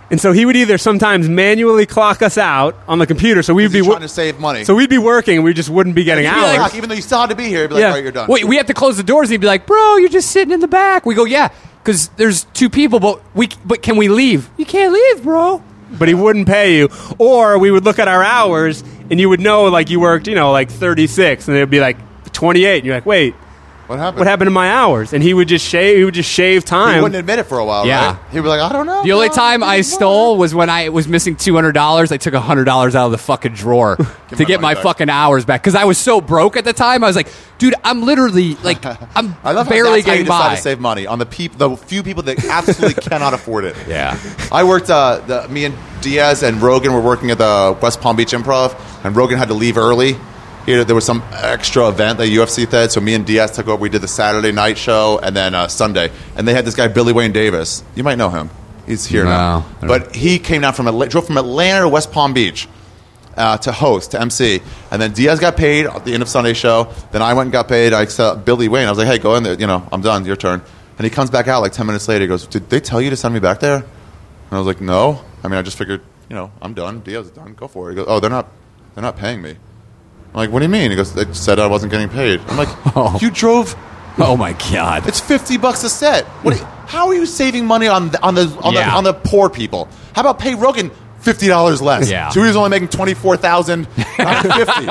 Speaker 3: And so he would either sometimes manually clock us out on the computer, so we'd
Speaker 2: He's
Speaker 3: be
Speaker 2: trying
Speaker 3: wo-
Speaker 2: to save money.
Speaker 3: so we'd be working, and we just wouldn't be getting
Speaker 1: It'd be [LAUGHS] like-
Speaker 3: hours.
Speaker 2: Fuck, even though you still had to be here, you'd be like,
Speaker 3: Yeah.
Speaker 2: all right, you're done.
Speaker 1: Wait, we have to close the doors. And he'd be like, "Bro, you're just sitting in the back." We go, "Yeah," because there's two people, but we but can we leave? You can't leave, bro.
Speaker 3: but he wouldn't pay you. Or we would look at our hours, and you would know like you worked, you know, like 36, and it'd be like 28, and you're like, wait,
Speaker 2: what happened?
Speaker 3: what happened to my hours? And he would just shave, he would just shave
Speaker 2: He
Speaker 3: time.
Speaker 2: wouldn't admit it for a while.
Speaker 1: Yeah.
Speaker 2: right? he'd be like, I don't know.
Speaker 1: The only
Speaker 2: No,
Speaker 1: time I
Speaker 2: don't
Speaker 1: stole was when I was missing two hundred dollars. I took hundred dollars out of the fucking
Speaker 2: [LAUGHS]
Speaker 1: drawer to
Speaker 2: my
Speaker 1: get my
Speaker 2: money back.
Speaker 1: fucking hours back because I was so broke at the time. I was like, "Dude, I'm literally like, I'm
Speaker 2: know. [LAUGHS] I
Speaker 1: barely
Speaker 2: love barely how that's how you
Speaker 1: getting
Speaker 2: decide
Speaker 1: by."
Speaker 2: to save money on the peop- the few people
Speaker 1: [LAUGHS]
Speaker 2: that absolutely cannot afford it.
Speaker 1: yeah,
Speaker 2: I worked. Uh, the, me and Diaz and Rogan were working at the West Palm Beach Improv, and Rogan had to leave early. He had- there was some extra event that UFC did, so me and Diaz took over. We did the Saturday night show and then uh, Sunday, and they had this guy Billy Wayne Davis. You might know him. He's here
Speaker 1: No, I
Speaker 2: now,
Speaker 1: don't-
Speaker 2: but he came down from Atla- drove from Atlanta to West Palm Beach. Uh, to host, to MC, and then Diaz got paid at the end of Sunday show. Then I went and got paid. I saw Billy Wayne. I was like, "Hey, go in there. You know, I'm done. Your turn." And he comes back out like ten minutes later. He goes, "Did they tell you to send me back there?" And I was like, no. I mean, I just figured, you know, I'm done. Diaz is done. Go for it. He goes, oh, they're not, they're not paying me. I'm like, what do you mean? He goes, they said I wasn't getting paid. I'm like, you drove.
Speaker 1: oh my
Speaker 2: [LAUGHS]
Speaker 1: god,
Speaker 2: It's fifty bucks a set. What? Are you, how are you saving money on the, on the on,
Speaker 1: Hmm. Yeah.
Speaker 2: the on the poor people? How about pay Rogan fifty dollars less?
Speaker 1: Yeah.
Speaker 2: So he was only making twenty
Speaker 1: [LAUGHS]
Speaker 2: four thousand, not fifty.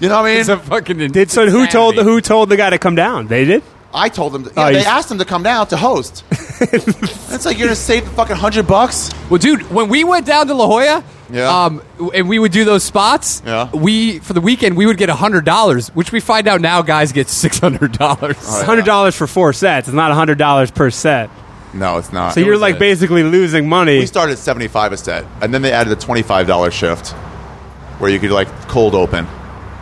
Speaker 2: You know what I mean?
Speaker 1: it's a fucking
Speaker 3: Did so? Who told the who told the guy to come down? They did.
Speaker 2: I told them. To,
Speaker 3: Oh,
Speaker 2: yeah, they
Speaker 3: you-
Speaker 2: asked him to come down
Speaker 1: [LAUGHS]
Speaker 2: to host. it's like you're gonna save the fucking hundred bucks.
Speaker 1: Well, dude, when we went down to La Jolla,
Speaker 2: Yeah.
Speaker 1: um, and we would do those spots,
Speaker 2: Yeah.
Speaker 1: we for the weekend we would get hundred dollars, which we find out now guys get six hundred dollars.
Speaker 2: yeah.
Speaker 3: hundred dollars for four sets. It's not hundred dollars per set.
Speaker 2: No, it's not.
Speaker 3: So
Speaker 2: It
Speaker 3: you're
Speaker 2: was
Speaker 3: like
Speaker 2: a-
Speaker 3: basically losing money.
Speaker 2: We started at 75 a set, and then they added a $25 shift where you could like cold open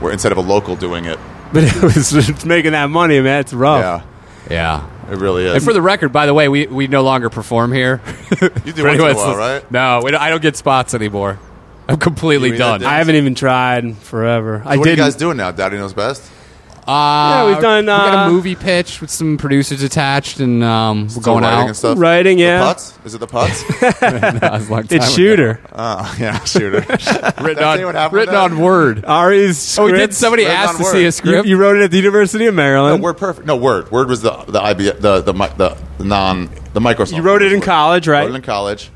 Speaker 2: where instead of a local doing it.
Speaker 3: but [LAUGHS] it was it's making that money, man. It's rough.
Speaker 1: [LAUGHS]
Speaker 2: Yeah,
Speaker 1: Yeah.
Speaker 2: it really is.
Speaker 1: Oh. And for the record, by the way, we, we no longer perform here.
Speaker 2: you do once in a while, right?
Speaker 1: No, we don't, I don't get spots anymore. [LAUGHS] I'm completely
Speaker 2: You mean
Speaker 1: done.
Speaker 2: that
Speaker 3: I haven't even tried in forever. I
Speaker 2: what
Speaker 3: did.
Speaker 2: are you guys doing now? Daddy knows best.
Speaker 1: Uh,
Speaker 3: Yeah, we've done,
Speaker 1: we got
Speaker 3: uh,
Speaker 1: a movie pitch with some producers attached, and um, we're
Speaker 2: Still
Speaker 1: going
Speaker 2: writing
Speaker 1: out.
Speaker 2: and stuff.
Speaker 3: Writing,
Speaker 2: The
Speaker 3: yeah.
Speaker 2: putts? Is it the
Speaker 3: [LAUGHS]
Speaker 2: putts?
Speaker 1: [LAUGHS] That was a long time
Speaker 3: It's
Speaker 1: ago.
Speaker 3: shooter.
Speaker 2: oh, yeah, shooter. [LAUGHS]
Speaker 1: written
Speaker 2: Did I tell you
Speaker 1: on,
Speaker 2: what happened
Speaker 1: Uh, written
Speaker 2: to
Speaker 1: on
Speaker 2: that?
Speaker 1: Word.
Speaker 3: Ari's
Speaker 1: [LAUGHS] oh,
Speaker 3: script.
Speaker 1: we did. Somebody
Speaker 2: Written
Speaker 1: asked
Speaker 2: on
Speaker 1: to see
Speaker 2: Word.
Speaker 1: a
Speaker 3: You,
Speaker 1: script.
Speaker 3: you wrote it at the University of Maryland.
Speaker 2: Word perfect. No, Word. Word was the the IBM, the the mi- the, the non the Microsoft.
Speaker 3: you wrote it in
Speaker 2: Word.
Speaker 3: college,
Speaker 2: Wrote
Speaker 3: right?
Speaker 2: it in college.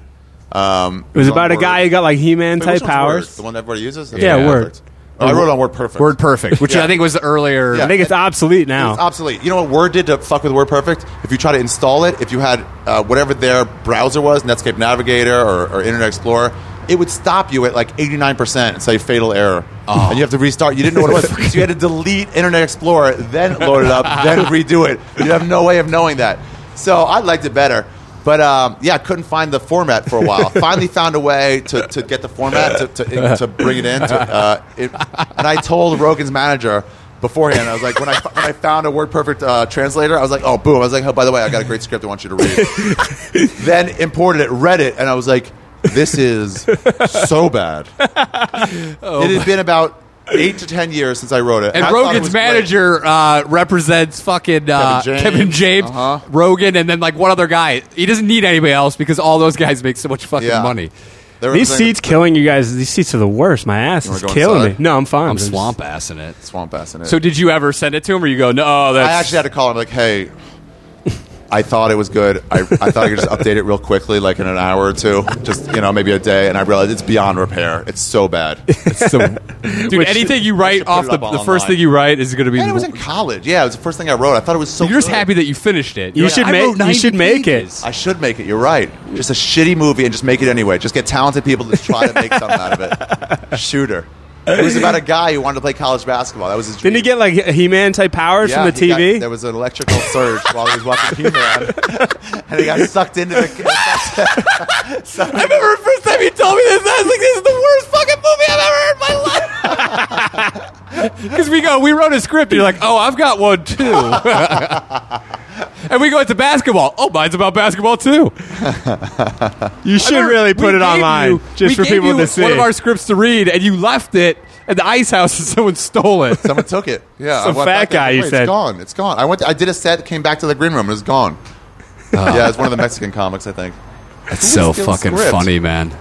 Speaker 2: Um,
Speaker 3: It was
Speaker 2: on
Speaker 3: about a
Speaker 2: Word.
Speaker 3: guy who got like He-Man
Speaker 2: Wait, which one's
Speaker 3: type
Speaker 2: Word?
Speaker 3: powers.
Speaker 2: The one everybody uses.
Speaker 3: Yeah, Word.
Speaker 2: perfect. Oh, I wrote on Word Perfect.
Speaker 1: Word perfect, which
Speaker 2: Yeah.
Speaker 1: I think was the earlier.
Speaker 3: I think it's obsolete now.
Speaker 2: It's obsolete. You know what Word did to fuck with Word Perfect? If you try to install it, if you had uh, whatever their browser was, Netscape Navigator or, or Internet Explorer, it would stop you at like 89% and say fatal error. And you have to restart. You didn't know what it was. so you had to delete Internet Explorer, then load it up, then redo it. You have no way of knowing that. So I liked it better. But um, yeah, I couldn't find the format for
Speaker 1: [LAUGHS]
Speaker 2: a while. Finally, found a way to, to get the format to, to, to bring it in. To, uh, it, and I told Rogan's manager beforehand. I was like, when I when I found a WordPerfect uh, translator, I was like, oh, boom. I was like, oh, by the way, I got a great script. I want you to read.
Speaker 1: [LAUGHS]
Speaker 2: then imported it, read it, and I was like, this is
Speaker 1: [LAUGHS]
Speaker 2: so bad. it had been about eight to ten years since I wrote it,
Speaker 1: Oh And
Speaker 2: I thought it
Speaker 1: Rogan's
Speaker 2: was great.
Speaker 1: manager uh, represents fucking uh, Kevin
Speaker 2: Kevin
Speaker 1: James,
Speaker 2: James. Uh-huh.
Speaker 1: Rogan, and then like one other guy. He doesn't need anybody else because all those guys make so much fucking
Speaker 2: Yeah.
Speaker 1: money.
Speaker 2: They were
Speaker 3: These
Speaker 2: saying-
Speaker 3: seats killing you guys. These seats are the worst. My ass is
Speaker 2: wanna go
Speaker 3: killing
Speaker 2: inside?
Speaker 3: me. No, I'm fine.
Speaker 1: I'm
Speaker 3: just-
Speaker 1: swamp assing it.
Speaker 2: swamp ass in it.
Speaker 1: So did you ever send it to him, or you go, no? That's
Speaker 2: I actually had to call him like, hey, I thought it was good. I, I thought I could just update it real quickly, like in an hour or two, just you know maybe a day. And I realized it's beyond repair. It's so bad.
Speaker 1: [LAUGHS]
Speaker 2: and
Speaker 3: [LAUGHS]
Speaker 1: dude. anything you write
Speaker 2: put
Speaker 1: off
Speaker 2: it
Speaker 1: the,
Speaker 2: up
Speaker 1: the first
Speaker 2: online.
Speaker 1: thing you write is going to be.
Speaker 2: it was in college. Yeah, it was the first thing I wrote. I thought it was so.
Speaker 1: you're just
Speaker 2: good.
Speaker 1: happy that you finished it.
Speaker 3: You
Speaker 1: You're
Speaker 3: should
Speaker 1: like, I
Speaker 3: make-
Speaker 1: wrote
Speaker 3: you
Speaker 1: 90
Speaker 3: should make it.
Speaker 1: pages.
Speaker 2: I should make it. You're right. Just a shitty movie and just make it anyway. Just get talented people to try to make something
Speaker 1: [LAUGHS]
Speaker 2: out of it. Shooter. It was about a guy who wanted to play college basketball. That was his. Dream.
Speaker 3: Didn't he get like He Man type powers
Speaker 2: Yeah,
Speaker 3: from the
Speaker 2: he got-
Speaker 3: TV?
Speaker 2: there was an electrical surge while he was
Speaker 1: [LAUGHS]
Speaker 2: watching He-Man, and he got sucked into the.
Speaker 1: I remember the first time you told me this, I was like, "This is the worst fucking movie I've ever heard in my life." Because we go, we wrote a script, and you're like, "Oh, I've got one too," [LAUGHS] and we go into basketball. Oh, mine's about basketball too.
Speaker 3: you should really
Speaker 1: We
Speaker 3: put it
Speaker 1: gave
Speaker 3: online
Speaker 1: you- we
Speaker 3: just for
Speaker 1: gave
Speaker 3: people
Speaker 1: you
Speaker 3: to see.
Speaker 1: One of our scripts to read, and you left it at the ice house, and [LAUGHS] someone stole it.
Speaker 2: Someone took it. Yeah,
Speaker 3: Some
Speaker 2: I went
Speaker 3: fat
Speaker 2: back there.
Speaker 3: guy, you
Speaker 2: Wait,
Speaker 3: said.
Speaker 2: It's gone. It's gone. I went. I did a set. Came back to the green room. It was
Speaker 3: [LAUGHS]
Speaker 2: gone. Yeah, it's one of the Mexican comics, I think.
Speaker 1: That's
Speaker 2: so steal the fucking script? funny,
Speaker 1: man.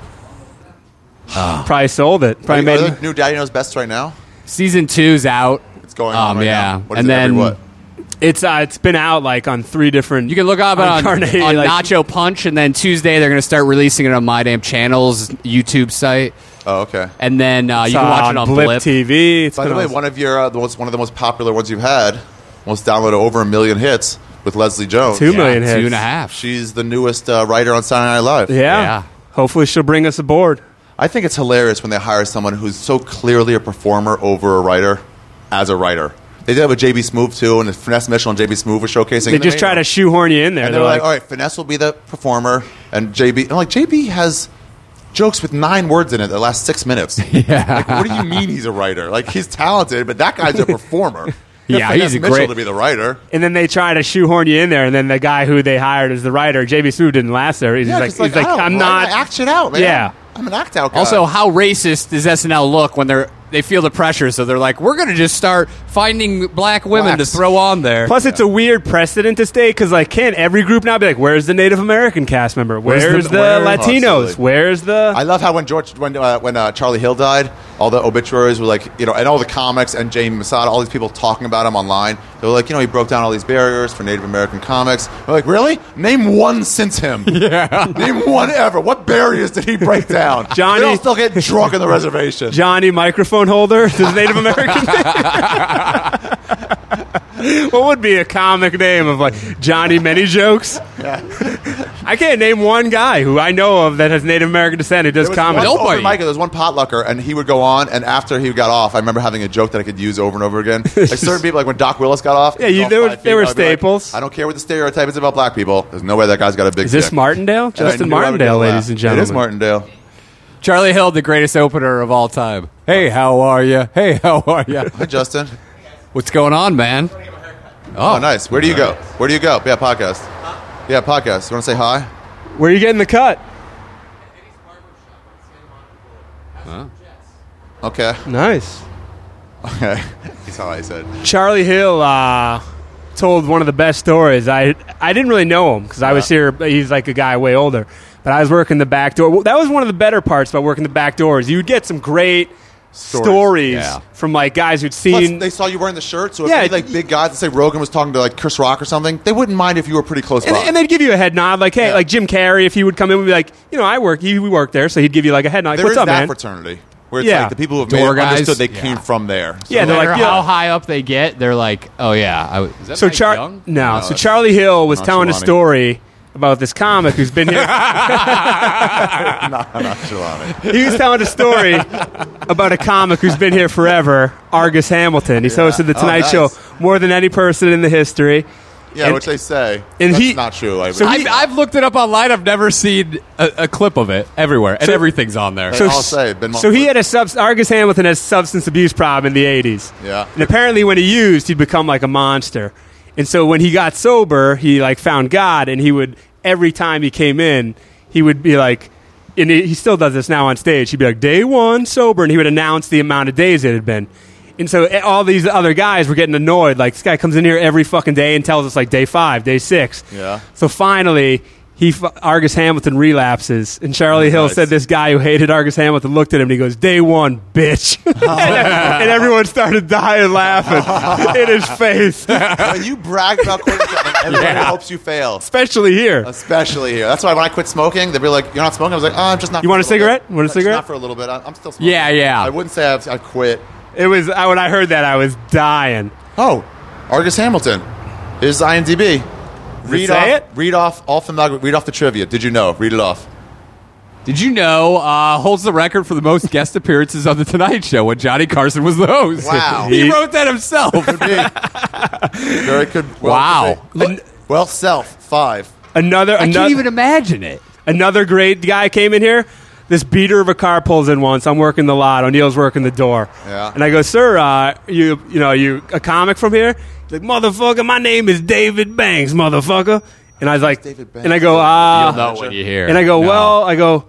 Speaker 1: Oh.
Speaker 3: Probably sold it.
Speaker 2: Are
Speaker 3: Probably
Speaker 2: you-
Speaker 3: made.
Speaker 2: are the new Daddy Knows Best right now.
Speaker 1: Season two's out.
Speaker 2: It's going on
Speaker 1: Um,
Speaker 2: right
Speaker 1: yeah.
Speaker 2: now. What is
Speaker 1: And
Speaker 2: it, every
Speaker 1: then-
Speaker 2: what?
Speaker 3: It's uh, it's been out like on three different.
Speaker 1: You can look up on, on
Speaker 3: Carnegie, like-
Speaker 1: Nacho Punch, and then Tuesday they're going to start releasing it on My Damn Channel's YouTube site,
Speaker 2: Oh, okay.
Speaker 1: and then uh, you
Speaker 3: It's
Speaker 1: can watch it on Blip.
Speaker 3: TV. It's
Speaker 2: By the
Speaker 3: been
Speaker 2: way,
Speaker 3: on-
Speaker 2: one of your uh, the most, one of the most popular ones you've had, most downloaded over a million hits with Leslie Jones.
Speaker 3: Two
Speaker 1: Yeah,
Speaker 3: million hits.
Speaker 1: two and a half.
Speaker 2: She's the newest uh, writer on Saturday Night Live.
Speaker 3: Yeah.
Speaker 1: Yeah.
Speaker 3: Hopefully, she'll bring us aboard.
Speaker 2: I think it's hilarious when they hire someone who's so clearly a performer over a writer as a writer. They did have a JB Smoove too, and Finesse Mitchell and JB Smoove were showcasing.
Speaker 3: They just try to shoehorn you in there.
Speaker 2: And they
Speaker 3: They're,
Speaker 2: were like,
Speaker 3: like,
Speaker 2: "All right, Finesse will be the performer, and JB." And I'm like, JB has jokes with nine words in it that last six minutes. Yeah. Like, what do you mean he's a writer? Like he's talented, but that guy's a performer.
Speaker 1: Yeah,
Speaker 2: Finesse
Speaker 1: he's a
Speaker 2: Mitchell
Speaker 1: great-
Speaker 2: to be the writer.
Speaker 3: and then they try to shoehorn you in there, and then the guy who they hired as the writer, JB Smoove, didn't last there. He's
Speaker 2: Yeah,
Speaker 3: like,
Speaker 2: just
Speaker 3: he's like,
Speaker 2: I don't
Speaker 3: I'm
Speaker 2: write,
Speaker 3: not.
Speaker 2: I act it out, man.
Speaker 3: Yeah.
Speaker 2: I'm an act out. Guy.
Speaker 1: Also, how racist does SNL look when they're they feel the pressure, so they're like, we're going to just start finding black women
Speaker 2: Blacks.
Speaker 1: to throw on there.
Speaker 3: Plus, it's a weird precedent to stay because, like, can't every group now be like, "Where's the Native American cast member? Where's,
Speaker 1: the-
Speaker 3: the,
Speaker 1: where-
Speaker 3: Latinos?
Speaker 2: Absolutely.
Speaker 3: Where's the?"
Speaker 2: I love how when George when uh, when uh, Charlie Hill died, all the obituaries were like, you know, and all the comics and Jamie Masada, all these people talking about him online. They were like, you know, he broke down all these barriers for Native American comics. I'm like, really? Name one since
Speaker 3: [LAUGHS]
Speaker 2: him. Yeah. Name one ever. What barriers did he break down?
Speaker 3: [LAUGHS] Johnny-
Speaker 2: They all still get drunk on the reservation.
Speaker 3: Johnny microphone holder, the Native American. name? what would be a comic name of like Johnny Many Jokes? I can't name one guy who I know of that has Native American descent who does
Speaker 2: There was
Speaker 3: comedy.
Speaker 2: One
Speaker 1: Nobody.
Speaker 2: open micer, there was one potlucker, and he would go on, and after he got off, I remember having a joke that I could use over and over
Speaker 3: [LAUGHS]
Speaker 2: again. Like certain people, like when Doc Willis got off,
Speaker 3: Yeah,
Speaker 2: he was
Speaker 3: you-
Speaker 2: off
Speaker 3: they were-
Speaker 2: five
Speaker 3: they were
Speaker 2: I'd be like,
Speaker 3: staples.
Speaker 2: I don't care what the stereotype is about black people. There's no way that guy's got a big.
Speaker 3: Is this
Speaker 2: dick.
Speaker 3: Martindale?
Speaker 2: And I
Speaker 3: Justin
Speaker 2: knew I would
Speaker 3: Martindale,
Speaker 2: get a laugh.
Speaker 3: ladies and gentlemen.
Speaker 2: It is Martindale.
Speaker 1: Charlie Hill, the greatest opener of all time. Hey, how are you? Hey, how are
Speaker 3: [LAUGHS]
Speaker 1: you?
Speaker 2: Hi, Justin.
Speaker 1: What's going on, man?
Speaker 2: Oh, nice. Where do you go? Where do you go? Yeah, podcast. Yeah, podcast. You want to say hi?
Speaker 3: Where are you getting the cut?
Speaker 2: Okay. [LAUGHS]
Speaker 3: Nice.
Speaker 2: Okay. That's how I said.
Speaker 3: Charlie Hill uh, told one of the best stories. I I didn't really know him because I was here. but He's like a guy way older, but I was working the back door. Well, That was one of the better parts about working the back doors. You would get some great stories,
Speaker 1: Yeah.
Speaker 3: from like guys who'd
Speaker 2: Plus,
Speaker 3: seen.
Speaker 2: they saw you wearing the shirt, so if
Speaker 3: Yeah,
Speaker 2: any, like big guys, that say Rogan was talking to like Chris Rock or something, they wouldn't mind if you were pretty close
Speaker 3: and,
Speaker 2: by.
Speaker 3: and they'd give you a head nod, like, hey,
Speaker 2: Yeah.
Speaker 3: like Jim Carrey, if he would come in, would be like, you know, I work, you, we work there, so he'd give you like a head nod, like,
Speaker 2: There
Speaker 3: what's
Speaker 2: is
Speaker 3: up,
Speaker 2: that
Speaker 3: man?
Speaker 2: fraternity. Where it's
Speaker 3: Yeah.
Speaker 2: like the people who have
Speaker 1: Door
Speaker 2: made it
Speaker 1: guys.
Speaker 2: understood they came from there. So
Speaker 3: Yeah,
Speaker 1: no
Speaker 3: they're
Speaker 1: matter
Speaker 3: like,
Speaker 1: how
Speaker 3: yeah.
Speaker 1: high up they get, they're like, oh yeah. I w-
Speaker 3: So Char- no,
Speaker 1: Young?
Speaker 3: so Charlie Hill was telling a
Speaker 2: Nonchalani.
Speaker 3: story about this comic who's been here. [LAUGHS]
Speaker 2: Jelani.
Speaker 3: he was telling a story about a comic who's been here forever, Argus Hamilton. He's hosted the
Speaker 2: Oh,
Speaker 3: Tonight
Speaker 2: nice.
Speaker 3: Show more than any person in the history.
Speaker 2: Yeah,
Speaker 3: And-
Speaker 2: which they say.
Speaker 3: and
Speaker 2: that's
Speaker 3: he-
Speaker 2: not true. Like,
Speaker 3: So
Speaker 1: I've, [LAUGHS]
Speaker 2: [LAUGHS]
Speaker 1: I've looked it up online. I've never seen a, a clip of it everywhere, and
Speaker 3: So-
Speaker 1: everything's on there.
Speaker 2: so, I'll
Speaker 3: s-
Speaker 2: say. Ben
Speaker 3: So he had a subs- Argus Hamilton had a substance abuse problem in the eighties.
Speaker 2: Yeah.
Speaker 3: and apparently when he used, he'd become like a monster. And so when he got sober, he like found God, and he would every time he came in, he would be like, and he he still does this now on stage. He'd be like, day one sober, and he would announce the amount of days it had been. And so eh, all these other guys were getting annoyed. Like this guy comes in here every fucking day and tells us like day five, day six.
Speaker 2: Yeah.
Speaker 3: So finally, he f- Argus Hamilton relapses, and Charlie Hill
Speaker 2: Nice.
Speaker 3: said this guy who hated Argus Hamilton looked at him and he goes, "Day one, bitch," [LAUGHS] and, and everyone started dying laughing in his face,
Speaker 2: when you brag
Speaker 3: [LAUGHS]
Speaker 2: about quitting something, everybody hopes you fail.
Speaker 3: especially here.
Speaker 2: Especially here. That's why when I quit smoking, they'd be like, "You're not smoking." I was like, "Oh, I'm just not."
Speaker 3: You
Speaker 2: for
Speaker 3: want a
Speaker 2: little
Speaker 3: cigarette?
Speaker 2: bit."
Speaker 3: You want a
Speaker 2: Just
Speaker 3: cigarette?
Speaker 2: Not for a little bit. I- I'm still smoking.
Speaker 1: Yeah, yeah.
Speaker 2: I wouldn't say I've, I quit.
Speaker 3: It was I, when I heard that I was dying.
Speaker 2: Oh, Argus Hamilton is IMDb. Read
Speaker 3: say
Speaker 2: off,
Speaker 3: it?
Speaker 2: Read off all filmography. Read off the trivia. Did you know? Read it off.
Speaker 1: Did you know uh, holds the record for the most guest appearances on the Tonight Show when Johnny Carson was the host?
Speaker 2: Wow.
Speaker 1: [LAUGHS] he wrote that
Speaker 3: [LAUGHS]
Speaker 1: himself.
Speaker 2: Could be. Very good. Well,
Speaker 1: wow,
Speaker 2: could be. Well, self five.
Speaker 3: Another
Speaker 1: I
Speaker 3: another
Speaker 1: can't even imagine it.
Speaker 3: another great guy came in here. This beater of a car pulls in once. I'm working the lot. O'Neill's working the door.
Speaker 2: Yeah.
Speaker 3: And I go, sir, uh, you you know you a comic from here? He's like, motherfucker, my name is David Banks, motherfucker. And I was like,
Speaker 2: David Banks?
Speaker 3: and I go, ah,
Speaker 1: You'll know when you hear.
Speaker 3: and I go,
Speaker 1: No.
Speaker 3: well, I go.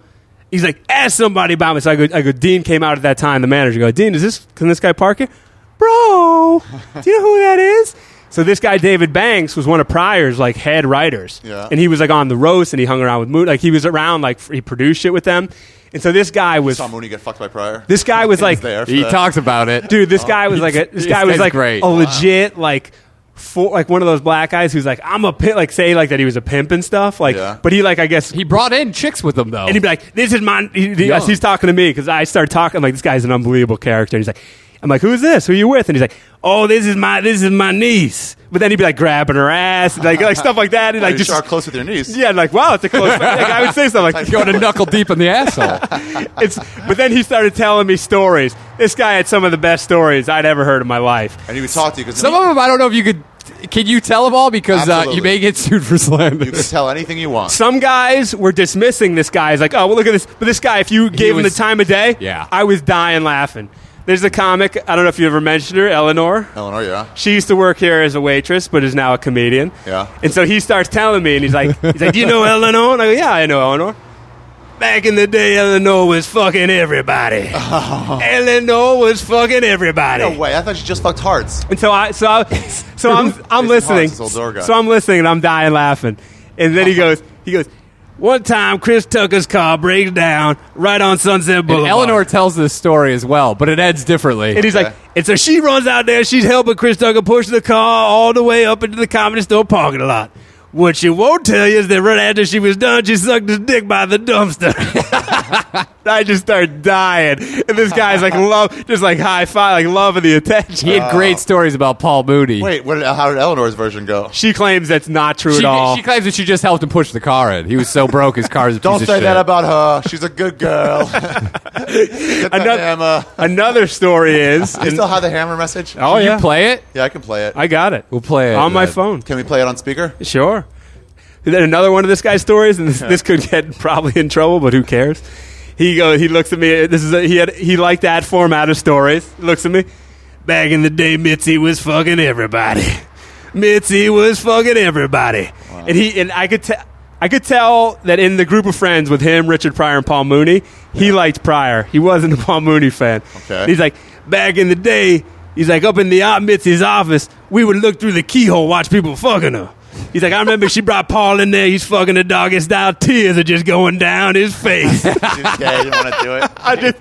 Speaker 3: He's like, ask somebody about me. So I go, I go. Dean came out at that time. The manager go, Dean, is this can this guy park here?
Speaker 2: [LAUGHS]
Speaker 3: Bro, do you know who that is? So this guy David Banks was one of Pryor's like head writers,
Speaker 2: Yeah.
Speaker 3: and he was like on the roast, and he hung around with Moon, like he was around, like he produced shit with them, and so this guy was,
Speaker 2: Saw Mooney get fucked by Pryor.
Speaker 3: this
Speaker 2: [LAUGHS]
Speaker 3: guy was like,
Speaker 2: there.
Speaker 1: He
Speaker 2: Uh,
Speaker 1: talks about it.
Speaker 3: dude, this guy was like a, this
Speaker 1: This
Speaker 3: guy was
Speaker 1: guy's
Speaker 3: like
Speaker 1: great.
Speaker 3: a legit like for like one of those black guys who's like I'm a pimp, like say like that he was a pimp and stuff, like,
Speaker 2: Yeah.
Speaker 3: but he like I guess
Speaker 1: He brought in chicks with him though. [LAUGHS]
Speaker 3: and he'd be like, "This is my." He, he-
Speaker 1: Young.
Speaker 3: he's talking to me because I start talking. I'm like, "This guy's an unbelievable character." And he's like, "I'm like, who's this? Who you with?" And he's like, "Oh, this is my this is my niece." But then he'd be like grabbing her ass, and like like stuff like that, and
Speaker 2: Like,
Speaker 3: like
Speaker 2: you
Speaker 3: just
Speaker 2: are close with your knees.
Speaker 3: yeah, and like wow, it's a close. like, I would say something like
Speaker 1: going to knuckle deep in the
Speaker 3: [LAUGHS]
Speaker 1: asshole.
Speaker 3: it's. But then he started telling me stories. This guy had some of the best stories I'd ever heard in my life.
Speaker 2: And he would talk to you because
Speaker 1: Some of them, I don't know if you could. Can you tell them all because uh,
Speaker 2: Absolutely.
Speaker 1: you may get sued for slander? [LAUGHS]
Speaker 2: you could tell anything you want.
Speaker 3: Some guys were dismissing this guy. He's like, oh, well, look at this. But this guy, if you gave him
Speaker 1: was-
Speaker 3: the time of day,
Speaker 1: Yeah.
Speaker 3: I was dying laughing. There's a comic. I don't know if you ever mentioned her, Eleanor.
Speaker 2: Eleanor, yeah.
Speaker 3: She used to work here as a waitress, but is now a comedian.
Speaker 2: Yeah.
Speaker 3: And so he starts telling me, and he's like, he's like, "Do you know Eleanor?" And I go, "Yeah, I know Eleanor." Back in the day, Eleanor was fucking everybody.
Speaker 2: [LAUGHS]
Speaker 3: Eleanor was fucking everybody.
Speaker 2: Oh. No way. I thought she just fucked hearts.
Speaker 3: And so I, so I, so
Speaker 2: [LAUGHS]
Speaker 3: I'm, I'm
Speaker 2: Jason
Speaker 3: listening.
Speaker 2: Hawes, this old door guy.
Speaker 3: So I'm listening, and I'm dying laughing.
Speaker 2: [LAUGHS]
Speaker 3: And then he goes, he goes. One time, Chris Tucker's car breaks down right on Sunset
Speaker 1: And
Speaker 3: Boulevard.
Speaker 1: Eleanor tells this story as well, but it ends differently.
Speaker 3: And he's like, and so she runs out there. She's helping Chris Tucker push the car all the way up into the comedy store parking lot. What she won't tell you is that right after she was done, she sucked his dick by the dumpster. [LAUGHS] I just start dying, and this guy's like love, just like high five, like loving the attention.
Speaker 1: he had great stories about Paul Moody.
Speaker 2: Wait, what did, how did Eleanor's version go?
Speaker 3: She claims that's not true
Speaker 1: she,
Speaker 3: at all.
Speaker 1: she claims that she just helped him push the car in. He was so broke, his car is a
Speaker 2: Don't
Speaker 1: piece of
Speaker 2: say
Speaker 1: shit.
Speaker 2: that about her. She's a good
Speaker 3: [LAUGHS]
Speaker 2: girl. Get that
Speaker 3: Another-
Speaker 2: hammer.
Speaker 3: Another story [LAUGHS] is,
Speaker 2: Do you still have the hammer message?
Speaker 3: oh
Speaker 1: Can
Speaker 3: yeah,
Speaker 1: you play it?
Speaker 2: Yeah, I can play it.
Speaker 3: I got it.
Speaker 1: We'll play it
Speaker 3: on my
Speaker 1: then.
Speaker 3: phone.
Speaker 2: Can we play it on speaker?
Speaker 3: Sure. Then another one of this guy's stories, and this, this could get probably in trouble, but who cares? He go. He looks at me. This is a, he had he liked that format of stories. He looks at me. Back in the day, Mitzi was fucking everybody. Mitzi was fucking everybody, and he and I could tell. I could tell that in the group of friends with him, Richard Pryor, and Paul Mooney, he liked Pryor. He wasn't a Paul Mooney fan.
Speaker 2: Okay.
Speaker 3: He's like, back in the day, he's like, up in the op Mitzi's office, we would look through the keyhole, watch people fucking her. He's like, I remember she brought Paul in there. He's fucking the doggy style. Tears are just going down his face.
Speaker 2: She's gay. You want to do it?
Speaker 3: I just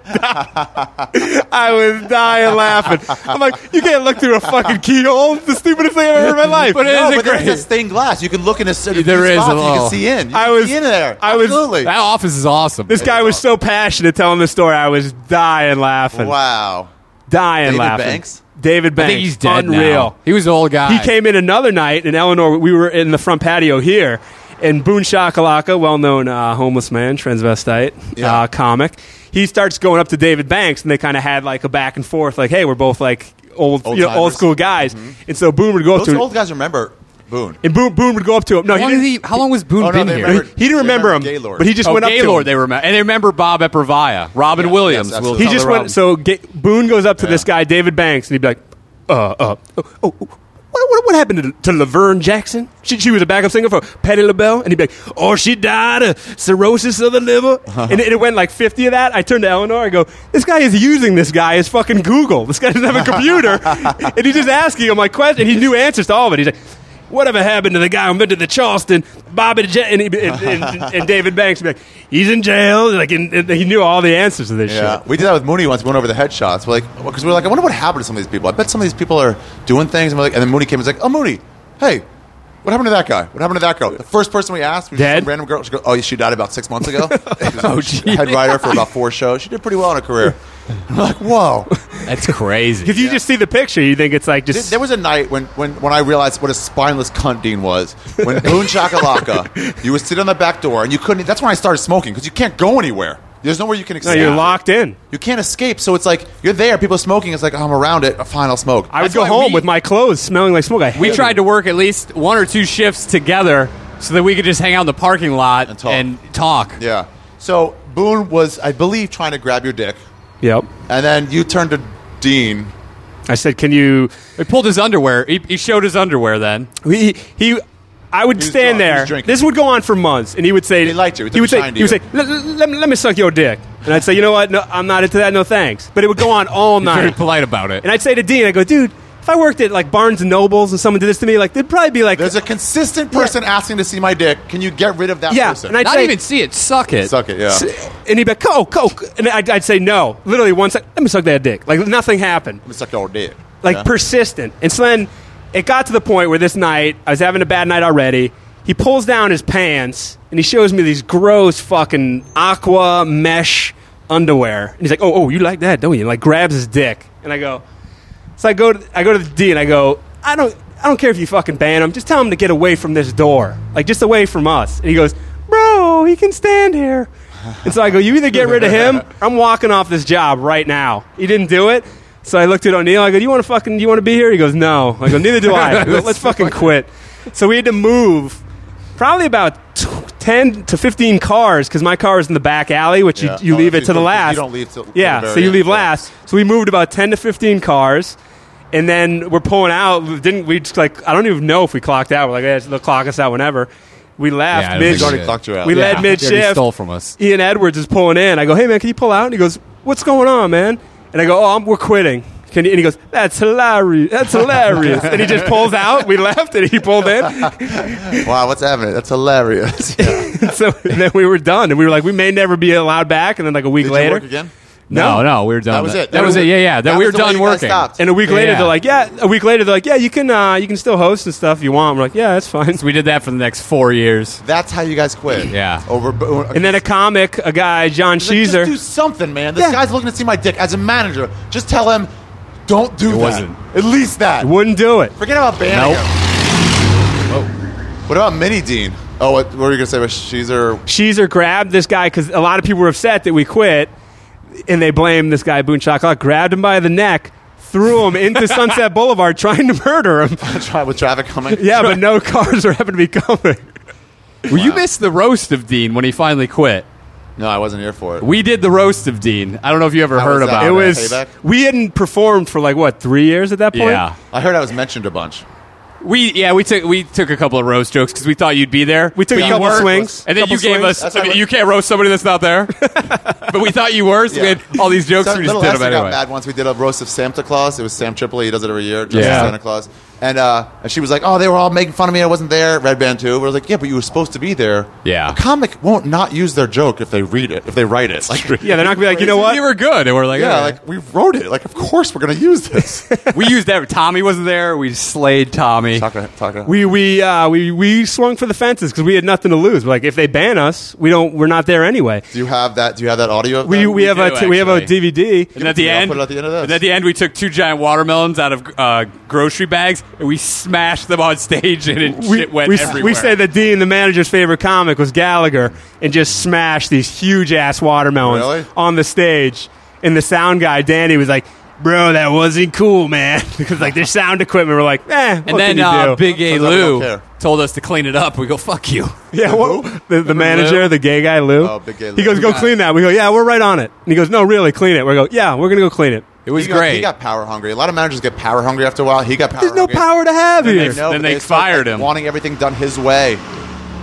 Speaker 3: died. I was dying laughing. I'm like, you can't look through a fucking keyhole. It's the stupidest thing I've ever heard in my life.
Speaker 1: But it
Speaker 2: No,
Speaker 1: is a
Speaker 2: but there's
Speaker 1: great.
Speaker 2: a stained glass. You can look in a certain
Speaker 1: There is a
Speaker 2: spot. You
Speaker 1: little-
Speaker 2: can see in. You
Speaker 3: I
Speaker 2: can
Speaker 3: was-
Speaker 2: see in there.
Speaker 3: I was-
Speaker 2: Absolutely.
Speaker 1: That office is awesome.
Speaker 3: This guy was so passionate telling the story. I was dying laughing.
Speaker 2: Wow.
Speaker 3: Dying
Speaker 2: David
Speaker 3: laughing.
Speaker 2: Banks?
Speaker 3: David
Speaker 1: I
Speaker 3: Banks.
Speaker 1: think he's dead
Speaker 3: Unreal.
Speaker 1: now. He was an old guy.
Speaker 3: He came in another night, and Eleanor, we were in the front patio here, and Boone Shakalaka, well known uh, homeless man, transvestite,
Speaker 2: Yeah.
Speaker 3: uh, comic, he starts going up to David Banks, and they kind of had like a back and forth, like, hey, we're both like old, you know, old
Speaker 2: Old-timers. Mm-hmm.
Speaker 3: school guys. And so Boone would go up
Speaker 2: Those
Speaker 3: to
Speaker 2: old guys remember Boone.
Speaker 3: And Boone, Boone would go up to him. No,
Speaker 1: How
Speaker 3: he
Speaker 1: long,
Speaker 3: didn't,
Speaker 1: did he, how long was Boone
Speaker 2: Oh, no,
Speaker 1: been
Speaker 2: they
Speaker 1: here?
Speaker 2: remember-
Speaker 3: he didn't
Speaker 2: They
Speaker 3: remember
Speaker 2: remember
Speaker 3: him,
Speaker 2: Gaylord.
Speaker 3: but he just
Speaker 1: oh,
Speaker 3: went up
Speaker 1: Gaylord,
Speaker 3: to
Speaker 1: they
Speaker 3: him.
Speaker 1: remember, and they remember Bob Epervia, Robin Williams.
Speaker 2: yes,
Speaker 1: Will
Speaker 2: absolutely.
Speaker 3: he
Speaker 1: Tell
Speaker 3: just
Speaker 1: the
Speaker 3: went.
Speaker 1: Robin.
Speaker 3: So Ga- Boone goes up to this guy, David Banks, and he'd be like, "Uh, uh, oh, oh, oh, what, what, what happened to, to Laverne Jackson? She, she was a backup singer for Patti LaBelle, and he'd be like, oh, she died of cirrhosis of the liver." And it, it went like fifty of that. I turned to Eleanor. I go, "This guy is using this guy as fucking Google. This guy doesn't have a computer, and he's just asking him like questions. And he knew answers to all of it. He's like." Whatever happened to the guy who invented the Charleston, Bobby J- and, he- and, and, and David Banks? would be Like he's in jail. Like and, and he knew all the answers to this shit.
Speaker 2: Yeah, we did that with Mooney once. We went over the headshots. We're like, because we were like, I wonder what happened to some of these people. I bet some of these people are doing things. And, we're like, and then Mooney came and was like, Oh, Mooney, hey, what happened to that guy? What happened to that girl? The first person we asked, we just
Speaker 3: Dead?
Speaker 2: some random girl. She goes, Oh, she died about six months
Speaker 3: [LAUGHS]
Speaker 2: ago. oh, she head writer for about four shows. She did pretty well in her
Speaker 3: [LAUGHS]
Speaker 2: career. I'm like, Whoa.
Speaker 1: That's crazy.
Speaker 3: If you just see the picture, you think it's like
Speaker 2: There-
Speaker 3: just
Speaker 2: There was a night when, when, when I realized what a spineless cunt Dean was. When Boone Chakalaka, you would sit on the back door and you couldn't. That's when I started smoking because you can't go anywhere. There's nowhere you can
Speaker 3: no,
Speaker 2: escape.
Speaker 3: you're locked in.
Speaker 2: You can't escape. So it's like you're there. People are smoking. It's like "Oh, I'm around it. Fine, I'll smoke.
Speaker 3: I would
Speaker 1: That's
Speaker 3: go
Speaker 1: why
Speaker 3: home
Speaker 1: we-
Speaker 3: with my clothes smelling like smoke. I
Speaker 1: We
Speaker 3: hated
Speaker 1: tried
Speaker 3: it.
Speaker 1: to work at least one or two shifts together so that we could just hang out in the parking lot
Speaker 2: And talk.
Speaker 1: and talk.
Speaker 2: yeah. So Boone was, I believe, trying to grab your dick,
Speaker 3: Yep.
Speaker 2: and then you turned to Dean.
Speaker 3: I said, "Can you?"
Speaker 1: He pulled his underwear. He, he showed his underwear then.
Speaker 3: He he. I would
Speaker 2: was
Speaker 3: stand
Speaker 2: drunk. He was
Speaker 3: there.
Speaker 2: drinking.
Speaker 3: This would go on for months, and he would say,
Speaker 2: He liked you. He
Speaker 3: He would
Speaker 2: took a
Speaker 3: say,
Speaker 2: shine to
Speaker 3: he would
Speaker 2: you.
Speaker 3: say, "Let- let let me- let me suck your dick," and I'd say, "You know what? No, I'm not into that. No, thanks." But it would go on all
Speaker 1: Very
Speaker 3: night.
Speaker 1: polite about it.
Speaker 3: And I'd say to Dean, "I go, dude, if I worked at like Barnes and Nobles and someone did this to me, like there'd probably be like,
Speaker 2: There's a consistent person asking to see my dick. Can you get rid of that
Speaker 3: yeah."
Speaker 2: person?
Speaker 3: And I'd
Speaker 1: Not
Speaker 3: say,
Speaker 1: even see it. Suck it.
Speaker 2: Suck it. Yeah.
Speaker 3: and he'd be like, "Coke, Coke," and I'd, I'd say no. Literally one sec. Let me suck that dick. Like nothing happened.
Speaker 2: Suck your dick.
Speaker 3: like
Speaker 2: Yeah.
Speaker 3: persistent. And so then it got to the point where this night I was having a bad night already. He pulls down his pants and he shows me these gross fucking aqua mesh underwear. And he's like, "Oh, oh, you like that, don't you?" And like grabs his dick, and I go. So I go to I go to the D and I go, "I don't I don't care if you fucking ban him. Just tell him to get away from this door, like just away from us." And he goes, "Bro, he can stand here." And so I go, "You either get rid of
Speaker 2: [LAUGHS]
Speaker 3: him, or I'm walking off this job right now." He didn't do it. So I looked at O'Neill. I go, "You want to fucking? You want to be here?" He goes, "No." I go,
Speaker 2: [LAUGHS]
Speaker 3: "Neither do I. I go, Let's fucking quit." So we had to move probably about t- ten to fifteen cars because my car is in the back alley, which
Speaker 2: Yeah.
Speaker 3: you, you
Speaker 2: Oh,
Speaker 3: leave
Speaker 2: so
Speaker 3: it
Speaker 2: you
Speaker 3: to the
Speaker 2: don't- you
Speaker 3: last.
Speaker 2: don't leave till- till
Speaker 3: yeah,
Speaker 2: the
Speaker 3: so
Speaker 2: very
Speaker 3: you
Speaker 2: end,
Speaker 3: leave
Speaker 2: yeah.
Speaker 3: last. So we moved about ten to fifteen cars, and then we're pulling out. We Didn't we just like I don't even know if we clocked out. We're like, eh, they'll clock us out whenever. We
Speaker 1: Yeah,
Speaker 3: left
Speaker 1: I don't
Speaker 3: mid.
Speaker 1: think
Speaker 2: He's already
Speaker 1: Yeah.
Speaker 2: clocked you out.
Speaker 3: We
Speaker 1: Yeah. [LAUGHS]
Speaker 3: led mid
Speaker 1: Yeah, he
Speaker 3: shift.
Speaker 1: stole from us.
Speaker 3: Ian Edwards is pulling in. I go, hey man, can you pull out? And he goes, what's going on, man? And I go, oh, I'm, we're quitting. Can you, and he goes, that's hilarious. That's hilarious. and he just pulls out. We left, and he pulled in. [LAUGHS]
Speaker 2: wow, what's happening? That's hilarious. [LAUGHS] Yeah.
Speaker 3: so then we were done, and we were like, we may never be allowed back. And then like a week
Speaker 2: Did
Speaker 3: later,
Speaker 2: you work again?
Speaker 1: No, no, we were done.
Speaker 2: That was it.
Speaker 1: That, was it. Yeah, yeah. That, we were
Speaker 2: was the way
Speaker 1: done
Speaker 2: you guys
Speaker 1: working.
Speaker 2: stopped.
Speaker 3: and a week
Speaker 1: Yeah.
Speaker 3: later they're like, yeah. A week later they're like, yeah, you can uh, you can still host and stuff if you want. We're like, yeah, that's fine.
Speaker 1: So we did that for the next four years.
Speaker 2: That's how you guys quit.
Speaker 1: Yeah.
Speaker 2: Over. uh,
Speaker 3: And then a comic, a guy, John
Speaker 2: Like, just do
Speaker 3: Sheezer.
Speaker 2: something, man. This
Speaker 3: Yeah.
Speaker 2: guy's looking to see my dick. As a manager, just tell him, don't do that.
Speaker 1: wasn't.
Speaker 2: At least that.
Speaker 3: Wouldn't do it.
Speaker 2: Forget about banning
Speaker 1: Nope.
Speaker 2: him. What about Mini Dean? Oh, what, what were you going to say about Sheezer? [LAUGHS]
Speaker 3: Sheezer grabbed this guy because a lot of people were upset that we quit, and they blamed this guy Boone Chocolate. Grabbed him by the neck, threw
Speaker 2: [LAUGHS]
Speaker 3: him into Sunset Boulevard, trying to murder him.
Speaker 2: Try with traffic coming.
Speaker 3: Yeah,
Speaker 2: [LAUGHS]
Speaker 3: but no cars were having to be coming.
Speaker 1: Well, you missed the roast of Dean when he finally quit.
Speaker 2: No, I wasn't here for it.
Speaker 1: We did the roast of Dean. I don't know if you ever
Speaker 2: How
Speaker 1: heard
Speaker 2: was that?
Speaker 1: about
Speaker 3: It
Speaker 1: it.
Speaker 3: was
Speaker 2: Payback?
Speaker 3: we hadn't performed for like what three years at that point.
Speaker 1: yeah.
Speaker 2: I heard I was mentioned a bunch.
Speaker 1: We yeah we took we took a couple of roast jokes because we thought you'd be there.
Speaker 3: We took
Speaker 1: But
Speaker 3: a
Speaker 1: you
Speaker 3: couple
Speaker 1: weren't.
Speaker 3: swings.
Speaker 1: and then
Speaker 3: Couple
Speaker 1: you gave
Speaker 3: swings.
Speaker 1: us.
Speaker 2: That's how I
Speaker 1: you can't roast somebody that's not there. but we thought you were, so we
Speaker 2: Yeah.
Speaker 1: had all these jokes.
Speaker 2: So
Speaker 1: we
Speaker 2: little
Speaker 1: just did them
Speaker 2: Esther got
Speaker 1: anyway.
Speaker 2: mad once. We did a roast of Santa Claus. It was Sam Tripoli. He does it every year. Just
Speaker 1: Yeah.
Speaker 2: Santa Claus. And, uh, and she was like, "Oh, they were all making fun of me. I wasn't there." Red Band too. But I was like, "Yeah, but you were supposed to be there."
Speaker 1: Yeah.
Speaker 2: A comic won't not use their joke if they read it, if they write it. Like,
Speaker 3: Yeah, they're not gonna be like, you know what?
Speaker 1: You were good, and we're like,
Speaker 2: yeah,
Speaker 1: "All right."
Speaker 2: like we wrote it. Like, of course we're gonna use
Speaker 1: [LAUGHS]
Speaker 2: this.
Speaker 1: we used that. Tommy wasn't there. We slayed Tommy.
Speaker 2: talk, it- talk. it
Speaker 1: [LAUGHS]
Speaker 2: out.
Speaker 3: we we uh, we we swung for the fences because we had nothing to lose. We're like if they ban us, we don't. We're not there anyway.
Speaker 2: do you have that? Do you have that audio? Of
Speaker 3: We,
Speaker 2: that?
Speaker 3: we, have a
Speaker 1: do,
Speaker 3: t- we have a
Speaker 1: actually.
Speaker 3: DVD.
Speaker 1: And at the
Speaker 2: Yeah, I'll
Speaker 1: end,
Speaker 2: put it at the end of this.
Speaker 1: and at the end, we took two giant watermelons out of uh, grocery bags and we smashed them on [LAUGHS] stage, and it shit went
Speaker 3: we,
Speaker 1: everywhere.
Speaker 3: we say that Dean, the manager's favorite comic, was Gallagher, and just smashed these huge ass watermelons
Speaker 2: Really?
Speaker 3: on the stage. And the sound guy, Danny, was like, "Bro, that wasn't cool, man." [LAUGHS] because like their sound equipment, we're like, "Eh." What
Speaker 1: and then
Speaker 3: can you
Speaker 1: uh,
Speaker 3: do?
Speaker 1: Big A
Speaker 2: Turns out I don't
Speaker 1: Lou
Speaker 2: care.
Speaker 1: told us to clean it up. We go, "Fuck you."
Speaker 3: Yeah, well, the, the manager,
Speaker 1: Lou?
Speaker 3: the gay guy, Lou.
Speaker 2: Oh, big gay Lou.
Speaker 3: He goes,
Speaker 2: Who
Speaker 3: go
Speaker 2: got
Speaker 3: clean that. We go, yeah, we're right on it. And he goes, no, really, clean it. We go, yeah, we're gonna go clean it.
Speaker 1: It was
Speaker 2: he got,
Speaker 1: great.
Speaker 2: He got power hungry. A lot of managers get power hungry after a while. He got power.
Speaker 3: There's no
Speaker 2: hungry.
Speaker 3: power to have
Speaker 1: And they
Speaker 3: here.
Speaker 1: know-
Speaker 2: No,
Speaker 1: Then
Speaker 2: but
Speaker 1: they
Speaker 2: start,
Speaker 1: fired
Speaker 2: like,
Speaker 1: him.
Speaker 2: wanting everything done his way,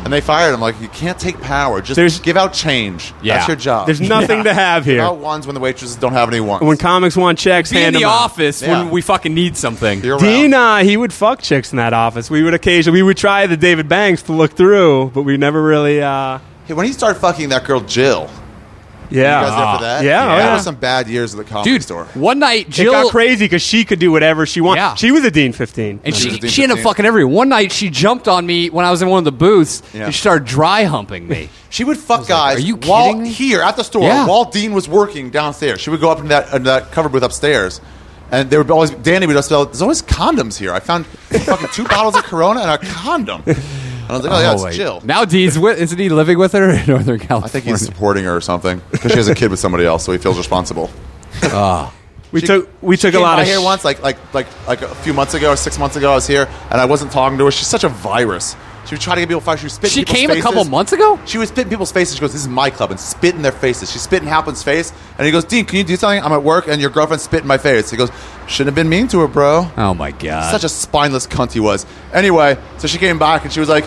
Speaker 2: and they fired him. Like you can't take power. Just
Speaker 3: There's-
Speaker 2: give out change.
Speaker 1: [LAUGHS] Yeah.
Speaker 2: That's your job.
Speaker 3: There's nothing to have
Speaker 2: Give
Speaker 3: here.
Speaker 2: out ones when the waitresses don't have any ones.
Speaker 3: When comics want checks,
Speaker 1: Be in
Speaker 3: hand
Speaker 1: the
Speaker 3: them out.
Speaker 1: office
Speaker 2: Yeah.
Speaker 1: when we fucking need something.
Speaker 2: You're
Speaker 3: Dean,
Speaker 2: around.
Speaker 3: uh, he would fuck chicks in that office. We would occasionally, we would try the David Banks to look through, but we never really, uh,
Speaker 2: Hey, when he started fucking that girl Jill,
Speaker 3: yeah.
Speaker 2: you guys
Speaker 1: Ah.
Speaker 2: there for that?
Speaker 3: Yeah, oh,
Speaker 2: that
Speaker 3: yeah.
Speaker 2: was some bad years at the comedy
Speaker 1: Dude,
Speaker 2: store.
Speaker 1: one night
Speaker 3: It
Speaker 1: Jill
Speaker 3: got crazy because she could do whatever she wanted.
Speaker 1: Yeah.
Speaker 3: She was a Dean 15.
Speaker 1: And
Speaker 2: She
Speaker 1: she,
Speaker 2: was a
Speaker 1: she ended up
Speaker 2: decent
Speaker 1: fucking everyone. One night she jumped on me when I was in one of the booths
Speaker 2: Yeah.
Speaker 1: and she started dry humping me.
Speaker 2: She would fuck guys.
Speaker 1: "Are you
Speaker 2: while,
Speaker 1: kidding me?"
Speaker 2: Here at the store,
Speaker 1: Yeah.
Speaker 2: while Dean was working downstairs, she would go up into that, into that cover booth upstairs, and there would always Danny would just yell, "There's always condoms here. I found fucking two [LAUGHS] bottles of Corona and a condom." And I was like, [LAUGHS] "Oh, yeah,
Speaker 1: wait.
Speaker 2: it's Jill."
Speaker 1: Now Dean's with, isn't he living with her in Northern California?
Speaker 2: I think he's supporting her or something because she has a kid with somebody else, so he
Speaker 1: [LAUGHS]
Speaker 2: feels responsible.
Speaker 3: we took, we took a
Speaker 2: Came
Speaker 3: lot
Speaker 2: by
Speaker 3: of
Speaker 2: here
Speaker 3: sh-
Speaker 2: once, like like like like a few months ago, or six months ago, I was here and I wasn't talking to her. She's such a virus. She would try to get people fired. She was spitting.
Speaker 1: She
Speaker 2: people's
Speaker 1: came a
Speaker 2: faces.
Speaker 1: couple months ago?
Speaker 2: She was spitting people's faces. She goes, "This is my club," and spit in their faces. She spit in Halpin's face, and he goes, "Dean, can you do something? I'm at work, and your girlfriend spit in my face." He goes, "Shouldn't have been mean to her, bro."
Speaker 1: Oh my god.
Speaker 2: Uh, Such a spineless cunt he was. Anyway, so she came back and she was like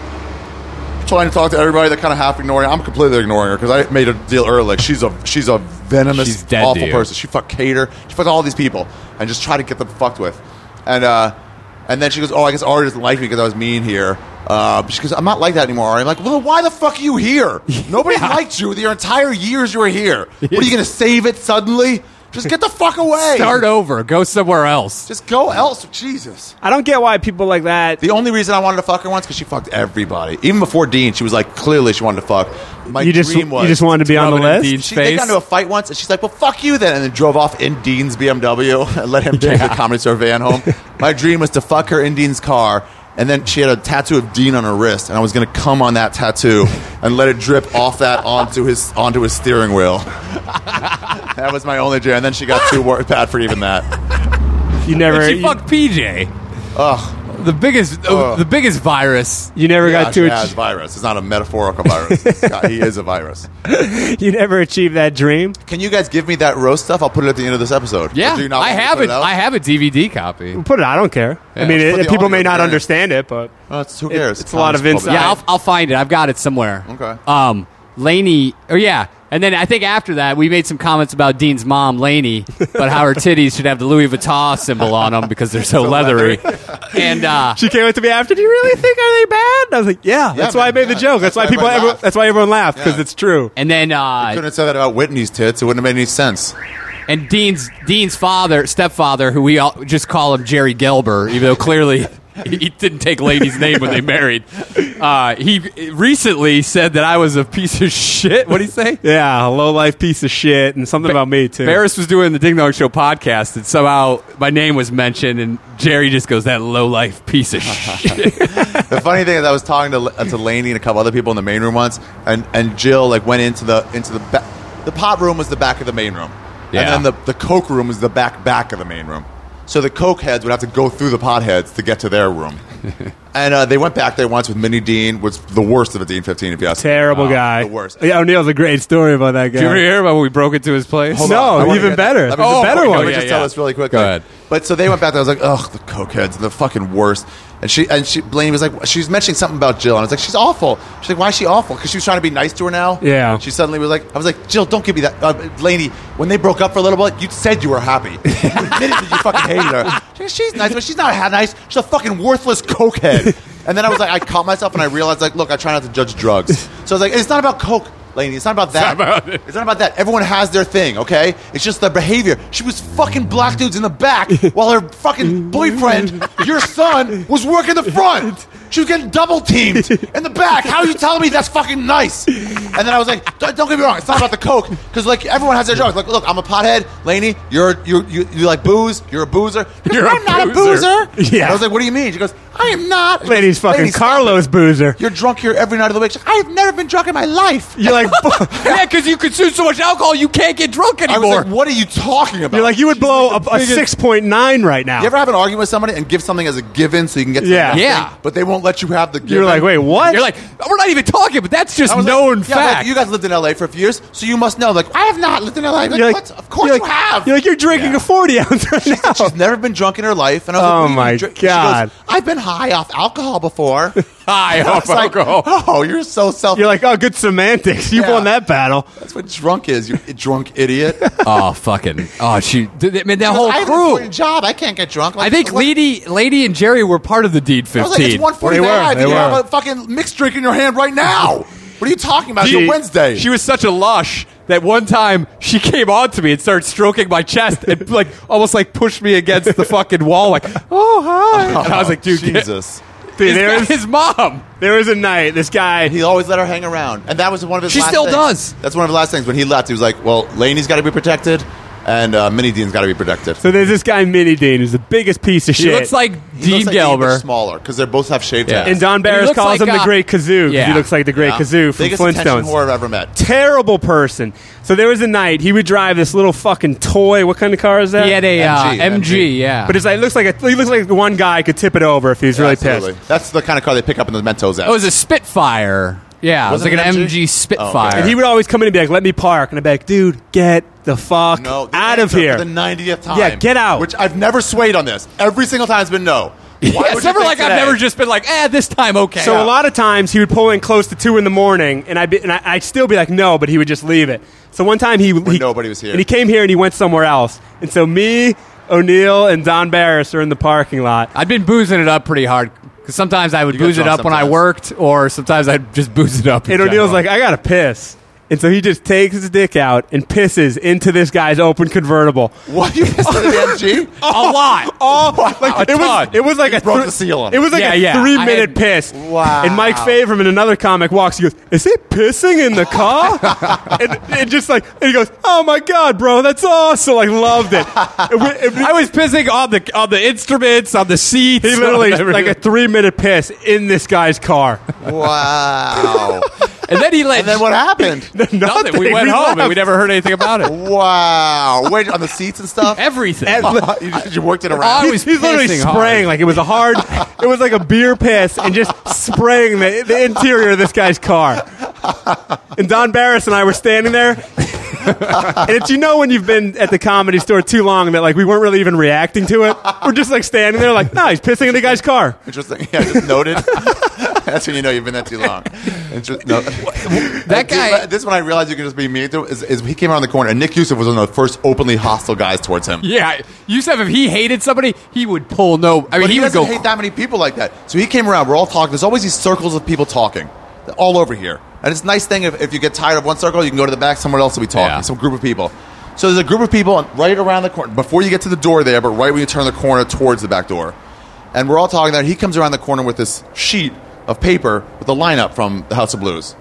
Speaker 2: trying to talk to everybody. They're kind of half ignoring. her. I'm completely ignoring her because I made a deal earlier. Like she's a she's a venomous,
Speaker 1: She's dead to
Speaker 2: awful
Speaker 1: you.
Speaker 2: person. She fucked Cater. She fucked all these people and just tried to get them fucked with. And uh, and then she goes, oh, I guess Ari doesn't like me because I was mean here. Uh, she goes, I'm not like that anymore. Ari. I'm like, well, then why the fuck are
Speaker 1: [LAUGHS]
Speaker 2: you here? Nobody liked you the entire years you were here. What are you gonna save it suddenly? Just get the fuck away.
Speaker 1: Start over. Go somewhere else.
Speaker 2: Just go else. Jesus.
Speaker 3: I don't get why people like that.
Speaker 2: The only reason I wanted to fuck her once because she fucked everybody. Even before Dean, she was like clearly she wanted to fuck. My
Speaker 3: you just,
Speaker 2: dream was
Speaker 3: you just wanted to be on the
Speaker 1: rub it in
Speaker 3: list.
Speaker 1: Dean's
Speaker 2: She, they got into a fight once, and she's like, "Well, fuck you then," and then drove off in Dean's BMW [LAUGHS] and let him take the comedy store van [LAUGHS] home. My dream was to fuck her in Dean's car, and then she had a tattoo of Dean on her wrist, and I was gonna come on that tattoo and let it drip off that onto his onto his steering wheel. [LAUGHS] that was my only dream, and then she got too wor- bad for even that.
Speaker 3: You never,
Speaker 1: And she
Speaker 3: you,
Speaker 1: fucked PJ. Ugh. The biggest uh,
Speaker 2: Ugh.
Speaker 1: the biggest virus.
Speaker 3: you never
Speaker 2: Yeah,
Speaker 3: got to,
Speaker 2: she has
Speaker 3: ach-
Speaker 2: virus. It's not a metaphorical
Speaker 3: [LAUGHS]
Speaker 2: virus. God, he is a virus.
Speaker 3: you never achieved that dream.
Speaker 2: Can you guys give me that roast stuff? I'll put it at the end of this episode.
Speaker 1: Yeah.
Speaker 2: Or do you not
Speaker 1: I
Speaker 2: want me to
Speaker 1: have
Speaker 2: put
Speaker 1: it.
Speaker 2: out?
Speaker 1: I have a DVD copy.
Speaker 3: Put it. I don't care. I
Speaker 1: Yeah,
Speaker 3: mean,
Speaker 2: just put
Speaker 3: it,
Speaker 2: the
Speaker 3: people
Speaker 2: audio
Speaker 3: may not
Speaker 2: there.
Speaker 3: understand it, but
Speaker 2: Oh, it's, who
Speaker 3: It-
Speaker 2: cares?
Speaker 3: it's a lot of
Speaker 2: Comics
Speaker 3: inside.
Speaker 2: public.
Speaker 1: Yeah, I'll, I'll find it. I've got it somewhere.
Speaker 2: Okay.
Speaker 1: Um, Laney, or yeah, and then I think after that we made some comments about Dean's mom, Laney, but how her titties should have the Louis Vuitton symbol on them because they're
Speaker 2: [LAUGHS]
Speaker 1: so leathery. and uh,
Speaker 3: she came up to me after. Do you really think are they bad? And I was like, yeah. that's why I
Speaker 2: man,
Speaker 3: made the
Speaker 2: yeah.
Speaker 3: joke. That's,
Speaker 2: That's
Speaker 3: why
Speaker 2: why
Speaker 3: people.
Speaker 2: everyone
Speaker 3: Everyone,
Speaker 2: laughed.
Speaker 3: that's why everyone laughed because
Speaker 2: Yeah.
Speaker 3: it's true.
Speaker 1: and then
Speaker 2: Couldn't
Speaker 1: uh,
Speaker 2: have said that about Whitney's tits. It wouldn't have made any sense.
Speaker 1: and Dean's Dean's father, stepfather, who we all just call him Jerry Gelber, even though clearly. He didn't take Laney's name when they married. Uh, he recently said that I was a piece of shit. What would he say?
Speaker 3: Yeah, a low life piece of shit, and something about me too.
Speaker 1: Barris was doing the Ding Dong Show podcast, and somehow my name was mentioned, and Jerry just goes, "That low life piece of shit." [LAUGHS]
Speaker 2: the funny thing is, I was talking to uh, to Laney and a couple other people in the main room once, and and Jill like went into the into the ba- the pot room was the back of the main room,
Speaker 1: Yeah.
Speaker 2: and then the the coke room was the back back of the main room. So the coke heads would have to go through the pot heads to get to their
Speaker 3: [LAUGHS]
Speaker 2: room, and uh, they went back there once with Mini Dean, was the worst of a Dean fifteen if you ask. me.
Speaker 3: Terrible guy.
Speaker 2: the worst.
Speaker 3: Yeah, O'Neill's a great story about that
Speaker 1: Did you ever
Speaker 3: guy.
Speaker 1: hear about when we broke into his place?
Speaker 3: No,
Speaker 2: I wanna
Speaker 3: even
Speaker 2: hear that.
Speaker 3: better. Oh,
Speaker 2: Let
Speaker 3: The
Speaker 2: just-
Speaker 3: better
Speaker 2: let me
Speaker 3: one.
Speaker 2: just
Speaker 1: Yeah,
Speaker 2: tell
Speaker 3: [LAUGHS]
Speaker 1: yeah.
Speaker 2: this really quick.
Speaker 1: Go ahead.
Speaker 2: But so they went back. There. I was like, "Ugh, the cokeheads, the fucking worst." And she and she Blaney was like, she was mentioning something about Jill, and I was like, "She's awful." She's like, "Why is she awful?" Because she was trying to be nice to her now.
Speaker 3: Yeah.
Speaker 2: She suddenly was like, "I was like, Jill, don't give me that." Uh, Blaney, when they broke up for a little bit, you said you were happy. You admitted that you fucking hated her. She's like, she's nice, but she's not ha- nice. She's a fucking worthless cokehead. And then I was like, I caught myself and I realized, like, look, I try not to judge drugs. So I was like, it's not about coke. Laney, it's not about that. It's not about that. Everyone has their thing, okay? It's just their behavior. She was fucking black dudes in the
Speaker 3: [LAUGHS]
Speaker 2: back while her fucking boyfriend, your son, was working the front. She was getting double teamed in the back. How are you telling me that's fucking nice? And then I was like, don't, don't get me wrong, it's not about the coke because like everyone has their drugs. Like, look, I'm a pothead, Laney. You're you you, you like booze. You're a
Speaker 3: [LAUGHS]
Speaker 2: boozer. You're I'm not a boozer.
Speaker 3: Yeah.
Speaker 2: And I was like, what do you mean? She goes, I am not.
Speaker 3: Lady's fucking
Speaker 2: Laney, stop
Speaker 3: Carlos
Speaker 2: [LAUGHS]
Speaker 3: Boozer.
Speaker 2: it. You're drunk here every night of the week. She's like, I have never been drunk in my life.
Speaker 3: You're like,
Speaker 1: yeah, because you consume so much alcohol, you can't get drunk
Speaker 2: I was
Speaker 1: anymore.
Speaker 2: like, what are you talking about?
Speaker 3: you're like, you would blow a, a
Speaker 2: biggest-
Speaker 3: 6.9 right now.
Speaker 2: You ever have an argument with somebody and give something as a given so you can get to the
Speaker 3: Yeah.
Speaker 2: next thing,
Speaker 1: Yeah.
Speaker 2: but they won't let you have the given.
Speaker 3: You're like, wait, what?
Speaker 1: You're like, we're not even talking, but that's just
Speaker 2: I was like,
Speaker 1: known
Speaker 2: yeah, I'm like,
Speaker 1: fact.
Speaker 2: you guys lived in LA for a few years, so you must know. Like, I have not lived in LA. Like,
Speaker 3: You're like-
Speaker 2: what? Of course
Speaker 3: you're
Speaker 2: you
Speaker 3: like-
Speaker 2: have.
Speaker 3: You're like, you're drinking a
Speaker 2: [LAUGHS]
Speaker 3: 40 ounce right now.
Speaker 2: She's never been drunk in her life, and I was like,
Speaker 3: Oh
Speaker 2: what do you
Speaker 3: my
Speaker 2: mean drink- she goes,
Speaker 3: God.
Speaker 2: I've been high off alcohol before.
Speaker 1: High
Speaker 2: [LAUGHS] I
Speaker 1: [LAUGHS]
Speaker 2: was
Speaker 1: off
Speaker 2: like,
Speaker 1: alcohol.
Speaker 2: oh, you're so self.
Speaker 3: You're like, oh, good semantics. You
Speaker 2: Yeah.
Speaker 3: won that battle.
Speaker 2: That's what drunk is. You [LAUGHS] drunk idiot.
Speaker 3: [LAUGHS]
Speaker 2: Because
Speaker 1: oh fucking! Oh, she. Did, I mean, that whole
Speaker 2: I have an
Speaker 1: crew.
Speaker 2: important job. I can't get drunk. Like,
Speaker 1: I think
Speaker 2: what-
Speaker 1: Lady, Lady, and Jerry were part of the Deed
Speaker 2: I was like, it's
Speaker 1: Fifteen.
Speaker 2: one forty
Speaker 3: They were,
Speaker 2: five.
Speaker 3: they
Speaker 2: You
Speaker 3: were.
Speaker 2: have a fucking mixed drink in your hand right now. What are you talking about?
Speaker 1: She-
Speaker 2: it's a Wednesday.
Speaker 1: She was such a lush that one time she came on to me and started stroking my chest and like almost like pushed me against the fucking wall. Like, [LAUGHS] oh hi! And I was like, dude, get-
Speaker 2: Jesus.
Speaker 3: Dude,
Speaker 1: Is
Speaker 3: there
Speaker 1: that
Speaker 3: is-
Speaker 1: his mom.
Speaker 3: There was a night, this guy,
Speaker 2: He always let her hang around, and that was one of his.
Speaker 1: She
Speaker 2: last
Speaker 1: still
Speaker 2: things.
Speaker 1: does.
Speaker 2: That's one of the last things. When he left, he was like, "Well, Laney's got to be protected, and uh, Minnie Dean's got to be protected."
Speaker 3: so there's this guy, Mini Dean, who's the biggest piece of
Speaker 1: She
Speaker 3: shit.
Speaker 1: looks like
Speaker 2: He
Speaker 1: Dean
Speaker 2: looks like Dean, but
Speaker 1: Gelber.
Speaker 2: smaller, because they both have shaved
Speaker 1: Yeah.
Speaker 2: heads.
Speaker 3: And Don
Speaker 1: He
Speaker 3: Barris
Speaker 1: looks
Speaker 3: calls
Speaker 1: like,
Speaker 3: him the
Speaker 1: uh,
Speaker 3: Great Kazoo 'cause
Speaker 1: yeah.
Speaker 3: he looks like the Great
Speaker 2: Yeah.
Speaker 3: Kazoo from
Speaker 2: Biggest attention
Speaker 3: Flintstones.
Speaker 2: whore I've ever met.
Speaker 3: Terrible person. So there was a night he would drive this little fucking toy. What kind of car is that?
Speaker 1: He had a uh,
Speaker 2: MG,
Speaker 1: MG,
Speaker 2: MG.
Speaker 1: yeah.
Speaker 3: But it's like, it looks like a, he looks like one guy could tip it over if he was really
Speaker 2: Absolutely.
Speaker 3: pissed. Oh,
Speaker 2: That's the kind of car they pick up in the Mentos ad.
Speaker 1: it was a Spitfire. Yeah, it was
Speaker 2: Wasn't
Speaker 1: like an
Speaker 2: it an
Speaker 1: MG,
Speaker 2: MG?
Speaker 1: Spitfire.
Speaker 2: Oh, okay.
Speaker 3: And he would always come in and be like, "Let me park," and I'd be like, "Dude, get the fuck
Speaker 2: no, the
Speaker 3: out of
Speaker 2: answer
Speaker 3: here."
Speaker 2: for the ninetieth time.
Speaker 3: Yeah, get out.
Speaker 2: Which I've never swayed on this. Every single time has been no. Why
Speaker 1: Yeah,
Speaker 2: would
Speaker 1: it's
Speaker 2: you
Speaker 1: never
Speaker 2: think
Speaker 1: like
Speaker 2: today?
Speaker 1: I've never just been like, eh, this time okay.
Speaker 3: So a lot of times he would pull in close to two in the morning, and I'd, be, and I- I'd still be like, no, but he would just leave it. So one time he, he
Speaker 2: nobody was here.
Speaker 3: and he came here and he went somewhere else. And so me, O'Neill, and Don Barris are in the parking lot.
Speaker 1: I'd been boozing it up pretty hard because sometimes I would
Speaker 2: got
Speaker 1: booze it
Speaker 2: drunk
Speaker 1: up when I
Speaker 2: sometimes.
Speaker 1: worked, or sometimes I'd just booze it up. in
Speaker 3: And O'Neill's
Speaker 1: general.
Speaker 3: like, I gotta piss. And so he just takes his dick out and pisses into this guy's open convertible.
Speaker 2: What you just said the MG?
Speaker 1: a [LAUGHS] lot.
Speaker 3: Oh, like it was,
Speaker 1: ton.
Speaker 3: it was like a
Speaker 2: broke
Speaker 3: thr-
Speaker 2: the seal on
Speaker 3: It was like
Speaker 1: Yeah,
Speaker 3: a
Speaker 1: yeah.
Speaker 3: three
Speaker 1: I
Speaker 3: minute
Speaker 1: had-
Speaker 3: piss.
Speaker 2: Wow.
Speaker 3: And Mike Favorman, another comic, walks. He goes, "Is it pissing in the car?"
Speaker 2: [LAUGHS]
Speaker 3: and, and just like, and he goes, "Oh my god, bro, that's awesome!" Like, loved it. It wa-
Speaker 2: [LAUGHS]
Speaker 3: it-
Speaker 1: I was pissing on the on the instruments, on the seats.
Speaker 3: he literally
Speaker 1: on
Speaker 3: like a
Speaker 1: everything.
Speaker 3: three minute piss in this guy's car.
Speaker 2: Wow.
Speaker 1: and then he let.
Speaker 2: and then what happened?
Speaker 1: Nothing.
Speaker 3: Nothing.
Speaker 1: We went
Speaker 3: We
Speaker 1: home and
Speaker 3: left.
Speaker 1: we never heard anything about it.
Speaker 2: Wow. Wait, on the seats and
Speaker 1: [LAUGHS]
Speaker 2: stuff? [LAUGHS]
Speaker 1: Everything. Oh,
Speaker 2: you, just, you worked it around?
Speaker 1: I
Speaker 3: He-
Speaker 1: was
Speaker 3: he's literally
Speaker 1: pissing
Speaker 3: spraying
Speaker 1: hard.
Speaker 3: like it was a hard. it was like a beer piss and just spraying the, the interior of this guy's car. And Don Barris and I were standing there, and it's you know when you've been at the comedy store too long that like we weren't really even reacting to it. We're just like standing there like, no, he's pissing in the guy's car.
Speaker 2: Interesting. Yeah, just noted. [LAUGHS] That's when you know you've been there too long. Inter- no. [LAUGHS]
Speaker 1: That guy-
Speaker 2: This one I realized you can just be mean to. Is, is he came around the corner and Nick Yusuf was one of the first openly hostile guys towards him.
Speaker 1: Yeah, Yusef, if he hated somebody, he would pull no. I mean,
Speaker 2: But
Speaker 1: he,
Speaker 2: he,
Speaker 1: would
Speaker 2: doesn't
Speaker 1: go.
Speaker 2: hate that many people like that. So he came around. We're all talking. There's always these circles of people talking, all over here. And it's a nice thing if, if you get tired of one circle, you can go to the back. Someone else will be talking.
Speaker 1: Yeah.
Speaker 2: Some group of people. So there's a group of people right around the corner before you get to the door there, but right when you turn the corner towards the back door. And we're all talking there. and He comes around the corner with this sheet of paper with a lineup from the House of
Speaker 1: [LAUGHS]
Speaker 2: Blues.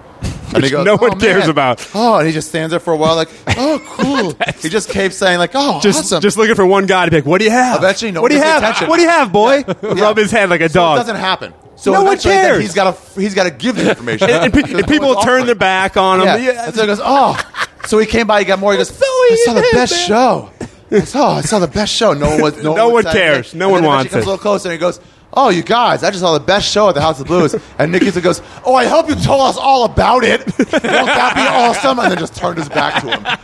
Speaker 2: And he goes,
Speaker 3: no one
Speaker 2: "Oh,
Speaker 3: cares
Speaker 2: man."
Speaker 3: about.
Speaker 2: Oh, and he just stands there for a while, like, oh,
Speaker 1: [LAUGHS]
Speaker 2: cool. he just keeps saying, like, oh,
Speaker 3: Just,
Speaker 2: awesome.
Speaker 3: just looking for one guy to be like, what do you have?
Speaker 2: Eventually, no
Speaker 3: what do you
Speaker 2: one pays
Speaker 3: have?
Speaker 2: attention.
Speaker 3: What do you have, boy?
Speaker 2: Yeah.
Speaker 3: Rub his head like a
Speaker 2: So
Speaker 3: dog.
Speaker 2: it doesn't happen. So
Speaker 3: Oh. No one
Speaker 2: eventually then
Speaker 3: cares.
Speaker 2: He's got to he's got to give
Speaker 3: [LAUGHS]
Speaker 2: the information.
Speaker 3: and, and pe- and people turn their back on him.
Speaker 2: Yeah.
Speaker 3: Yeah.
Speaker 2: And so he goes, oh.
Speaker 3: [LAUGHS]
Speaker 2: So he came by. He got more. He goes,
Speaker 3: so
Speaker 2: I saw the
Speaker 3: easy,
Speaker 2: best
Speaker 3: man."
Speaker 2: show. I saw, I saw the best show. No one was. No,
Speaker 3: No one
Speaker 2: was that
Speaker 3: cares. [LAUGHS]
Speaker 2: good.
Speaker 3: No
Speaker 2: And
Speaker 3: one
Speaker 2: then eventually
Speaker 3: wants
Speaker 2: comes
Speaker 3: it.
Speaker 2: a little closer and he goes, Oh, you guys, I just saw the best show at the House of
Speaker 3: [LAUGHS]
Speaker 2: Blues. And Nick Eason goes, Oh, I hope you told us all about it. Won't that be awesome? And then just turned his back to him. And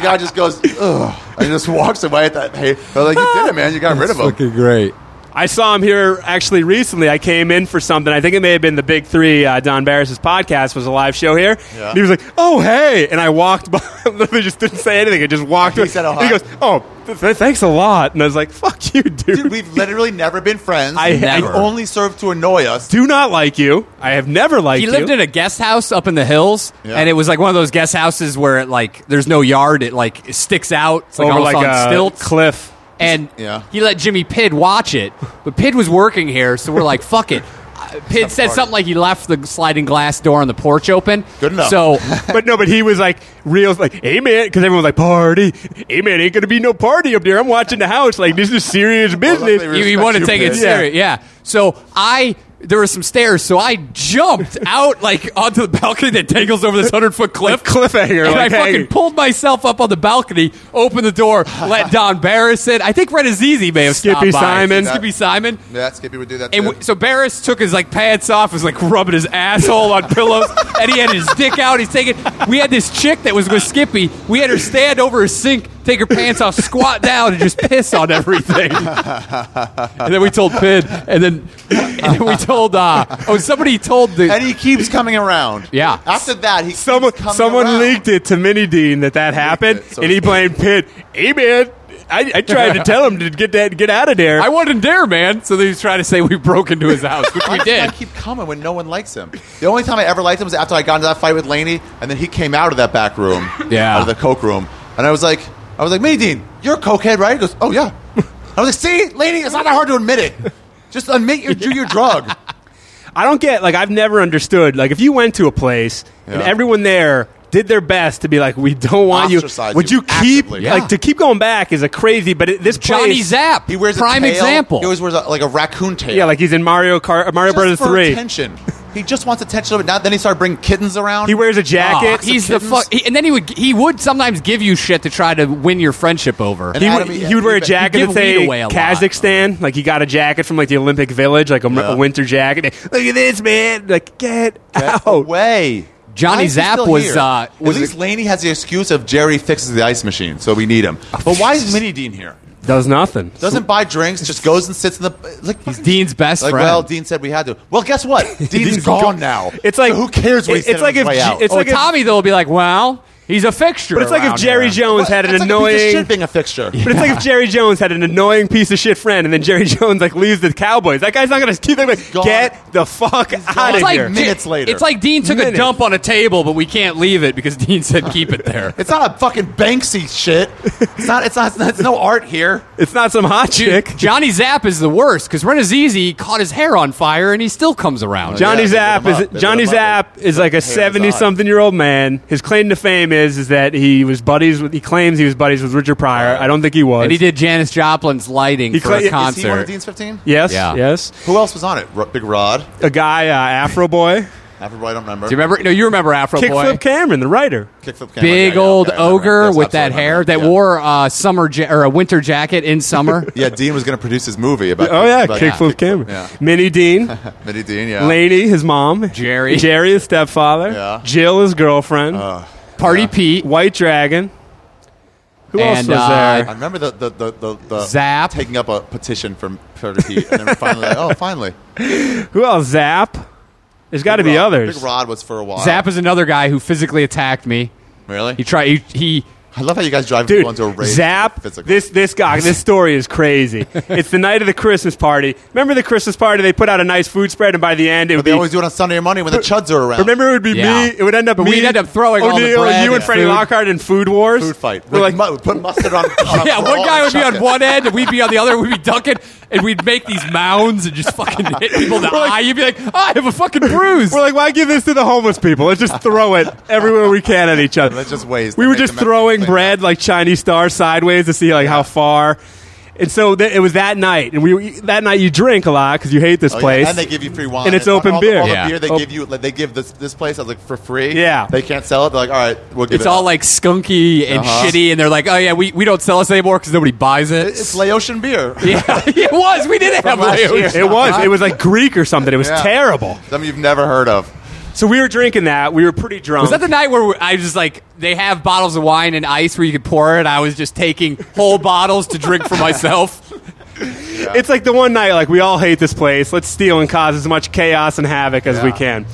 Speaker 2: the guy just goes, Ugh. And just walks away at that. Hey, they're like, You did it, man. You got rid of him.
Speaker 7: Fucking great.
Speaker 3: I saw him here actually recently. I came in for something. I think it may have been the Big Three. Uh, Don Barris's podcast was a live show here. And he was like, "Oh hey," and I walked [LAUGHS] by. Literally, just didn't say anything. I just walked.
Speaker 2: He
Speaker 3: away.
Speaker 2: said, "Oh,
Speaker 3: And he
Speaker 2: hi."
Speaker 3: goes, "Oh, th- th- thanks a lot." And I was like, "Fuck you, dude.
Speaker 2: [LAUGHS] Dude, we've literally never been friends.
Speaker 3: I-
Speaker 2: You
Speaker 3: Never.
Speaker 2: only served to annoy us.
Speaker 3: Do not like you. I have never liked
Speaker 1: He
Speaker 3: you."
Speaker 1: lived in a guest house up in the hills,
Speaker 2: Yeah.
Speaker 1: and it was like one of those guest houses where it like there's no yard, it like it sticks out, it's like
Speaker 3: over
Speaker 1: almost
Speaker 3: like
Speaker 1: on
Speaker 3: a
Speaker 1: stilts.
Speaker 3: cliff.
Speaker 1: and
Speaker 2: Yeah.
Speaker 1: he let Jimmy Pidd watch it, but Pidd was working here, so we're like, fuck
Speaker 2: [LAUGHS]
Speaker 1: it. Uh, Pidd said something like he left the sliding glass door on the porch open.
Speaker 2: Good enough. [LAUGHS]
Speaker 1: So
Speaker 3: but no, but he was like real, like, hey man, because everyone was like, party, hey man, ain't gonna be no party up there. I'm watching the house, like this is serious business.
Speaker 1: you, you
Speaker 2: respect
Speaker 1: want to
Speaker 2: you,
Speaker 1: take it
Speaker 2: Pitt.
Speaker 1: serious, yeah. So I there were some stairs, so I
Speaker 2: [LAUGHS]
Speaker 1: jumped out like onto the balcony that dangles over this hundred foot cliff.
Speaker 3: cliffhanger,
Speaker 1: And
Speaker 3: like,
Speaker 1: I
Speaker 3: hey.
Speaker 1: fucking pulled myself up on the balcony, opened the door,
Speaker 2: [LAUGHS]
Speaker 1: let Don Barris in. I think Renazizi may have
Speaker 3: Skippy
Speaker 1: stopped by.
Speaker 3: Simon.
Speaker 1: Skippy Simon.
Speaker 2: Yeah, Skippy would do that
Speaker 1: And
Speaker 2: too.
Speaker 1: w- so Barris took his like pants off, was like rubbing his asshole on pillows, [LAUGHS] and he had his dick out. He's taking. We had this chick that was with Skippy. We had her stand over her sink, take her pants off, squat down, and just piss on everything. and then we told Pid, and then, and then we told. Uh, oh, somebody told the.
Speaker 2: and he keeps coming around.
Speaker 1: Yeah.
Speaker 2: After that, he
Speaker 3: Someone,
Speaker 2: keeps coming
Speaker 3: someone
Speaker 2: around.
Speaker 3: leaked it to Mini Dean that that happened,
Speaker 2: it, so
Speaker 3: and he
Speaker 2: it's-
Speaker 3: blamed Pitt. Hey man, I, I
Speaker 2: [LAUGHS]
Speaker 3: tried to tell him to get that, get out of there.
Speaker 1: I wasn't there, man. So they was trying to say we broke into his house, which we
Speaker 2: Why does [LAUGHS]
Speaker 1: did.
Speaker 2: I keep coming when no one likes him. The only time I ever liked him was after I got into that fight with Laney, and then he came out of that back room,
Speaker 1: Yeah.
Speaker 2: out of the coke room, and I was like, I was like, Mini Dean, you're a cokehead, right? He goes, Oh yeah. I was like, See, Laney, it's not that hard to admit it. Just admit you do your drug.
Speaker 3: I don't get like I've never understood like if you went to a place and
Speaker 2: Yeah.
Speaker 3: everyone there did their best to be like we don't want you.
Speaker 2: Ostracize
Speaker 3: Would you,
Speaker 2: you
Speaker 3: keep
Speaker 2: actively.
Speaker 3: like to keep going back is a crazy, but it, this
Speaker 1: Johnny
Speaker 3: place,
Speaker 1: Zapp,
Speaker 2: He wears a
Speaker 1: prime
Speaker 2: tail.
Speaker 1: example.
Speaker 2: He always wears a, like a raccoon tail.
Speaker 3: yeah, like he's in Mario Kart, Mario
Speaker 2: just
Speaker 3: Brothers
Speaker 2: for
Speaker 3: Three.
Speaker 2: attention. He just wants attention, but now then he started bringing kittens around.
Speaker 3: He wears a jacket.
Speaker 1: Ah, he's the fuck, he- and then he would he would sometimes give you shit to try to win your friendship over.
Speaker 2: And
Speaker 3: He
Speaker 2: Adam,
Speaker 3: would, he would wear a
Speaker 2: he-
Speaker 3: jacket
Speaker 1: give
Speaker 3: that say
Speaker 1: weed away a lot.
Speaker 3: Kazakhstan. Like he got a jacket from like the Olympic Village, like a, m- a winter jacket. Look at this man! Like get,
Speaker 2: Get
Speaker 3: out.
Speaker 2: away.
Speaker 1: Johnny
Speaker 2: Why is he
Speaker 1: Zapp
Speaker 2: still
Speaker 1: was,
Speaker 2: here?
Speaker 1: uh, was
Speaker 2: At least Laney has the excuse of Jerry fixes the ice machine, so we [LAUGHS] need him. But why is Mini Dean here?
Speaker 3: Does nothing.
Speaker 2: Doesn't buy drinks, just goes and sits in the like.
Speaker 1: He's Dean's best
Speaker 2: like,
Speaker 1: friend.
Speaker 2: Well, Dean said we had to. Well, guess what? Dean's gone now.
Speaker 3: It's like
Speaker 2: So who cares? What he
Speaker 3: it-
Speaker 2: said
Speaker 3: it's
Speaker 2: on
Speaker 3: like
Speaker 2: his
Speaker 3: if
Speaker 2: way
Speaker 3: G-
Speaker 2: out?
Speaker 3: it's
Speaker 1: oh,
Speaker 3: like if-
Speaker 1: Tommy though will be like, well, he's a fixture.
Speaker 3: But it's like if
Speaker 1: around
Speaker 3: Jerry
Speaker 1: here.
Speaker 3: Jones had an
Speaker 2: That's like a piece of
Speaker 3: annoying.
Speaker 2: shit being a fixture. [LAUGHS]
Speaker 3: But it's like if Jerry Jones had an annoying piece of shit friend, and then Jerry Jones like leaves the Cowboys. That guy's not gonna keep them. Like,
Speaker 2: gone.
Speaker 3: get the fuck out of
Speaker 1: It's like
Speaker 3: here.
Speaker 1: J-
Speaker 2: Minutes later.
Speaker 1: It's like Dean took a
Speaker 3: Minutes.
Speaker 1: dump on a table, but we can't leave it because [LAUGHS] Dean said keep it there.
Speaker 2: It's not a fucking Banksy shit. It's not. It's not. It's no art here.
Speaker 3: It's not some hot
Speaker 1: Dude, [LAUGHS]
Speaker 3: chick.
Speaker 1: Johnny Zapp is the worst because Renazizi caught his hair on fire and he still comes around.
Speaker 3: Johnny
Speaker 2: Yeah, they
Speaker 3: Zapp
Speaker 2: lit him up. They
Speaker 3: is
Speaker 2: lit
Speaker 3: Johnny
Speaker 2: him up.
Speaker 3: Zapp is like a
Speaker 2: his eye.
Speaker 3: seventy something year old man. His claim to fame is is that he was buddies with he claims he was buddies with Richard Pryor. I don't think he was.
Speaker 1: and he did Janis Joplin's lighting
Speaker 3: He
Speaker 1: for
Speaker 3: cla- is
Speaker 1: a
Speaker 3: he
Speaker 1: concert.
Speaker 2: Is he one of Dean's fifteen?
Speaker 3: Yes,
Speaker 1: Yeah.
Speaker 3: yes.
Speaker 2: Who else was on it? Ro- Big Rod.
Speaker 3: A guy, uh, Afro Boy,
Speaker 2: Everybody I don't remember.
Speaker 1: Do you remember? No, you remember Afro Boy.
Speaker 3: Kickflip Cameron, the writer.
Speaker 2: Kickflip camera.
Speaker 1: big
Speaker 2: Yeah, yeah,
Speaker 1: old
Speaker 2: okay, I remember.
Speaker 1: ogre
Speaker 2: Yes,
Speaker 1: with that
Speaker 2: absolutely, I
Speaker 1: hair
Speaker 2: remember.
Speaker 1: that
Speaker 2: Yeah.
Speaker 1: wore a summer ja- or a winter jacket in summer.
Speaker 2: [LAUGHS] Yeah, Dean was going to produce his movie about.
Speaker 3: Oh yeah,
Speaker 2: about
Speaker 3: Kickflip Cameron.
Speaker 2: uh, Yeah.
Speaker 3: Minnie Dean.
Speaker 2: Minnie Dean. Yeah.
Speaker 3: Laney, his mom.
Speaker 1: Jerry.
Speaker 3: Jerry, his stepfather.
Speaker 2: Yeah.
Speaker 3: Jill, his girlfriend.
Speaker 1: Party Pete,
Speaker 3: White Dragon. Who else
Speaker 1: And,
Speaker 3: was
Speaker 1: uh,
Speaker 3: there?
Speaker 2: I remember the the the, the, the
Speaker 1: Zap.
Speaker 2: taking up a petition from Pretty Pete, and then finally, like, oh,
Speaker 3: [LAUGHS]
Speaker 2: finally.
Speaker 3: Who else? Zap. There's got to be
Speaker 2: Rod-
Speaker 3: others.
Speaker 2: Big Rod was for a while.
Speaker 1: Zap is another guy who physically attacked me.
Speaker 2: Really?
Speaker 1: He tried. He, he
Speaker 2: I love how you guys drive people
Speaker 3: Dude,
Speaker 2: into a rage.
Speaker 3: Zap.
Speaker 2: Physical.
Speaker 3: This this guy. This story
Speaker 2: [LAUGHS]
Speaker 3: is crazy. it's the night of the Christmas party. Remember the Christmas party? They put out a nice food spread, and by the end, it would
Speaker 2: they
Speaker 3: be.
Speaker 2: always do it on Sunday or Monday when the chuds are around.
Speaker 3: [LAUGHS] Remember, it would be
Speaker 1: Yeah.
Speaker 3: me. It would end up.
Speaker 1: But we'd
Speaker 3: me,
Speaker 1: end up throwing all the
Speaker 3: O'Neill,
Speaker 1: bread
Speaker 3: you and
Speaker 1: and
Speaker 3: Freddie
Speaker 1: food.
Speaker 3: Lockhart in food wars.
Speaker 2: food fight.
Speaker 3: We're
Speaker 2: We're
Speaker 3: like,
Speaker 2: put
Speaker 1: [LAUGHS]
Speaker 2: mustard on. on a
Speaker 1: yeah,
Speaker 2: roll
Speaker 1: one guy
Speaker 2: and
Speaker 1: would be on
Speaker 2: chuck it.
Speaker 1: one end, and we'd be on the other. We'd be dunking, and we'd make these mounds and just fucking hit people in the eye. You'd be like, oh, I have a fucking bruise.
Speaker 3: we're like, why give this to the homeless people? Let's just
Speaker 2: [LAUGHS]
Speaker 3: throw it everywhere we can at each other.
Speaker 2: That's just ways.
Speaker 3: we
Speaker 2: to
Speaker 3: were
Speaker 2: make
Speaker 3: just
Speaker 2: them
Speaker 3: throwing
Speaker 2: think.
Speaker 3: bread like Chinese stars sideways to see like how far. And so th- it was that night, and we were- that night you drink a lot because you hate this
Speaker 2: Oh, yeah,
Speaker 3: place.
Speaker 2: and they give you free wine.
Speaker 3: And it's
Speaker 2: all-
Speaker 3: open
Speaker 2: all The,
Speaker 3: beer.
Speaker 2: all the
Speaker 1: Yeah.
Speaker 2: beer they
Speaker 3: Op-
Speaker 2: give you, like, they give this this place. I was like for free.
Speaker 3: Yeah.
Speaker 2: they can't sell it. They're like, all right, we'll give
Speaker 1: It's
Speaker 2: it
Speaker 1: all
Speaker 2: up.
Speaker 1: like skunky and
Speaker 2: Uh-huh.
Speaker 1: shitty, and they're like, "Oh yeah, we, we don't sell this anymore because nobody buys it."
Speaker 2: it's Laotian beer.
Speaker 1: [LAUGHS] yeah, it was. We didn't have
Speaker 2: last year.
Speaker 1: Leos.
Speaker 3: it was. It was like Greek or something. It was
Speaker 2: Yeah.
Speaker 3: terrible.
Speaker 2: Something you've never heard of.
Speaker 3: So we were drinking that. We were pretty drunk.
Speaker 1: Was that the night where we- I was just like, they have bottles of wine and ice where you could pour it? I was just taking whole bottles to drink for myself.
Speaker 3: It's like the one night, like we all hate this place. Let's steal and cause as much chaos and havoc as we
Speaker 2: Yeah.
Speaker 3: can.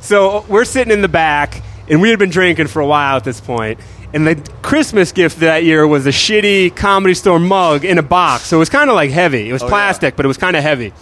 Speaker 3: So we're sitting in the back, and we had been drinking for a while at this point. And the Christmas gift that year was a shitty comedy store mug in a box. So it was kind of like heavy. It was plastic, but it was kind of heavy.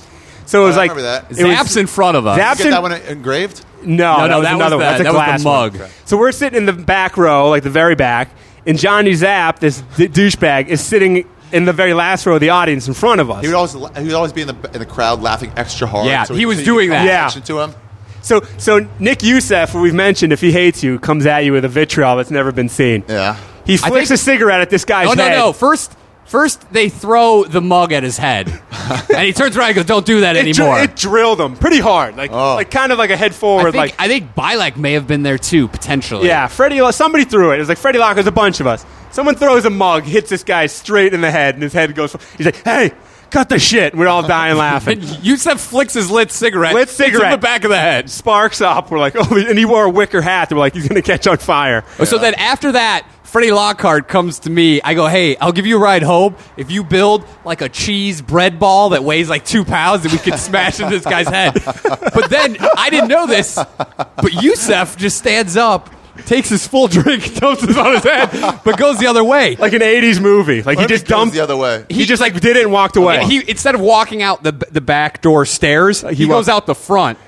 Speaker 3: So it was
Speaker 2: Oh, I
Speaker 3: like
Speaker 2: remember that.
Speaker 3: it was-
Speaker 1: Zaps in front of us.
Speaker 3: Zaps
Speaker 2: Get
Speaker 3: in-
Speaker 2: that one engraved.
Speaker 3: no,
Speaker 1: No,
Speaker 3: that
Speaker 1: no,
Speaker 3: was
Speaker 1: that was
Speaker 3: another
Speaker 1: the-
Speaker 3: one. That's a
Speaker 1: that was the
Speaker 3: glass
Speaker 1: mug.
Speaker 3: one. So we're sitting in the back row, like the very back, and Johnny Zapp, this d- douchebag, is sitting in the very last row of the audience in front of us.
Speaker 2: He would always la- he would always be in the in the crowd laughing extra hard.
Speaker 1: Yeah,
Speaker 2: so
Speaker 1: he was
Speaker 2: so you
Speaker 1: doing
Speaker 2: could
Speaker 1: that.
Speaker 2: call
Speaker 3: Yeah.
Speaker 2: Attention to him.
Speaker 3: So, so Nick Youssef, who we've mentioned, if he hates you, comes at you with a vitriol that's never been seen.
Speaker 2: Yeah.
Speaker 3: He flicks
Speaker 1: think-
Speaker 3: a cigarette at this guy's
Speaker 1: Oh, no,
Speaker 3: head.
Speaker 1: no. First, first they throw the mug at his head. and he turns around and goes, don't do that
Speaker 3: It, dr-
Speaker 1: anymore.
Speaker 3: it drilled him pretty hard, like,
Speaker 2: Oh.
Speaker 3: like kind of like a head
Speaker 1: I,
Speaker 3: forward,
Speaker 1: think,
Speaker 3: like
Speaker 1: I think Bilek may have been there too, potentially. [LAUGHS]
Speaker 3: yeah. Freddie, Lo- somebody threw it. It was like Freddie Locke. There's a bunch of us. Someone throws a mug, hits this guy straight in the head, and his head goes. He's like, "Hey, cut the shit!" We're all dying
Speaker 1: And
Speaker 3: laughing.
Speaker 1: [LAUGHS] Yusef flicks his lit cigarette.
Speaker 3: Lit
Speaker 1: It's
Speaker 3: cigarette.
Speaker 1: in the back of the head.
Speaker 3: Sparks up. We're like, "Oh!" And he wore a wicker hat. We're like, "He's gonna catch on fire."
Speaker 1: Oh, So then after that, Freddie Lockhart comes to me. I go, hey, I'll give you a ride home if you build like a cheese bread ball that weighs like two pounds and we can smash into this guy's head.
Speaker 3: [LAUGHS]
Speaker 1: But then I didn't know this, but Yusef just stands up, takes his full drink, [LAUGHS] dumps it on his head, but goes the other way.
Speaker 3: Like an '80s movie. Like he
Speaker 2: Maybe
Speaker 3: just
Speaker 2: it goes
Speaker 3: dumped
Speaker 2: the
Speaker 1: [LAUGHS]
Speaker 2: other way.
Speaker 3: He, just like did it and walked away.
Speaker 1: Yeah, he instead of walking out the the back door stairs, he,
Speaker 3: he
Speaker 1: goes
Speaker 3: walked-
Speaker 1: out the front.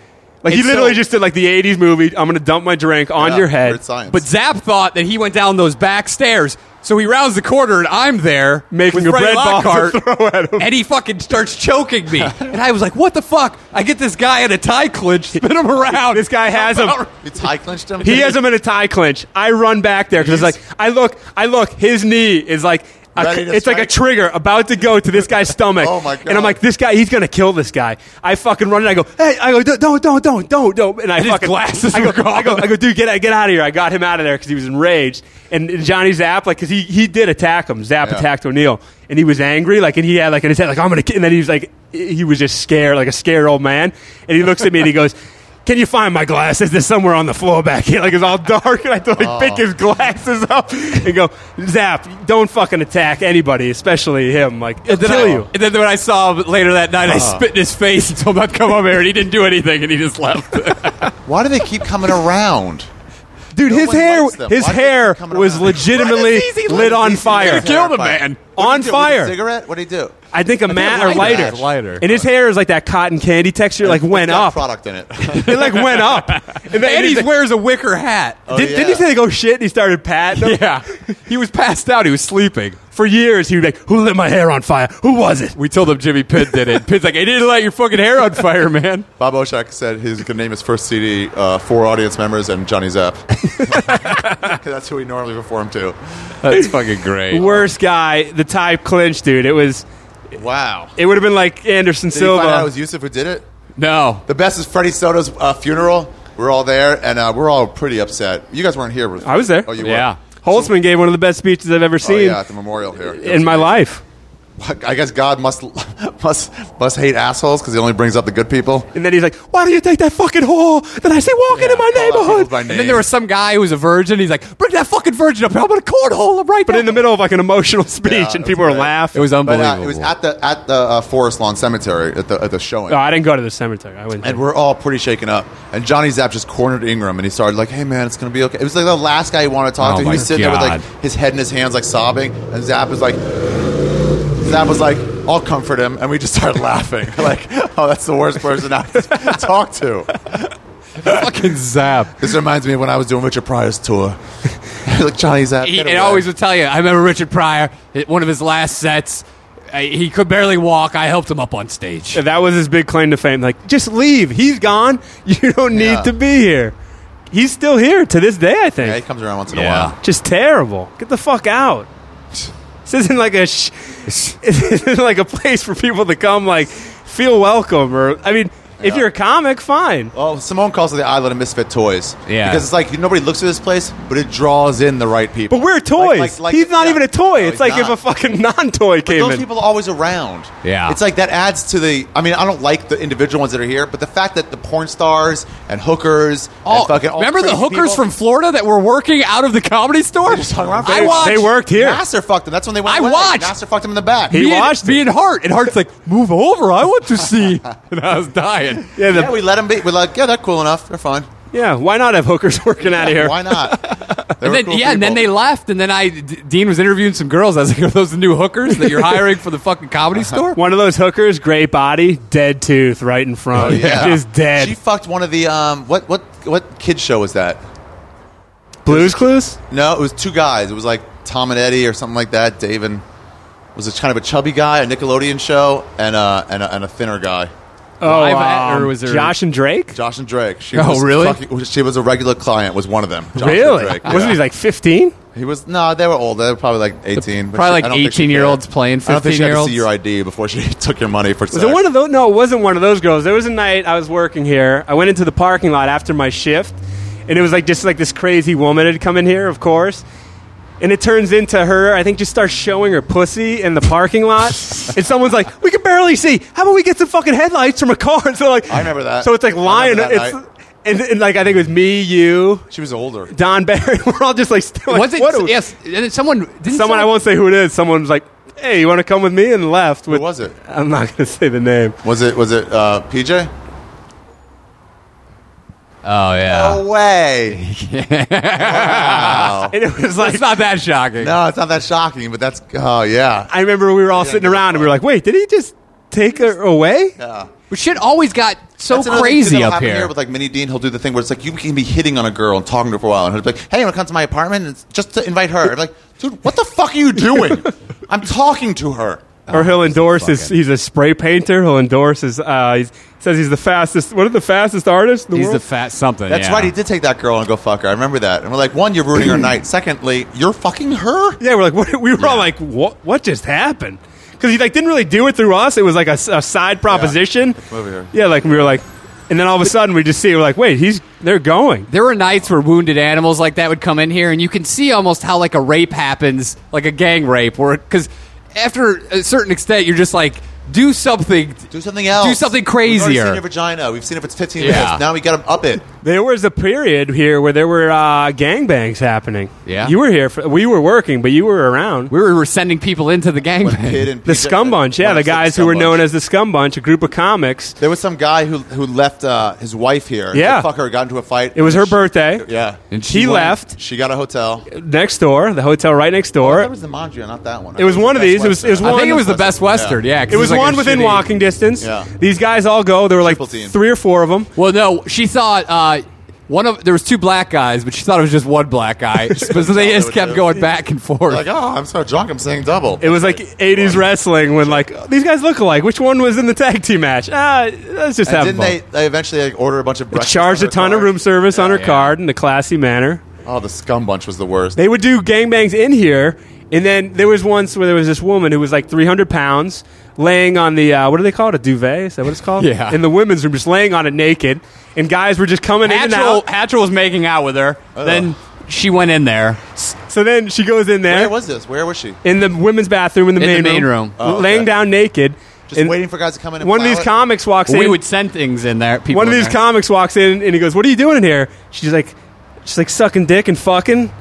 Speaker 3: Like he
Speaker 1: And
Speaker 3: literally
Speaker 1: so-
Speaker 3: just did like the '80s movie. I'm gonna dump my drink on
Speaker 2: Yeah,
Speaker 3: your head.
Speaker 2: weird science.
Speaker 1: But Zap thought that he went down those back stairs, so he rounds the corner and I'm there
Speaker 3: Making
Speaker 1: with
Speaker 3: a
Speaker 1: Freddie
Speaker 3: bread ball to
Speaker 1: Lockhart, [LAUGHS]
Speaker 3: throw at him.
Speaker 1: and he fucking starts choking [LAUGHS] me, and I was like, "What the fuck?" I get this guy in a tie [LAUGHS] clinch, spin him around.
Speaker 3: This
Speaker 1: [LAUGHS]
Speaker 3: guy has
Speaker 1: Oh,
Speaker 3: him.
Speaker 2: [LAUGHS] It's high clinched him.
Speaker 3: He has him in a tie clinch. I run back there because like I look, I look. His knee is like. A,
Speaker 2: Ready to
Speaker 3: it's like a
Speaker 2: strike?
Speaker 3: trigger about to go to this guy's stomach.
Speaker 2: Oh, my God.
Speaker 3: And I'm like, this guy, he's gonna kill this guy. I fucking run and I go, hey, I go, don't, don't, don't, don't, don't. And I
Speaker 1: his
Speaker 3: fucking
Speaker 1: glasses
Speaker 3: I
Speaker 1: were
Speaker 3: go,
Speaker 1: gone.
Speaker 3: I go, I go, dude, get out, get out of here. I got him out of there because he was enraged. And, and Johnny Zapp, like, because he, he did attack him. Zapp
Speaker 2: Yeah.
Speaker 3: attacked O'Neal, and he was angry. Like, and he had like in his head, like, I'm gonna. ki-" And then he was like, he was just scared, like a scared old man. And he looks at me and he goes. Can you find my glasses? They're somewhere on the floor back here. Like it's all dark, and I have to like pick his glasses up and go, Zap, don't fucking attack anybody, especially him. Like it'll
Speaker 1: And then,
Speaker 3: kill
Speaker 1: I,
Speaker 3: you.
Speaker 1: and then when I saw him [LAUGHS] later that night, I spit in his face and told him I'd come over here, and he didn't do anything, and he just [LAUGHS] left.
Speaker 2: Why do they keep coming around?
Speaker 3: Dude,
Speaker 2: No
Speaker 3: his
Speaker 2: one
Speaker 3: hair,
Speaker 2: likes them.
Speaker 3: his
Speaker 2: Why do they
Speaker 3: hair
Speaker 2: keep coming
Speaker 3: was
Speaker 2: around?
Speaker 3: legitimately
Speaker 1: Why does he
Speaker 3: lit on fire.
Speaker 1: hair? Kill the man.
Speaker 3: On
Speaker 2: What'd he do? With a
Speaker 3: fire.
Speaker 2: cigarette? What do you do?
Speaker 3: I think a mat
Speaker 1: a
Speaker 3: or
Speaker 1: lighter.
Speaker 3: lighter.
Speaker 1: Yeah, lighter.
Speaker 3: And his hair is like that cotton candy texture, like
Speaker 2: It's
Speaker 3: went
Speaker 2: got
Speaker 3: up.
Speaker 2: Product in it.
Speaker 3: [LAUGHS] It like
Speaker 1: [LAUGHS]
Speaker 3: went up. And, then
Speaker 1: and
Speaker 3: he's
Speaker 1: he
Speaker 3: like-
Speaker 1: wears a wicker hat.
Speaker 3: did,
Speaker 2: yeah.
Speaker 3: Didn't he say they go shit? And he started patting. him? [LAUGHS]
Speaker 1: Yeah, he was passed out. He was sleeping.
Speaker 3: For years, he would be like, "Who lit my hair on fire? Who was it?"
Speaker 1: We told him Jimmy Pitt did
Speaker 3: [LAUGHS]
Speaker 1: it. Pitt's like, "I didn't light your fucking hair on fire, man."
Speaker 2: Bob Oshak said he's going to name his first CD uh, four audience members and Johnny Zapp. [LAUGHS] 'Cause that's who he normally performed to.
Speaker 1: [LAUGHS] That's fucking great.
Speaker 3: Worst guy, the tie clinch, dude. It was.
Speaker 2: Wow.
Speaker 3: It would have been like Anderson
Speaker 2: Did you
Speaker 3: Silva.
Speaker 2: find out it was Yusuf who did it?
Speaker 1: No,
Speaker 2: The best is Freddie Soto's uh, funeral. We're all there, and uh, we're all pretty upset. You guys weren't here. With-
Speaker 3: I was there.
Speaker 2: Oh, you
Speaker 1: Yeah.
Speaker 3: Holtzman gave one of the best speeches I've ever
Speaker 2: were? Oh,
Speaker 3: seen
Speaker 2: yeah, at the memorial here. It was
Speaker 3: in my
Speaker 2: amazing.
Speaker 3: life.
Speaker 2: [LAUGHS] I guess God must must must hate assholes because he only brings up the good people.
Speaker 3: And then he's like, "Why do you take that fucking whore that I see walking in my
Speaker 2: Call out people
Speaker 3: neighborhood?"
Speaker 2: by
Speaker 1: And
Speaker 2: name.
Speaker 1: then there was some guy who was a virgin. He's like, bring that fucking virgin up here. I'm going to cornhole him right
Speaker 3: But
Speaker 1: now."
Speaker 3: in the middle of like an emotional speech,
Speaker 2: Yeah,
Speaker 3: and
Speaker 2: it
Speaker 3: people
Speaker 2: was great.
Speaker 3: were
Speaker 1: It
Speaker 3: laughing.
Speaker 1: was um,
Speaker 2: But,
Speaker 1: unbelievable.
Speaker 2: uh, it was at the at the uh, Forest Lawn Cemetery at the at the showing.
Speaker 3: No, Oh, I didn't go to the cemetery. I went.
Speaker 2: and we're all pretty shaken up. And Johnny Zapp just cornered Ingram, and he started like, "Hey man, it's gonna be okay." It was like the last guy he wanted to talk
Speaker 1: Oh,
Speaker 2: to. He
Speaker 1: my
Speaker 2: was sitting there
Speaker 1: God.
Speaker 2: with like his head in his hands, like sobbing. And Zapp was like, Zapp was like, "I'll comfort him," and we just started laughing. [LAUGHS] like, "Oh, that's the worst person I to [LAUGHS] talk to."
Speaker 1: fucking [LAUGHS] zap.
Speaker 2: This reminds me of when I was doing Richard Pryor's tour. [LAUGHS] like Johnny Zapp,
Speaker 1: He,
Speaker 2: get
Speaker 1: it
Speaker 2: away.
Speaker 1: always would tell you. I remember Richard Pryor, at one of his last sets, I, he could barely walk. I helped him up on stage.
Speaker 3: that was his big claim to fame. Like, just leave. He's gone. [LAUGHS] You don't need
Speaker 2: Yeah.
Speaker 3: to be here. He's still here to this day. I think.
Speaker 2: Yeah, he comes around once in
Speaker 1: Yeah.
Speaker 2: a while.
Speaker 3: Just terrible. Get the fuck out. This isn't like a. Sh- it's like a place for people to come, like feel welcome. Or I mean, if
Speaker 2: Yeah.
Speaker 3: you're a comic, fine.
Speaker 2: Oh, Simone calls it the Island of Misfit Toys.
Speaker 1: Yeah.
Speaker 2: Because it's like nobody looks at this place, but it draws in the right people.
Speaker 3: But we're
Speaker 2: Like-
Speaker 3: toys.
Speaker 2: like- like-
Speaker 3: he's not
Speaker 2: yeah.
Speaker 3: even a toy.
Speaker 2: No,
Speaker 3: it's
Speaker 2: he's
Speaker 3: like if
Speaker 2: not.
Speaker 3: a fucking non-toy came
Speaker 2: Those
Speaker 3: in.
Speaker 2: people are always around.
Speaker 1: Yeah.
Speaker 2: It's like that adds to the. I mean, I don't like the individual ones that are here, but the fact that the porn stars and hookers and fucking. all
Speaker 1: remember the
Speaker 2: crazy
Speaker 1: hookers
Speaker 2: people-
Speaker 1: from Florida that were working out of the comedy store?
Speaker 2: just hung around for
Speaker 1: I
Speaker 2: years.
Speaker 1: watched. [LAUGHS]
Speaker 3: they worked here.
Speaker 2: Nasser fucked them. That's when they went
Speaker 1: I
Speaker 2: away.
Speaker 1: watched.
Speaker 2: Nasser fucked them in the back.
Speaker 3: He
Speaker 1: me
Speaker 3: watched
Speaker 1: and, me and Hart, and Hart's like, "Move over, I want to see." And I was dying.
Speaker 3: [LAUGHS] yeah, the-
Speaker 2: yeah, we let them be. We're like, yeah, they're cool enough. They're fine.
Speaker 3: yeah. Why not have hookers [LAUGHS] working out of here?
Speaker 1: [LAUGHS]
Speaker 2: Why not? They
Speaker 1: And
Speaker 2: were
Speaker 1: then,
Speaker 2: cool
Speaker 1: yeah, and then they
Speaker 2: people.
Speaker 1: left, and then I, D- Dean was interviewing some girls. I was like, "Are those the new hookers that you're hiring for the fucking comedy
Speaker 2: Uh-huh.
Speaker 1: store?"
Speaker 3: One of those hookers, great body, dead tooth right in
Speaker 1: Oh, [LAUGHS]
Speaker 3: front,
Speaker 2: Yeah.
Speaker 3: just dead.
Speaker 2: She fucked one of the um. What what what kid show was that?
Speaker 3: Blues Clues.
Speaker 2: No, it was two guys. It was like Tom and Eddie or something like that. Dave and was a kind of a chubby guy, a Nickelodeon show, and uh and a, and a thinner guy.
Speaker 3: Oh,
Speaker 1: Live at- or
Speaker 3: um,
Speaker 1: was there-
Speaker 3: Josh and Drake?
Speaker 2: Josh and Drake. She
Speaker 1: Oh,
Speaker 2: was
Speaker 1: really?
Speaker 2: fucking- she was a regular client. Was one of them. Josh and
Speaker 3: really?
Speaker 2: Drake, yeah.
Speaker 3: Wasn't he like 15?
Speaker 2: He was no. They were old. They were probably like eighteen.
Speaker 1: probably
Speaker 2: but she- I
Speaker 1: like
Speaker 2: don't think she
Speaker 1: 18-year-olds
Speaker 2: cared.
Speaker 1: playing
Speaker 2: I don't think she had to
Speaker 1: 15-year-olds.
Speaker 2: see your ID before she [LAUGHS] took your money for.
Speaker 3: Was it one of those? No, it wasn't one of those girls. There was a night I was working here. I went into the parking lot after my shift, and it was like just like this crazy woman had come in here, of course. And it turns into her, I think, just starts showing her pussy in the
Speaker 2: [LAUGHS]
Speaker 3: parking lot. and someone's like, "We can barely see. How about we get some fucking headlights from a car?" [LAUGHS] And so like,
Speaker 2: I remember that.
Speaker 3: So it's like
Speaker 2: I
Speaker 3: lying.
Speaker 2: remember that
Speaker 3: It's,
Speaker 2: night.
Speaker 3: and, and like I think it was me, you,
Speaker 2: She was older.
Speaker 3: Don Barry. [LAUGHS] We're all just like, still, like
Speaker 1: was it?
Speaker 3: what do-
Speaker 1: yes, and then someone didn't.
Speaker 3: Someone I won't say who it is. Someone's like, "Hey, you want to come with me?" And left.
Speaker 2: Who
Speaker 3: With,
Speaker 2: was it?
Speaker 3: I'm not going to say the name.
Speaker 2: Was it was it uh, PJ?
Speaker 1: Oh yeah,
Speaker 2: No way. wow.
Speaker 3: And it was like
Speaker 1: it's not that shocking.
Speaker 2: No, it's not that shocking, but that's oh yeah.
Speaker 3: [LAUGHS] I remember we were all sitting around and we were like, "Wait, did he just take her away?"
Speaker 2: Yeah.
Speaker 1: But shit always got so
Speaker 2: That's another thing, too,
Speaker 1: crazy
Speaker 2: that'll
Speaker 1: up
Speaker 2: happen
Speaker 1: here.
Speaker 2: With like Mini Dean, he'll do the thing where it's like you can be hitting on a girl and talking to her for a while, and he'll be like, "Hey, you want to come to my apartment? It's just to invite her." I'm like, dude, what the fuck are you doing? I'm talking to her.
Speaker 3: Or he'll endorse his. He's a spray painter. He'll endorse his. Uh, he's, says he's the fastest. One of the fastest artists. In the
Speaker 1: He's the
Speaker 3: world.
Speaker 1: fat something.
Speaker 2: That's
Speaker 1: yeah.
Speaker 2: right. He did take that girl and go fuck her. I remember that. And we're like, one, you're ruining
Speaker 3: [CLEARS THROAT]
Speaker 2: her night. Secondly, you're fucking her.
Speaker 3: yeah, we're like, what, we were all like, "What? What just happened?" Because he like didn't really do it through us. It was like a, s- a side proposition. Yeah.
Speaker 2: Over here.
Speaker 3: like we were like, and then all of a sudden we just see we're like, "Wait, he's they're going."
Speaker 1: There were nights where wounded animals like that would come in here, and you can see almost how like a rape happens, like a gang rape, where because after a certain extent, you're just like, do something,
Speaker 2: Do something else.
Speaker 1: do something
Speaker 2: We've already seen your
Speaker 1: crazier.
Speaker 2: vagina. We've seen if it's 15
Speaker 1: Yeah.
Speaker 2: minutes. Now we got him up
Speaker 3: [LAUGHS]
Speaker 2: it.
Speaker 3: There was a period here where there were uh, gangbangs happening.
Speaker 1: Yeah.
Speaker 3: you were here. For, we were working, but you were around.
Speaker 1: We were, were sending people into the gang.
Speaker 2: Kid and
Speaker 3: The
Speaker 2: PJ
Speaker 3: Scum Bunch, yeah,
Speaker 2: When I
Speaker 3: the
Speaker 2: said
Speaker 3: guys
Speaker 2: Scum
Speaker 3: who were known
Speaker 2: Bunch.
Speaker 3: as the Scum Bunch, a group of comics.
Speaker 2: There was some guy who who left uh, his wife here.
Speaker 3: Yeah.
Speaker 2: To fuck her. Got into a fight.
Speaker 3: It was her
Speaker 2: She-
Speaker 3: birthday.
Speaker 2: Yeah.
Speaker 1: And
Speaker 3: She
Speaker 1: went-
Speaker 3: left
Speaker 2: She got a hotel.
Speaker 3: next door, the hotel right next
Speaker 2: Oh, That
Speaker 3: door.
Speaker 2: was the Mondrian, not that one.
Speaker 3: It was one of these. It was- it was
Speaker 1: I
Speaker 3: one-
Speaker 1: think it was the best Western. Yeah, 'cause
Speaker 3: It was
Speaker 1: like a
Speaker 3: one within
Speaker 1: shitty-
Speaker 3: walking distance.
Speaker 2: Yeah.
Speaker 3: These guys all go. There were like
Speaker 2: Triple team.
Speaker 3: three or four of them.
Speaker 1: Well, no, she thought uh, one of there was two black guys, but she thought it was just one black guy. but so they
Speaker 2: there
Speaker 1: just
Speaker 2: were
Speaker 1: kept
Speaker 2: two.
Speaker 1: going back and forth.
Speaker 2: Like, oh, I'm so drunk, I'm saying double.
Speaker 3: It was like 80s wrestling when like oh, these guys look alike. Which one was in the tag team match? Ah, let's just
Speaker 2: and
Speaker 3: have
Speaker 2: didn't
Speaker 3: fun.
Speaker 2: they, they eventually like, order a bunch of breakfast?
Speaker 3: Charged
Speaker 2: on
Speaker 3: a
Speaker 2: her
Speaker 3: ton of
Speaker 2: card?
Speaker 3: room service on her
Speaker 1: yeah.
Speaker 3: card in a classy manner.
Speaker 2: Oh, the scum bunch was the worst.
Speaker 3: They would do gangbangs in here, and then there was once where there was this woman who was like 300 pounds laying on the uh, what do they call it? A duvet? Is that what it's called?
Speaker 1: [LAUGHS] Yeah.
Speaker 3: In the women's room, just laying on it naked, and guys were just coming in and
Speaker 1: Hatchel,
Speaker 3: out.
Speaker 1: Hatchel was making out with her. Then she went in there.
Speaker 3: So then she goes in there
Speaker 2: Where was this? Where was she?
Speaker 3: in the women's bathroom in the
Speaker 1: In the
Speaker 3: main
Speaker 1: main
Speaker 3: room,
Speaker 1: room.
Speaker 2: Oh,
Speaker 3: laying
Speaker 2: okay.
Speaker 3: down naked.
Speaker 2: Just
Speaker 3: and
Speaker 2: waiting for guys to come in. And
Speaker 3: One of
Speaker 2: plow
Speaker 3: these
Speaker 2: it?
Speaker 3: comics walks in.
Speaker 1: we would send things in there. People
Speaker 3: one of
Speaker 1: in
Speaker 3: these
Speaker 1: there.
Speaker 3: comics walks in and he goes, "What are you doing in here?" She's like, "She's like sucking dick and fucking."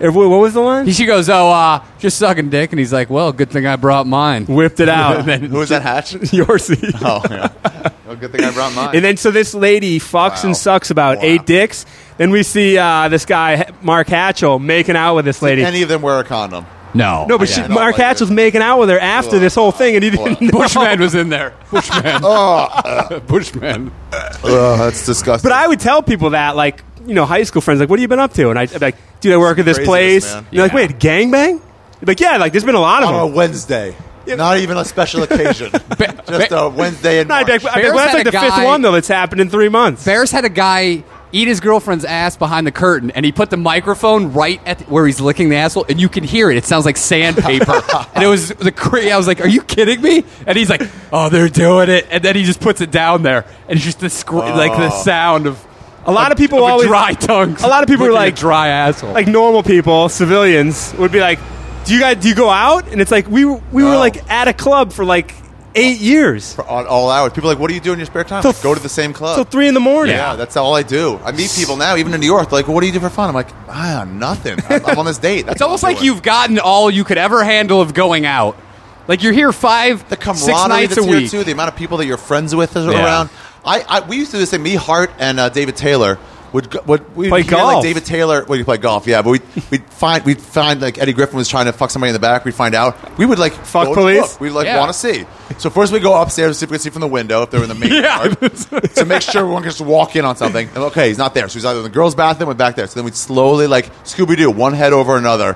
Speaker 3: Or wh- What was the line?
Speaker 1: He- She goes, "Oh, uh, just sucking dick," and he's like, "Well, good thing I brought mine."
Speaker 3: whipped it out.
Speaker 1: [LAUGHS] And then-
Speaker 2: Who was that [LAUGHS] hatch?
Speaker 3: Yorsey.
Speaker 2: oh, yeah. Well, good thing I brought mine.
Speaker 3: And then so this lady fucks
Speaker 2: Wow.
Speaker 3: and sucks about
Speaker 2: Wow.
Speaker 3: eight dicks. Then we see uh, this guy H- Mark Hatchell making out with this lady.
Speaker 2: Any of them wear a condom?
Speaker 1: no,
Speaker 3: no, but
Speaker 2: Yeah,
Speaker 3: she,
Speaker 2: I don't
Speaker 3: Mark
Speaker 2: like
Speaker 3: Hatchell's
Speaker 2: it.
Speaker 3: making out with her after
Speaker 2: Ugh.
Speaker 3: this whole thing, and he didn't. know.
Speaker 2: [LAUGHS]
Speaker 1: Bushman was in there. [LAUGHS] Bushman.
Speaker 3: Oh.
Speaker 1: [LAUGHS] Bushman.
Speaker 2: Ugh, [LAUGHS] that's disgusting.
Speaker 3: But I would tell people that, like, you know, high school friends, like, "What have you been up to?" And I, I'd be like, "Dude, I work at this
Speaker 2: Craziness,
Speaker 3: place."
Speaker 2: man.
Speaker 3: You're like,
Speaker 1: Yeah.
Speaker 3: "Wait, gangbang?" You're Like, yeah, like there's been a lot of
Speaker 2: [LAUGHS] on a
Speaker 3: them.
Speaker 2: Wednesday. Not even a special [LAUGHS] occasion. Just a Wednesday in
Speaker 3: No, I'd
Speaker 2: March. [LAUGHS]
Speaker 3: be like, I'd be like,
Speaker 1: Bears
Speaker 3: well, that's
Speaker 1: had
Speaker 3: like
Speaker 1: a
Speaker 3: the fifth
Speaker 1: guy-
Speaker 3: one though that's happened in three months.
Speaker 1: Bears had a guy eat his girlfriend's ass behind the curtain, and he put the microphone right at the, where he's licking the asshole, and you can hear it. It sounds like
Speaker 3: [LAUGHS]
Speaker 1: sandpaper. and it was the cra- I was like, "Are you kidding me?" And he's like, "Oh, they're doing it," and then he just puts it down there, and it's just the scr- like the sound of
Speaker 3: Oh. A lot of people
Speaker 1: of a
Speaker 3: always
Speaker 1: dry tongue.
Speaker 3: a lot of people are
Speaker 1: licking a
Speaker 3: like-
Speaker 1: dry asshole.
Speaker 3: like normal people, civilians would be like, "Do you guys do you go out?" And it's like we were- we were
Speaker 2: No.
Speaker 3: like at a club for like eight years
Speaker 2: on all hours. People are like, what do you do in your spare time?
Speaker 3: Till-
Speaker 2: Like, go to the same club.
Speaker 3: till three in the morning.
Speaker 2: yeah, that's all I do. I meet people now, even in New York. They're like, what do you do for fun? I'm like, ah, nothing. I'm, I'm on this date. That's
Speaker 1: It's almost
Speaker 2: all I'm
Speaker 1: like
Speaker 2: doing.
Speaker 1: you've gotten all you could ever handle of going out. Like you're here five,
Speaker 2: the camaraderie
Speaker 1: six nights
Speaker 2: that's
Speaker 1: a
Speaker 2: here
Speaker 1: week.
Speaker 2: too. The amount of people that you're friends with is
Speaker 1: Yeah.
Speaker 2: around. I, I we used to do this thing. Me, Hart, and uh, David Taylor would go- would we
Speaker 3: Play
Speaker 2: like
Speaker 3: golf.
Speaker 2: David Taylor. Well, you play golf, yeah. But we we'd find we'd find like Eddie Griffin was trying to fuck somebody in the back. We'd find out. We would like
Speaker 3: Fuck
Speaker 2: go to
Speaker 3: police?
Speaker 2: look. We'd like
Speaker 1: Yeah.
Speaker 2: want to see. So first we go upstairs to see if we can see from the window if they're in
Speaker 1: [LAUGHS]
Speaker 2: the main yard to make sure everyone can just walk in on something. And, okay, he's not there. So he's either in the girls' bathroom or back there. So then we'd slowly like Scooby Doo, one head over another,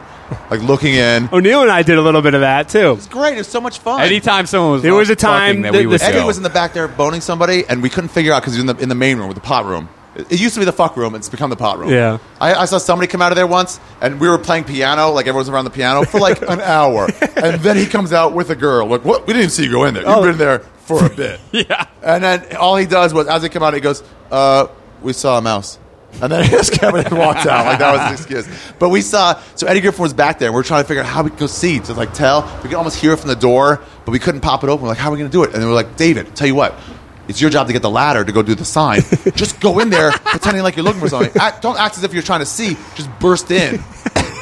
Speaker 2: like looking in.
Speaker 3: O'Neill and I did a little bit of that too.
Speaker 2: Great, it was so much fun.
Speaker 1: Anytime someone was
Speaker 3: There was
Speaker 1: like,
Speaker 3: a time
Speaker 1: fucking that
Speaker 3: that
Speaker 1: we
Speaker 3: the
Speaker 1: would
Speaker 3: Eddie
Speaker 2: Eddie
Speaker 1: go.
Speaker 3: [LAUGHS]
Speaker 2: was in the back there boning somebody, and we couldn't figure out because he was in the, in the main room with the pot room. It it used to be the fuck room. It's become the pot room.
Speaker 3: Yeah.
Speaker 2: I, I saw somebody come out of there once, and we were playing piano, like everyone's around the piano for like an
Speaker 3: [LAUGHS]
Speaker 2: hour, and then he comes out with a girl. Like, what? We didn't see you go in there. You've
Speaker 3: Oh.
Speaker 2: been there for a
Speaker 3: [LAUGHS]
Speaker 2: bit. yeah. And then all he does was, as he come out, he goes, "Uh, we saw a mouse." And then [LAUGHS] he just came in and walked out. Like that was his excuse. But we saw so Eddie Griffin was back there. and We are trying to figure out how we could go see to like tell. We could almost hear it from the door, but we couldn't pop it open. We're like, how are we going to do it? And then we're like, David, tell you what, it's your job to get the ladder to go do the sign. Just go in there pretending like you're looking for something. Act, don't act as if you're trying to see. Just burst in. [LAUGHS]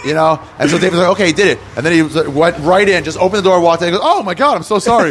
Speaker 2: You know, and so David's like, "Okay, he did it," and then he was like, went right in, just opened the door, walked in, and goes, "Oh my god, I'm so sorry."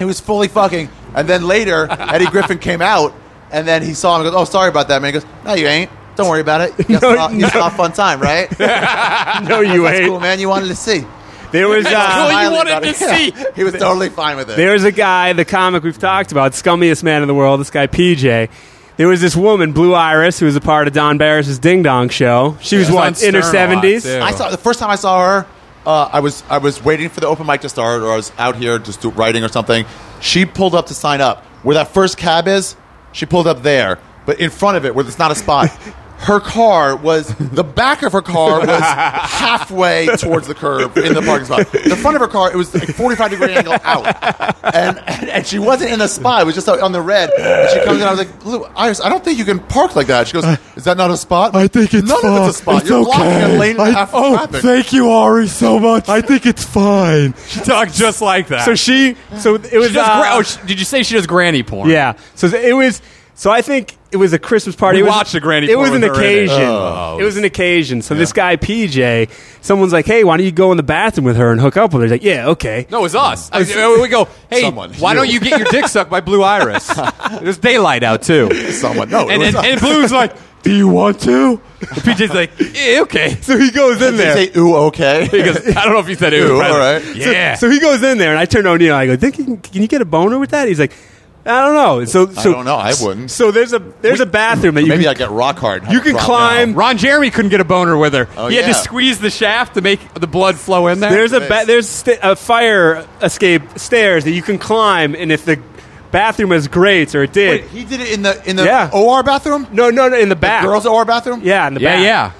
Speaker 2: It was fully fucking. And
Speaker 1: [LAUGHS]
Speaker 2: then later, Eddie Griffin came out, and then he saw him and goes, "Oh, sorry about that, man." He goes, "No, you ain't. Don't worry
Speaker 1: [LAUGHS]
Speaker 2: about it. You
Speaker 3: No,
Speaker 2: saw, you
Speaker 3: no.
Speaker 2: saw a fun time, right?
Speaker 3: No, you
Speaker 2: That's
Speaker 3: ain't.
Speaker 2: cool, man. You wanted to see.
Speaker 3: There was
Speaker 1: That's
Speaker 3: uh,
Speaker 1: cool.
Speaker 2: Smiley
Speaker 1: wanted
Speaker 2: about
Speaker 1: to
Speaker 2: it. Yeah.
Speaker 1: see.
Speaker 2: [LAUGHS] He was totally fine with it.
Speaker 3: there was a guy, the comic we've talked about, scummiest man in the world. This guy PJ. There was this woman, Blue Iris, who was a part of Don Barris' Ding Dong Show. She was
Speaker 1: It's on
Speaker 3: what in
Speaker 1: Stern
Speaker 3: her
Speaker 1: a lot,
Speaker 3: seventies.
Speaker 1: too.
Speaker 2: I saw the first time I saw her. Uh, I was I was waiting for the open mic to start, or I was out here just do, writing or something. She pulled up to sign up where that first cab is. She pulled up there, but in front of it where it's not a spot. Her car was the back of her car was halfway towards the curb in the parking spot. The front of her car it was like forty five degree angle out, and, and and she wasn't in the spot. It was just on the red. And she comes in. I was like, Lou, Iris, I don't think you can park like that. She goes, Is that not a spot? I think it's none of it's a spot. You're blocking a lane and a half of traffic.
Speaker 7: you, Ari, so much. I think it's fine.
Speaker 1: She talked just like that.
Speaker 3: So she, so it was.
Speaker 1: She does
Speaker 3: uh,
Speaker 1: gra- oh, sh- did you say she does granny porn?
Speaker 3: Yeah. So it was. So I think it was a Christmas party.
Speaker 1: We
Speaker 3: it was,
Speaker 1: watched the granny
Speaker 3: It
Speaker 1: porn
Speaker 3: was
Speaker 1: with
Speaker 3: an
Speaker 1: her in it.
Speaker 3: occasion.
Speaker 1: Oh.
Speaker 3: It was an occasion. So this guy PJ, someone's like, "Hey, why don't you go in the bathroom with her and hook up with her?" He's like, "Yeah, okay."
Speaker 1: No, it's us. I, we
Speaker 2: [LAUGHS]
Speaker 1: go, hey,
Speaker 2: Someone.
Speaker 1: why don't you get your dick sucked by Blue
Speaker 2: [LAUGHS]
Speaker 1: Iris? There's daylight out, too.
Speaker 2: Someone, no,
Speaker 1: And,
Speaker 2: [LAUGHS] it
Speaker 1: and,
Speaker 2: was
Speaker 1: and Blue's like,
Speaker 7: Do you want
Speaker 2: [LAUGHS]
Speaker 7: to?
Speaker 1: PJ's like, yeah, okay.
Speaker 3: So he goes in
Speaker 2: Did
Speaker 3: there.
Speaker 2: you say ooh
Speaker 3: [LAUGHS]
Speaker 2: okay?
Speaker 1: He goes, I don't know if he said it.
Speaker 2: Ew,
Speaker 1: but-
Speaker 2: all right.
Speaker 1: Yeah.
Speaker 3: So he goes in there, and I turn to O'Neill. I go, "Think you can, can you get a boner with that?" He's like, "I don't know." And so, so
Speaker 2: I don't know. I wouldn't.
Speaker 3: So there's a there's a bathroom that you
Speaker 2: [LAUGHS] Maybe
Speaker 3: can,
Speaker 2: I get rock hard.
Speaker 3: you can
Speaker 2: Rock
Speaker 3: climb.
Speaker 2: now.
Speaker 1: Ron Jeremy couldn't get a boner with her.
Speaker 2: Oh,
Speaker 1: he had
Speaker 2: yeah.
Speaker 1: to squeeze the shaft to make the blood flow in there.
Speaker 3: There's a ba-
Speaker 2: Nice.
Speaker 3: there's st- a fire escape stairs that you can climb, and if the bathroom has grates or it did,
Speaker 2: Wait, he did it in the in the
Speaker 3: Yeah.
Speaker 2: OR bathroom.
Speaker 3: no, no, no, in the back,
Speaker 2: Girls OR bathroom.
Speaker 3: yeah, in the
Speaker 1: yeah,
Speaker 3: back,
Speaker 1: yeah.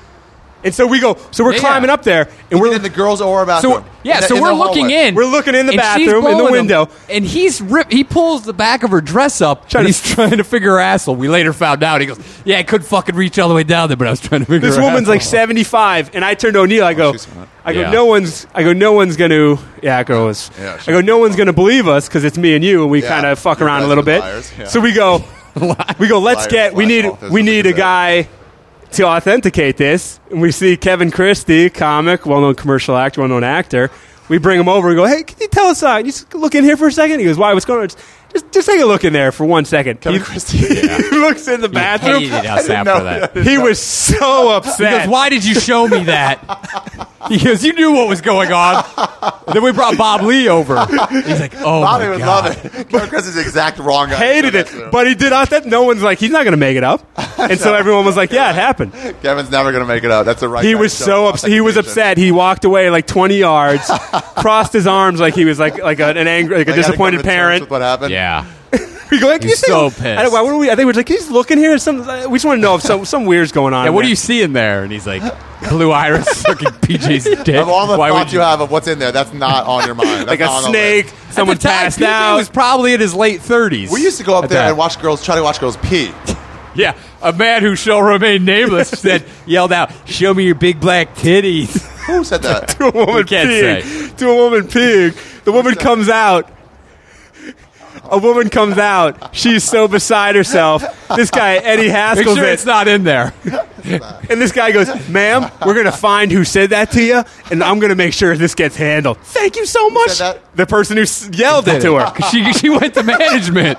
Speaker 3: And so we go, so we're
Speaker 1: Yeah,
Speaker 3: climbing
Speaker 1: yeah.
Speaker 3: up there, and
Speaker 2: we're
Speaker 3: we're
Speaker 2: in the girls OR bathroom.
Speaker 1: So yeah,
Speaker 2: In the-
Speaker 1: so
Speaker 2: in
Speaker 1: we're
Speaker 2: the hallway.
Speaker 1: looking in.
Speaker 3: We're looking in the
Speaker 1: and she's
Speaker 3: bathroom, in the
Speaker 1: blowing him,
Speaker 3: window.
Speaker 1: and he's rip. He pulls the back of her dress up,
Speaker 3: Trying
Speaker 1: and
Speaker 3: to-
Speaker 1: he's [LAUGHS] trying to figure her asshole. We later found out. He goes, "Yeah, I couldn't fucking reach all the way down there, but I was trying to figure."
Speaker 3: this
Speaker 1: her
Speaker 3: woman's like
Speaker 1: asshole out."
Speaker 3: 75, and I turned to O'Neill. I go,
Speaker 2: she's hot.
Speaker 3: I go,
Speaker 1: Yeah.
Speaker 3: no one's, I go, no one's gonna, yeah, that girl was,
Speaker 2: Yeah, she-
Speaker 3: I go, no one's gonna believe us because it's me and you, and we
Speaker 2: Yeah.
Speaker 3: kind of fuck
Speaker 2: You
Speaker 3: around a
Speaker 2: guys
Speaker 3: little
Speaker 2: are
Speaker 3: bit.
Speaker 2: liars, yeah.
Speaker 3: So we go,
Speaker 1: [LAUGHS]
Speaker 3: we go, let's
Speaker 2: Liars,
Speaker 3: get, we
Speaker 2: lies,
Speaker 3: need,
Speaker 2: authors,
Speaker 3: we
Speaker 2: that's what
Speaker 3: need
Speaker 2: you
Speaker 3: a
Speaker 2: said.
Speaker 3: guy to authenticate this, and we see Kevin Christie, comic, well-known commercial actor, well-known actor. We bring him over. We go, hey, can you tell us? Uh, can you just look in here for a second. He goes, why? What's going on? Just, just take a look in there for one second.
Speaker 2: Kevin
Speaker 3: he,
Speaker 2: Christie.
Speaker 3: [LAUGHS] he looks in the bathroom.
Speaker 1: hated us after that.
Speaker 3: He was
Speaker 2: [LAUGHS]
Speaker 3: so upset.
Speaker 1: He goes, "Why did you show me that?" [LAUGHS] He goes, "You knew what was going on." And then we brought Bob Lee over. He's like, "Oh
Speaker 2: Bobby
Speaker 1: my
Speaker 2: would
Speaker 1: god."
Speaker 2: love it. [LAUGHS] Kevin Christie's the exact wrong guy. to show
Speaker 3: hated
Speaker 2: that
Speaker 3: it.
Speaker 2: to.
Speaker 3: But he did not. That no one's like he's not going to make
Speaker 2: [LAUGHS]
Speaker 3: it up, and so everyone was like, "Yeah, it happened."
Speaker 2: Kevin's never gonna make it out. That's the right.
Speaker 3: He
Speaker 2: guy to
Speaker 3: was
Speaker 2: show
Speaker 3: so
Speaker 2: him.
Speaker 3: upset. He was upset. He walked away like
Speaker 2: [LAUGHS]
Speaker 3: twenty yards, crossed his arms like he was like like a- an angry, like a
Speaker 2: Like, I had to come
Speaker 3: disappointed
Speaker 2: to terms
Speaker 3: parent.
Speaker 2: with What happened?
Speaker 1: Yeah.
Speaker 3: we go, can you
Speaker 1: He's
Speaker 3: say,
Speaker 1: so
Speaker 3: I, don't-
Speaker 1: pissed.
Speaker 3: why were we, I think we're like, can you just look in here? Some, uh, we just want to know if some, some weird's going on.
Speaker 1: Yeah, what do
Speaker 3: there.
Speaker 1: you see in there? And he's like, blue [LAUGHS] iris looking PJ's dick.
Speaker 2: Of all the
Speaker 1: Why
Speaker 2: thoughts
Speaker 1: would
Speaker 2: you have of what's in there, that's not on [LAUGHS] your mind. That's
Speaker 3: like
Speaker 2: not
Speaker 3: a
Speaker 2: on the
Speaker 3: snake?
Speaker 2: list.
Speaker 1: At the
Speaker 3: Someone
Speaker 1: time,
Speaker 3: passed
Speaker 1: PJ
Speaker 3: out.
Speaker 1: was probably in his late 30s.
Speaker 2: We used to go up
Speaker 1: At
Speaker 2: there
Speaker 1: that.
Speaker 2: and watch girls try to watch girls pee. [LAUGHS]
Speaker 1: Yeah, a man who shall remain nameless [LAUGHS] said, yelled out, "Show me your big black
Speaker 2: [LAUGHS]
Speaker 1: titties."
Speaker 2: Who said that?
Speaker 3: to a woman
Speaker 1: We can't
Speaker 3: peeing. To a woman peeing. The woman comes out. A woman comes out. She's so beside herself. This guy Eddie
Speaker 1: Make
Speaker 3: Haskell's
Speaker 1: sure
Speaker 3: it,
Speaker 1: it's not in there.
Speaker 3: and this guy goes, "Ma'am, we're gonna find who said that to you, and I'm gonna make sure this gets handled." Thank you so much.
Speaker 2: said that?
Speaker 3: The person who s- yelled it to her.
Speaker 1: 'Cause [LAUGHS] she she went to management.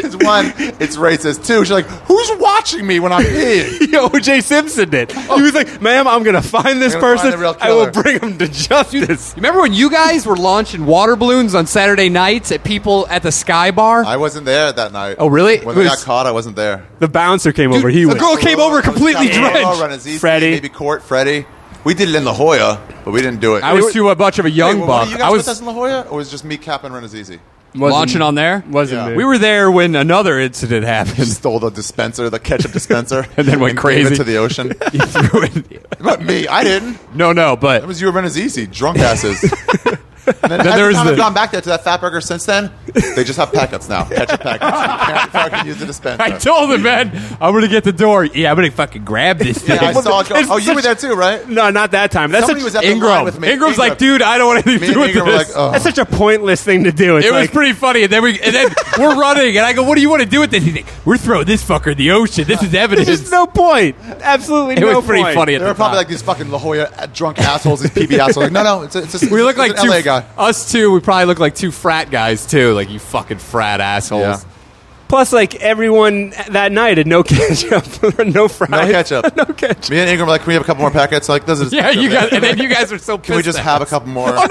Speaker 2: It's one, it's racist. Two, she's like, who's watching me when I'm [LAUGHS] peeing?
Speaker 3: O.J. Simpson did. He was like, "Ma'am, I'm gonna find this
Speaker 2: I'm gonna
Speaker 3: person.
Speaker 2: find the real
Speaker 3: I will
Speaker 2: killer."
Speaker 3: bring
Speaker 2: [LAUGHS]
Speaker 3: him to justice."
Speaker 1: Remember when you guys were launching water balloons on Saturday nights at people at the Sky Bar?
Speaker 2: I wasn't there that night.
Speaker 1: Oh, really?
Speaker 2: When
Speaker 1: It
Speaker 2: they
Speaker 1: was-
Speaker 2: got caught, I wasn't there.
Speaker 3: The bouncer came over. He
Speaker 1: a
Speaker 3: was
Speaker 1: girl came over
Speaker 2: It was
Speaker 1: completely
Speaker 2: Scott Moore,
Speaker 1: drenched.
Speaker 2: Ron Azizi,
Speaker 3: Freddie.
Speaker 2: Maybe Court, Freddie. We did it in La Jolla, but we didn't do it.
Speaker 1: I was too uh, much of a young
Speaker 2: Wait, were
Speaker 1: buck.
Speaker 2: You guys
Speaker 1: I
Speaker 2: with us
Speaker 1: was
Speaker 2: in La Jolla, or was it just me, Cap, and [LAUGHS] Renazizi?
Speaker 1: launching on there.
Speaker 3: Wasn't
Speaker 2: Yeah.
Speaker 3: me.
Speaker 1: We were there when another incident happened.
Speaker 2: Stole the dispenser, the ketchup [LAUGHS] dispenser,
Speaker 1: And then went
Speaker 2: gave it
Speaker 1: crazy.
Speaker 2: to the [LAUGHS] ocean.
Speaker 1: [LAUGHS]
Speaker 2: but me, I didn't.
Speaker 1: no, no, but
Speaker 2: That was you and
Speaker 1: [LAUGHS]
Speaker 2: Renazizi, drunk asses. And then,
Speaker 1: there
Speaker 2: every
Speaker 1: was
Speaker 2: time
Speaker 1: the-
Speaker 2: I've gone back there to that fat burger since then, they just have packets now.
Speaker 1: [LAUGHS]
Speaker 2: Ketchup packets. You can't fucking use the dispenser.
Speaker 1: I told him, man, I'm gonna get the door. Yeah, I'm gonna fucking grab this thing.
Speaker 2: yeah, I saw it go.
Speaker 3: It's
Speaker 2: Oh, you were
Speaker 3: such-
Speaker 2: there too, right?
Speaker 3: No, not that time. That's
Speaker 2: Somebody
Speaker 3: such,
Speaker 2: was at the line
Speaker 1: Ingram.
Speaker 2: with me.
Speaker 1: Ingram's like,
Speaker 2: Ingram.
Speaker 1: dude, I don't want anything
Speaker 2: Me
Speaker 1: to do
Speaker 2: and
Speaker 1: with
Speaker 2: Ingram were like,
Speaker 1: this.
Speaker 2: oh.
Speaker 3: That's such a pointless thing to do. It's
Speaker 1: It was
Speaker 3: like,
Speaker 1: pretty funny, and then we and then we're running, and I go, "What do you want to do with this?" He's like, "We're throwing this fucker in the ocean. This is evidence."
Speaker 3: There's just no point. Absolutely
Speaker 1: it
Speaker 3: no
Speaker 1: was pretty
Speaker 3: point.
Speaker 1: funny. At
Speaker 2: They
Speaker 1: the
Speaker 2: were probably
Speaker 1: time.
Speaker 2: like these fucking La Jolla uh, drunk assholes, these PB assholes. Like, no, no, it's a, it's a,
Speaker 1: we look
Speaker 2: it's
Speaker 1: like
Speaker 2: an
Speaker 1: two
Speaker 2: LA guy.
Speaker 1: us two. We probably look like two frat guys too. Like you fucking frat assholes.
Speaker 2: Yeah.
Speaker 3: Plus, like everyone that night had no [LAUGHS] ketchup, no fries,
Speaker 2: No
Speaker 1: [LAUGHS]
Speaker 2: ketchup.
Speaker 3: no ketchup.
Speaker 2: Me and Ingram were like, can we have a couple more packets? Like, those
Speaker 1: [LAUGHS]
Speaker 2: are
Speaker 1: Yeah, you guys, and then
Speaker 2: Can
Speaker 1: you guys are so. Pissed
Speaker 2: we just
Speaker 1: at
Speaker 2: have a
Speaker 1: us.
Speaker 2: couple more?
Speaker 1: Oh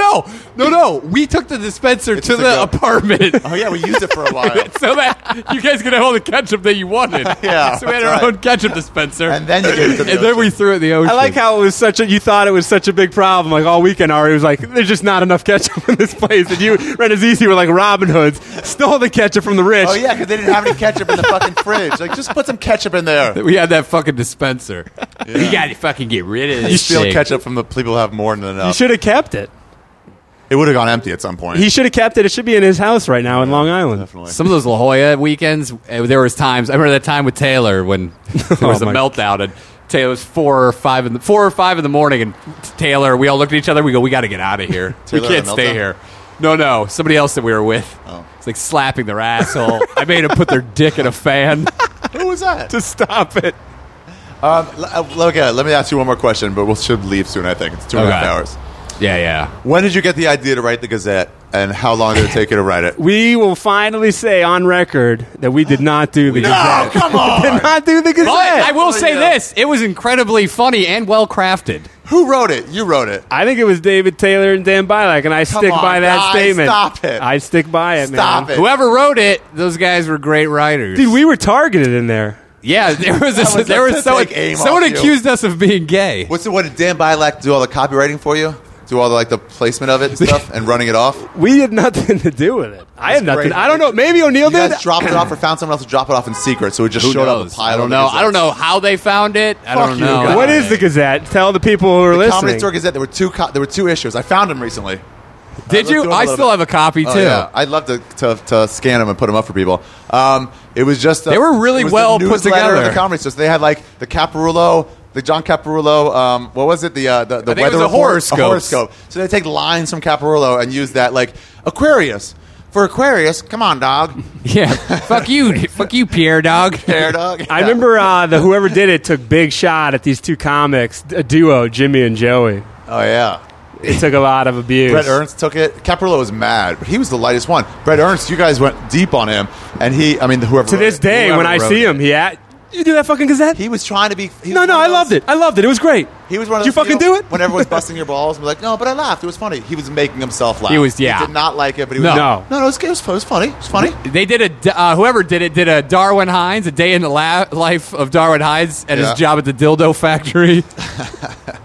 Speaker 1: no, no, no! We took the dispenser
Speaker 2: It's
Speaker 1: to the
Speaker 2: to go.
Speaker 1: apartment.
Speaker 2: [LAUGHS] Oh, yeah, we used it for a while.
Speaker 1: so that you guys could have all the ketchup that you wanted.
Speaker 2: [LAUGHS] Yeah,
Speaker 1: so we had
Speaker 2: that's
Speaker 1: our
Speaker 2: right.
Speaker 1: own ketchup dispenser,
Speaker 2: And then you gave it to the
Speaker 1: and then we
Speaker 2: ocean.
Speaker 1: threw it in the ocean.
Speaker 3: I like how it was such a. You thought it was such a big problem. Like all weekend, Ari was like, "There's just not enough ketchup in this place." And you, Renazizi, were like Robin Hoods, stole the ketchup from the rich.
Speaker 2: Oh, yeah, because they didn't have any ketchup in the fucking fridge. Like, just put some ketchup in there.
Speaker 1: we had that fucking
Speaker 2: [LAUGHS]
Speaker 1: dispenser. We got to fucking get rid of this.
Speaker 2: You steal
Speaker 1: thing.
Speaker 2: ketchup from the people who have more than
Speaker 3: You
Speaker 2: enough.
Speaker 3: should have kept it.
Speaker 2: It would have gone empty at some point.
Speaker 3: He should have kept it. It should be in his house right now in Long Island.
Speaker 2: Definitely.
Speaker 1: Some of those La Jolla weekends, uh, there was times. I remember that time with Taylor
Speaker 2: [LAUGHS]
Speaker 1: when there was
Speaker 3: Oh,
Speaker 1: a
Speaker 3: my-
Speaker 1: meltdown, and Taylor was four or five in the four or five in the morning, and Taylor, we all looked at each other. We go, we got to get out of
Speaker 2: [LAUGHS]
Speaker 1: here. we
Speaker 2: Taylor had
Speaker 1: can't
Speaker 2: a
Speaker 1: stay
Speaker 2: meltdown?
Speaker 1: here. No, no, somebody else that we were with.
Speaker 2: Oh.
Speaker 1: It's like slapping their asshole. I made him put their dick in a
Speaker 2: [LAUGHS]
Speaker 1: fan.
Speaker 2: Who was that?
Speaker 3: To stop it.
Speaker 2: Um, l- uh, okay, let me ask you one more question, but we should leave soon, I think. It's two and a half
Speaker 1: Okay.
Speaker 2: hours.
Speaker 1: Yeah, yeah.
Speaker 2: When did you get the idea to write the Gazette, and how long did it take you to write it?
Speaker 3: [LAUGHS] We will finally say on record that we did not do the Gazette. [LAUGHS]
Speaker 2: come
Speaker 3: did not do the Gazette.
Speaker 1: But I will say
Speaker 2: yeah.
Speaker 1: this: it was incredibly funny and well crafted.
Speaker 2: Who wrote it? You wrote it.
Speaker 3: I think it was David Taylor and Dan Bilak, and I stick
Speaker 2: on,
Speaker 3: by that
Speaker 2: guys,
Speaker 3: statement.
Speaker 2: stop it.
Speaker 3: I stick by it,
Speaker 2: Stop
Speaker 3: man.
Speaker 2: it.
Speaker 1: Whoever wrote it, those guys were great writers.
Speaker 3: Dude, we were targeted in there.
Speaker 1: yeah, there was, a,
Speaker 2: was
Speaker 1: there
Speaker 2: a-
Speaker 1: was someone,
Speaker 2: take aim off
Speaker 1: someone
Speaker 2: you.
Speaker 1: accused us of being gay.
Speaker 2: What's the what did Dan Bilak do all the copywriting for you? Do all the like the placement of it and stuff and running it off?
Speaker 3: We had nothing to do with it. I had nothing.
Speaker 2: great.
Speaker 3: I don't know. Maybe O'Neill
Speaker 2: You
Speaker 3: did.
Speaker 2: guys dropped it off or found someone else to drop it off in secret, so it just
Speaker 1: Who
Speaker 2: showed up
Speaker 1: knows?
Speaker 2: a pile.
Speaker 1: I
Speaker 2: of
Speaker 1: don't
Speaker 2: the
Speaker 1: know. I don't
Speaker 2: Gazettes.
Speaker 1: know how they found it. I
Speaker 2: Fuck
Speaker 1: don't
Speaker 2: you
Speaker 1: know.
Speaker 2: guys.
Speaker 3: what is the Gazette? Tell the people who are
Speaker 2: Comedy
Speaker 3: listening.
Speaker 2: Store Gazette. There were two. Co- there were two issues. I found them recently.
Speaker 1: Did
Speaker 2: looked
Speaker 1: you?
Speaker 2: through it a
Speaker 1: I
Speaker 2: little
Speaker 1: still
Speaker 2: bit.
Speaker 1: have a copy too.
Speaker 2: Oh, yeah. I'd love to, to, to scan them and put them up for people. Um, it was just uh,
Speaker 1: They were really
Speaker 2: it was the
Speaker 1: well put
Speaker 2: newsletter of
Speaker 1: together.
Speaker 2: The comedy store. So they had like the Caparulo, the John Caparulo. Um, what was it? The uh, the, the
Speaker 1: I think it
Speaker 2: weather
Speaker 1: was a
Speaker 2: report?
Speaker 1: horoscope.
Speaker 2: A horoscope. So they take lines from Caparulo and use that like Aquarius for Aquarius. Come on, dog.
Speaker 1: [LAUGHS] Yeah. fuck you. Fuck you, Pierre Dog. [LAUGHS]
Speaker 2: Hair dog.
Speaker 3: I remember uh, the whoever did it took big shot at these two comics, a duo, Jimmy and Joey.
Speaker 2: [LAUGHS] Oh yeah.
Speaker 3: It took a lot of abuse.
Speaker 2: Brett Ernst took it. Caparulo was mad, but he was the lightest one. Brett Ernst, you guys went deep on him, and he. I mean, whoever
Speaker 3: to this day, when I see him, he at, you do that fucking Gazette?
Speaker 2: he was trying to be. he
Speaker 3: no,
Speaker 2: was
Speaker 3: no,
Speaker 2: one
Speaker 3: I
Speaker 2: of those-
Speaker 3: loved it. I loved it. It was great.
Speaker 2: He was one of
Speaker 3: Did
Speaker 2: those
Speaker 3: you fucking
Speaker 2: people
Speaker 3: do it?
Speaker 2: when everyone's busting your balls and be like, no, but I laughed. It was funny. He was making himself laugh.
Speaker 1: He was- yeah.
Speaker 2: He did not like it, but he
Speaker 1: No.
Speaker 2: was
Speaker 3: No.
Speaker 2: no, no. It was, it was it was funny. It was funny.
Speaker 1: They did a d- uh, whoever did it did a Darwin Hines, a day in the la- life of Darwin Hines and
Speaker 2: Yeah.
Speaker 1: his job at the dildo factory.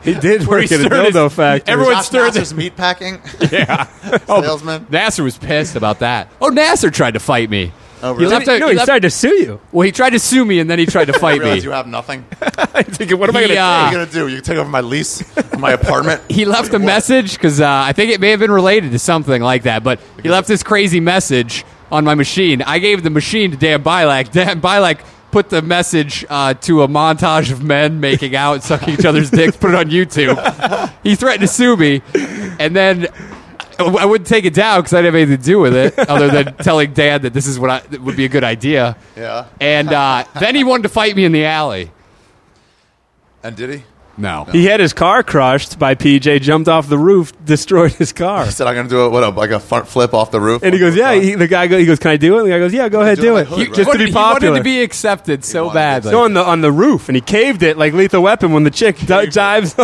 Speaker 3: He [LAUGHS] did
Speaker 1: [LAUGHS] Where
Speaker 3: work
Speaker 1: he
Speaker 3: at a
Speaker 1: started-
Speaker 3: dildo factory.
Speaker 1: everyone-
Speaker 2: Josh
Speaker 1: stirs it.
Speaker 2: Nasser's meat packing
Speaker 1: Yeah.
Speaker 3: [LAUGHS]
Speaker 2: salesman.
Speaker 1: Nasser was pissed about that. Oh, Nasser tried to fight me.
Speaker 2: Oh, really?
Speaker 1: He left a-
Speaker 3: no,
Speaker 1: he
Speaker 3: he
Speaker 1: left-
Speaker 3: started to sue you.
Speaker 1: well, he tried to sue me, and then he tried to
Speaker 2: [LAUGHS] I
Speaker 1: fight me.
Speaker 2: realize you have nothing.
Speaker 3: I'm thinking, what am I
Speaker 1: He,
Speaker 3: going to
Speaker 1: uh,
Speaker 2: What are you gonna do? You can take over my lease, my
Speaker 3: [LAUGHS]
Speaker 2: apartment.
Speaker 1: he left a message because uh, I think it may have been related to something like that. But he left this crazy message on my machine. I gave the machine to Dan Bilak. [LAUGHS] Dan Bilak put the message uh, to a montage of men making out, [LAUGHS] and sucking each other's dicks, put it on YouTube. He threatened to sue me, and then. I I wouldn't take it down because I didn't have anything to do with it, other
Speaker 2: [LAUGHS]
Speaker 1: than telling Dan that this is what I, that would be a good idea.
Speaker 2: Yeah.
Speaker 1: And uh, then he wanted to fight me in the alley.
Speaker 2: And did he?
Speaker 1: No.
Speaker 3: He had his car crushed by PJ, jumped off the roof, [LAUGHS] destroyed his car.
Speaker 2: He said, "I'm gonna do a, what a like a front flip off the roof."
Speaker 3: And he goes, yeah. He, the guy goes, he goes, can I do it? And the guy goes, yeah, go ahead,
Speaker 2: do it on
Speaker 3: do
Speaker 2: the
Speaker 3: it.
Speaker 2: hood, right?
Speaker 3: Just to
Speaker 1: wanted-
Speaker 3: be popular.
Speaker 1: He wanted to be accepted so
Speaker 2: wanted to be
Speaker 1: bad.
Speaker 2: accepted.
Speaker 3: no, on the on the roof, and he caved it like Lethal Weapon when the chick di- dives.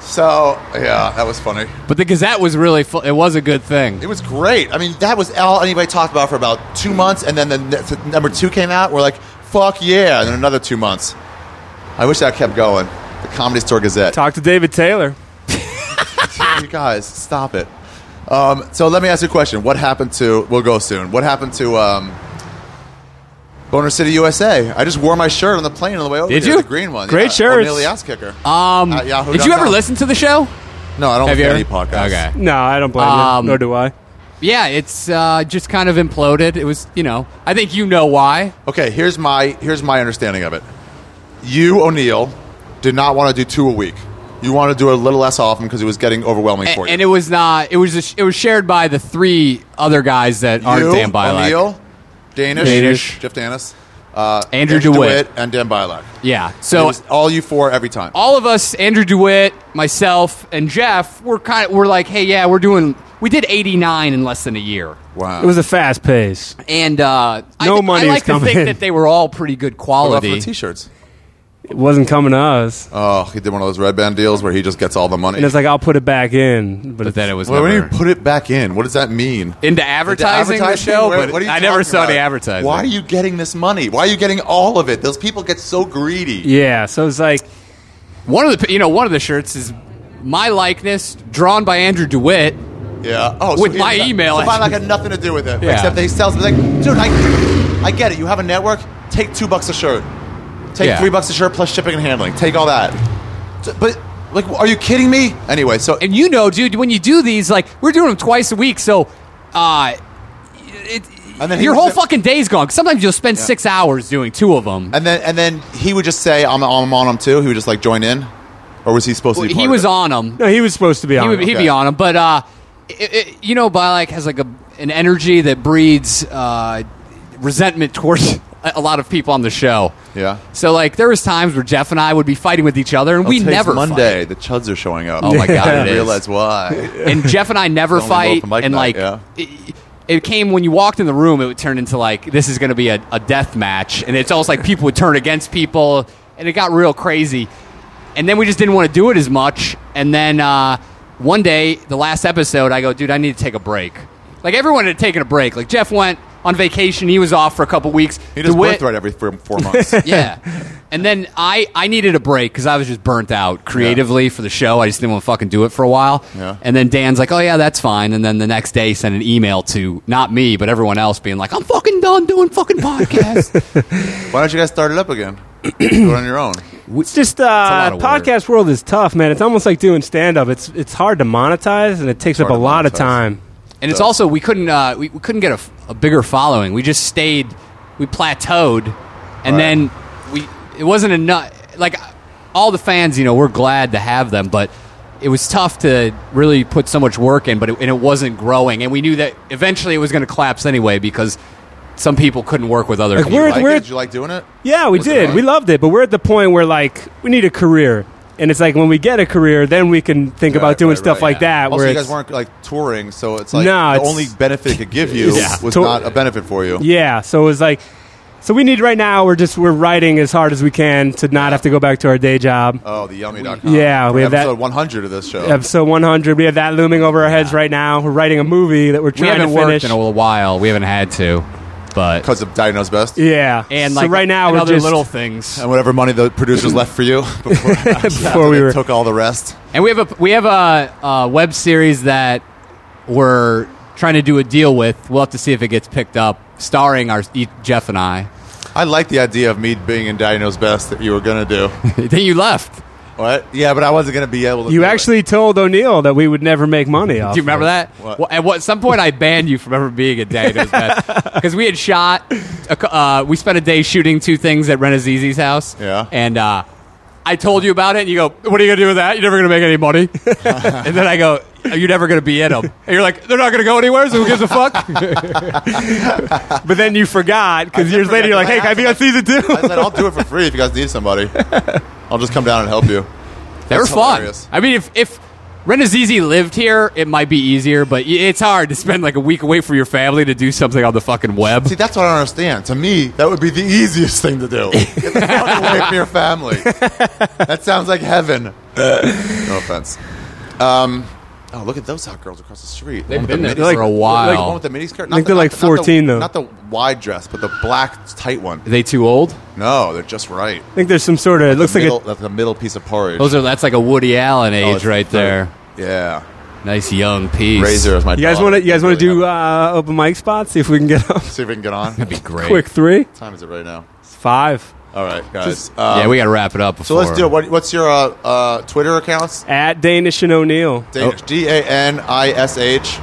Speaker 2: So yeah, that was funny.
Speaker 1: But the Gazette was really fu- it was a good thing.
Speaker 2: It was great. I mean, that was all anybody talked about for about two months, and then the, ne- the number two came out. We're like, "Fuck yeah!" And then another two months. I wish that kept going. The Comedy Store Gazette.
Speaker 3: Talk to David Taylor.
Speaker 2: you guys, stop it. Um, so let me ask you a question. What happened to? We'll go soon. What happened to um, Boner City, USA? I just wore my shirt on the plane on the way over.
Speaker 1: Did
Speaker 2: here,
Speaker 1: you?
Speaker 2: the green one?
Speaker 3: Great
Speaker 2: yeah,
Speaker 3: shirts.
Speaker 2: O'Neill's ass kicker.
Speaker 1: Um,
Speaker 2: At yahoo
Speaker 1: did you
Speaker 2: dot
Speaker 1: ever
Speaker 2: com.
Speaker 1: listen to the show?
Speaker 2: no, I don't
Speaker 1: Have you
Speaker 2: listen to
Speaker 1: ever?
Speaker 2: any podcasts.
Speaker 1: Okay.
Speaker 3: No, I don't blame
Speaker 1: Um,
Speaker 3: him. Nor do I.
Speaker 1: Yeah, it's uh, just kind of imploded. It was, you know, I think you know why.
Speaker 2: Okay, here's my here's my understanding of it. You O'Neill did not want to do two a week. You wanted to do a little less often because it was getting overwhelming
Speaker 1: A-
Speaker 2: for you.
Speaker 1: and it was not. It was. A, sh- it was shared by the three other guys that
Speaker 2: you,
Speaker 1: aren't Dan Bilak.
Speaker 2: O'Neill, Danish,
Speaker 1: Danish.
Speaker 2: Jeff Danis, uh,
Speaker 1: Andrew
Speaker 2: Andrew
Speaker 1: DeWitt.
Speaker 2: and Dan Bilak.
Speaker 1: Yeah.
Speaker 2: So it
Speaker 1: So
Speaker 2: was all you four every time.
Speaker 1: all of us, Andrew Dewitt, myself, and Jeff, we're kind of we're like, hey, yeah, we're doing. We did 89 in less than a year.
Speaker 2: wow.
Speaker 3: It was a fast pace.
Speaker 1: And uh, I,
Speaker 3: No
Speaker 1: thi-
Speaker 3: money
Speaker 1: I
Speaker 3: is
Speaker 1: like to
Speaker 3: coming
Speaker 1: think
Speaker 3: in.
Speaker 1: that they were all pretty good
Speaker 2: What about
Speaker 1: quality.
Speaker 2: for the t-shirts.
Speaker 3: It wasn't coming to us.
Speaker 2: Oh, he did one of those red band deals where he just gets all the money.
Speaker 3: And it's like I'll put it back in, but,
Speaker 1: but
Speaker 3: it's,
Speaker 1: then it was.
Speaker 2: well, when you
Speaker 1: never-
Speaker 2: put it back in, what does that mean?
Speaker 1: into advertising,
Speaker 2: Into
Speaker 1: the show,
Speaker 2: Where-
Speaker 1: but
Speaker 2: what are you
Speaker 1: I never
Speaker 2: talking
Speaker 1: saw any
Speaker 2: about?
Speaker 1: advertising.
Speaker 2: Why are you getting this money? Why are you getting all of it? Those people get so greedy.
Speaker 3: yeah. So it's like
Speaker 1: One of the you know one of the shirts is my likeness drawn by Andrew Dewitt.
Speaker 2: Yeah. Oh,
Speaker 1: With
Speaker 2: he-
Speaker 1: my email
Speaker 2: So
Speaker 1: address.
Speaker 2: Bilac had nothing to do with it,
Speaker 1: Yeah.
Speaker 2: except that he sells. It. Like, dude, I, I get it. You have a network. Take two bucks a shirt. Take
Speaker 1: Yeah.
Speaker 2: three bucks a shirt plus shipping and handling. Take all that. So- But like, are you kidding me? Anyway, so
Speaker 1: And you know, dude, when you do these, like we're doing them twice a week, so uh, it,
Speaker 2: And then he
Speaker 1: your
Speaker 2: was
Speaker 1: whole
Speaker 2: at-
Speaker 1: fucking day's gone. Sometimes you'll spend six hours doing two of them.
Speaker 2: and then and then he would just say, "I'm, I'm on them too." He would just like join in, or was he supposed to? Be part
Speaker 1: he
Speaker 2: of
Speaker 1: was
Speaker 2: it?
Speaker 1: on them.
Speaker 3: no, he was supposed to be
Speaker 1: He
Speaker 3: on.
Speaker 1: would,
Speaker 3: it.
Speaker 1: He'd
Speaker 2: okay.
Speaker 1: be on them, but uh, it, it, you know, Bilak has like a an energy that breeds uh, resentment towards [LAUGHS] a- a lot of people on the show.
Speaker 2: Yeah.
Speaker 1: So like there was times where Jeff and I would be fighting with each other, and
Speaker 2: Oh,
Speaker 1: we
Speaker 2: today's
Speaker 1: never fight.
Speaker 2: Monday. The chuds are showing up.
Speaker 1: Oh my God,
Speaker 2: I
Speaker 1: it is.
Speaker 2: realize why.
Speaker 3: [LAUGHS]
Speaker 1: and
Speaker 2: [LAUGHS]
Speaker 1: Jeff and I never
Speaker 2: It's only
Speaker 1: fight.
Speaker 2: open mic
Speaker 1: And like,
Speaker 2: night, yeah.
Speaker 1: it, it came when you walked in the room, it would turn into like this is going to be a, a death match, and it's almost like people would turn against people, and it got real crazy. And then we just didn't want to do it as much. And then uh, one day, the last episode, I go, dude, I need to take a break. Like everyone had taken a break. Like Jeff went on vacation; he was off for a couple weeks.
Speaker 2: He does
Speaker 1: DeWitt-
Speaker 2: birthright every four, four
Speaker 3: [LAUGHS]
Speaker 2: months.
Speaker 1: [LAUGHS] yeah. And then I, I needed a break because I was just burnt out creatively for the show. I just didn't want to fucking do it for a while.
Speaker 2: Yeah.
Speaker 1: And then Dan's like, oh, yeah, that's fine. And then the next day, sent an email to not me, but everyone else being like, I'm fucking done doing fucking podcasts.
Speaker 2: why don't you guys start it up again? do it on your own.
Speaker 3: It's just
Speaker 1: lot
Speaker 3: uh,
Speaker 1: of work.
Speaker 3: podcast world is tough, man. It's almost like doing stand up. It's it's hard to monetize, and it takes up a
Speaker 2: Hard to
Speaker 3: lot of
Speaker 2: monetize.
Speaker 3: time.
Speaker 1: and it's also, we couldn't, uh, we, we couldn't get a, f- a bigger following. We just stayed, we plateaued. And then we, it wasn't enough. Like, all the fans, you know, we're glad to have them, but. It was tough to really put so much work in, but it, and it wasn't growing. And we knew that eventually it was going to collapse anyway because some people couldn't work with other
Speaker 3: Like,
Speaker 1: people.
Speaker 3: we're-
Speaker 2: Like it?
Speaker 3: we're-
Speaker 2: Did you like doing it?
Speaker 3: Yeah, we
Speaker 2: Was it
Speaker 3: did.
Speaker 2: fun?
Speaker 3: We loved it, but we're at the point where like we need a career, and it's like when we get a career, then we can think
Speaker 2: Right,
Speaker 3: about doing
Speaker 2: right,
Speaker 3: stuff
Speaker 2: right,
Speaker 3: like
Speaker 2: yeah.
Speaker 3: that.
Speaker 2: Also,
Speaker 3: where
Speaker 2: you guys
Speaker 3: it's-
Speaker 2: weren't like touring, so it's like
Speaker 3: No,
Speaker 2: the
Speaker 3: it's-
Speaker 2: only benefit it could give you
Speaker 3: [LAUGHS] Yeah.
Speaker 2: was
Speaker 3: Tour-
Speaker 2: not a benefit for you.
Speaker 3: yeah, so it was like, so we need right now. We're just we're writing as hard as we can to not have to go back to our day job.
Speaker 2: Oh, the yummy.com.
Speaker 3: Yeah, we have that-
Speaker 2: episode 100 of this show.
Speaker 3: Episode 100, we have that looming over our heads right now. We're writing a movie that we're
Speaker 1: we
Speaker 3: trying
Speaker 1: haven't
Speaker 3: to
Speaker 1: worked
Speaker 3: finish.
Speaker 1: in a while. We haven't had to.
Speaker 3: but
Speaker 1: but
Speaker 2: because of Diagnosed Best.
Speaker 3: Yeah.
Speaker 1: and
Speaker 3: so
Speaker 1: like
Speaker 3: right now
Speaker 1: and
Speaker 3: we're
Speaker 1: other
Speaker 3: just
Speaker 1: little [LAUGHS] things.
Speaker 2: And whatever money the producers left for you [LAUGHS] before,
Speaker 3: [LAUGHS] before we
Speaker 2: they
Speaker 3: were
Speaker 2: took all the rest.
Speaker 1: And we have a we have a, a web series that we're trying to do a deal with. We'll have to see if it gets picked up, starring our e- Jeff and I. [LAUGHS]
Speaker 2: I like the idea of me being in Diagnosed Best that you were going to
Speaker 3: [LAUGHS]
Speaker 2: do.
Speaker 1: then you left.
Speaker 2: What? Yeah, but I wasn't going to be able to.
Speaker 3: You
Speaker 2: do it.
Speaker 3: actually told O'Neill that we would never make money off.
Speaker 1: Do you remember
Speaker 3: of it.
Speaker 1: that?
Speaker 2: What?
Speaker 1: Well, at what, some point, I banned you from ever being a day
Speaker 2: [LAUGHS]
Speaker 1: because we had shot. A, cou- uh, we spent a day shooting two things at Renazizi's house.
Speaker 2: Yeah.
Speaker 1: and uh, I told you about it, and you go, "What are you gonna do with that? You're never gonna make any
Speaker 2: [LAUGHS]
Speaker 1: money." and then I go, "You're never gonna be in them." And you're like, "They're not gonna go anywhere, so who gives a
Speaker 2: [LAUGHS]
Speaker 1: fuck?"
Speaker 3: But then you forgot because years later you're like, "Hey, can I be on season two?
Speaker 2: I said I'll do it for free if you guys need
Speaker 3: [LAUGHS]
Speaker 2: somebody. I'll just come down and help you.
Speaker 1: they were
Speaker 2: That's
Speaker 1: fun.
Speaker 2: hilarious.
Speaker 1: I mean, if if Renazizi lived here, it might be easier, but y- it's hard to spend like a week away from your family to do something on the fucking web.
Speaker 2: See, that's what I don't understand. To me, that would be the easiest thing to
Speaker 3: [LAUGHS]
Speaker 2: do. Get the fuck away from your family. That sounds like heaven. No offense. Um, oh, look at those hot girls across the street.
Speaker 1: They've
Speaker 2: One with
Speaker 1: been
Speaker 2: the
Speaker 1: there
Speaker 2: mini-
Speaker 1: for a
Speaker 2: Like,
Speaker 1: while.
Speaker 2: one with the mini skirt. Not
Speaker 3: think
Speaker 2: the-
Speaker 3: they're like
Speaker 2: not the- not the-
Speaker 3: 14 though.
Speaker 2: Not the wide dress, but the black tight one.
Speaker 1: Are they too old?
Speaker 2: No, they're just right.
Speaker 3: I think there's some sort of. It looks like
Speaker 2: middle,
Speaker 3: a,
Speaker 2: that's the middle piece of porridge.
Speaker 1: Those are that's like a Woody Allen
Speaker 2: Oh,
Speaker 1: age
Speaker 2: it's
Speaker 1: right
Speaker 2: very-
Speaker 1: there.
Speaker 2: Yeah.
Speaker 1: Nice young piece.
Speaker 2: Razor is my.
Speaker 3: you guys
Speaker 2: dog.
Speaker 3: want to. You guys want to
Speaker 2: Really
Speaker 3: do
Speaker 2: happy.
Speaker 3: uh, open mic spots? See if we can get [LAUGHS] up.
Speaker 2: See if we can get on.
Speaker 1: That'd be great.
Speaker 3: Quick three,
Speaker 2: What time is it right now?
Speaker 3: five
Speaker 2: All right, guys.
Speaker 1: yeah,
Speaker 2: Um,
Speaker 1: we got to wrap it up. Before.
Speaker 2: so let's do it. What, what's your uh, uh, Twitter accounts?
Speaker 3: at Danish and O'Neill.
Speaker 1: Oh.
Speaker 2: Danish. D A N I S H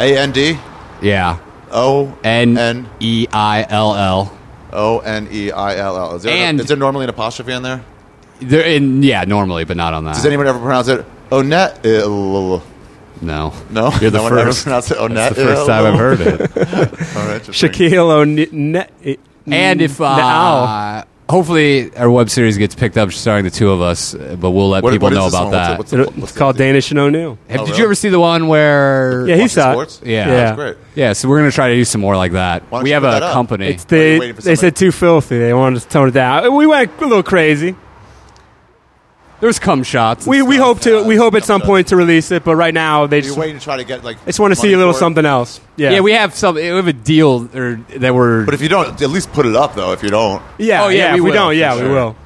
Speaker 2: A N D
Speaker 1: Yeah.
Speaker 2: O
Speaker 1: N
Speaker 2: N
Speaker 1: E I L L.
Speaker 2: O N E I L L. Is there,
Speaker 1: And-
Speaker 2: is there normally an apostrophe in there?
Speaker 1: They're in. Yeah, normally, but not on that.
Speaker 2: Does anyone ever pronounce it Onet? No.
Speaker 1: no.
Speaker 2: You're the no one ever pronounced it Onet.
Speaker 1: That's the first time I've heard
Speaker 2: [LAUGHS]
Speaker 1: it.
Speaker 3: Shaquille eh, O'Neill.
Speaker 1: and if uh, hopefully our web series gets picked up starring the two of us, uh, but we'll let
Speaker 2: What-
Speaker 1: people
Speaker 2: what is
Speaker 1: know
Speaker 2: this
Speaker 1: about
Speaker 2: one? What's it-
Speaker 1: that.
Speaker 2: what's it-
Speaker 3: It'll-
Speaker 2: what's
Speaker 3: it's called Danish and O'Neill.
Speaker 1: Have-
Speaker 2: Oh,
Speaker 1: did
Speaker 2: really?
Speaker 1: you ever see the one where?
Speaker 3: Yeah, he
Speaker 2: Watching
Speaker 3: saw.
Speaker 2: sports?
Speaker 3: it.
Speaker 1: Yeah.
Speaker 3: yeah.
Speaker 2: That's great.
Speaker 1: Yeah, so we're gonna try to do some more like that.
Speaker 2: Why don't
Speaker 1: We
Speaker 2: you
Speaker 1: have
Speaker 2: put that
Speaker 1: a
Speaker 2: up?
Speaker 1: company.
Speaker 3: It's
Speaker 2: Are you
Speaker 3: they.
Speaker 2: waiting for
Speaker 3: They
Speaker 2: somebody-
Speaker 3: said too filthy. They wanted to tone it down. We went a little crazy.
Speaker 1: There's cum shots.
Speaker 3: We, we hope to. We hope at some
Speaker 2: Yeah.
Speaker 3: point to release it, but right now they
Speaker 2: You're
Speaker 3: just.
Speaker 2: waiting to try to get like.
Speaker 3: I just want to see a little something else. Yeah.
Speaker 1: yeah, we have some. We have a deal or, that we're.
Speaker 2: But if you don't, at least put it up though. If you don't,
Speaker 3: Yeah.
Speaker 1: Oh, yeah,
Speaker 3: yeah.
Speaker 1: we
Speaker 3: If we
Speaker 1: will,
Speaker 3: don't,
Speaker 1: for
Speaker 3: yeah, we
Speaker 1: sure.
Speaker 3: will.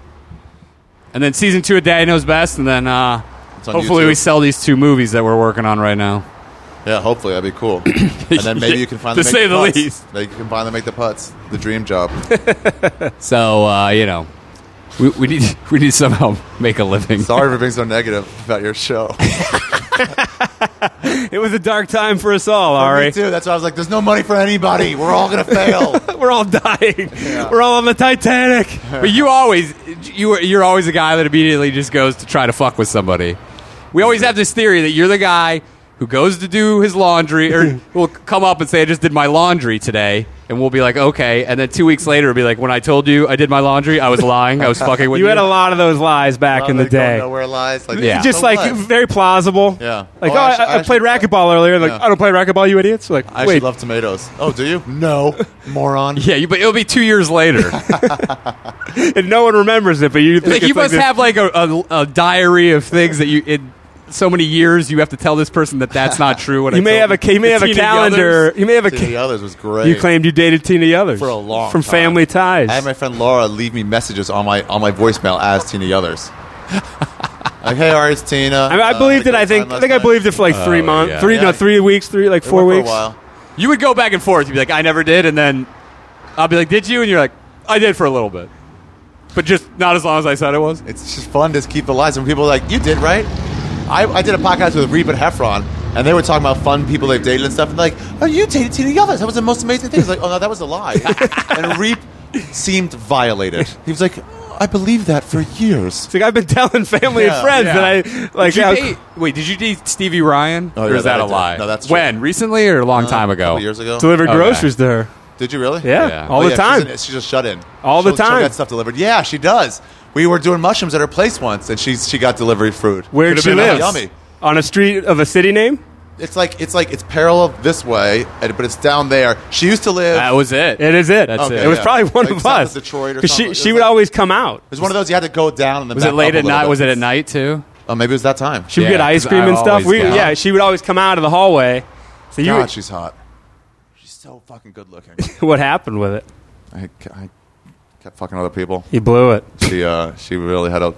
Speaker 1: And then season two of Daddy Knows Best, and then uh,
Speaker 2: It's on
Speaker 1: hopefully
Speaker 2: YouTube.
Speaker 1: we sell these two movies that we're working on right now.
Speaker 2: Yeah, hopefully that'd be
Speaker 3: [COUGHS]
Speaker 2: cool. and then maybe you can finally
Speaker 1: To
Speaker 2: make
Speaker 1: say
Speaker 2: the,
Speaker 1: the
Speaker 2: putts.
Speaker 1: least.
Speaker 2: They can finally make the putts. The dream job.
Speaker 1: So uh, you know, we, we need [LAUGHS] we need to somehow make a living.
Speaker 2: Sorry for being so negative about your show.
Speaker 3: [LAUGHS] It was a dark time for us all,
Speaker 2: Me
Speaker 3: Ari.
Speaker 2: too. That's why I was like, "There's no money for anybody. We're all gonna
Speaker 3: [LAUGHS]
Speaker 2: fail."
Speaker 3: We're
Speaker 2: [LAUGHS]
Speaker 3: all dying. We're all on the Titanic.
Speaker 1: But you always you are- you're always a guy that immediately just goes to try to fuck with somebody. We always have this theory that you're the guy who goes to do his laundry
Speaker 2: [LAUGHS]
Speaker 1: or will come up and say, "I just did my laundry today." And we'll be like, okay. And then two weeks later, it'll be like, when I told you I did my laundry, I was lying. I was fucking with you.
Speaker 3: You had a lot of those lies back in the
Speaker 2: They don't
Speaker 3: day.
Speaker 2: know where lies. Like,
Speaker 1: Yeah.
Speaker 3: Just
Speaker 2: so
Speaker 3: like
Speaker 2: what?
Speaker 3: very plausible.
Speaker 2: Yeah.
Speaker 3: Like,
Speaker 2: Oh,
Speaker 3: oh,
Speaker 2: I
Speaker 3: I,
Speaker 2: actu- I
Speaker 3: I, played
Speaker 2: actually-
Speaker 3: racquetball earlier. Like,
Speaker 2: Yeah.
Speaker 3: I don't play racquetball, you idiots. Like,
Speaker 2: I actually
Speaker 3: wait.
Speaker 2: love tomatoes. Oh, do
Speaker 3: [LAUGHS]
Speaker 2: you? No, moron.
Speaker 1: Yeah, you, but it'll be two years later.
Speaker 3: and no one remembers it, but you think
Speaker 1: like you
Speaker 3: it's
Speaker 1: must
Speaker 3: this-
Speaker 1: have like a, a, a diary of things that you in so many years you have to tell this person that that's not true. When I
Speaker 3: [LAUGHS] You may
Speaker 1: told
Speaker 3: have a ca- you may
Speaker 1: the
Speaker 3: have a
Speaker 1: Tina
Speaker 3: calendar.
Speaker 1: Yothers.
Speaker 3: You may have a.
Speaker 2: See, the
Speaker 3: Ca-
Speaker 2: others was great.
Speaker 3: you claimed you dated Tina Others
Speaker 2: for a long
Speaker 3: from
Speaker 2: time.
Speaker 3: Family Ties.
Speaker 2: I had my friend Laura leave me messages on my on my voicemail as Tina
Speaker 3: [LAUGHS]
Speaker 2: Yothers. like, hey, Ari, it's Tina.
Speaker 3: I, mean, I
Speaker 2: Uh,
Speaker 3: believed
Speaker 2: had
Speaker 3: it.
Speaker 2: a
Speaker 3: I
Speaker 2: good
Speaker 3: think.
Speaker 2: time
Speaker 3: I
Speaker 2: last
Speaker 3: think I
Speaker 2: night.
Speaker 3: believed it for like three months,
Speaker 1: yeah.
Speaker 3: three
Speaker 2: Oh, Yeah.
Speaker 3: no, three weeks, three like
Speaker 2: It
Speaker 3: four
Speaker 2: went
Speaker 3: weeks.
Speaker 2: For a while.
Speaker 1: You would go back and forth. You'd be like, I never did, and then I'll be like, Did you? And you're like, I did for a little bit, but just not as long as I said it was.
Speaker 2: It's just fun to keep the lies. When people are like, you did, right? I, I did a podcast with Reba and Heffron, and they were talking about fun people they've dated and stuff. And like, oh, you dated Tina Yothers. That was the most amazing thing. It's like, oh, no, that was a
Speaker 3: [LAUGHS]
Speaker 2: lie. and Reap seemed violated. He was like, "Oh, I believed that for years.
Speaker 3: It's like I've been telling family
Speaker 2: Yeah.
Speaker 3: and friends
Speaker 1: Yeah.
Speaker 3: that I like.
Speaker 1: Did you
Speaker 3: how-
Speaker 1: date- wait, did you date Stevie Ryan?
Speaker 2: Oh,
Speaker 1: or
Speaker 2: yeah,
Speaker 1: is
Speaker 2: that
Speaker 1: that,
Speaker 2: I
Speaker 1: a
Speaker 2: did.
Speaker 1: lie?
Speaker 2: No, that's true. Uh,
Speaker 1: when recently or a long time
Speaker 2: A
Speaker 1: ago?
Speaker 2: couple years ago.
Speaker 3: delivered
Speaker 1: Okay.
Speaker 3: groceries to her.
Speaker 2: Did you really?
Speaker 3: Yeah,
Speaker 1: Yeah.
Speaker 3: all
Speaker 2: Oh,
Speaker 3: the
Speaker 2: yeah,
Speaker 3: time.
Speaker 2: She's, an, she's a shut in.
Speaker 3: All the time.
Speaker 2: She'll get stuff delivered. Yeah, she does. We were doing mushrooms at her place once, and she she got delivery food.
Speaker 3: Where
Speaker 2: Could've
Speaker 3: she
Speaker 2: been
Speaker 3: lives
Speaker 2: Yummy.
Speaker 3: on a street of a city name.
Speaker 2: It's like it's like it's parallel this way, and- but it's down there. She used to live.
Speaker 1: That was it.
Speaker 3: It is it.
Speaker 1: That's
Speaker 2: Okay,
Speaker 1: it.
Speaker 3: It was
Speaker 2: yeah.
Speaker 3: probably one
Speaker 2: Like
Speaker 3: of
Speaker 2: south
Speaker 3: us.
Speaker 2: of Detroit or
Speaker 3: 'Cause
Speaker 2: something.
Speaker 3: She,
Speaker 2: It was
Speaker 3: she would
Speaker 2: like-
Speaker 3: always come out.
Speaker 2: It was one of those you had to go down and then
Speaker 1: Was it
Speaker 2: back up
Speaker 1: late
Speaker 2: a
Speaker 1: at
Speaker 2: little
Speaker 1: night?
Speaker 2: bit.
Speaker 1: Was it at night too?
Speaker 2: Oh, maybe it was that time.
Speaker 3: She would
Speaker 1: Yeah,
Speaker 3: get ice
Speaker 1: 'cause
Speaker 3: cream
Speaker 1: I
Speaker 3: and stuff.
Speaker 1: always
Speaker 3: We,
Speaker 1: got-
Speaker 3: yeah, she would always come out of the hallway. So you,
Speaker 2: God, she's hot. She's so fucking good
Speaker 1: [LAUGHS]
Speaker 2: looking.
Speaker 3: [LAUGHS] what happened with it?
Speaker 2: I, I kept fucking other people.
Speaker 3: You blew it.
Speaker 2: She uh, she really had a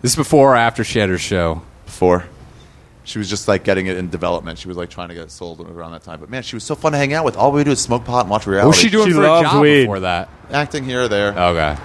Speaker 1: This is before or after Shedder's show.
Speaker 2: before. She was just like getting it in development. She was like trying to get it sold around that time. But man, she was so fun to hang out with. All we would do is smoke pot and watch reality.
Speaker 1: What was she doing
Speaker 3: She
Speaker 1: for a
Speaker 3: loves
Speaker 1: job
Speaker 3: weed.
Speaker 1: before that?
Speaker 2: Acting here or there.
Speaker 1: Okay.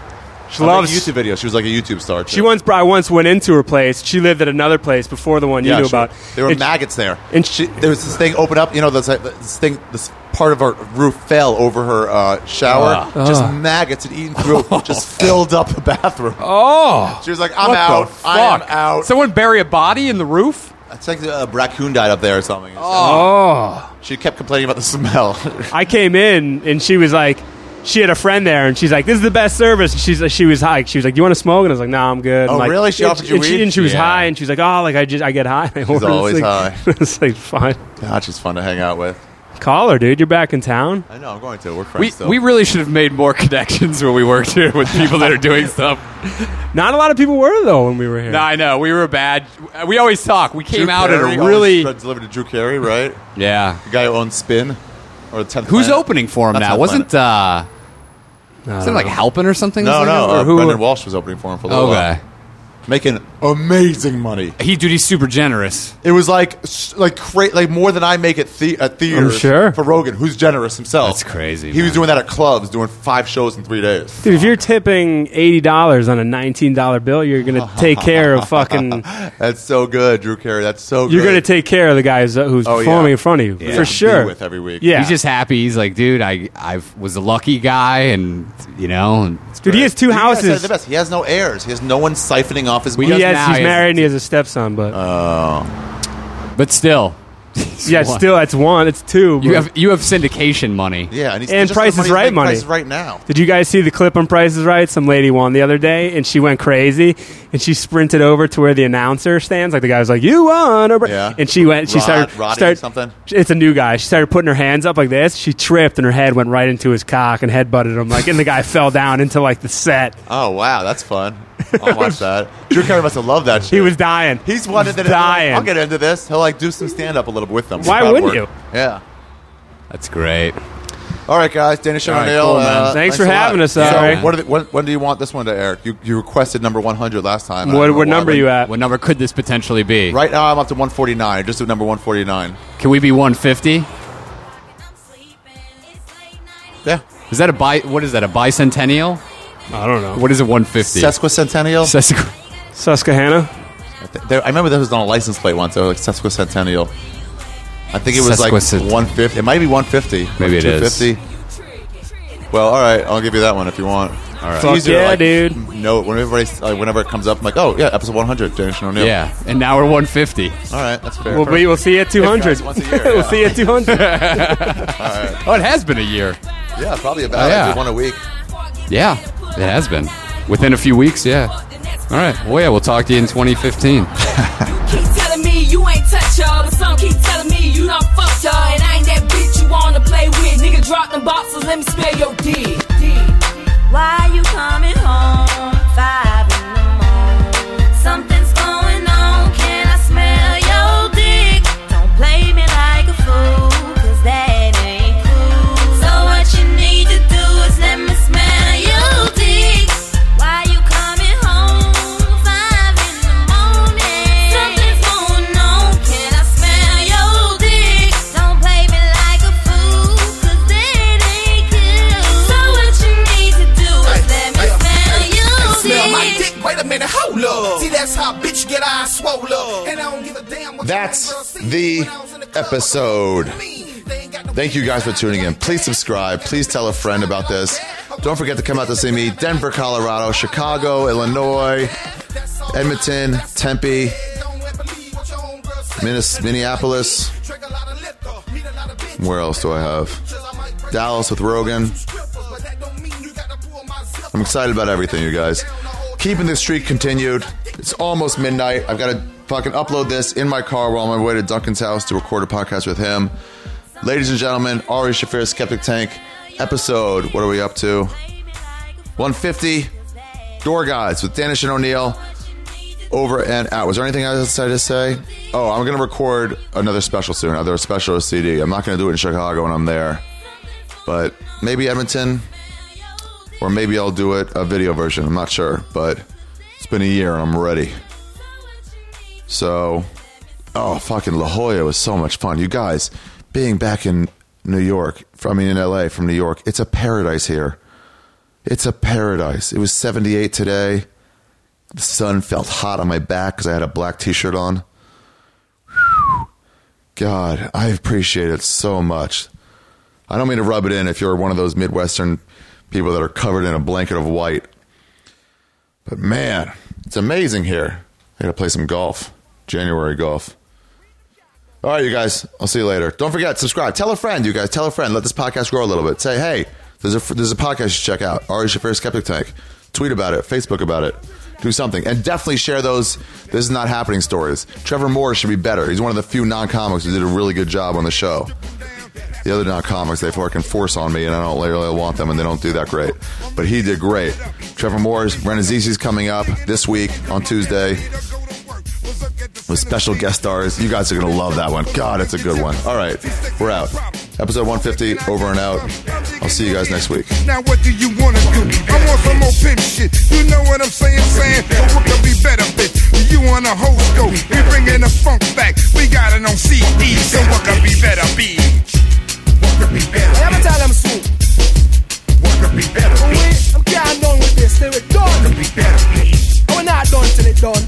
Speaker 3: She
Speaker 2: She loves
Speaker 3: loves.
Speaker 2: YouTube videos. She was like a YouTube star. Too.
Speaker 3: She once. I once went into her place. She lived at another place before the one you
Speaker 2: Yeah,
Speaker 3: knew
Speaker 2: sure.
Speaker 3: about.
Speaker 2: There were
Speaker 3: And-
Speaker 2: maggots there,
Speaker 3: and
Speaker 2: and
Speaker 3: she-
Speaker 2: she, there was this thing open up. You know, this, this thing, this part of her roof fell over her uh,
Speaker 1: Ah.
Speaker 2: shower. just maggots had eaten through,
Speaker 1: [LAUGHS]
Speaker 2: just filled up the bathroom.
Speaker 1: Oh.
Speaker 2: She was like, "I'm out. I am out."
Speaker 1: Someone bury a body in the roof?
Speaker 2: it's like a raccoon died up there or something.
Speaker 3: Oh.
Speaker 2: She kept complaining about the smell. [LAUGHS]
Speaker 3: I came in and she was like, she had a friend there and she's like, this is the best service. And she's she was high. She was like, do you want to smoke? And I was like, no, I'm good.
Speaker 2: Oh,
Speaker 3: And, like,
Speaker 2: really? She
Speaker 3: and
Speaker 2: offered you
Speaker 3: and She,
Speaker 2: weed?
Speaker 3: and she was
Speaker 1: Yeah.
Speaker 3: high and she was like, oh, like I just I get high. [LAUGHS] She's
Speaker 2: always
Speaker 3: [LAUGHS]
Speaker 2: high.
Speaker 3: it's like fine.
Speaker 2: God, she's fun to hang out with.
Speaker 3: Call her, dude. You're back in town.
Speaker 2: I know. I'm going to. We're friends.
Speaker 1: We,
Speaker 2: still.
Speaker 1: we really should have made more [LAUGHS] connections when we worked here with people that are doing
Speaker 2: [LAUGHS]
Speaker 1: stuff.
Speaker 3: Not a lot of people were though when we were here.
Speaker 1: No, I know. We were bad. We always talk. We
Speaker 2: Drew
Speaker 1: came out
Speaker 2: Carey
Speaker 1: at a
Speaker 2: always
Speaker 1: really.
Speaker 2: tried to deliver to Drew Carey, right?
Speaker 1: Yeah.
Speaker 2: The guy who owns Spin, or the 10th
Speaker 1: Who's
Speaker 2: Planet.
Speaker 1: opening for him
Speaker 2: That's
Speaker 1: now?
Speaker 2: not
Speaker 1: Wasn't uh,
Speaker 3: I
Speaker 1: was
Speaker 3: don't
Speaker 1: it like
Speaker 3: know.
Speaker 1: helping or something?
Speaker 2: No,
Speaker 1: Something
Speaker 2: no.
Speaker 1: like that? Or
Speaker 2: Uh,
Speaker 1: who-
Speaker 2: Brendan Walsh was opening for him for a little
Speaker 1: Okay.
Speaker 2: while, making amazing money.
Speaker 1: He dude, he's super generous.
Speaker 2: It was like s- like cra- like more than I make at, the- at theaters
Speaker 3: I'm Oh, sure.
Speaker 2: for Rogan, who's generous himself.
Speaker 1: That's crazy,
Speaker 2: He was
Speaker 1: man.
Speaker 2: doing that at clubs, doing five shows in three days.
Speaker 3: Dude, if you're tipping eighty dollars on a nineteen dollar bill,
Speaker 2: [LAUGHS]
Speaker 3: you're gonna take care of fucking.
Speaker 2: That's so good, Drew Carey. That's so.
Speaker 3: You're
Speaker 2: good.
Speaker 3: gonna take care of the guys who's
Speaker 2: Oh, yeah.
Speaker 3: performing in front of you
Speaker 2: Yeah.
Speaker 3: for
Speaker 2: Be
Speaker 3: sure.
Speaker 2: with every week.
Speaker 3: Yeah,
Speaker 1: He's just happy. He's like, dude, I I was a lucky guy, and you know, and
Speaker 3: dude. He has two
Speaker 2: You guys said it
Speaker 3: houses.
Speaker 2: The best. He has no heirs. He has no one siphoning off his
Speaker 1: We
Speaker 2: money.
Speaker 3: He
Speaker 1: does
Speaker 3: has,
Speaker 1: now,
Speaker 3: he's
Speaker 1: he has-
Speaker 3: married and he has a stepson, but
Speaker 1: but still, [LAUGHS]
Speaker 3: yeah,
Speaker 1: one.
Speaker 3: still that's one. It's two.
Speaker 1: you
Speaker 3: but-
Speaker 1: have you have syndication money.
Speaker 2: yeah, and, he's
Speaker 3: And
Speaker 2: just
Speaker 3: Price
Speaker 2: the
Speaker 3: is Right
Speaker 2: he's making
Speaker 3: money.
Speaker 2: Price is right now.
Speaker 3: Did you guys see the clip on Price is Right? Some lady won the other day, and she went crazy, and she sprinted over to where the announcer stands. Like the guy was like, "You won!" Or,
Speaker 2: Yeah.
Speaker 3: And she went. She
Speaker 2: Rod-
Speaker 3: started.
Speaker 2: Roddy
Speaker 3: started-
Speaker 2: something?
Speaker 3: It's a new guy. She started putting her hands up like this. She tripped, and her head went right into his cock and headbutted him. Like, and the guy [LAUGHS] fell down into like the set.
Speaker 2: Oh wow, that's
Speaker 3: [LAUGHS]
Speaker 2: fun. I'll watch that. Drew Carey must have loved that. Shit.
Speaker 3: He was dying.
Speaker 2: He's one
Speaker 3: He's
Speaker 2: that they're like,
Speaker 3: dying.
Speaker 2: I'll get into this. He'll like do some stand up a little with them.
Speaker 3: Why
Speaker 2: Crowd
Speaker 3: wouldn't
Speaker 2: work. Yeah.
Speaker 1: That's great.
Speaker 2: All right, guys. Danish
Speaker 1: All right,
Speaker 2: O'Neill.
Speaker 1: cool, man.
Speaker 2: uh,
Speaker 3: Thanks for
Speaker 2: a lot.
Speaker 3: having us,
Speaker 2: So,
Speaker 3: Ari.
Speaker 2: what are the, when, when do you want this one to air? You, you requested number 100 last time. I don't
Speaker 3: what
Speaker 2: know
Speaker 3: what
Speaker 2: why,
Speaker 3: number are
Speaker 2: but-
Speaker 3: you at?
Speaker 1: What number could this potentially be?
Speaker 2: Right now, I'm up to 149. Just at number 149.
Speaker 1: Can we be 150?
Speaker 2: Yeah.
Speaker 1: Is that a bi? What is that? A bicentennial?
Speaker 3: I don't know.
Speaker 1: What is a 150?
Speaker 2: Sesquicentennial.
Speaker 1: Sesqu-
Speaker 3: Susquehanna.
Speaker 2: There- I remember that was on a license plate once. They were like sesquicentennial. I think it was like
Speaker 1: Sesquicent-
Speaker 2: 150. It might be 150.
Speaker 1: Maybe it is.
Speaker 2: 250. Well, all right. I'll give you that one if you want. All right.
Speaker 3: Fuck yeah,
Speaker 2: [LAUGHS]
Speaker 3: dude.
Speaker 2: No, whenever, everybody- like, whenever it comes up, I'm like, oh, yeah, episode 100, Danish and
Speaker 1: [LAUGHS]
Speaker 2: O'Neill.
Speaker 1: yeah, and now we're 150.
Speaker 2: All right. That's fair.
Speaker 3: We'll, be, we'll see you at two hundred.
Speaker 2: guys, once a year,
Speaker 3: [LAUGHS] we'll
Speaker 2: yeah.
Speaker 3: see you at two
Speaker 5: [LAUGHS]
Speaker 3: hundred.
Speaker 1: Oh, it has been a year.
Speaker 2: yeah, probably about
Speaker 1: Oh, yeah.
Speaker 2: like, one a week.
Speaker 1: Yeah, it has been. Within a few weeks, yeah. All right. Well, yeah, we'll talk to you in 2015.
Speaker 4: Keep telling me you ain't touch y'all, but some keep telling me you done fucked y'all. And I ain't that bitch you wanna play with. Nigga, drop them boxes, let me smell your dick. Why you coming home? Five in the morning. Something's going on, can I smell your dick? Don't play me like a fool, cause that ain't cool. So what you need to do is let me smell your dick. Why you coming home? Five in the morning. Something's going on, can I smell your dick? Don't play me like a fool, cause that ain't cool. So what you need to do is let me smell your
Speaker 8: Smell my
Speaker 4: dick.
Speaker 8: dick, wait a minute, hold up. See, that's how bitch get eyes swole up. And I don't give a damn what
Speaker 9: That's the episode.
Speaker 8: Thank
Speaker 9: Thank you guys for tuning in. Please subscribe. Please tell a friend about this. Don't forget to come out to see me Denver, Colorado, Chicago, Illinois, Edmonton, Tempe, Minnes- Minneapolis. Where else do I have? Dallas with Rogan. I'm excited about everything, you guys. Keeping the streak continued. It's almost midnight. I've got to fucking upload this in my car while I'm on my way to Duncan's house to record a podcast with him. Ladies and gentlemen, Ari Shafir, Skeptic Tank, episode, what are we up to? 150, Door Guys with Danish and O'Neill, over and out. Was there anything else I to say? Oh, I'm going to record another special soon, another special CD. I'm not going to do it in Chicago when I'm there.
Speaker 2: But maybe Edmonton, or maybe I'll do it a video version. I'm not sure, but it's been a year and I'm ready. So, oh fucking La Jolla was so much fun. You guys, being back in New York, I mean in LA from New York, it's a paradise here. It's a paradise. It was 78 today. The sun felt hot on my back because I had a black t-shirt on. God, I appreciate it so much. I don't mean to rub it in if you're one of those Midwestern people that are covered in a blanket of white. But man, it's amazing here. I gotta play some golf. January golf. All right, you guys. I'll see you later. Don't forget, subscribe. Tell a friend, you guys. Tell a friend. Let this podcast grow a little bit. Say, hey, there's a there's a podcast you should check out. Ari Shaffir's Skeptic Tank. Tweet about it. Facebook about it. Do something. And definitely share those This Is Not Happening stories. Trevor Moore should be better. He's one of the few non comics who did a really good job on the show. The other non comics, they fucking force on me, and I don't really want them, and they don't do that great. But he did great. Trevor Moore's Renazisi's coming up this week on Tuesday with special guest stars. You guys are going to love that one. God, it's a good one. All right, we're out. Episode 150, over and out. I'll see you guys next week.
Speaker 5: Now what do you wanna do? I want some more pimp shit. You know what I'm saying, saying? But what could be better, bitch? You on a whole go. We bringing the funk back. We got it on CD. So what could be better, be? What could be better?
Speaker 10: Every time I'm swoop,
Speaker 5: What could be better,
Speaker 10: when
Speaker 5: be?
Speaker 10: we, I'm carrying on with this till it's done.
Speaker 5: Be better, be?
Speaker 10: And Oh, we're not done till it's done.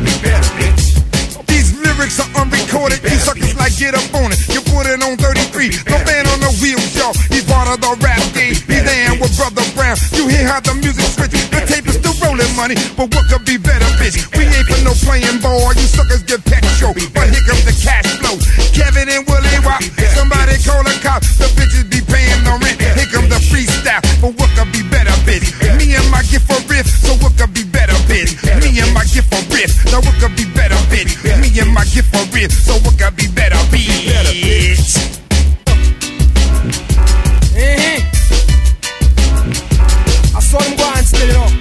Speaker 5: Be better, bitch. These lyrics are unrecorded. You suckers like get up on it. You put it on 33. No man on the wheels, y'all. He's part of the rap game. He's in with Brother Brown. You hear how the music switches. The tape is still rolling money. But what could be better, bitch? We ain't for no playing ball. You suckers get petrol. But here comes the cash flow. Kevin and Willie Wop. Somebody call a cop. The bitches be paying the rent. Here comes the freestyle. But what could be better, bitch? Me and my gift for riff. So what could be better, bitch? Me and my gift for riff. Now what could be better, bitch? Me and my gift for riff. So what could be better, bitch?
Speaker 10: Mm-hmm. I saw them go and split it up.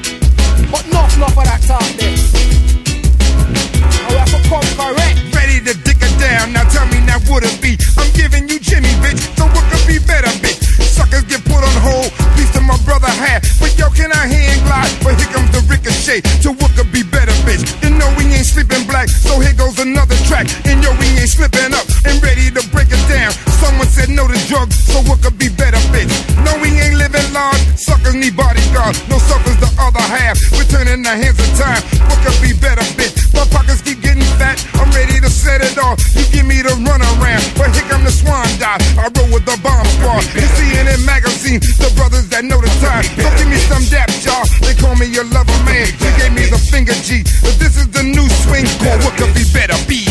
Speaker 10: But enough, enough of that Oh, talk there. And we have to come correct.
Speaker 5: Ready to dick her down. Now tell me now what it be. I'm giving you Jimmy, bitch. So what could be better, bitch? Suckers get put on hold. Piece to my brother hat. But yo, can I hand glide? But here comes the ricochet. To what could be better, bitch? You know we ain't sleeping black. So here goes another track. And yo, we ain't slipping up. And ready to break it down. Someone said no to drugs. So what could be better, bitch? No, we ain't living large. Suckers need bodyguards. No suckers the other half. We're turning the hands of time. What could be better, bitch? My pockets keep getting fat. I'm ready to set it off. You give me the runaround, but here come the swan dive. I roll with the bomb squad. You see in that magazine, the brothers that know the time. Don't give me some dap, y'all. They call me your lover man. You gave me the finger G, but this is the new swing. Call what could be better, be.